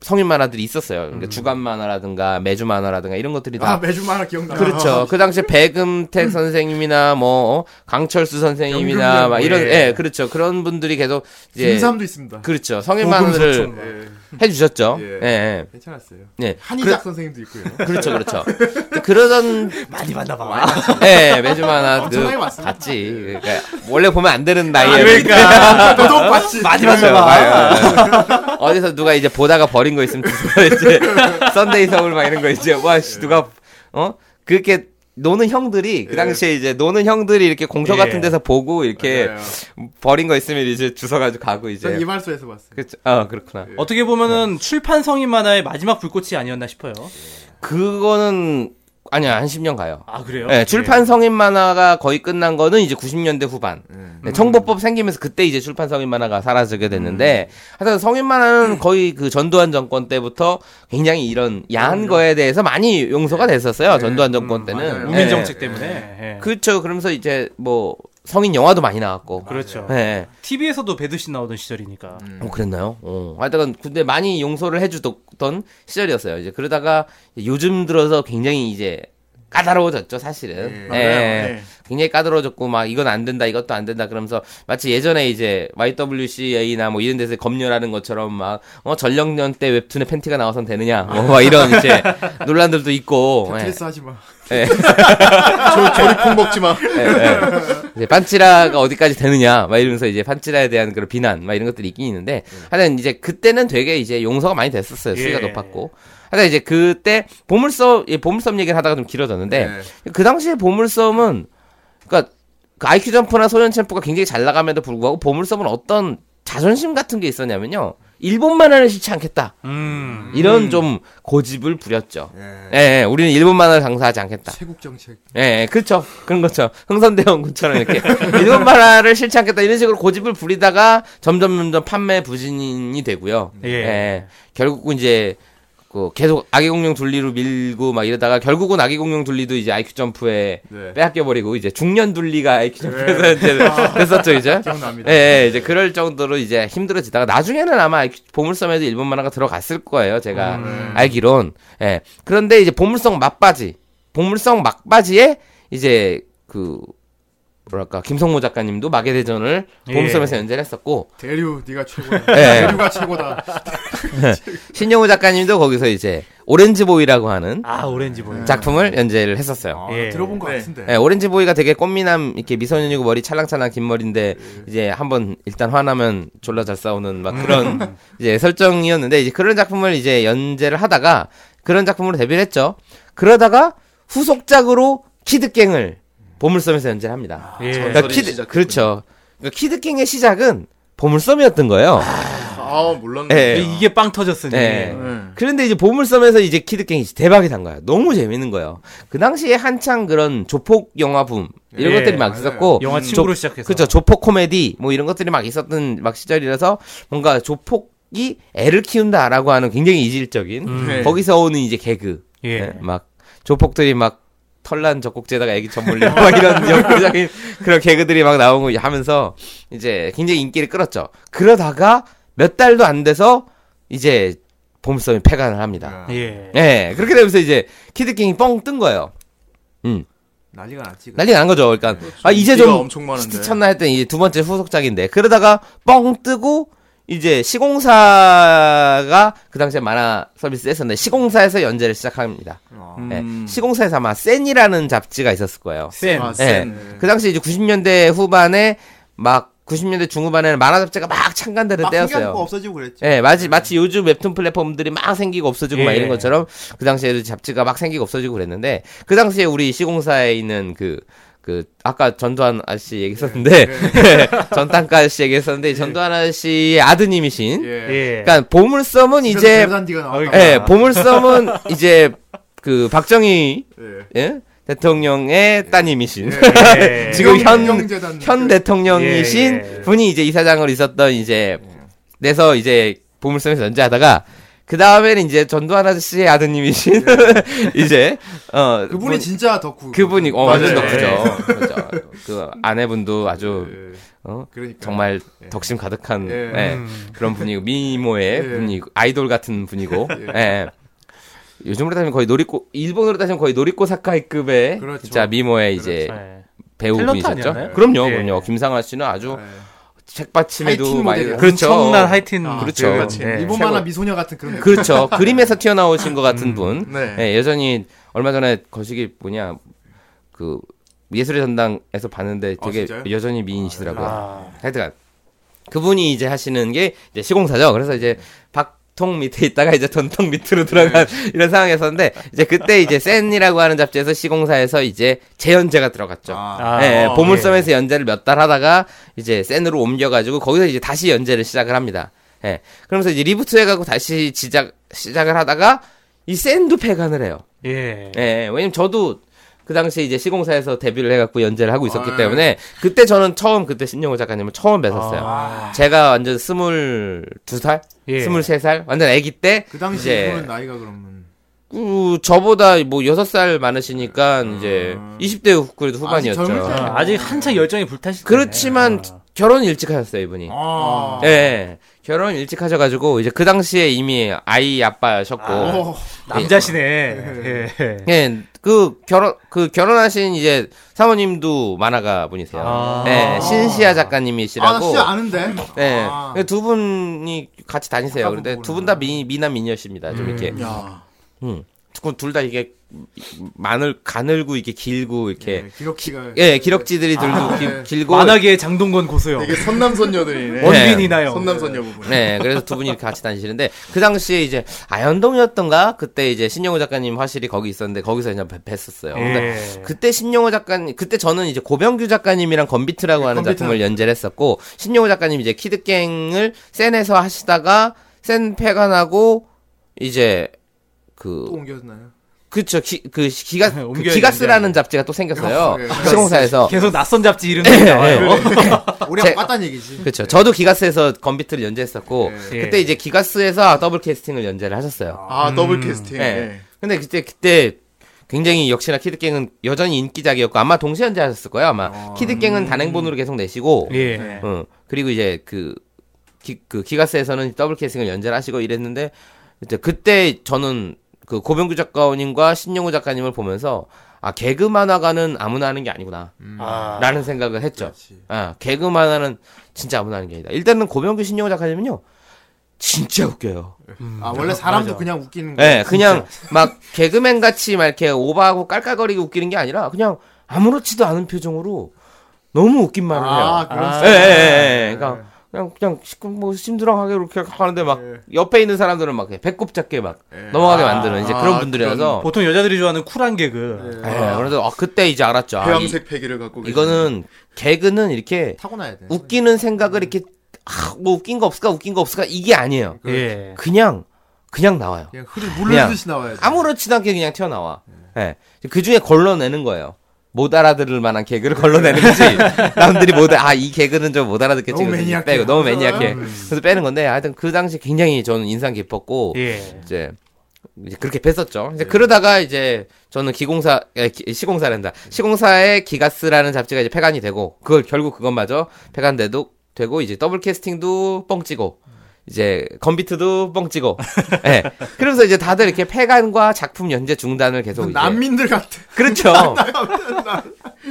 Speaker 6: 성인 만화들이 있었어요. 그러니까 주간 만화라든가 매주 만화라든가 이런 것들이 다
Speaker 1: 아 매주 만화 아, 기억나.
Speaker 6: 그렇죠. 그 당시에 백음택 선생님이나 뭐 어, 강철수 선생님이나
Speaker 1: 연금전,
Speaker 6: 막 이런
Speaker 1: 예.
Speaker 6: 예, 그렇죠. 그런 분들이 계속 이제
Speaker 1: 김삼도 있습니다.
Speaker 6: 그렇죠. 성인 만화를
Speaker 4: 고금소총.
Speaker 6: 해주셨죠.
Speaker 1: 예.
Speaker 6: 예. 예.
Speaker 1: 괜찮았어요.
Speaker 6: 예.
Speaker 1: *laughs* 한희작 선생님도 있고요.
Speaker 6: 그렇죠, 그렇죠. 근데 그러던
Speaker 4: 많이 만나봐.
Speaker 6: 예, 매주마나 그
Speaker 1: 엄청나게 봤습니다.
Speaker 6: 봤지. 그러니까 원래 보면 안 되는 나이에
Speaker 1: 그러니까 더더욱 봤지.
Speaker 4: 많이
Speaker 6: 그렇죠.
Speaker 4: 만나봐.
Speaker 6: 예, 예. 어디서 누가 이제 보다가 버린 거 있으면 뒤집어 이제 썬데이 서울 막 이런 거 이제 와씨 누가 어 그렇게 노는 형들이 그 당시에 이제 노는 형들이 이렇게 공터
Speaker 4: 예.
Speaker 6: 같은 데서 보고 이렇게
Speaker 3: 네.
Speaker 6: 버린 거 있으면 이제 주워가지고 가고
Speaker 1: 전
Speaker 6: 이제
Speaker 1: 네. 이발소에서 봤어요.
Speaker 6: 그렇죠. 아 그렇구나.
Speaker 4: 어떻게 보면은 출판 성인 만화의 마지막 불꽃이 아니었나 싶어요.
Speaker 6: 그거는 아니야 한 10년 가요.
Speaker 4: 아 그래요?
Speaker 6: 네, 출판 성인 만화가 거의 끝난 거는 이제 90년대 후반.
Speaker 4: 음.
Speaker 6: 네, 청보법 생기면서 그때 이제 출판 성인 만화가 사라지게 됐는데,
Speaker 4: 음.
Speaker 6: 하여튼 성인 만화는 거의 그 전두환 정권 때부터 굉장히 이런 야한 거에 대해서 많이 용서가 됐었어요. 전두환 정권 때는.
Speaker 1: 맞아요.
Speaker 4: 음, 우민 정책
Speaker 6: 네.
Speaker 4: 때문에. 예.
Speaker 6: 그렇죠. 그러면서 이제 뭐 성인 영화도 많이 나왔고.
Speaker 4: 그렇죠.
Speaker 6: 네.
Speaker 4: TV에서도 배드신 나오던 시절이니까.
Speaker 6: 어, 그랬나요? 어. 하여튼 근데 많이 용서를 해주던 시절이었어요. 이제 그러다가 요즘 들어서 굉장히 이제 까다로워졌죠, 사실은.
Speaker 3: 맞아요. 네.
Speaker 6: 굉장히 까다로워졌고 막 이건 안 된다, 이것도 안 된다 그러면서 마치 예전에 이제 YWCA나 뭐 이런 데서 검열하는 것처럼 막 어, 전령년 때 웹툰에 팬티가 나와선 되느냐, 뭐, 막 이런 이제 논란들도 있고. 예.
Speaker 1: 스트레스 하지 마.
Speaker 3: 저 조리콩 먹지 마.
Speaker 6: 예, 예. 이제 판치라가 어디까지 되느냐, 막 이러면서 이제 판치라에 대한 그런 비난, 막 이런 것들이 있긴 있는데, 하여튼 이제 그때는 되게 이제 용서가 많이 됐었어요. 네, 수위가
Speaker 4: 음. 예.
Speaker 6: 높았고. 하여튼 이제 그때 보물섬, 예, 보물섬 얘기를 하다가 좀
Speaker 3: 네.
Speaker 6: 길어졌는데, 그 당시에 보물섬은, 그니까, 그 IQ 점프나 소년 챔프가 굉장히 잘 나감에도 불구하고, 보물섬은 어떤 자존심 같은 게 있었냐면요. 일본만화는 싫지 않겠다.
Speaker 4: 음.
Speaker 6: 이런 좀 고집을 부렸죠. 예, 예, 우리는 일본만화를 장사하지 않겠다.
Speaker 1: 태국 정책.
Speaker 6: 예, 예, 그렇죠. 그런 거죠. 흥선대원 군처럼
Speaker 4: *laughs*
Speaker 6: 이렇게 일본 만화를 싫지 않겠다 이런 식으로 고집을 부리다가 점점 점점 판매 부진이 되고요.
Speaker 4: 예.
Speaker 6: 결국 이제 그 계속 아기 공룡 둘리로 밀고 막 이러다가 결국은 아기 공룡 둘리도 이제 IQ 점프에
Speaker 1: 네.
Speaker 6: 빼앗겨 버리고 이제 중년 둘리가 IQ 점프에서 이제 됐었죠 이제.
Speaker 1: 기억납니다.
Speaker 6: 예, 예, 이제 그럴 정도로 이제 힘들어지다가 나중에는 아마 IQ 보물섬에도 일본 만화가 들어갔을 거예요. 제가 알기론. 예. 그런데 이제 보물섬 막바지, 보물섬 막바지에 이제 그 뭐랄까 김성모 작가님도 마계대전을
Speaker 4: 예.
Speaker 6: 보물섬에서 연재를 했었고
Speaker 1: 대류 네가 최고다.
Speaker 6: *laughs* 예.
Speaker 1: 대류가
Speaker 6: *laughs*
Speaker 1: 최고다.
Speaker 6: 신영우 작가님도 거기서 이제 오렌지보이라고 하는
Speaker 4: 아 오렌지
Speaker 1: 네.
Speaker 4: 보이.
Speaker 6: 작품을 연재를 했었어요.
Speaker 1: 음. 아,
Speaker 4: 예.
Speaker 1: 들어본 것 같은데.
Speaker 6: 예, 오렌지보이가 되게 꽃미남 이렇게 미소년이고 머리 찰랑찰랑 긴 머리인데
Speaker 3: 음.
Speaker 6: 이제 한번 일단 화나면 졸라 잘 싸우는 막
Speaker 3: *laughs*
Speaker 6: 그런 이제 설정이었는데 이제 그런 작품을 이제 연재를 하다가 그런 작품으로 데뷔를 했죠. 그러다가 후속작으로 키드갱을 보물섬에서 연재를 합니다.
Speaker 4: 예.
Speaker 3: 전-
Speaker 6: 그러니까
Speaker 3: 전설의
Speaker 6: 키드
Speaker 3: 아, 시작이군요.
Speaker 6: 그렇죠. 그러니까 키드갱의 시작은 보물섬이었던 거예요.
Speaker 3: 아 몰랐네.
Speaker 6: 예.
Speaker 4: 이게 빵 터졌으니.
Speaker 6: 예.
Speaker 3: 음.
Speaker 6: 그런데 이제 보물섬에서 이제 키드갱이 진짜 대박이 난 거야. 너무 재밌는 거예요. 그 당시에 한창 그런 조폭 영화 붐 이런
Speaker 4: 예,
Speaker 6: 것들이 막
Speaker 1: 맞아요.
Speaker 6: 있었고
Speaker 4: 영화
Speaker 6: 조-
Speaker 4: 친구로 시작해서.
Speaker 6: 뭐, 그렇죠. 조폭 코미디 뭐 이런 것들이 막 있었던 막 시절이라서 뭔가 조폭이 애를 키운다라고 하는 굉장히 이질적인
Speaker 3: 네.
Speaker 6: 거기서 오는 이제 개그
Speaker 4: 음. 예.
Speaker 6: 네, 막 조폭들이 막 털난 젖꼭지에다가 애기 젖 몰리고 막
Speaker 4: *laughs*
Speaker 6: 이런 역사적인 그런 개그들이 막 나오고 하면서 이제 굉장히 인기를 끌었죠. 그러다가 몇 달도 안 돼서 이제 봄섬이 폐간을 합니다.
Speaker 1: 네.
Speaker 4: 예.
Speaker 6: 예, 그렇게 되면서 이제 키드킹이 뻥 뜬 거예요. 음.
Speaker 1: 난리가 났지. 그거.
Speaker 6: 난리가 난 거죠. 그러니까 아 이제
Speaker 3: 인기가
Speaker 6: 좀
Speaker 3: 엄청 많은데.
Speaker 6: 시티 쳤나 했더니 이제 두 번째 후속작인데 그러다가 뻥 뜨고 이제 시공사가 그 당시에 만화 서비스 했었는데 시공사에서 연재를 시작합니다.
Speaker 1: 어.
Speaker 3: 음.
Speaker 6: 예, 시공사에서 아마 센이라는 잡지가 있었을 거예요.
Speaker 4: 센.
Speaker 3: 아,
Speaker 6: 예.
Speaker 3: 센.
Speaker 6: 그 당시 이제 90년대 후반에 막 90년대 중후반에는 만화 잡지가 막 창간대를
Speaker 1: 아, 막
Speaker 6: 때였어요.
Speaker 1: 생겨놓고 없어지고 그랬지.
Speaker 6: 예, 마치, 마치 요즘 웹툰 플랫폼들이 막 생기고 없어지고 막
Speaker 4: 네. 예.
Speaker 6: 이런 것처럼 그 당시에도 잡지가 막 생기고 없어지고 그랬는데 그 당시에 우리 시공사에 있는 그, 그, 아까 전두환 아저씨 얘기했었는데 전탄가 아저씨 얘기했었는데 전두환 아저씨의 아드님이신
Speaker 3: 예.
Speaker 4: 예.
Speaker 6: 그러니까 보물섬은 이제
Speaker 1: 대단디가 나왔다.
Speaker 4: 아.
Speaker 6: 예, 보물섬은 이제 그 박정희
Speaker 1: 예.
Speaker 6: 예? 대통령의 따님이신
Speaker 4: 예.
Speaker 6: *laughs* 지금 현-
Speaker 1: 명재단.
Speaker 6: 현 대통령이신
Speaker 4: 예, 예.
Speaker 6: 분이 이제 이사장으로 있었던 이제 내서 이제 보물섬에서 연재하다가 그 다음에는 이제 전두환 아저씨의 아드님이신 이제 어
Speaker 1: 그분이
Speaker 6: 분-
Speaker 1: 진짜 예. 덕후.
Speaker 6: 그분이 어 완전
Speaker 4: 맞아요.
Speaker 6: 덕후죠. 그렇죠. 그 아내분도 아주
Speaker 1: 예.
Speaker 6: 어
Speaker 1: 그러니까.
Speaker 6: 정말 덕심 가득한
Speaker 1: 예.
Speaker 6: 예,
Speaker 4: 음.
Speaker 6: 그런 분이고 미모의
Speaker 1: 예.
Speaker 6: 분이고 아이돌 같은 분이고 *laughs* 예. 요즘으로 따지면 거의 놀이코 일본으로 따지면 거의 놀이코 사카이급의
Speaker 1: 그렇죠.
Speaker 6: 예. 진짜 미모의 이제
Speaker 4: 예. 탤런트
Speaker 6: 배우분이셨죠.
Speaker 4: 아니었나요?
Speaker 6: 그럼요,
Speaker 4: 예.
Speaker 6: 그럼요. 김상아 씨는 아주
Speaker 1: 예.
Speaker 6: 책받침에도
Speaker 1: 하이틴
Speaker 6: 많이
Speaker 1: 모델이야.
Speaker 6: 그렇죠.
Speaker 4: 엄청난 하이틴
Speaker 1: 아,
Speaker 6: 그렇죠.
Speaker 4: 배우같이. 네.
Speaker 6: 예.
Speaker 1: 일본
Speaker 6: 최고.
Speaker 1: 만화 미소녀 같은 그런. 느낌.
Speaker 6: 그렇죠. 그림에서 튀어나오신 것 같은 분.
Speaker 3: 네.
Speaker 6: 예, 여전히 얼마 전에 거시기 뭐냐 그 예술의 전당에서 봤는데 되게
Speaker 1: 아, 진짜요?
Speaker 6: 여전히 미인이시더라고요.
Speaker 4: 아.
Speaker 6: 하여튼 그분이 이제 하시는 게 이제 시공사죠. 그래서 이제 박통 밑에 있다가 이제 돈통 밑으로 들어간
Speaker 1: 네.
Speaker 6: 이런 상황이었었는데 이제 그때 이제 센이라고 하는 잡지에서 시공사에서 이제 재연재가 들어갔죠.
Speaker 1: 아.
Speaker 4: 아,
Speaker 6: 예,
Speaker 4: 어,
Speaker 6: 보물섬에서 연재를 몇 달 하다가 이제 센으로 옮겨가지고 거기서 이제 다시 연재를 시작을 합니다. 예. 그러면서 이제 리부트해가고 다시 시작 시작을 하다가 이 센도 폐간을 해요.
Speaker 4: 예.
Speaker 6: 예. 왜냐면 저도 그 당시에 이제 시공사에서 데뷔를 해갖고 연재를 하고 있었기
Speaker 1: 아, 예.
Speaker 6: 때문에 그때 저는 처음 그때 신영호 작가님을 처음 뵀었어요.
Speaker 4: 아.
Speaker 6: 제가 완전 스물두 살,
Speaker 4: 예.
Speaker 6: 스물세 살, 완전 아기 때
Speaker 1: 그 당시
Speaker 6: 이제-
Speaker 1: 그분은 나이가 그러면.
Speaker 6: 그 저보다 뭐 여섯 살 많으시니까 이제
Speaker 4: 음.
Speaker 6: 20대 그래도 후반이었죠.
Speaker 1: 아직 젊을 때.
Speaker 4: 아, 아직 한창 열정이 불타실 때.
Speaker 6: 그렇지만
Speaker 4: 네.
Speaker 6: 결혼 일찍 하셨어요 이분이.
Speaker 1: 아.
Speaker 6: 예. 결혼 일찍 하셔가지고 이제 그 당시에 이미 아이 아빠셨고
Speaker 1: 오.
Speaker 4: 남자시네. 예.
Speaker 6: 예, 그 결혼 그 결혼하신 이제 사모님도 만화가 분이세요.
Speaker 4: 아.
Speaker 6: 예, 신시아
Speaker 1: 아, 나
Speaker 6: 작가님이시라고.
Speaker 1: 진짜 아는데.
Speaker 6: 예,
Speaker 1: 아.
Speaker 6: 두 분이 같이 다니세요.
Speaker 1: 작가분
Speaker 6: 근데 두 분
Speaker 1: 보구나.
Speaker 6: 다 미남 미녀십니다. 좀 이렇게
Speaker 3: 야.
Speaker 6: 둘 다 이게 마늘 가늘고 이게 길고 이렇게
Speaker 1: 예, 기록기가.
Speaker 6: 예, 기럭지들이 들고
Speaker 1: 네.
Speaker 6: 기, 길고
Speaker 4: 만화계의 장동건 고소영.
Speaker 3: 되게 선남선녀들이네.
Speaker 4: 원빈이나요.
Speaker 3: 선남선녀 부분.
Speaker 6: 네, 그래서 두 분이 이렇게 같이 다니시는데 그 당시에 이제 아현동이었던가 그때 이제 신영호 작가님 화실이 거기 있었는데 거기서 그냥 뵀- 뵀었어요. 네. 근데
Speaker 4: 예.
Speaker 6: 그때 신영호 작가님 그때 저는 이제 고병규 작가님이랑 건비트라고 하는
Speaker 1: 건비트.
Speaker 6: 작품을 연재를 했었고 신영호 작가님 이제 키드갱을 센에서 하시다가 센 폐간하고 이제
Speaker 1: 또
Speaker 6: 그
Speaker 1: 옮겨졌나요?
Speaker 6: 그쵸 기, 그 *laughs* 기가 그
Speaker 4: 옮겨야
Speaker 6: 기가스라는 잡지가 또 생겼어요 네. 예, 아,
Speaker 1: 예, 예.
Speaker 6: 시공사에서
Speaker 4: 계속 낯선 잡지 이름이
Speaker 6: 네.
Speaker 4: 나와요.
Speaker 1: 우리
Speaker 6: 제-
Speaker 1: 아빠 딴 얘기지.
Speaker 6: 그렇죠. 저도 기가스에서 건비트를 연재했었고
Speaker 4: 예.
Speaker 6: 그때 이제 기가스에서 더블 캐스팅을 연재를 하셨어요.
Speaker 3: 아 더블 캐스팅.
Speaker 6: 네.
Speaker 3: 예.
Speaker 6: 근데 그때 그때 굉장히 역시나 키드갱은 여전히 인기작이었고 아마 동시 연재하셨을 거예요. 아마 키드갱은 단행본으로 계속 내시고
Speaker 4: 예.
Speaker 6: 어, 그리고 이제 그, 기, 그 기가스에서는 더블 캐스팅을 연재를 하시고 이랬는데 이제 그때 저는 그 고병규 작가님과 신영우 작가님을 보면서 아 개그 만화가는 아무나 하는 게 아니구나
Speaker 1: 음.
Speaker 4: 아.
Speaker 6: 라는 생각을 했죠. 아, 개그 만화는 진짜 아무나 하는 게 아니다. 일단은 고병규 신영호 작가님은요, 진짜 웃겨요.
Speaker 1: 아, 원래
Speaker 4: 음.
Speaker 1: 사람도
Speaker 4: 맞아.
Speaker 1: 그냥 웃기는 거.
Speaker 6: 예, 그냥 막 개그맨 같이 막 이렇게 오버하고 깔깔거리고 웃기는 게 아니라 그냥 아무렇지도 않은 표정으로 너무 웃긴 말을 해요. 네,
Speaker 1: 아, 그런
Speaker 6: 예, 예, 예, 예. 그러니까 그냥 그냥 시끄 뭐 심드렁하게 이렇게 하는데 막
Speaker 1: 예.
Speaker 6: 옆에 있는 사람들은 막 이렇게 배꼽 잡게 막
Speaker 1: 예.
Speaker 6: 넘어가게 만드는 이제 그런
Speaker 3: 아,
Speaker 6: 분들이라서
Speaker 4: 보통 여자들이 좋아하는 쿨한 개그.
Speaker 6: 어. 예, 그래서 아, 그때 이제 알았죠. 아, 이,
Speaker 3: 회양색 패기를 갖고 계신
Speaker 6: 이거는 개그는 이렇게
Speaker 1: 타고나야 돼.
Speaker 6: 웃기는 생각을 이렇게 아, 뭐 웃긴 거 없을까 웃긴 거 없을까 이게 아니에요.
Speaker 4: 예.
Speaker 6: 그냥 그냥 나와요.
Speaker 1: 그냥 흐르 물르듯이 나와야 돼.
Speaker 6: 아무렇지도 않게 그냥 튀어나와. 예. 그 중에 걸러내는 거예요. 못 알아들을 만한 개그를 걸러내는 거지. 남들이 못, 알- 아, 이 개그는 좀 못 알아듣겠지.
Speaker 1: 너무
Speaker 6: 그래서
Speaker 1: 매니악해.
Speaker 6: 빼고, 너무
Speaker 1: 그죠?
Speaker 6: 매니악해.
Speaker 1: 음.
Speaker 6: 그래서 빼는 건데, 하여튼 그 당시 굉장히 저는 인상 깊었고,
Speaker 4: 예.
Speaker 6: 이제, 이제 그렇게 뵀었죠. 이제 그러다가 이제 저는 기공사, 에, 기- 시공사란다. 시공사의 기가스라는 잡지가 이제 폐간이 되고, 그걸 결국 그것마저 폐간돼도 되고, 이제 더블 캐스팅도 뻥찌고, 이제 건비트도 뻥찌고, 예. 그러면서 이제 다들 이렇게 폐간과 작품 연재 중단을 계속
Speaker 1: 무슨
Speaker 6: 이제
Speaker 1: 난민들 같아.
Speaker 6: 그렇죠.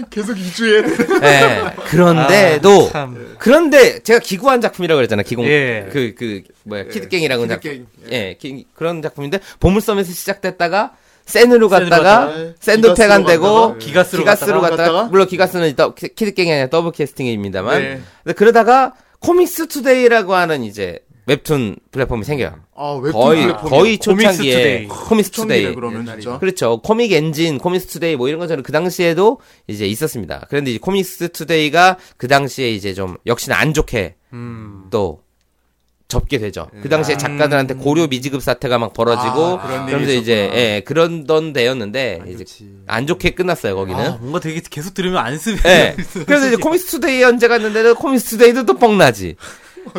Speaker 3: 계속 2주에
Speaker 6: 예. 그런데도
Speaker 4: 아, 참.
Speaker 6: 그런데 제가 기구한 작품이라고 그랬잖아. 기공
Speaker 4: 예.
Speaker 6: 그 그 뭐야 키드갱이라고 작품.
Speaker 1: 키드갱.
Speaker 6: 예. 기- 그런 작품인데 보물섬에서 시작됐다가 센으로
Speaker 3: 갔다가,
Speaker 6: 갔다가 샌드
Speaker 3: 네. 기가스로
Speaker 6: 페간되고
Speaker 3: 갔다가, 네.
Speaker 4: 기가스로
Speaker 6: 갔다가,
Speaker 3: 갔다가,
Speaker 6: 물론 기가스는 더- 키- 키드갱이 아니라 더블 캐스팅입니다만
Speaker 3: 네.
Speaker 6: 근데 그러다가 코믹스 투데이라고 하는 이제 웹툰 플랫폼이 생겨요.
Speaker 3: 아, 웹툰
Speaker 6: 거의
Speaker 3: 플랫폼이
Speaker 6: 거의
Speaker 4: 코믹스
Speaker 6: 초창기에
Speaker 4: 투데이.
Speaker 6: 코믹스
Speaker 3: 초창기네,
Speaker 6: 투데이
Speaker 3: 그러면 진짜.
Speaker 6: 그렇죠. 코믹 엔진, 코믹스 투데이 뭐 이런 것처럼 그 당시에도 이제 있었습니다. 그런데 이제 코믹스 투데이가 그 당시에 이제 좀 역시나 안 좋게
Speaker 4: 음.
Speaker 6: 또 접게 되죠. 그 당시에 작가들한테 고려 미지급 사태가 막 벌어지고
Speaker 3: 음. 아, 그런 일이 아,
Speaker 6: 그러면서 이제 예, 그런 던 데였는데 이제 안 좋게 끝났어요, 거기는.
Speaker 4: 아, 뭔가 되게 계속 들으면 안 쓰면. *laughs*
Speaker 6: 예. 그래서 이제 코믹스 투데이 언제 갔는데도 코믹스 투데이도 또 뻥나지.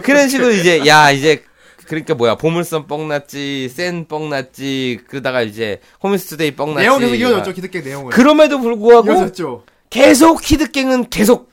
Speaker 6: 그런 식으로 이제 야 이제 그러니까 뭐야 보물선 뻥났지, 센 뻥났지, 그러다가 이제 코믹스 투데이
Speaker 3: 네.
Speaker 6: 뻥났지.
Speaker 1: 내용 계속 이어졌죠. 기득계 내용을.
Speaker 6: 네. 그럼에도 불구하고
Speaker 1: 이어졌죠.
Speaker 6: 계속 키드갱은 계속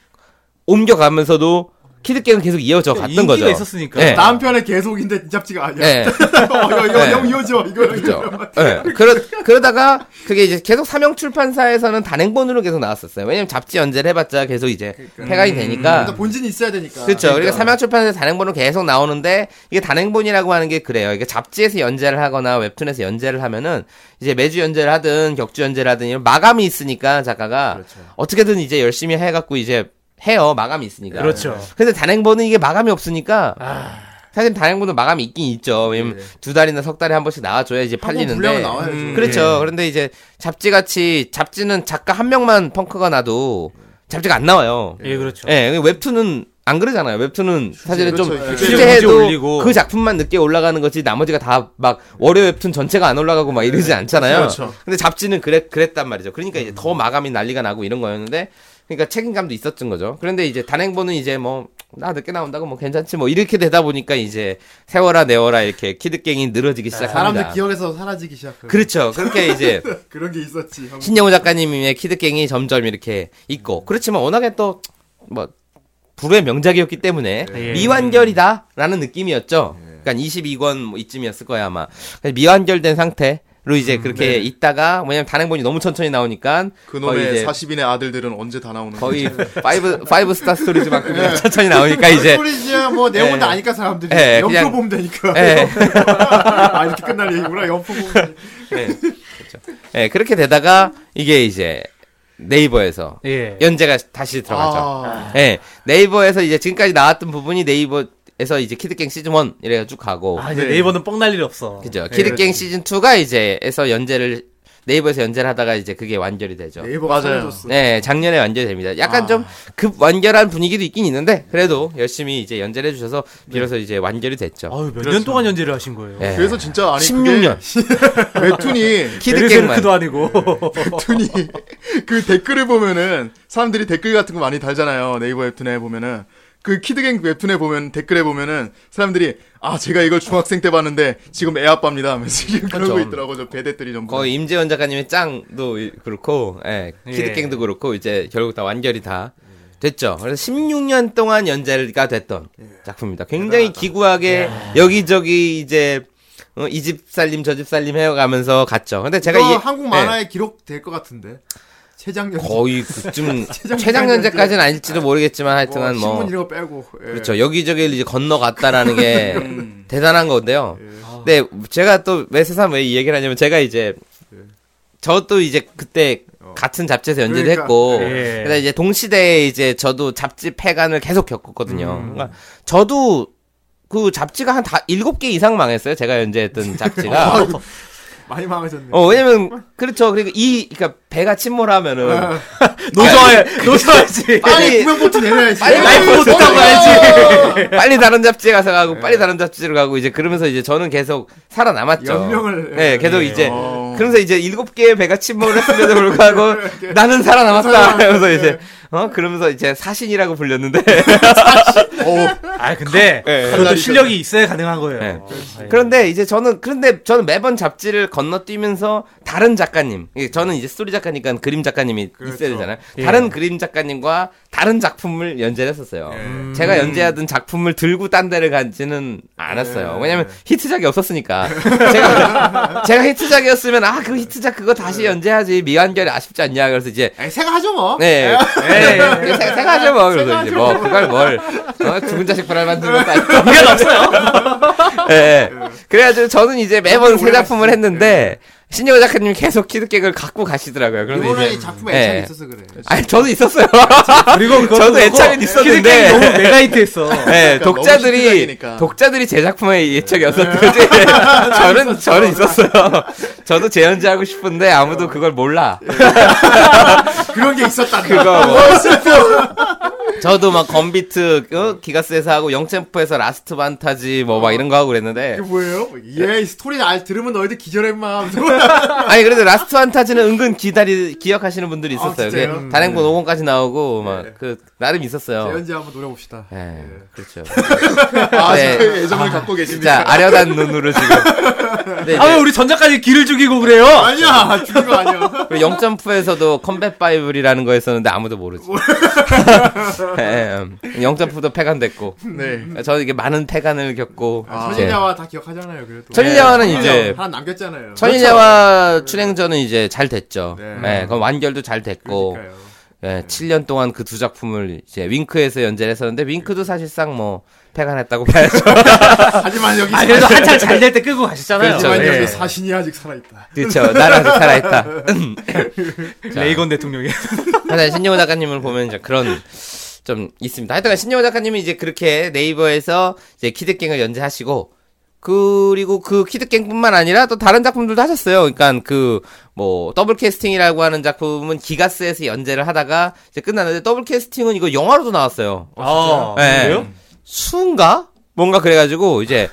Speaker 6: 옮겨가면서도 키드갱은 계속 이어져 갔던
Speaker 4: 인기가
Speaker 6: 거죠.
Speaker 4: 있었으니까.
Speaker 6: 예.
Speaker 1: 다음 편에 계속인데 이 잡지가 아니야.
Speaker 6: *laughs* 예.
Speaker 1: 어, 이거 이거
Speaker 6: 네.
Speaker 1: 내용 이어져. 이거
Speaker 6: 그렇죠. 예. 그러, 그러다가 그게 이제 계속 삼형 출판사에서는 단행본으로 계속 나왔었어요. 왜냐면 잡지 연재를 해봤자 계속 이제 폐간이
Speaker 4: 음.
Speaker 6: 되니까.
Speaker 3: 그러니까
Speaker 1: 일단 본진이 있어야 되니까.
Speaker 6: 그렇죠. 그러니까 삼양출판에서 단행본으로 계속 나오는데 이게 단행본이라고 하는 게 그래요. 이게 잡지에서 연재를 하거나 웹툰에서 연재를 하면은 이제 매주 연재를 하든 격주 연재를 하든 이런 마감이 있으니까 작가가
Speaker 4: 그렇죠.
Speaker 6: 어떻게든 이제 열심히 해갖고 이제 해요. 마감이 있으니까.
Speaker 4: 그렇죠. 아.
Speaker 6: 근데 단행본은 이게 마감이 없으니까 사실 단행본도 마감이 있긴 있죠. 왜냐면
Speaker 4: 네.
Speaker 6: 두 달이나 석 달에 한 번씩 나와줘야 이제
Speaker 1: 한번
Speaker 6: 팔리는데.
Speaker 3: 네.
Speaker 1: 분량은 나와야죠.
Speaker 4: 음.
Speaker 6: 그렇죠.
Speaker 4: 예.
Speaker 6: 그런데 이제 잡지같이 잡지는 작가 한 명만 펑크가 나도 잡지가 안 나와요.
Speaker 4: 예, 그렇죠.
Speaker 6: 예, 근데 웹툰은 안 그러잖아요. 웹툰은 사실은 좀
Speaker 3: 그렇죠.
Speaker 4: 주제 문제 올리고.
Speaker 6: 주제해도 그 작품만 늦게 올라가는 거지 나머지가 다 막 월요 웹툰 전체가 안 올라가고 막 이러지 않잖아요.
Speaker 3: 그렇죠. 음.
Speaker 6: 근데 잡지는 그랬 그랬단 말이죠. 그러니까 이제 더 마감이 난리가 나고 이런 거였는데 그러니까 책임감도 있었던 거죠. 그런데 이제 단행본은 이제 뭐 나 늦게 나온다고 뭐 괜찮지 뭐 이렇게 되다 보니까 이제 세워라 내워라 이렇게 키드갱이 늘어지기
Speaker 3: 네,
Speaker 6: 시작합니다.
Speaker 1: 사람들 기억에서 사라지기 시작해.
Speaker 6: 그렇죠. 그렇게 이제
Speaker 1: 그런 게 있었지. 하고.
Speaker 6: 신영호 작가님의 키드갱이 점점 이렇게
Speaker 3: 음.
Speaker 6: 있고 그렇지만 워낙에 또 뭐 불후의 명작이었기
Speaker 3: 네.
Speaker 6: 때문에
Speaker 4: 예.
Speaker 6: 미완결이다라는 느낌이었죠. 그러니까 22권 뭐 이쯤이었을 거야 아마 그래서 미완결된 상태로
Speaker 4: 음,
Speaker 6: 이제 그렇게
Speaker 4: 네.
Speaker 6: 있다가 왜냐면 단행본이 너무 천천히 나오니까 거의
Speaker 3: 그놈의
Speaker 6: 이제
Speaker 3: 40인의 아들들은 언제 다 나오는
Speaker 4: *laughs*
Speaker 6: 거의 파이브 파이브 스타 스토리즈만큼
Speaker 4: 네.
Speaker 6: 천천히 나오니까 그러니까
Speaker 3: 아,
Speaker 6: 이제
Speaker 1: 소리지야 뭐 내용은
Speaker 6: 예.
Speaker 1: 다 아니까 사람들이
Speaker 6: 예,
Speaker 1: 연표
Speaker 6: 그냥-
Speaker 1: 보면
Speaker 3: *laughs*
Speaker 1: 되니까.
Speaker 6: 예.
Speaker 1: 아 이렇게 끝날 얘기구나. 연표 보면. 되니까.
Speaker 6: 예. 그렇죠. 예, 그렇게 되다가 이게 이제 네이버에서
Speaker 4: 예.
Speaker 6: 연재가 다시 들어가죠.
Speaker 4: 아.
Speaker 6: 예. 네이버에서 이제 지금까지 나왔던 부분이 네이버에서 이제 키드갱 시즌 1 이래가 쭉 가고.
Speaker 4: 아, 이제 네이버는 그렇죠. 뻥 날 일 없어.
Speaker 6: 그죠. 키드갱 시즌 2가 이제에서 연재를 네이버에서 연재를 하다가 이제 그게 완결이 되죠.
Speaker 1: 네이버가
Speaker 3: 맞아요.
Speaker 1: 사라졌어.
Speaker 6: 네, 작년에 완결됩니다. 약간 좀 급 완결한 분위기도 있긴 있는데 그래도 열심히 이제 연재를 해주셔서 비로소 이제 완결이 됐죠.
Speaker 4: 아유, 몇 년
Speaker 3: 그렇죠.
Speaker 4: 동안 연재를 하신 거예요.
Speaker 6: 예.
Speaker 3: 그래서 진짜 아니
Speaker 6: 16년
Speaker 3: 그게 웹툰이
Speaker 6: 키드갱만
Speaker 4: 베르세르크도 아니고.
Speaker 3: 웹툰이 그 댓글을 보면은 사람들이 댓글 같은 거 많이 달잖아요. 네이버 웹툰에 보면은 그 키드갱 웹툰에 보면 댓글에 보면은 사람들이 아 제가 이걸 중학생 때 봤는데 지금 애 아빠입니다 하면서 *laughs* 지금 그러고
Speaker 6: 그렇죠.
Speaker 3: 있더라고 저 배대들이 전부
Speaker 6: 거의 임재원 작가님의 짱도 이- 그렇고, 예, *laughs* 키드갱도 그렇고, 이제 결국 다 완결이 다 됐죠. 그래서 16년 동안 연재가 됐던 작품입니다. 굉장히 기구하게 여기저기 이제 어, 이 집살림 저 집살림 해가면서 갔죠. 근데 제가
Speaker 1: 이거
Speaker 6: 이
Speaker 1: 한국
Speaker 6: 예,
Speaker 1: 만화에 기록 될 것 같은데. 최장년.
Speaker 6: 거의 그쯤
Speaker 1: *laughs* 최장
Speaker 6: 최장 연재까지는 아닐지도 모르겠지만
Speaker 1: 뭐,
Speaker 6: 하여튼간 뭐
Speaker 1: 신문 이런 거 빼고. 예. 음.
Speaker 6: 그렇죠. 여기저기 이제
Speaker 1: *laughs*
Speaker 6: 건너갔다라는 게
Speaker 1: 예.
Speaker 6: 대단한 건데요. 근데 제가 또 왜 세상 왜 이 얘기를 하냐면 제가 이제 저도 이제 그때 같은 잡지에서 연재를
Speaker 1: 어. 그러니까.
Speaker 6: 했고
Speaker 4: 예.
Speaker 6: 그래서 이제 동시대에 이제 저도 잡지 폐간을 계속 겪었거든요. 그러니까 저도 그 잡지가 한 다 일곱 개 이상 망했어요. 제가 연재했던 잡지가.
Speaker 1: *laughs* 많이 망하셨네.
Speaker 6: 어 왜냐면 그렇죠. 그리고 이 그러니까 배가 침몰하면은
Speaker 4: 노져야 노져야지.
Speaker 1: 예. 빨리 구명보트 내려야지.
Speaker 6: 빨리
Speaker 4: 라이프
Speaker 6: 라이프
Speaker 4: 못하고 해야지.
Speaker 6: 빨리 다른 잡지에 가서
Speaker 1: 네.
Speaker 6: 가고 빨리 다른 잡지로 가고 이제 그러면서 이제 저는 계속 살아남았죠.
Speaker 1: 연명을,
Speaker 6: 예,
Speaker 1: 예.
Speaker 6: 계속 이제
Speaker 3: 어.
Speaker 6: 그러면서 이제 일곱 개의 배가 침몰했음에도 불구하고 어, 나는 살아남았다. 그러면서
Speaker 1: 예.
Speaker 6: 이제 어 그러면서 이제 사신이라고 불렸는데
Speaker 3: 어,
Speaker 4: 아 근데
Speaker 6: 예.
Speaker 4: 그래도 실력이 있어야 가능한 거예요.
Speaker 6: 예.
Speaker 4: 예.
Speaker 6: 그런데 이제 저는 그런데 저는 매번 잡지를 건너뛰면서 다른 작가님, 이게 저는 이제 스토리 작가니까 그림 작가님이
Speaker 1: 그렇죠.
Speaker 6: 있어야 되잖아요.
Speaker 4: 예.
Speaker 6: 다른 그림 작가님과 다른 작품을 연재했었어요.
Speaker 1: 예. 음.
Speaker 6: 제가 연재하던 작품을 들고 딴 데를 가지는
Speaker 1: 예.
Speaker 6: 않았어요. 왜냐면 히트작이 없었으니까. *laughs* 제가 제가 히트작이었으면 아 그 히트작 그거 다시 연재하지 미완결이 아쉽지 않냐 그래서 이제
Speaker 1: 에이, 생각하죠 뭐.
Speaker 6: 네.
Speaker 4: 예,
Speaker 6: 네. 네. 생- 생각하죠, 뭐. 그래서
Speaker 1: 생각하죠,
Speaker 6: 이제 뭐, 그걸 뭘, 어, 죽은 자식 불알 만드는 것도 아니고. 이건 없어요. 예. 그래가지고 저는 이제 매번 새 작품을 했는데, 신여우 작가님이 계속 키드객을 갖고 가시더라고요. 그래서
Speaker 1: 이번에
Speaker 6: 이제.
Speaker 1: 작품에 애착이
Speaker 6: 예.
Speaker 1: 있어서 그래.
Speaker 6: 아니, 저도 있었어요.
Speaker 4: 그리고 그것도
Speaker 6: 저도 애착은
Speaker 4: 그렇고
Speaker 6: 있었는데.
Speaker 4: 키즈게임이 너무 메가히트했어.
Speaker 6: 예,
Speaker 3: 그러니까 너무
Speaker 6: 독자들이,
Speaker 3: 히트작이니까.
Speaker 6: 독자들이 제 작품에 예측이 없었는지, 저는, 저는 있었어요. *laughs* 저도 재연재하고 싶은데, 아무도 그걸 몰라.
Speaker 1: *laughs* 그런 게 있었다.
Speaker 6: 그거 뭐. 저도 막 건비트 어? 기가스에서 하고 영챔프에서 라스트 반타지 뭐 막 이런 거 하고 그랬는데
Speaker 1: 이게 뭐예요? 예, 이 스토리 알 들으면 너희들 기절해 마.
Speaker 6: *laughs* 아니 그래도 라스트 반타지는 은근 기다리 기억하시는 분들이 있었어요. 그게
Speaker 1: 아, 진짜요? 음. 네.
Speaker 6: 단행본 5권까지 나오고 막 그 나름 있었어요.
Speaker 1: 연재 한번 노려봅시다.
Speaker 6: 예, 그렇죠.
Speaker 3: 아,
Speaker 6: 네.
Speaker 3: 네. 애정을 갖고 계십니다.
Speaker 6: 진짜 아련한 눈으로 지금. 근데
Speaker 4: 아왜
Speaker 6: 이제
Speaker 4: 우리 전작까지 길을 죽이고 그래요?
Speaker 1: 아니야, 죽인 거 아니야.
Speaker 6: 그리고 영점프에서도 컴뱃 바이블이라는 거 했었는데 아무도 모르지. 예, 예. 영점프도 폐간됐고
Speaker 3: 네.
Speaker 6: 저는 이게 많은 폐간을 겪고
Speaker 1: 아,
Speaker 6: 이제
Speaker 1: 천인야와 다 기억하잖아요, 그래도. 그렇죠.
Speaker 6: 천인야와는
Speaker 1: 천인야
Speaker 6: 이제
Speaker 1: 하나 남겼잖아요.
Speaker 6: 천인야와 출행전은 이제 잘 됐죠.
Speaker 1: 그렇죠. 네.
Speaker 6: 네. 그럼 완결도 잘 됐고,
Speaker 1: 그러니까요. 음.
Speaker 6: 예, 7년 동안 그 두 작품을 이제 윙크에서 연재했었는데 윙크도 사실상 뭐 폐간했다고 봐야죠.
Speaker 1: 하지만 여기
Speaker 4: 아
Speaker 1: 사-
Speaker 4: 그래도 한참 잘 될 때 끄고 가셨잖아요. 네.
Speaker 6: 그렇죠.
Speaker 1: 하지만
Speaker 6: 예.
Speaker 1: 여기 사신이 아직 살아있다.
Speaker 6: 그렇죠. 나라도 살아있다. 그렇죠.
Speaker 4: 자. 레이건 대통령이.
Speaker 6: 하여튼 신영호 작가님을 보면 이제 그런 좀 있습니다. 하여튼간 신영호 작가님이 이제 그렇게 네이버에서 이제 키드갱을 연재하시고 그리고 그 키드갱뿐만 아니라 또 다른 작품들도 하셨어요. 그러니까 그 뭐 더블 캐스팅이라고 하는 작품은 기가스에서 연재를 하다가 이제 끝났는데 더블 캐스팅은 이거 영화로도 나왔어요.
Speaker 4: 아
Speaker 6: 예.
Speaker 4: 그래요?
Speaker 6: 수인가? 뭔가 그래가지고 이제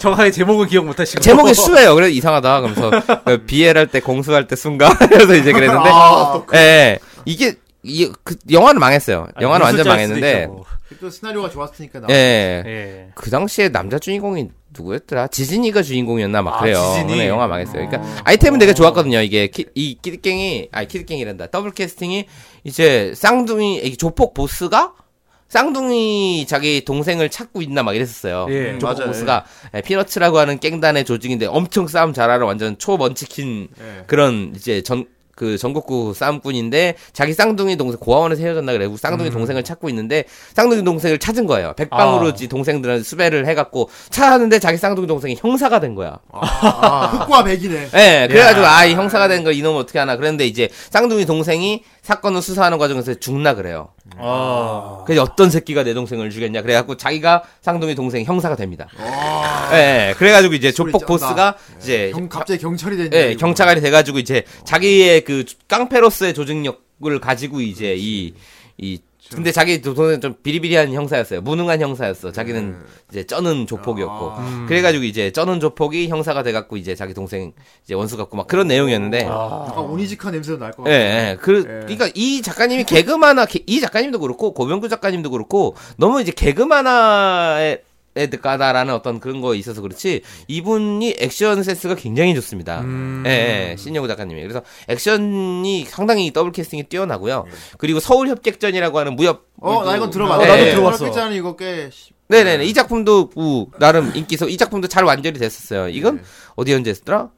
Speaker 4: 정확하게 제목은 기억 못하시고 *laughs*
Speaker 6: 제목이 수예요. 그래서 이상하다. 그러면서 그 BL 할 때 공수할 때 순가. *laughs* 그래서 이제 그랬는데
Speaker 1: 아,
Speaker 6: 예. 이게 이 그 영화는 망했어요.
Speaker 4: 아,
Speaker 6: 영화는 완전
Speaker 4: 무술자일 수도
Speaker 6: 망했는데
Speaker 4: 있죠, 뭐.
Speaker 1: 또그 시나리오가 좋았으니까 나.
Speaker 6: 예.
Speaker 4: 예.
Speaker 6: 그 당시에 남자 주인공이 누구였더라? 지진이가 주인공이었나 막
Speaker 4: 아,
Speaker 6: 그래요.
Speaker 4: 지진이.
Speaker 6: 네, 영화 망했어요. 그러니까 아이템은 되게 좋았거든요. 이게 키, 이 키드갱이 아니 키드갱이란다. 더블 캐스팅이 이제 쌍둥이 이 조폭 보스가 쌍둥이 자기 동생을 찾고 있나 막 이랬었어요.
Speaker 4: 예.
Speaker 6: 조폭
Speaker 3: 맞아요.
Speaker 6: 보스가 예, 피너츠라고 하는 깽단의 조직인데 엄청 싸움 잘하는 완전 초먼치킨
Speaker 1: 예.
Speaker 6: 그런 이제 전 그 전국구 싸움꾼인데 자기 쌍둥이 동생 고아원에서 헤어졌나 그래요. 쌍둥이 동생을 찾고 있는데 쌍둥이 동생을 찾은 거예요. 백방으로
Speaker 4: 아.
Speaker 6: 지 동생들은 수배를 해갖고 찾았는데 자기 쌍둥이 동생이 형사가 된 거야.
Speaker 1: 아, 흑과 백이네.
Speaker 6: 예, 그래가지고 아 이 형사가 된 걸 이놈 어떻게 하나. 그런데 이제 쌍둥이 동생이 사건을 수사하는 과정에서 죽나 그래요.
Speaker 4: 아.
Speaker 6: 그래서 어떤 새끼가 내 동생을 죽였냐. 그래갖고 자기가 쌍둥이 동생 형사가 됩니다. 예, 그래가지고 이제 조폭
Speaker 1: 쩐다.
Speaker 6: 보스가 이제
Speaker 1: 경, 갑자기 경찰이 됐냐.
Speaker 6: 예,
Speaker 1: 이거.
Speaker 6: 경찰이 돼가지고 이제 자기의 그 깡패로서의 조직력을 가지고 이제 이, 이, 근데 자기 동생은 좀 비리비리한 형사였어요. 무능한 형사였어. 자기는 이제 쩌는 조폭이었고. 그래가지고 이제 쩌는 조폭이 형사가 돼갖고 이제 자기 동생 이제 원수 같고 막 그런 내용이었는데.
Speaker 1: 약간 오니지카 냄새도 날 것
Speaker 6: 예,
Speaker 1: 같아.
Speaker 6: 예. 그,
Speaker 1: 예.
Speaker 6: 그니까 이 작가님이 개그만화, 개- 이 작가님도 그렇고, 고병규 작가님도 그렇고, 너무 이제 개그만화에, 에드가다라는 어떤 그런 거 있어서 그렇지 이분이 액션 센스가 굉장히 좋습니다.
Speaker 1: 음.
Speaker 6: 예, 예, 신여우 작가님이 그래서 액션이 상당히 더블 캐스팅이 뛰어나고요.
Speaker 1: 예.
Speaker 6: 그리고 서울 협객전이라고 하는 무협
Speaker 1: 어, 나 이건 들어봤어.
Speaker 4: 어,
Speaker 6: 나도
Speaker 4: 들어봤어.
Speaker 1: 잖아 이거 꽤. 씨-
Speaker 6: 네네네. 이 작품도, 뭐, 나름 인기서, 이 작품도 잘 완결이 됐었어요. 이건,
Speaker 1: 예.
Speaker 6: 어디 연재했더라?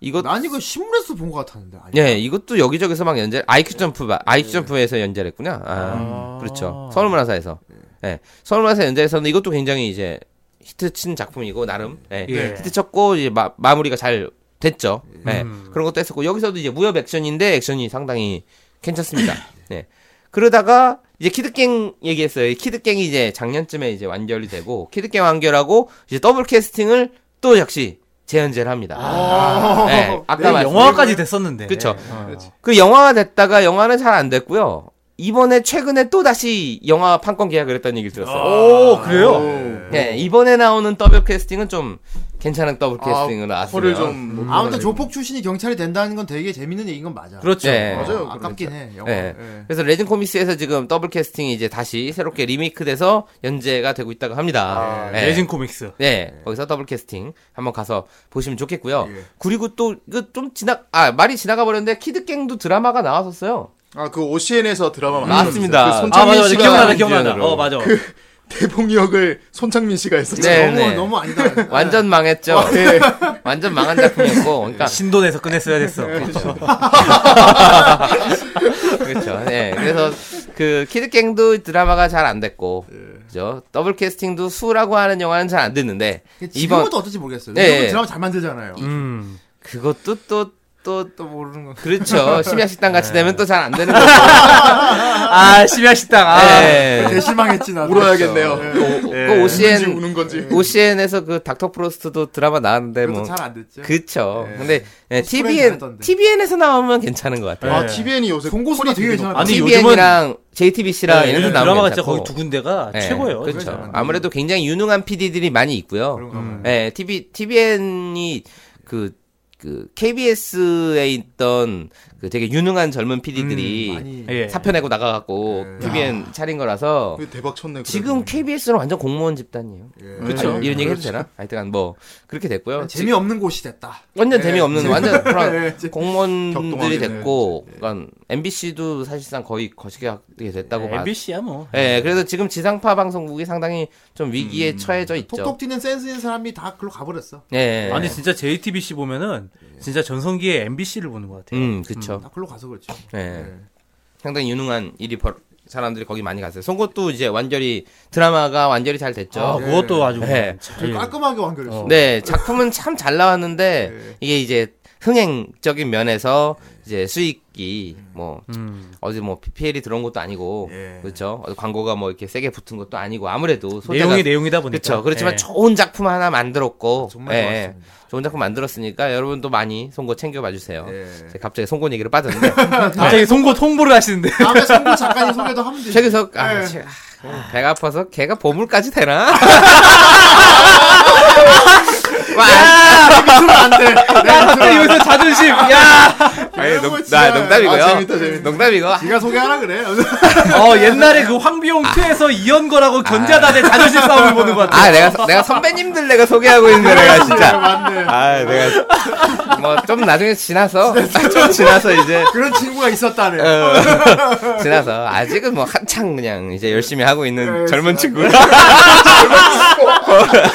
Speaker 6: 이것,
Speaker 1: 네. 난 이거 신문에서 본 것 같았는데. 아니야.
Speaker 6: 예, 이것도 여기저기서 막 연재, 아이큐 점프, 바- 아이큐 점프에서 연재를 했구나. 아, 그렇죠. 서울문화사에서. 예. 서울문화사 연재에서는 이것도 굉장히 이제, 히트 친 작품이고, 나름. 예.
Speaker 4: 예.
Speaker 6: 히트 쳤고, 이제 마, 마무리가 잘 됐죠. 네.
Speaker 4: 음.
Speaker 6: 그런 것도 했었고 여기서도 이제 무협 액션인데 액션이 상당히 괜찮습니다. 네. 그러다가 이제 키드갱 얘기했어요. 이 키드갱이 이제 작년쯤에 이제 완결이 되고 키드갱 완결하고 이제 더블 캐스팅을 또 역시 재연재를 합니다. 네, 아까 말씀
Speaker 4: 예, 영화까지 됐었는데.
Speaker 6: 그쵸.
Speaker 4: 어.
Speaker 6: 그 영화가 됐다가 영화는 잘 안 됐고요. 뭐, 이번에 최근에 또 다시 영화 판권 계약을 했다는 얘기를 들었어요.
Speaker 4: 오, 그래요?
Speaker 6: 네, 이번에 나오는 더블 캐스팅은 좀 괜찮은 더블 캐스팅으로
Speaker 3: 아,
Speaker 6: 왔으면
Speaker 3: 허를 좀
Speaker 1: 음. 아무튼 조폭 출신이 경찰이 된다는 건 되게 재밌는 얘기인 건 맞아.
Speaker 6: 그렇죠.
Speaker 4: 예.
Speaker 6: 네.
Speaker 3: 맞아요.
Speaker 1: 아깝긴 해. 영화.
Speaker 6: 네.
Speaker 1: 예.
Speaker 6: 그래서 레진 코믹스에서 지금 더블 캐스팅이 이제 다시 새롭게 리메이크돼서 연재가 되고 있다고 합니다. 네.
Speaker 4: 레진 코믹스.
Speaker 6: 네, 거기서 더블 캐스팅 한번 가서 보시면 좋겠고요. 그리고 또 이거 좀 지나 아 말이 지나가 버렸는데 키드갱도 드라마가 나왔었어요.
Speaker 3: 아그 OCN에서 드라마
Speaker 6: 맞습니다.
Speaker 3: 만들었어요. 그
Speaker 4: 아,
Speaker 3: 손창민
Speaker 4: 맞아, 맞아.
Speaker 3: 씨가
Speaker 4: 기억나다, 기억나다.
Speaker 6: 주연으로. 그
Speaker 4: 어, 맞아.
Speaker 3: 대봉 역을 손창민 씨가 했었죠.
Speaker 6: 네,
Speaker 1: 너무
Speaker 6: 네.
Speaker 1: 너무 아니다.
Speaker 6: 완전 망했죠. 그, 완전 망한 작품이었고, 그러니까
Speaker 4: 신돈에서 끝냈어야 됐어.
Speaker 6: 그렇죠. 네, 그래서 그 키드갱도 드라마가 잘 안 됐고, 그죠? 더블 캐스팅도 수라고 하는 영화는 잘 안 됐는데
Speaker 7: 그
Speaker 1: 지금은
Speaker 6: 이번
Speaker 1: 또 어떨지 모르겠어요.
Speaker 6: 네.
Speaker 1: 요즘 드라마 잘 만들잖아요.
Speaker 4: 음.
Speaker 6: 그것도 또 또,
Speaker 1: 또 모르는 거. *laughs* 네.
Speaker 6: 그렇죠. 심야식당 같이 되면 또 잘 안 되는 거죠.
Speaker 4: 아, 심야식당. 아.
Speaker 6: 네.
Speaker 1: 개 *laughs* 실망했지 나.
Speaker 3: 울어야겠네요.
Speaker 6: 그
Speaker 3: 우는지
Speaker 6: OCN
Speaker 3: 우는 건지.
Speaker 6: OCN에서 그 닥터 프로스트도 드라마 나왔는데
Speaker 1: 그래도
Speaker 6: 뭐
Speaker 1: 잘안 됐죠.
Speaker 6: 그쵸.
Speaker 1: 예.
Speaker 6: 근데
Speaker 1: 소렌
Speaker 6: 예, TVN
Speaker 1: 잘하던데.
Speaker 6: TVN에서 나오면 괜찮은 것 같아요.
Speaker 3: 아
Speaker 4: 네.
Speaker 3: TVN이 요새
Speaker 1: 송고수가 되게 이상한.
Speaker 4: 아니,
Speaker 6: TVN이랑 JTBC랑
Speaker 4: 네,
Speaker 6: 아, 이런 데 나오면
Speaker 4: 드라마가
Speaker 6: 괜찮고.
Speaker 4: 진짜 거기 두 군데가
Speaker 6: 예,
Speaker 4: 최고예요.
Speaker 6: 그렇죠.
Speaker 4: 진짜.
Speaker 6: 아무래도 굉장히 유능한 PD들이 많이 있고요.
Speaker 1: 그런가 봐요.
Speaker 6: 예, TV TVN이 그, 그 KBS에 있던 그 되게 유능한 젊은 PD들이
Speaker 1: 음, 많이
Speaker 4: 예.
Speaker 6: 네, 사표 내고 나가갖고 TVN 차린 거라서
Speaker 3: 그 대박 쳤네. 네.
Speaker 6: 지금 KBS는 완전 공무원 집단이에요.
Speaker 4: 그렇죠.
Speaker 6: 아니, 이런 얘기 해도 되나? 하여튼간 뭐 *laughs* 그렇게 됐고요.
Speaker 1: 재미없는 곳이 됐다.
Speaker 6: 완전
Speaker 1: 예.
Speaker 6: 재미없는 완전 그런
Speaker 1: 예, 제-
Speaker 6: 공무원들이
Speaker 3: 격동하겠네,
Speaker 6: 됐고 그러니까 MBC도 사실상 거의 거시기하게 됐다고
Speaker 4: 네,
Speaker 6: 봐.
Speaker 4: MBC야 뭐.
Speaker 6: 예, 그래서 지금 지상파 방송국이 상당히 좀 위기에 처해져 있죠.
Speaker 1: 톡톡 튀는 센스 있는 사람이 다 글로 가버렸어.
Speaker 6: 예.
Speaker 4: 아니 진짜 JTBC 보면은 진짜 전성기에 MBC를 보는 것 같아요.
Speaker 6: 음, 그쵸.
Speaker 1: 다 글로 가서 그렇죠.
Speaker 6: 예.
Speaker 4: 네.
Speaker 6: 상당히 유능한 일이 벌 사람들이 거기 많이 갔어요. 송곳도 이제 완전히 드라마가 완전히 잘 됐죠.
Speaker 4: 아, 그것도 아주
Speaker 6: 네.
Speaker 4: 잘
Speaker 1: 되게 깔끔하게 완결했어.
Speaker 6: 네, 작품은 참 잘
Speaker 4: 네.
Speaker 6: 나왔는데 이게 이제 흥행적인 면에서 이제 수익이 뭐
Speaker 4: 음.
Speaker 6: 어디 뭐 PPL이 들어온 것도 아니고
Speaker 1: 예.
Speaker 6: 그렇죠. 어디 광고가 뭐 이렇게 세게 붙은 것도 아니고 아무래도 소재가
Speaker 4: 내용이 내용이다 보니까.
Speaker 6: 그렇죠. 그렇지만
Speaker 4: 예.
Speaker 6: 좋은 작품 하나 만들었고
Speaker 1: 정말
Speaker 6: 예,
Speaker 1: 좋았습니다.
Speaker 6: 좋은 작품 만들었으니까 여러분도 많이 송곳 챙겨 봐 주세요.
Speaker 1: 예.
Speaker 6: 갑자기 송곳 얘기를 빠졌는데
Speaker 4: 아,
Speaker 6: 네.
Speaker 4: 갑자기 송곳 홍보를 하시는데.
Speaker 6: 아,
Speaker 1: 다음에 송고 작가님 소개도 하면 되지.
Speaker 6: 책에서 아,
Speaker 1: 예.
Speaker 6: 책- 아, 배가 아파서 걔가 보물까지 되나? 와, 네.
Speaker 4: 야, 갑자기 여기서 자존심.
Speaker 6: *laughs*
Speaker 4: 야.
Speaker 6: 아니, 농,
Speaker 1: 진짜.
Speaker 6: 나 농담이고요.
Speaker 3: 아, 재밌다, 재밌다.
Speaker 6: 농담이고
Speaker 1: 네가 소개하라 그래.
Speaker 4: 어 옛날에 그 황비용 퇴에서 이연거라고 견자단의 자존심 싸움을 보는 것 같아.
Speaker 6: 아, 내가 내가 선배님들 내가 소개하고 있는데 내가 진짜.
Speaker 1: 맞네.
Speaker 6: 아, 내가 뭐 좀 나중에 지나서 좀 지나서 이제
Speaker 1: 그런 친구가 있었다네.
Speaker 6: 어, 지나서 아직은 뭐 한창 그냥 이제 열심히 하고 있는
Speaker 1: 예,
Speaker 6: 젊은 친구.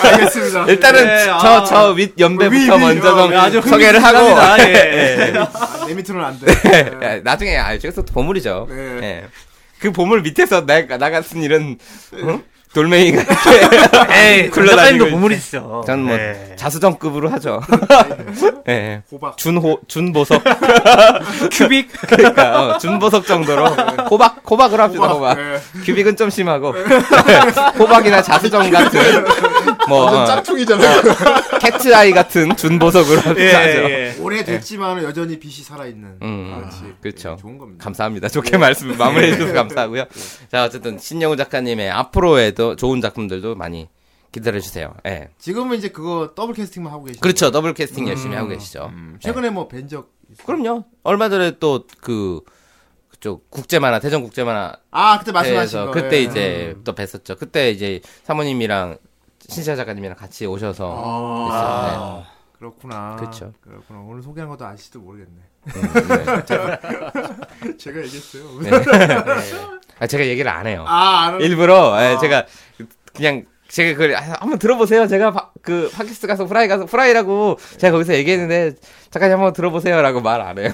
Speaker 1: 알겠습니다.
Speaker 6: 일단은
Speaker 4: 예, 아.
Speaker 6: 네, 저 저 윗 연배부터
Speaker 1: 네, 위, 위,
Speaker 6: 먼저
Speaker 1: 어,
Speaker 6: 좀
Speaker 1: 예, 아주
Speaker 6: 소개를 하고
Speaker 4: 예, 예.
Speaker 1: 아, 내 밑으로는 안 돼.
Speaker 6: 예, 나중에 아 저기서 또 보물이죠.
Speaker 1: 네.
Speaker 6: 예. 그 보물 밑에서 나, 나 같은 일은 응?
Speaker 4: *laughs*
Speaker 6: 돌멩이가 이렇게
Speaker 4: 에이,
Speaker 6: 굴러다니고
Speaker 4: 굴러다니는 보물이죠.
Speaker 6: 전 뭐
Speaker 4: 네.
Speaker 6: 자수정급으로 하죠. 예.
Speaker 1: 호박.
Speaker 6: 준호 준보석
Speaker 4: 큐빅
Speaker 6: 그러니까 어, 준보석 정도로 호박 호박을 합시다 호박.
Speaker 1: 예.
Speaker 6: 규빅은 좀 심하고 *laughs* 호박이나 자수정 같은 뭐
Speaker 3: 완전
Speaker 6: 어,
Speaker 3: 짝퉁이잖아요.
Speaker 6: 캣츠 아이 같은 준보석으로
Speaker 4: 예,
Speaker 6: *laughs* 합시다 하죠.
Speaker 1: 오래됐지만 여전히 빛이 살아있는.
Speaker 6: 음,
Speaker 1: 그렇지.
Speaker 6: 그렇죠.
Speaker 1: 좋은 겁니다.
Speaker 6: 감사합니다. 좋게 말씀 마무리해 주셔서 감사하고요. 자, 어쨌든 신영우 작가님의 앞으로에도 좋은 작품들도 많이 기다려 주세요. 예.
Speaker 1: 지금은 이제 그거 더블 캐스팅만 하고 계시죠.
Speaker 6: 그렇죠. 더블 캐스팅 열심히 하고 계시죠. 예.
Speaker 1: 음, 최근에 뭐 벤적.
Speaker 6: 그럼요. 얼마 전에 또 그 그쪽 국제 만화 대전 국제 만화
Speaker 1: 아 그때 말씀하신
Speaker 6: 대회에서
Speaker 1: 거.
Speaker 6: 그때
Speaker 1: 예.
Speaker 6: 이제 또 뵀었죠. 그때 이제 사모님이랑 신시아 작가님이랑 같이 오셔서
Speaker 1: 아, 그렇구나.
Speaker 6: 그쵸.
Speaker 1: 그렇구나. 오늘 소개한 것도 아실지도 모르겠네.
Speaker 6: 네.
Speaker 1: 제가 얘기했어요.
Speaker 6: 아, 제가 얘기를 안 해요.
Speaker 1: 아, 알았
Speaker 6: 일부러 예, 제가 그냥 제가 그걸 아, 한번 들어보세요. 제가 바- 그 팟캐스트 가서 후라이 가서 후라이라고 제가 거기서 얘기했는데 잠깐 한번 들어보세요라고 말 안 해요.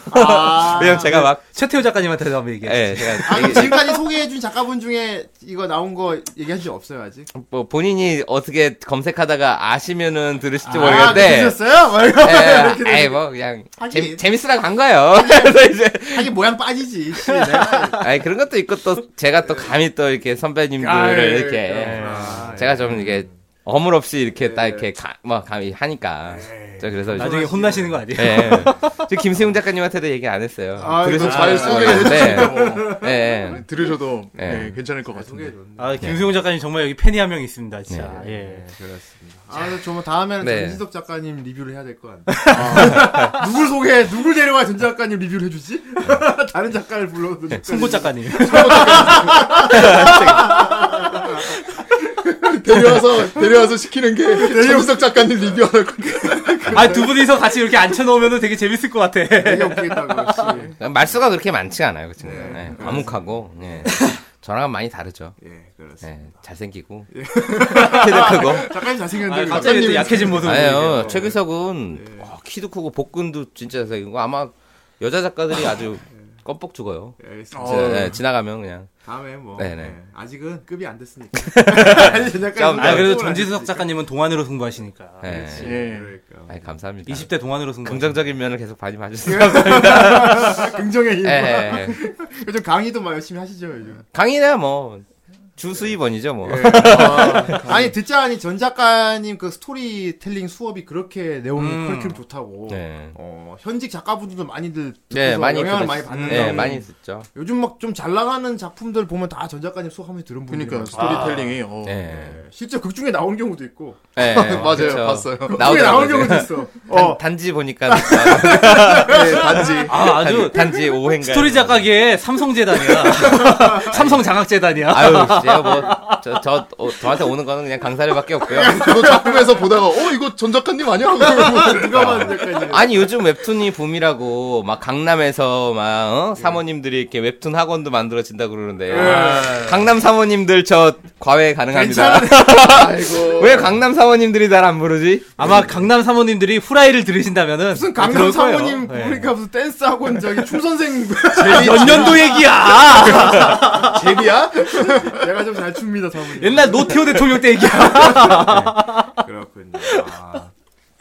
Speaker 6: 왜냐면 제가 막
Speaker 4: 최태호 작가님한테도 한번 얘기해.
Speaker 6: 예, 제가
Speaker 1: 아, 그럼 지금까지 소개해준 작가분 중에 이거 나온 거 얘기한 적 없어요, 아직?
Speaker 6: 뭐 본인이 어떻게 검색하다가 아시면은 들으실지
Speaker 1: 아,
Speaker 6: 모르겠는데
Speaker 1: 들으셨어요?
Speaker 3: 뭐
Speaker 1: 아, 막 이러고
Speaker 3: *laughs*
Speaker 1: 이렇게
Speaker 6: 예,
Speaker 1: 되는
Speaker 6: 에이 뭐 그냥
Speaker 1: 하긴.
Speaker 6: 재, 재밌으라고 한 거예요. 그래서 이제
Speaker 1: 하긴 모양 빠지지. 씨, 내가.
Speaker 6: 아니 그런 것도 있고 또 제가 또 감히 또 이렇게 선배님들을
Speaker 1: 아, 예,
Speaker 6: 이렇게
Speaker 3: 아,
Speaker 1: 그렇구나.
Speaker 6: 제가 좀 이게 어물없이 이렇게 딱
Speaker 1: 예.
Speaker 6: 이렇게 가, 뭐 감히 하니까 저 그래서 이제-
Speaker 4: 나중에 혼나시는 거 아니에요?
Speaker 6: 예. 저 김세웅 작가님한테도 얘기 안 했어요.
Speaker 1: 아,
Speaker 3: 그래서
Speaker 1: 그래서
Speaker 3: 잘 소개해 주시고
Speaker 6: 예. 예.
Speaker 3: 들으셔도
Speaker 6: 예.
Speaker 3: 네, 괜찮을 것 같은데.
Speaker 1: 소개해줬네.
Speaker 4: 아, 김승용 작가님 정말 여기 팬이 한 명 있습니다, 진짜. 예.
Speaker 1: 그렇습니다. 아, 저뭐 다음에는
Speaker 6: 네.
Speaker 1: 전지덕 작가님 리뷰를 해야 될 것 같네. 아, 누굴
Speaker 3: 네,
Speaker 1: 소개해, 누굴 데려와 전 작가님 리뷰를 해주지? 다른 작가를 불러도.
Speaker 4: 승고 작가님.
Speaker 3: 데려와서 데려와서 시키는
Speaker 1: *laughs*
Speaker 3: 게 전지석 작가님 리뷰하라고.
Speaker 4: 아, 두 분이서 같이 이렇게 앉혀놓으면 되게 재밌을 것 같아.
Speaker 1: 되게 웃기겠다고, 씨.
Speaker 6: 예. 말수가 그렇게 많지 않아요, 그
Speaker 1: 네,
Speaker 6: 친구는. 예. 과묵하고,
Speaker 1: *laughs*
Speaker 6: 예. 저랑은 많이 다르죠.
Speaker 1: 예, 그렇습니다.
Speaker 6: 예. 잘생기고, 키도 크고.
Speaker 1: 작가님
Speaker 4: 아,
Speaker 1: 잘생겼는데.
Speaker 4: 갑자기 또 약해진
Speaker 1: 예,
Speaker 4: 모습.
Speaker 6: 아니요, 최규석은 와, 키도 크고 복근도 진짜 잘생기고, 아마 여자
Speaker 1: *laughs*
Speaker 6: 작가들이 아주 껌뻑 죽어요.
Speaker 1: 예, 알겠습니다.
Speaker 6: 진짜, 예, 지나가면 그냥.
Speaker 1: 다음에 뭐.
Speaker 6: 네네.
Speaker 1: 예, 아직은 급이 안 됐으니까. 아니, 전 작가님
Speaker 6: 좀,
Speaker 4: 아, 그래도
Speaker 1: 손을 안
Speaker 4: 전지석
Speaker 1: 했으니까.
Speaker 4: 작가님은 동안으로 승부하시니까.
Speaker 6: 예.
Speaker 3: 예.
Speaker 1: 그러니까.
Speaker 6: 아이, 감사합니다.
Speaker 4: 20대 동안으로 승부.
Speaker 6: *laughs* 긍정적인 면을
Speaker 1: *laughs*
Speaker 6: 계속 반입하셨어요. 감사합니다.
Speaker 1: *laughs* 긍정의 힘. 네.
Speaker 6: 예, 예.
Speaker 1: 요즘 네. 강의도 막 열심히 하시죠, 요즘.
Speaker 6: 강의나 뭐, 주수입원이죠, 뭐.
Speaker 3: 네.
Speaker 1: 네. 아니, 듣자 하니 전 작가님 그 스토리텔링 수업이 그렇게 내용이
Speaker 4: 음.
Speaker 1: 커리큘럼 좋다고.
Speaker 6: 네.
Speaker 1: 어, 현직 작가분들도 많이들
Speaker 6: 네,
Speaker 1: 듣고서
Speaker 6: 많이
Speaker 1: 영향을
Speaker 6: 듣-
Speaker 1: 많이 받는다.
Speaker 6: 예, 많이 듣죠.
Speaker 1: 요즘 막 좀 잘 나가는 작품들 보면 다 전 작가님 수업 하면서 들은 분이
Speaker 3: 그러니까
Speaker 1: 많아서.
Speaker 3: 스토리텔링이 어.
Speaker 6: 예.
Speaker 1: 예, 실제 극 중에 나온 경우도 있고. *laughs*
Speaker 6: 예,
Speaker 3: *laughs* 맞아요.
Speaker 6: 그쵸. *laughs*
Speaker 3: 봤어요.
Speaker 1: 극중에 나온
Speaker 6: 나오더라고요. 네.
Speaker 1: 경우도 있어.
Speaker 6: 단,
Speaker 1: 어.
Speaker 6: 단지 보니까 아,
Speaker 3: 네, 단지
Speaker 4: *laughs* 아, 아주
Speaker 6: 단지 오행가
Speaker 4: 스토리 작가계의 삼성재단이야.
Speaker 6: *laughs*
Speaker 4: 삼성 장학재단이야.
Speaker 6: 아유 제가 뭐저 저, 어, 저한테 오는 거는 그냥 강사료밖에 없고요.
Speaker 3: 저도 작품에서 보다가 어 이거 전 작가님 아니야? 하고
Speaker 1: *laughs* 누가
Speaker 3: *laughs*
Speaker 1: 봐도 작가님.
Speaker 6: 아니 요즘 웹툰이 붐이라고 막 강남에서 막 어? 사모님들이 이렇게 웹툰 학원도 만들어진다 그러는데 강남 사모님들 저 과외 가능합니다.
Speaker 3: 아이고.
Speaker 6: *laughs* 왜 강남 사모님들이 날 안 부르지?
Speaker 4: 아마 강남 사모님들이 후라이를 들으신다면은 아,
Speaker 1: 무슨
Speaker 4: 그럴 거예요.
Speaker 1: 강남 사모님
Speaker 3: 네.
Speaker 4: 예.
Speaker 1: 보니까 무슨 댄스 학원 저기 춤 선생
Speaker 4: 몇 년도 얘기야.
Speaker 3: 제비야?
Speaker 1: *laughs* 내가 좀 잘 춥니다 사모님.
Speaker 4: 옛날 노태우 대통령 때 얘기야.
Speaker 3: 어.
Speaker 1: 그렇군요. 아.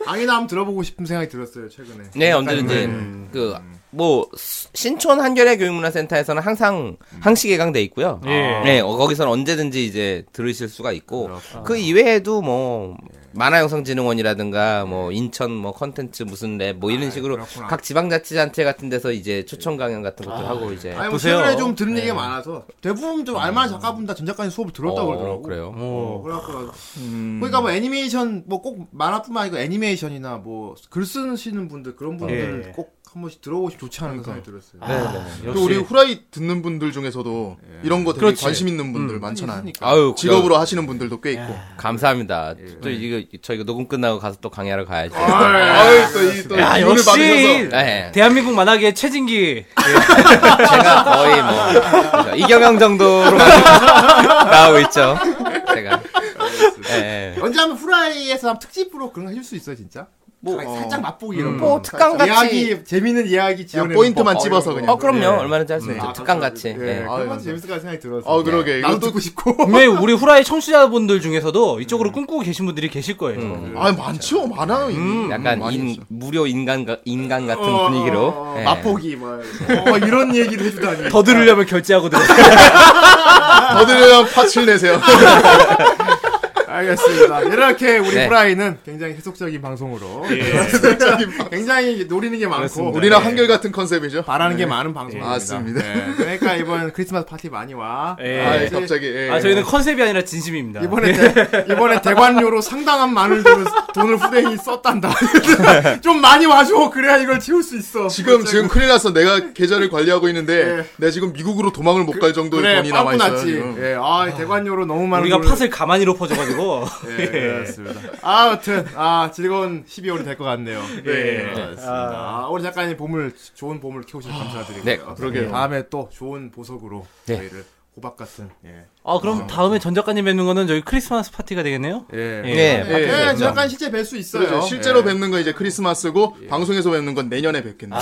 Speaker 1: 강의나 한번 들어보고 싶은 생각이 들었어요 최근에.
Speaker 6: 네, 언제든지 그 뭐 신촌 한겨레 교육문화센터에서는 항상 항시 개강돼 있고요.
Speaker 4: 예.
Speaker 6: 네, 어, 거기서는 언제든지 이제 들으실 수가 있고 그 이외에도 뭐 만화영상진흥원이라든가 뭐 인천 뭐 컨텐츠 무슨 랩 뭐 이런
Speaker 1: 아,
Speaker 6: 식으로
Speaker 1: 그렇구나.
Speaker 6: 각 지방자치단체 같은 데서 이제 추천 강연 같은 것도 하고 이제
Speaker 1: 아니 뭐
Speaker 4: 보세요.
Speaker 1: 최근에 좀 들은
Speaker 6: 네.
Speaker 1: 얘기가 많아서 대부분 좀 알만한 작가분 다 전 작가님 수업을 들었다고
Speaker 6: 음. 어,
Speaker 1: 그러더라고.
Speaker 6: 그래요.
Speaker 1: 어, 그래갖고 그러니까 뭐 애니메이션 뭐 꼭 만화뿐만 아니고 애니메이션이나 뭐 글 쓰시는 분들 그런 분들
Speaker 4: 예.
Speaker 1: 꼭 한 번씩 들어보시면 좋지 않은 네. 생각이 들었어요.
Speaker 6: 네,
Speaker 3: 또
Speaker 4: 네.
Speaker 3: 우리 후라이 듣는 분들 중에서도
Speaker 1: 예.
Speaker 3: 이런 거 되게 관심 있는 분들 많잖아요.
Speaker 6: 아유
Speaker 3: 직업으로 하시는 분들도 꽤 있고.
Speaker 1: 예.
Speaker 6: 그- 감사합니다. 또 이거 저희가 녹음 끝나고 가서 또 강의하러 가야지.
Speaker 1: 예.
Speaker 3: 아유 또이또
Speaker 4: 야,
Speaker 3: 오늘
Speaker 4: 역시
Speaker 3: 받으셔서
Speaker 6: 네.
Speaker 4: 대한민국 만화계 최진기
Speaker 6: 제가 거의 뭐 그죠. 이경영 정도로 *laughs* 나오고 있죠. 제가 예, 예.
Speaker 1: 언제 한번 후라이에서 한번 특집으로 그런 거 해줄 수 있어요 진짜? 뭐 살짝 맛보기 이런 거.
Speaker 6: 뭐 특강같이.
Speaker 1: 이야기 재밌는 이야기 지어내는
Speaker 3: 포인트만
Speaker 1: 법.
Speaker 3: 집어서
Speaker 1: 어,
Speaker 3: 그냥.
Speaker 6: 어 그럼요
Speaker 3: 예.
Speaker 6: 얼마든지 할 수
Speaker 1: 네.
Speaker 6: 있죠.
Speaker 1: 아,
Speaker 6: 특강 같이.
Speaker 1: 예,
Speaker 6: 예.
Speaker 1: 그런
Speaker 3: 아유,
Speaker 1: 것도 재밌을 거라 생각이 들어서. 네.
Speaker 3: 아, 그러게.
Speaker 1: 나도
Speaker 3: 이것도-
Speaker 1: 듣고 예. 싶고.
Speaker 4: 분명히 우리 후라이 청취자분들 중에서도
Speaker 6: 음.
Speaker 4: 이쪽으로 꿈꾸고 계신 분들이 계실 거예요.
Speaker 3: 아 많죠 많아요. 이미.
Speaker 6: 약간
Speaker 3: 예. 많이
Speaker 6: 인,
Speaker 3: 했어요.
Speaker 6: 무료 인간 가- 인간 같은
Speaker 1: 어,
Speaker 6: 분위기로
Speaker 1: 어,
Speaker 6: 예.
Speaker 1: 맛보기
Speaker 3: 뭐.
Speaker 1: 막 어, 이런 얘기를 해주다니.
Speaker 4: 더 들으려면 결제하고 들어.
Speaker 6: 음.
Speaker 3: 더 들으면 파칠
Speaker 1: *laughs*
Speaker 3: 내세요.
Speaker 1: *laughs* 알겠습니다. 이렇게 우리
Speaker 6: 네.
Speaker 1: 후라이는 굉장히 해석적인 방송으로 *laughs* 굉장히 노리는 게 많고
Speaker 3: 우리랑
Speaker 1: 예.
Speaker 3: 한결 같은 컨셉이죠. 네. 아,
Speaker 1: 바라는 게 많은 방송입니다.
Speaker 3: 맞습니다.
Speaker 7: 네.
Speaker 1: 예, 그러니까 이번 크리스마스 파티 많이 와.
Speaker 4: 예.
Speaker 3: 아,
Speaker 6: 네.
Speaker 1: 이제
Speaker 3: 갑자기. 예.
Speaker 4: 아 저희는 컨셉이 아니라 진심입니다.
Speaker 1: 이번에 대, 이번에 대관료로 상당한 많은 돈을, 돈을 후대인이 썼단다. *laughs* 좀 많이 와줘. 그래야 이걸 채울 수 있어. 그렇죠.
Speaker 3: 지금 지금 큰일 났어. 내가 계좌를 관리하고 있는데
Speaker 1: 예.
Speaker 3: 내가 지금 미국으로 도망을 못 갈 정도의
Speaker 1: 그래
Speaker 3: 돈이 남아
Speaker 1: 빵꾸
Speaker 3: 있어요.
Speaker 1: 났지.
Speaker 3: 지금.
Speaker 1: 예, 아 대관료로 너무 많은
Speaker 4: 우리가
Speaker 1: 돈을-
Speaker 4: 팟을 가만히 높여줘가지고
Speaker 1: 예, 그렇습니다. 아무튼 아 즐거운 12월이 될 것 같네요. 네, 그렇습니다. 아, 우리 작가님 보물 좋은 보물 키우셔서 감사드리고요.
Speaker 6: 네,
Speaker 3: 네.
Speaker 1: 그러게요. 다음에 또 좋은 보석으로 저희를 호박 같은 예,
Speaker 4: 아, 그럼 다음에 전 작가님 뵙는 거는 저희 크리스마스 파티가 되겠네요?
Speaker 1: 예.
Speaker 4: 예.
Speaker 6: 예.
Speaker 3: 예, 예,
Speaker 1: 예,
Speaker 3: 그렇죠.
Speaker 1: 잠깐 실제 뵐 수 있어요.
Speaker 3: 그렇죠. 실제로
Speaker 1: 예.
Speaker 3: 뵙는 건 이제 크리스마스고 방송에서 뵙는 건 내년에 뵙겠네요.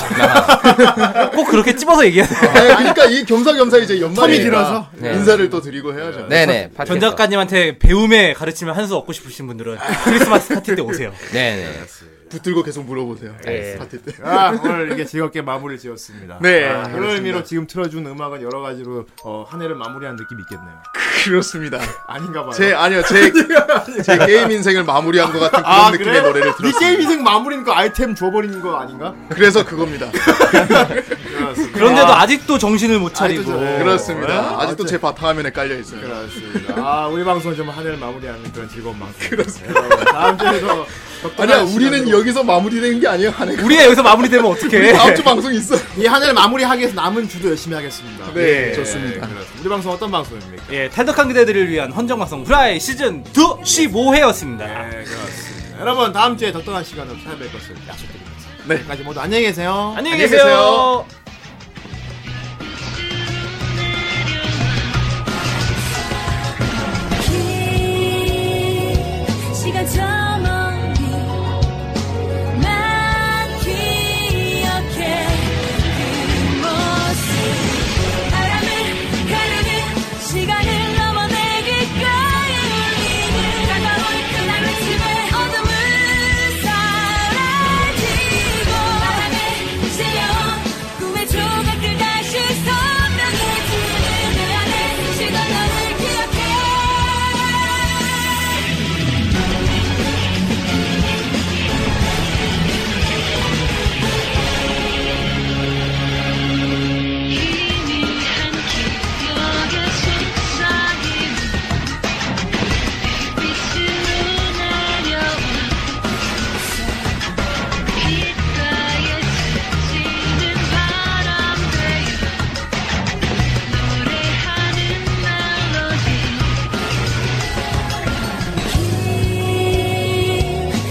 Speaker 4: 꼭 그렇게 찝어서 얘기하세요.
Speaker 3: 네, 그러니까 이 겸사겸사 이제 연말이
Speaker 1: 텀이 길어서. 예.
Speaker 3: 인사를 또 드리고 해야죠.
Speaker 6: 네네. 팟캐스트.
Speaker 4: 전 작가님한테 배움의 가르침을 한 수 얻고 싶으신 분들은 크리스마스 파티 때 오세요.
Speaker 6: 네네.
Speaker 3: 붙들고 계속 물어보세요.
Speaker 4: 예.
Speaker 3: 파티 때.
Speaker 1: 아, 오늘 이렇게 즐겁게 마무리 지었습니다.
Speaker 3: 네,
Speaker 1: 아, 그런
Speaker 3: 그렇습니다.
Speaker 1: 의미로 지금 틀어준 음악은 여러 가지로 어, 한 해를 마무리한 느낌이 있겠네요.
Speaker 3: 그렇습니다.
Speaker 1: 아닌가 봐요.
Speaker 3: 제 아니요 제, 제 게임 인생을 마무리한 것 같은 그런
Speaker 1: 아,
Speaker 3: 느낌의
Speaker 1: 그래?
Speaker 3: 노래를
Speaker 1: 네
Speaker 3: 들었습니다.
Speaker 1: 게임 인생 마무리인 거 아이템 줘버리는 거 아닌가?
Speaker 3: 그래서 그겁니다.
Speaker 4: 그런데도 아직도 정신을 못 차리고.
Speaker 1: 아직도 저-
Speaker 3: 그렇습니다.
Speaker 1: 어,
Speaker 3: 아직도
Speaker 1: 어째-
Speaker 3: 제 바탕화면에 깔려 있어요.
Speaker 1: 그렇습니다. 아, 우리 방송은 좀 한 해를 마무리하는 그런 즐거운 방송. 그렇습니다. 다음 주에도 적당한
Speaker 3: 아니야 우리는
Speaker 1: 시간으로
Speaker 3: 여기서 마무리되는 게 아니에요. 한 해가
Speaker 4: 우리가 여기서 마무리되면 어떡해.
Speaker 3: 다음 주 방송 있어.
Speaker 1: 이 한 해를 마무리하기 위해서 남은 주도 열심히 하겠습니다.
Speaker 3: 네,
Speaker 1: 예,
Speaker 3: 좋습니다.
Speaker 1: 그렇습니다. 우리 방송 어떤 방송입니까?
Speaker 4: 예, 탈덕한 그대들을 위한 헌정방송 후라이 시즌 2 15회였습니다.
Speaker 1: 네, 그렇습니다. 여러분 다음 주에 적당한 시간으로 찾아뵐 것을 약속드립니다.
Speaker 3: 네.
Speaker 1: 지금까지 모두 안녕히 계세요.
Speaker 4: 안녕히
Speaker 3: 안녕히
Speaker 4: 계세요.
Speaker 3: 계세요.
Speaker 2: 시간 저 멀리 만 기억해 그 모습 바람을 가르는 시간을 넘어 내게까지 울리는 가까운 그날의 집에 어둠은 사라지고 바람에 실려온 꿈의 조각들 그 다시 선명해지는 내 안에 시간 너를 기억해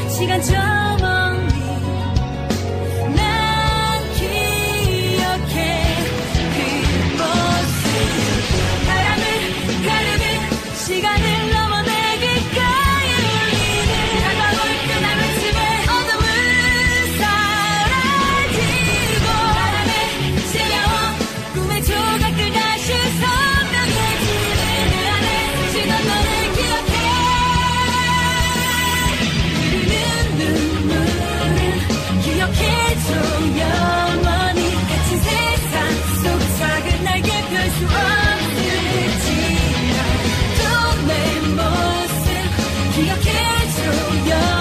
Speaker 2: 시간 저 멀리 난 기억해 그 모습 바람을 가르는 시간을 넘어 내게까지 울리는 다가올 그날의 집에 어둠은 사라지고 바람에 실려온 꿈의 조각들 다시 선명해지는 내 안에 지던 너를 기억해 흐르는 눈물을 기억해줘 영원히 같은 세상 속 작은 날개 펼 수 없을지라 또 내 모습 기억해줘 영원히